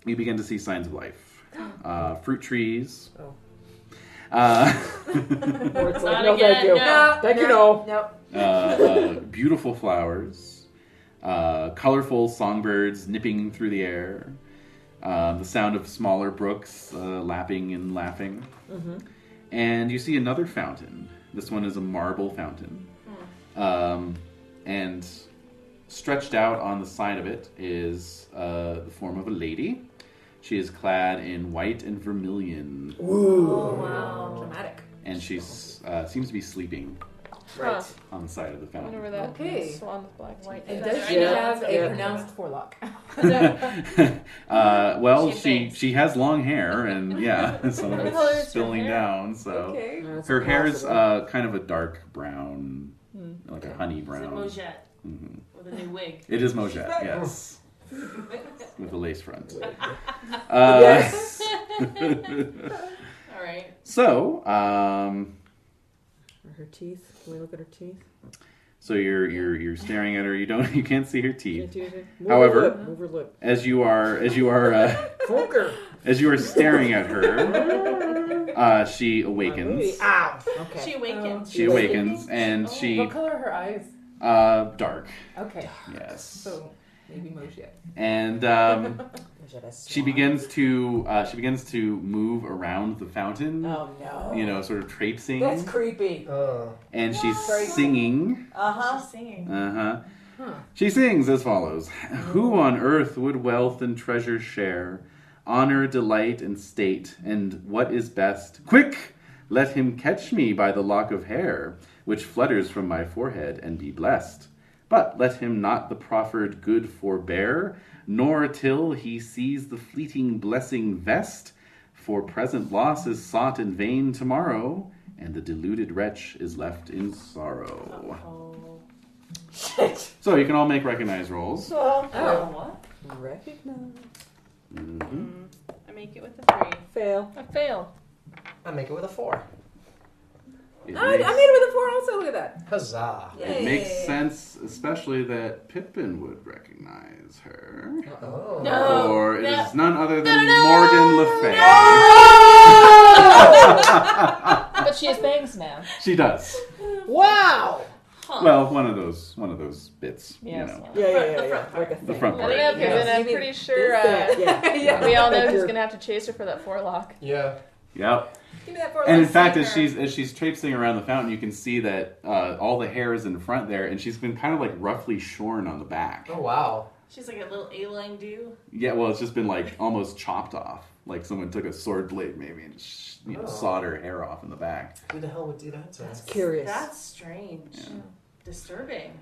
S1: you begin to see signs of life, uh, fruit trees.
S3: Oh.
S1: Uh,
S7: Or it's like,
S4: Not
S7: no, thank
S4: again,
S7: you.
S4: no.
S7: Thank you, no.
S2: Nope.
S1: uh, uh, beautiful flowers, uh, colorful songbirds nipping through the air, uh, the sound of smaller brooks uh, lapping and laughing. And you see another fountain. This one is a marble fountain. Um, and stretched out on the side of it is uh, the form of a lady. She is clad in white and vermilion,
S2: Oh wow. Dramatic.
S1: and she uh, seems to be sleeping
S12: Right.
S1: on the side of the
S12: I
S1: fountain.
S12: wonder where that
S2: Okay.
S12: swan with black white
S2: And
S4: Yeah.
S2: does she
S7: Yeah.
S2: have a
S7: Yeah.
S2: pronounced forelock?
S1: uh, well,
S4: She
S1: she, she
S4: thinks.
S1: has long hair, and yeah, some
S12: What
S1: of
S12: the hell is her
S1: it's spilling
S12: hair?
S1: down. So
S2: Okay.
S7: No, that's
S1: her hair is uh,
S7: impossible.
S1: kind of a dark brown, like a honey
S4: Is it
S1: brown.
S4: Mojette
S1: Mhm.
S4: with a new wig?
S1: It is Mojette, yes, with a lace front. Uh,
S7: Yes.
S4: All right.
S1: so, um, uh,
S7: Or her teeth. Can we look at her teeth?
S1: so you're you're you're staring at her. You don't you can't see her teeth.
S7: Can't do anything. Move
S1: However-
S7: her lip. Move her lip.
S1: As you are as you are uh,
S7: Poke her.
S1: as you are staring at her, uh, she awakens.
S7: Ow. Okay.
S4: She awakens.
S1: She awakens
S7: oh,
S1: and she
S2: What color are her eyes?
S1: uh, dark.
S2: Okay.
S1: Yes.
S7: Oh.
S2: So maybe Moshe.
S1: And um,
S7: Was it a
S1: she
S7: swan?
S1: begins to uh, she begins to move around the fountain.
S7: Oh no.
S1: You know, sort of traipsing,
S7: That's creepy.
S3: Oh.
S1: and she's
S7: Crazy.
S1: singing.
S7: Uh huh.
S4: She's singing.
S1: Uh huh.
S2: Huh.
S1: She sings as follows: Who on earth would wealth and treasure share, honor, delight, and state, and what is best? Quick, let him catch me by the lock of hair, which flutters from my forehead, and be blessed. But let him not the proffered good forbear, nor till he sees the fleeting blessing vest. For present loss is sought in vain tomorrow, and the deluded wretch is left in sorrow.
S4: Oh.
S1: So you can all make recognize rolls.
S4: Oh, what?
S7: Recognize.
S1: Mm-hmm.
S4: I make it with a three.
S7: Fail.
S6: I fail.
S3: I make it with a four.
S2: I, I made it with a four. Also, look at that.
S3: Huzzah.
S1: It makes sense, especially that Pippin would recognize her.
S3: Oh.
S4: No,
S1: or it is
S4: no.
S1: none other than
S4: no,
S1: Morgan
S4: no,
S1: Le Fay.
S6: But she has bangs now.
S1: She does.
S7: Wow.
S4: Huh.
S1: Well, one of those one of those bits.
S6: Yes.
S1: You know.
S7: Yeah, yeah, yeah, yeah. Like a
S1: The
S7: thing.
S1: front
S6: I
S1: part.
S6: think I'm
S1: Yes.
S6: Pippin. I'm
S2: Maybe
S6: pretty sure
S7: Yeah,
S6: uh,
S7: yeah.
S2: yeah.
S6: we all know
S7: Thank
S6: who's
S7: you.
S6: gonna have to chase her for that forelock.
S3: Yeah.
S1: Yep.
S2: Give me that forelock.
S1: And in fact, as
S4: her.
S1: she's as she's traipsing around the fountain, you can see that uh, all the hair is in front there, and she's been kind of like roughly shorn on the back.
S3: Oh wow.
S4: She's like a little A-line do.
S1: Yeah, well, it's just been like almost chopped off. Like someone took a sword blade maybe and sh- you know,
S3: Oh.
S1: sawed her hair off in the back.
S3: Who the hell would do that to us?
S7: Curious.
S4: That's strange. Disturbing.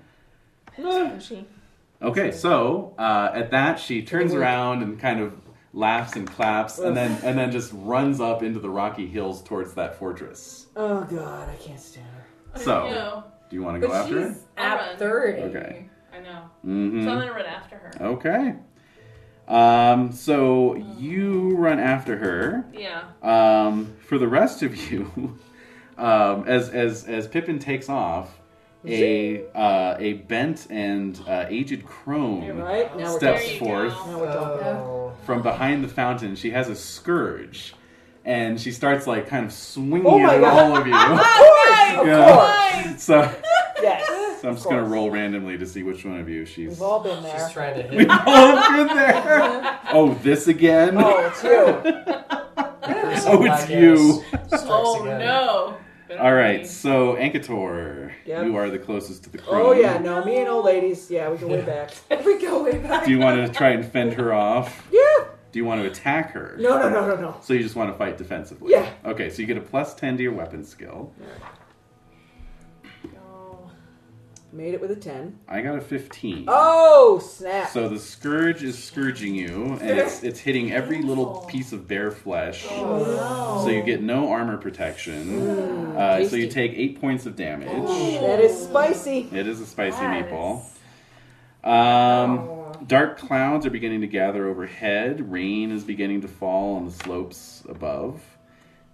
S6: Spooky.
S1: Okay, so uh, at that, she turns around and kind of laughs and claps, and then and then just runs up into the rocky hills towards that fortress.
S7: Oh god, I can't stand her.
S1: So,
S4: I know.
S1: do you want to go after it?
S4: I'll run.
S1: Okay.
S4: I know.
S1: Mhm.
S4: So I'm gonna run after her.
S1: Okay. Um, so you run after her.
S4: Yeah.
S1: Um, for the rest of you, um, as as as Pippin takes off, a uh, a bent and uh, aged crone
S7: Right, now we're
S1: steps
S7: talking.
S1: forth
S7: Now we're talking.
S1: from behind the fountain. She has a scourge, and she starts like kind of swinging
S7: Oh my
S1: it at
S7: God.
S1: all of you.
S7: Of
S1: You
S7: course,
S1: know? So.
S7: Yes.
S1: So I'm just gonna roll randomly to see which one of you she's.
S7: We've all been there. She's
S3: trying to
S1: We've all been there. Oh, this again.
S7: Oh, it's you.
S1: oh, it's you.
S4: Oh no. Better
S1: All right,
S4: be.
S1: so Ankator,
S7: Yep.
S1: you are the closest to the crone.
S7: Oh yeah, no, me and old ladies, yeah, we go way back.
S12: we go way back.
S1: Do you want to try and fend her off?
S7: Yeah.
S1: Do you want to attack her?
S7: No, no, no, no, no.
S1: So you just want to fight defensively?
S7: Yeah.
S1: Okay, so you get a plus ten to your weapon skill.
S7: Made it with a ten.
S1: I got a fifteen.
S7: Oh snap!
S1: So the scourge is scourging you, and it's it's hitting every little piece of bear flesh.
S3: Oh.
S7: Oh,
S1: So you get no armor
S7: Mm.
S1: protection. Uh, so you take eight points of damage.
S7: that is spicy.
S1: It is a
S4: Oh,
S1: spicy meatball. Um, Dark clouds are beginning to gather overhead. Rain is beginning to fall on the slopes above.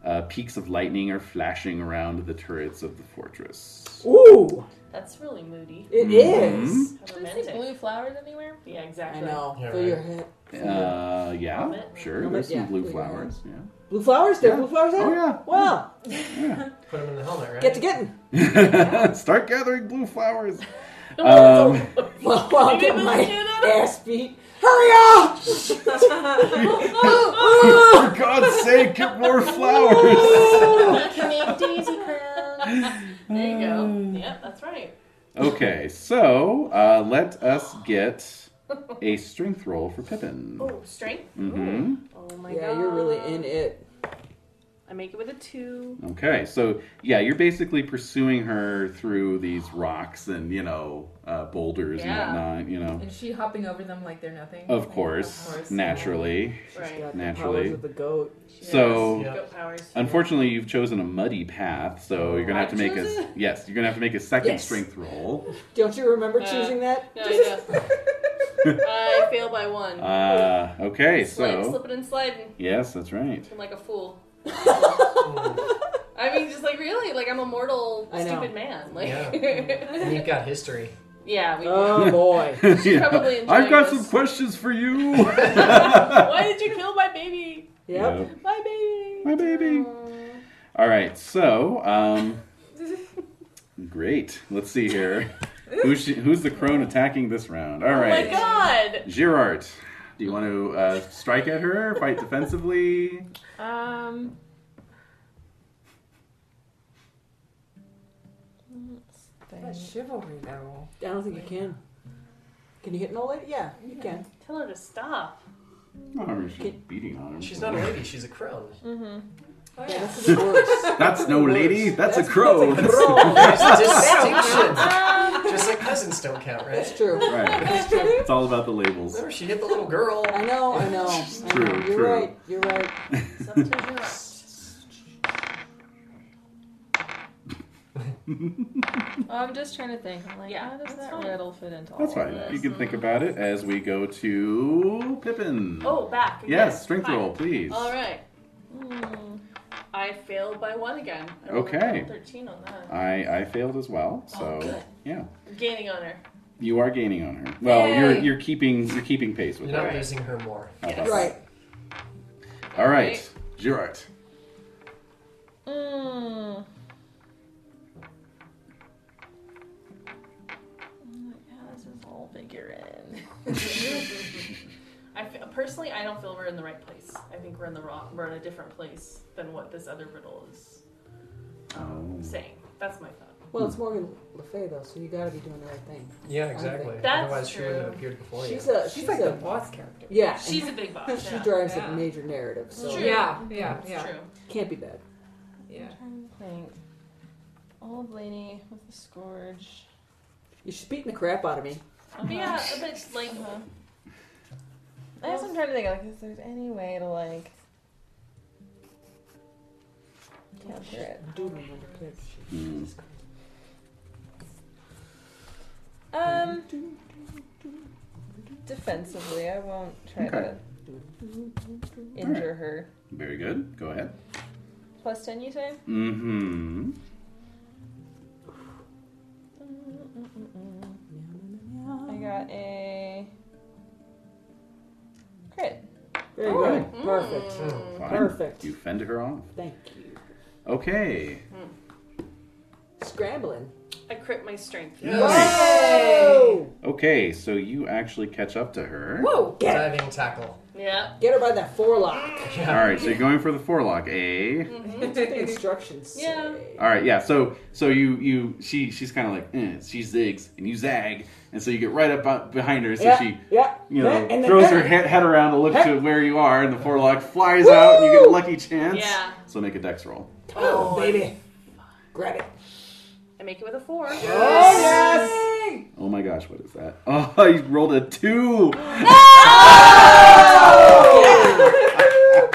S1: Uh, peaks of lightning are flashing around the turrets of the fortress. Mm-hmm.
S7: Ooh,
S4: That's really moody.
S7: It
S1: It is.
S7: is.
S4: How
S6: Do you see
S4: romantic.
S6: blue flowers anywhere?
S4: Yeah,
S7: I
S4: exactly.
S7: know.
S3: Yeah,
S7: Fill
S3: right.
S7: your head.
S1: Uh, yeah,
S4: Helmet.
S1: sure.
S7: Helmet,
S1: There's some
S7: yeah,
S1: blue
S7: blue
S1: flowers. Yeah.
S7: Blue flowers. There,
S1: Yeah.
S7: blue flowers. There.
S1: Oh, yeah.
S7: Wow.
S3: Put him in the helmet, right?
S7: Get to getting.
S1: Start gathering blue flowers.
S7: Oh,
S1: Um,
S7: Well, well, I'll get
S4: Maybe
S7: my
S4: let's do that.
S7: ass beat. Hurry up!
S1: for God's sake, get more flowers.
S4: Daisy crown. There you go. Yep, that's right.
S1: okay, so uh, let us get a strength roll for Pippin.
S4: Oh, strength.
S1: Mm-hmm.
S4: Oh my god.
S7: yeah, you're really in it.
S4: I make it with a two.
S1: Okay, so yeah, you're basically pursuing her through these rocks and you know uh, boulders
S4: Yeah.
S1: and whatnot. You know,
S2: And she hopping over them like they're nothing.
S1: of course,
S2: Of course.
S1: naturally.
S4: Right.
S7: Got The
S1: Naturally.
S7: powers of the goat.
S1: So
S3: Yeah.
S4: Goat powers.
S1: unfortunately, you've chosen a muddy path, so you're gonna have to
S4: I've
S1: make a
S4: chosen-
S1: yes, you're gonna have to make a second
S7: Yes.
S1: strength roll.
S7: Don't you remember
S4: Uh,
S7: choosing that?
S4: No, I know. I fail by one.
S1: Uh, okay,
S4: Slip,
S1: so
S4: slipping and sliding.
S1: yes, that's right.
S4: I'm like a fool.
S3: Hmm.
S4: I mean, just like really, like I'm a mortal,
S7: I know.
S4: stupid man. Like,
S3: Yeah. And you've got history.
S4: yeah, we.
S7: Oh boy.
S1: Yeah.
S4: probably enjoying
S1: I've got
S4: this.
S1: some questions for you.
S4: Why did you kill my baby?
S7: Yep.
S1: Yep.
S4: My baby. Oh
S1: My baby. All right, so um, great. Let's see here. Who's she, who's the crone attacking this round? All
S4: Oh my
S1: right,
S4: god.
S1: Girard. Do you want to uh, strike at her? Fight defensively?
S6: Um. let's
S2: That
S6: think.
S2: chivalry though.
S7: I don't think you can. Can you hit an old lady? Yeah, you can.
S4: Tell her to stop.
S1: Oh, I mean, she's beating on him.
S3: She's not a lady, she's a crone.
S2: Oh,
S7: Yeah, that's the worst.
S1: That's no lady. That's, a crone.
S7: That's a crow.
S3: There's a distinction. Just like cousins don't count,
S7: That's
S3: right?
S7: true.
S1: right.
S7: That's true.
S1: It's all about the labels.
S3: Remember, she hit the little girl.
S7: I know, I know. I
S1: True,
S7: know. You're
S1: true.
S7: right. You're right.
S4: It's up to Gerard.
S6: Well, I'm just trying to think. I'm like,
S4: Yeah,
S6: how does
S4: that's
S6: that
S4: fine.
S6: riddle fit into all
S1: That's
S6: of
S1: fine.
S6: this?
S1: You can think about it as we go to Pippin.
S4: Oh, back. Again.
S1: yes, strength
S4: Fine.
S1: roll, please.
S4: All right.
S6: Hmm.
S4: I failed by one again. I rolled a
S1: Okay.
S4: Thirteen on that.
S1: I I failed as well, so
S4: good.
S1: yeah.
S4: Gaining on her.
S1: You are gaining on her. Well, you're
S2: Yay.
S1: you're keeping you're keeping pace with
S3: You're not
S1: her.
S3: losing her more.
S1: How about
S4: Yes.
S1: that?
S7: Right.
S1: All right, Gerard.
S4: Oh
S6: Mm. I'm like, how does this all figure in?
S4: I fe- personally, I don't feel we're in the right place. I think we're in the wrong. We're in a different place than what this other riddle is um,
S1: Oh.
S4: saying. That's my thought.
S7: Well, it's Morgan Le Fay though, so you got to be doing the right thing.
S3: Yeah, exactly.
S4: That's
S3: Otherwise, she
S4: true.
S3: wouldn't have appeared before you.
S7: She's a.
S2: She's, like
S7: a,
S2: the boss character.
S7: Yeah. and
S4: She's a big boss.
S7: she
S4: yeah.
S7: drives
S2: Yeah.
S7: a major narrative, so
S4: True.
S2: Yeah, yeah,
S4: It's
S2: yeah,
S4: true.
S7: can't be bad.
S2: yeah.
S6: I'm trying to think. Old lady with the scourge.
S7: You're just beating the crap out of me.
S6: Uh-huh.
S4: Uh-huh. But yeah, but like,
S6: I guess I'm trying to think like if there's any way to like counter it. Um, defensively, I won't try
S1: Okay.
S6: to injure her.
S1: Very good. Go ahead.
S6: Plus ten, you say?
S1: Mm-hmm.
S6: I got a crit.
S5: Very good. Perfect.
S3: Hmm.
S1: Fine.
S5: Perfect.
S1: You fend her off.
S5: Thank
S1: you. Okay.
S7: Scrambling.
S4: I crit my strength.
S7: Whoa!
S1: Okay, so you actually catch up to her.
S7: Whoa! Get her.
S3: Diving tackle.
S4: Yeah.
S7: Get her by that forelock.
S1: All right, so you're going for the forelock, eh?
S7: That's what the instructions. Yeah.
S1: All right, yeah. So so you you she she's kind of like eh, she zigs and you zag, and so you get right up on- behind her. So
S7: Yeah,
S1: she
S7: yeah.
S1: you know
S7: And then-
S1: throws her head, head around to look to where you are, and the forelock flies out, and you get a lucky chance.
S4: Yeah.
S1: So make a dex roll.
S7: Oh, baby. Grab it.
S4: I make it with a four.
S1: Oh my gosh, what is that? Oh, I rolled a two.
S6: Oh!
S7: Oh!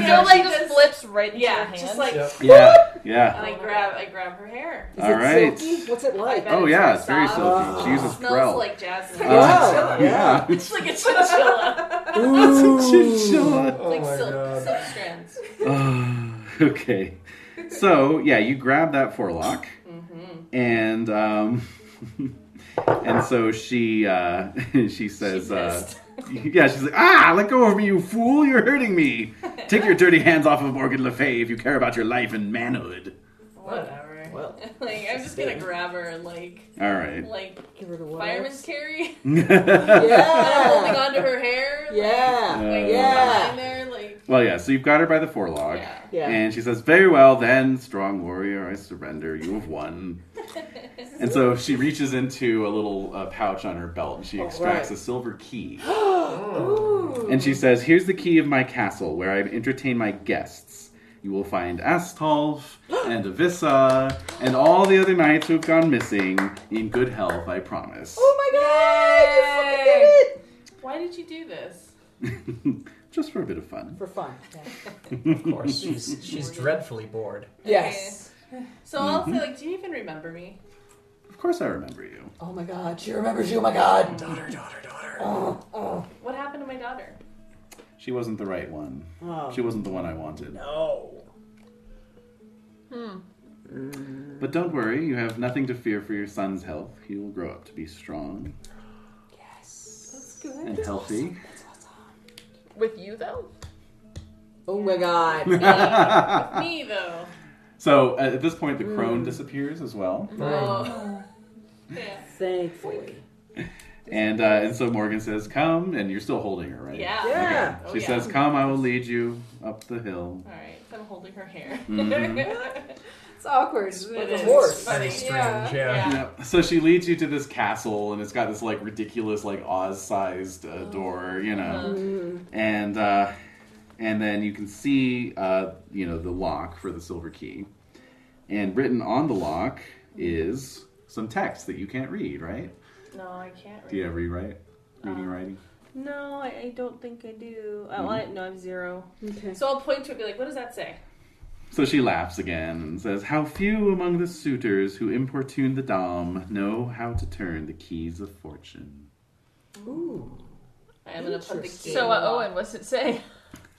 S6: So, like,
S4: she
S6: just flips right into
S4: yeah,
S6: her
S4: Just
S6: hand?
S4: like
S1: Yep. Yeah, yeah.
S4: And I grab, I grab her hair.
S1: Is All it right.
S7: silky? What's it like?
S1: Oh yeah, it's very silky. She uses
S4: smells
S1: Krell.
S4: like jasmine.
S1: Uh, yeah.
S4: It's like a chinchilla.
S1: It's a chinchilla.
S4: It's like silk, silk strands.
S1: Uh, okay. So yeah, you grab that forelock,
S4: Mm-hmm.
S1: and um, and so she uh, she says, uh, yeah, she's like, ah, let go of me, you fool! You're hurting me. Take your dirty hands off of Morgan Le Fay if you care about your life and manhood.
S4: Whatever.
S7: Well,
S4: like I'm just gonna grab her and like,
S1: All right.
S4: like
S7: give her the
S4: fireman's carry.
S1: yeah.
S4: I'm holding onto her hair. like,
S7: Yeah.
S4: Like,
S7: Yeah.
S4: Behind there, like.
S1: Uh, Well, yeah. So you've got her by the forelock,
S7: Yeah.
S1: and she says, "Very well, then, strong warrior, I surrender. You have won." And so she reaches into a little uh, pouch on her belt and she extracts
S7: right.
S1: a silver key.
S3: Hmm.
S7: Ooh.
S1: and she says, Here's the key of my castle where I entertain my guests. You will find Astolf and Avissa and all the other knights who have gone missing in good health, I promise.
S6: Oh my god! You fucking did it!
S4: Why did you do this?
S1: Just for a bit of fun.
S7: For fun.
S1: Of
S3: Of course, she's she's dreadfully bored.
S7: Yes.
S4: So I'll say like, do you even remember me?
S1: Of course I remember you.
S7: Oh my god. She remembers you. Oh my god.
S3: Daughter, daughter, daughter.
S7: Oh, oh.
S4: What happened to my daughter?
S1: She wasn't the right one.
S7: Oh.
S1: She wasn't the one I wanted.
S7: No.
S1: But don't worry, you have nothing to fear for your son's health. He will grow up to be strong
S7: That's good.
S1: and healthy.
S6: With you though?
S7: Oh my god.
S4: Me though.
S1: So uh, at this point, the
S7: Mm.
S1: crone disappears as well,
S3: Hmm.
S4: Oh. Yeah.
S7: Thankfully.
S1: and uh, and so Morgan says, "Come," and you're still holding her, right?
S4: Yeah.
S1: Okay.
S7: Yeah.
S4: Oh,
S1: She
S4: yeah.
S1: says, "Come, I will lead you up the hill." Mm-hmm.
S4: All right. So I'm holding her hair.
S16: It's awkward. Isn't
S4: It
S16: it?
S4: is.
S7: horse.
S4: Funny.
S3: Strange,
S16: Yeah.
S3: yeah.
S1: Yep. So she leads you to this castle, and it's got this like ridiculous, like Oz-sized uh,
S4: Mm-hmm.
S1: door, you
S4: Um,
S1: know, and uh, and then you can see, uh, you know, the lock for the silver key, and written on the lock is some text that you can't read, right?
S4: No, I can't.
S1: Do you have rewrite,
S4: Uh,
S1: reading, writing?
S4: No, I, I don't think I do. I want no, I have zero.
S7: Okay.
S4: So I'll point to it and be like, what does that say?
S1: So she laughs again and says, How few among the suitors who importune the Dom know how to turn the keys of fortune.
S7: Ooh.
S4: I am going to put the key.
S6: So uh, Owen, what's it say?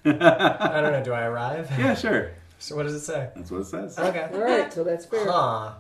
S1: yeah,
S3: I don't know. Do I arrive?
S1: sure.
S3: So what does it say?
S1: That's what it says.
S3: Okay.
S7: All right, so that's fair.
S3: Huh.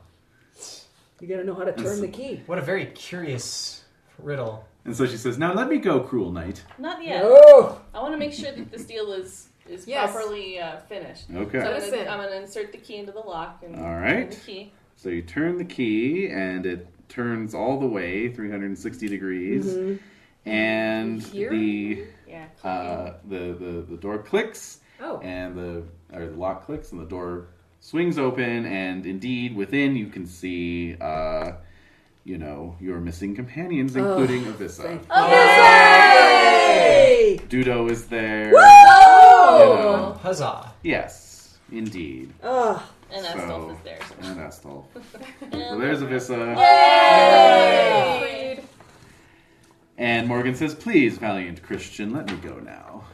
S7: You gotta know how to turn the key.
S3: What a very curious riddle.
S1: And so she says, Now let me go, cruel knight.
S4: Not yet.
S7: Oh,
S4: I want to make sure that this deal is is
S16: Yes.
S4: properly uh, finished. So
S1: Okay.
S4: I'm gonna-
S16: Listen.
S4: I'm going to insert the key into the lock and
S1: All right.
S4: turn the key.
S1: So you turn the key and it turns all the way 360 degrees.
S7: Mm-hmm.
S1: And
S2: Here?
S1: the,
S4: Yeah.
S1: uh, the, the the door clicks
S2: Oh.
S1: and the or the lock clicks and the door swings open and indeed within you can see uh you know your missing companions including Avissa.
S7: Yay!
S1: Dudo is there.
S7: Oh!
S3: Huzzah.
S1: Yes, indeed.
S7: Oh,
S4: And that
S1: So-
S4: stuff is there.
S1: And Astolf. so there's Avissa.
S4: Yay!
S6: Dude.
S1: And Morgan says, Please, valiant Christian, let me go now.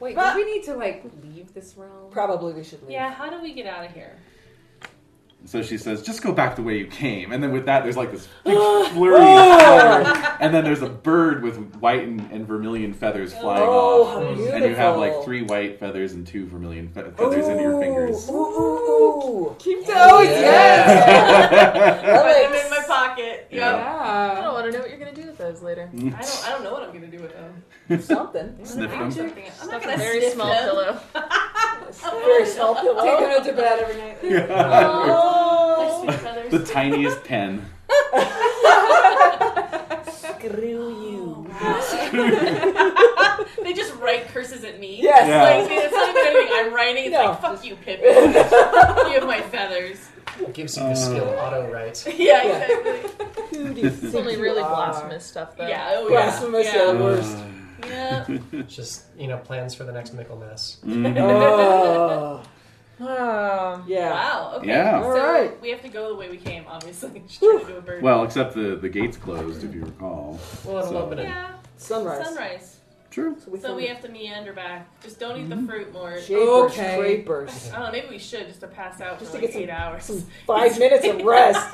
S2: Wait, do we need to like leave this realm?
S7: Probably we should leave.
S4: Yeah, how do we get out of here?
S1: So she says, Just go back the way you came. And then with that, there's like this big flurry of color. And then there's a bird with white and, and vermilion feathers flying
S7: Oh,
S1: off.
S7: how
S1: And you have like
S7: beautiful.
S1: three white feathers and two vermilion fe- feathers in your fingers.
S7: Ooh.
S16: Keep those,
S4: Put
S16: yes.
S4: them in my pocket.
S1: Yeah.
S4: Yeah.
S12: I don't want to know what you're gonna do with those later.
S4: I don't. I don't know what I'm gonna do with them.
S7: Something.
S1: Sniff
S4: I'm
S1: them.
S4: joking. I'm
S12: Stuff
S4: not
S12: a
S4: gonna
S12: very
S4: sniff
S12: small
S4: them.
S12: pillow.
S7: Very small pillow.
S16: Take them to bed every night.
S4: Oh. There's sweet feathers.
S1: the tiniest pen.
S7: Screw you.
S4: they just write curses at me.
S7: Yes.
S1: Yeah.
S4: Like, they- it's not even anything I'm writing. It's
S7: No.
S4: like, fuck you, Pippi. you have my feathers.
S3: Gives you the skill auto right.
S4: Yeah, exactly.
S7: Who do you
S12: It's
S7: think
S12: only
S7: you
S12: really
S7: are?
S12: blasphemous stuff though.
S4: Yeah. Oh,
S7: Blasphemous, yeah,
S4: Yeah.
S7: the worst.
S4: yeah.
S3: Just you know, plans for the next Michaelmas.
S1: Mm-hmm.
S7: Oh,
S6: Um,
S7: yeah.
S4: Wow. Okay.
S1: Yeah.
S4: So
S7: All right.
S4: we have to go the way we came, obviously. Just trying to do a bird.
S1: Well, except the, the gates closed, if you recall.
S3: Well, in a
S1: So-
S3: little bit of
S4: yeah.
S7: Sunrise.
S4: Sunrise.
S1: True.
S7: So we,
S4: So we have to meander back. Just don't eat the fruit, more.
S7: Shapers,
S16: Okay.
S7: scrapers.
S4: I don't know. Maybe we should just to pass out
S7: Just
S4: for
S7: to
S4: like
S7: get some-
S4: eight hours.
S7: Some five minutes of rest.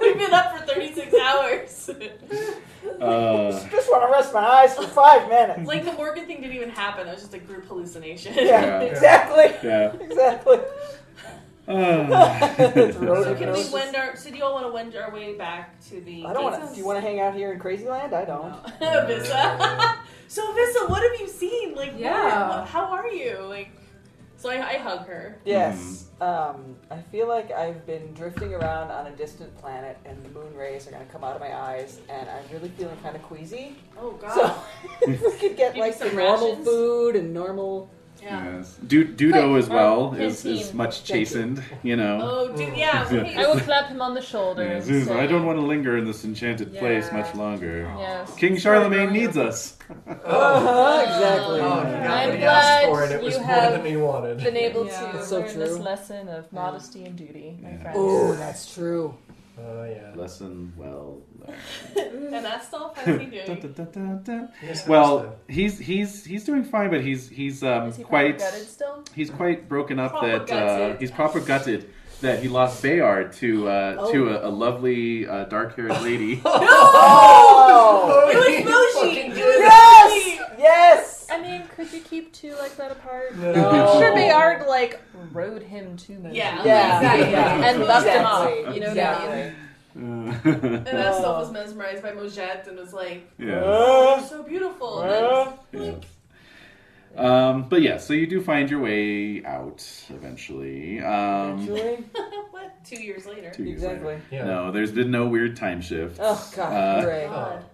S4: We've been up for 36 hours.
S1: Uh,
S7: Just want to rest my eyes for five minutes.
S4: like the Morgan thing didn't even happen. That was just a group hallucination.
S7: Yeah,
S1: Yeah.
S7: exactly.
S1: yeah.
S7: Exactly. It's
S1: Uh,
S7: road
S4: So can we
S7: roses.
S4: wend our? So do you all want to wend our way back to the?
S7: I don't want to.
S4: gates?
S7: Do you want to hang out here in Crazy Land? I don't.
S4: No. Vissa. so Vissa, what have you seen? Like,
S2: Yeah.
S4: what, what, how are you? Like, so I, I hug her.
S7: Yes. Um, I feel like I've been drifting around on a distant planet, and the moon rays are going to come out of my eyes, and I'm really feeling kind of queasy.
S4: Oh God.
S7: So if we could get
S4: Maybe
S7: like
S4: some
S7: some normal
S4: rations?
S7: food and normal.
S4: yeah.
S1: yes. Du- Dudo as well
S6: oh,
S1: is,
S6: canteen.
S1: is much
S7: Thank you.
S1: chastened, you know.
S4: Oh, dude, yeah. well,
S6: I will
S4: hey,
S6: clap him on the shoulder.
S1: Yeah,
S6: and
S1: Zeus,
S6: say,
S1: I don't want to linger in this enchanted place
S2: Yeah.
S1: much longer.
S6: Yes.
S1: King Charlemagne needs us.
S7: Uh-huh, exactly.
S3: Oh, you got
S6: I'm
S3: what he asked
S6: glad
S3: for, and it was
S6: you
S3: more
S6: have
S3: than he wanted.
S12: Been able
S6: Yeah.
S12: to
S7: It's so
S6: learn this
S7: true.
S6: lesson of modesty and duty, my
S1: Yeah.
S6: friends.
S7: Oh, that's true.
S3: Oh yeah.
S1: Lesson well learned.
S4: and that's all Fancy
S1: Dun,
S4: doing.
S1: dun, dun, dun, dun.
S3: Yes,
S1: Well, he's he's he's doing fine, but he's he's um
S6: Is he
S1: quite
S6: gutted still?
S1: he's quite broken up
S4: Proper
S1: that uh,
S4: gutted.
S1: he's proper gutted that he lost Bayard to uh, to a, a lovely uh, dark haired lady.
S7: Oh,
S4: It was Moshi. It was
S7: yes,
S4: Moshi.
S7: yes.
S6: I mean, could you keep two like that apart?
S3: No.
S7: No.
S6: Sure, Bayard like rode him to Moshi.
S4: Yeah.
S7: Yeah.
S4: Exactly.
S7: Yeah.
S6: and buffed him
S7: Exactly.
S6: off. You know what I mean?
S7: Exactly.
S1: yeah.
S4: And
S7: Oh.
S4: Astel was mesmerized by Mojette and was like, "You're
S7: Uh,
S4: so beautiful." And then-
S1: Yeah.
S7: uh,
S1: Um, but yeah, so you do find your way out eventually. Um,
S7: Julie?
S4: what? Two years later.
S1: two years later.
S7: Exactly.
S3: Yeah.
S1: No, there's been no weird time shift.
S7: Oh
S1: Uh,
S7: God, great.
S4: God.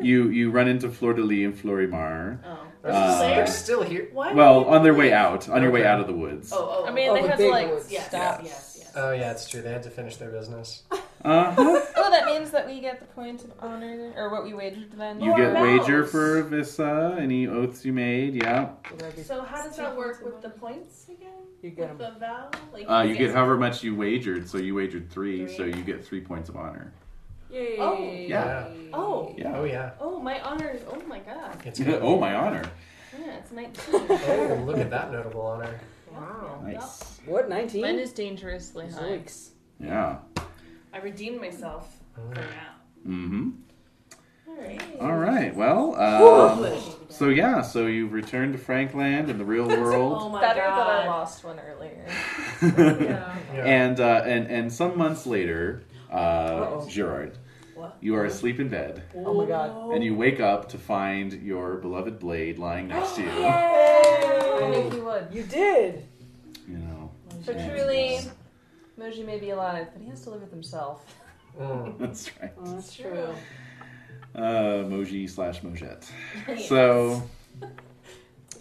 S1: You you run into Fleur de Lis and Florimar.
S4: Oh.
S3: They're,
S1: Uh,
S3: they're still here.
S4: Why?
S1: Well,
S4: would you-
S1: on their way out, on your way
S3: Okay.
S1: out of the woods.
S4: Oh, oh,
S6: I mean,
S7: Oh,
S6: they
S7: the
S6: had to
S7: big
S6: like
S7: woods.
S4: yes,
S6: stop.
S4: yes, yes.
S3: Oh yeah, it's true. They had to finish their business.
S1: Uh-huh.
S6: Oh, that means that we get the point of honor, or what we wagered then.
S1: You get
S4: More
S1: wager
S4: vows.
S1: for Vissa, any oaths you made, yeah.
S7: Would I be-
S4: So how does that work with the points again?
S7: You get 'em.
S4: With the vow? Like
S1: Uh, you
S4: yes.
S1: get however much you wagered, so you wagered three,
S4: Three.
S1: so you get three points of honor.
S2: Yay.
S4: Oh.
S1: Yeah.
S4: Oh.
S1: Yeah.
S3: Oh yeah.
S4: Oh, my honors. Oh my god.
S3: It's
S1: oh, my honor.
S4: Yeah, it's 19.
S3: Oh, look at that notable honor.
S2: Wow.
S1: Nice.
S7: What? Nineteen?
S6: Mine is dangerously high.
S7: Zoinks.
S1: Yeah.
S4: I redeemed myself for now.
S1: Mm-hmm.
S4: Alright.
S1: All right. Well, uh, so yeah, so you've returned to Frankland in the real
S4: Oh
S1: world,
S4: my
S6: Better
S4: god.
S6: that I lost one earlier.
S2: Yeah.
S3: Yeah.
S1: and uh, and and some months later, uh,
S7: Uh-oh.
S1: Gerard,
S4: What?
S1: you are asleep in bed,
S7: Oh my God.
S1: and you wake up to find your beloved blade lying next to you.
S6: I
S7: Hey!
S6: knew he would.
S7: You did.
S1: You know.
S6: So
S1: and-
S6: truly, Moji may be alive, but he has to live with himself.
S3: Mm.
S1: That's right.
S7: Oh, that's
S4: True.
S7: true.
S1: Uh, Moji slash Mojette. So,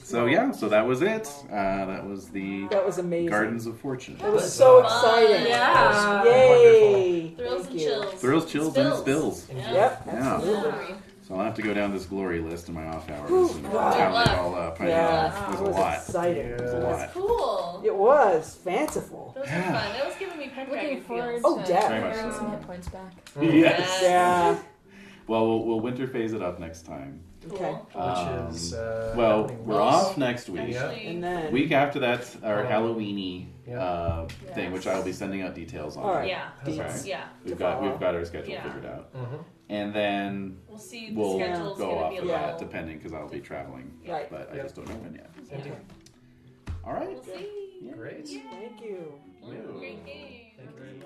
S1: so yeah, so that was it. Uh, that was the
S7: That was amazing.
S1: Gardens of Fortune.
S7: That was so exciting.
S2: Yeah.
S7: Yay!
S4: Thrills
S7: Thank
S4: and
S7: you.
S4: chills.
S1: Thrills, chills, and spills.
S3: And
S7: Yep,
S1: Yeah.
S7: absolutely.
S1: So I'll have to go down this glory list in my off hours
S7: Whew,
S1: and
S7: wow.
S1: tally it
S4: Good luck.
S1: all up. I
S7: Yeah,
S1: know.
S7: it
S1: It was
S7: was
S1: a lot.
S7: exciting.
S1: It was a
S3: Yeah.
S1: lot.
S4: Cool.
S7: It was fanciful.
S4: Those were fun. That was giving me pen
S6: Looking
S4: dragon
S6: forward
S4: feels.
S7: Oh,
S6: to
S7: yeah.
S1: Very much
S6: getting
S1: so.
S6: some hit points back.
S3: Mm.
S1: Yes.
S7: Yeah.
S1: Well, we'll, we'll winter phase it up next time.
S7: Okay.
S1: Um,
S3: Which is, uh,
S1: well,
S3: happening
S1: we're
S3: once.
S1: off next week.
S3: Actually-
S7: And then-
S1: week after that's our
S3: Oh.
S1: Halloweeny uh, thing, which I will be sending out details on.
S4: All right. Yeah.
S1: Okay.
S4: That's- yeah.
S1: We've
S4: To
S1: got
S4: follow.
S1: we've got our schedule
S4: Yeah.
S1: figured out,
S4: Mhm.
S1: and then
S4: We'll see if the
S1: we'll
S4: schedule's
S1: go
S4: gonna
S1: off
S4: be a
S1: of that
S4: little-
S1: depending because I'll be traveling.
S7: Right.
S1: But I
S7: Yep.
S1: just don't know when yet.
S7: Yeah. Indeed.
S1: All right.
S4: We'll see.
S1: Yeah.
S3: Mm-hmm. Great.
S7: Thank you.
S1: Yeah.
S4: Great game.
S3: Thank you very much.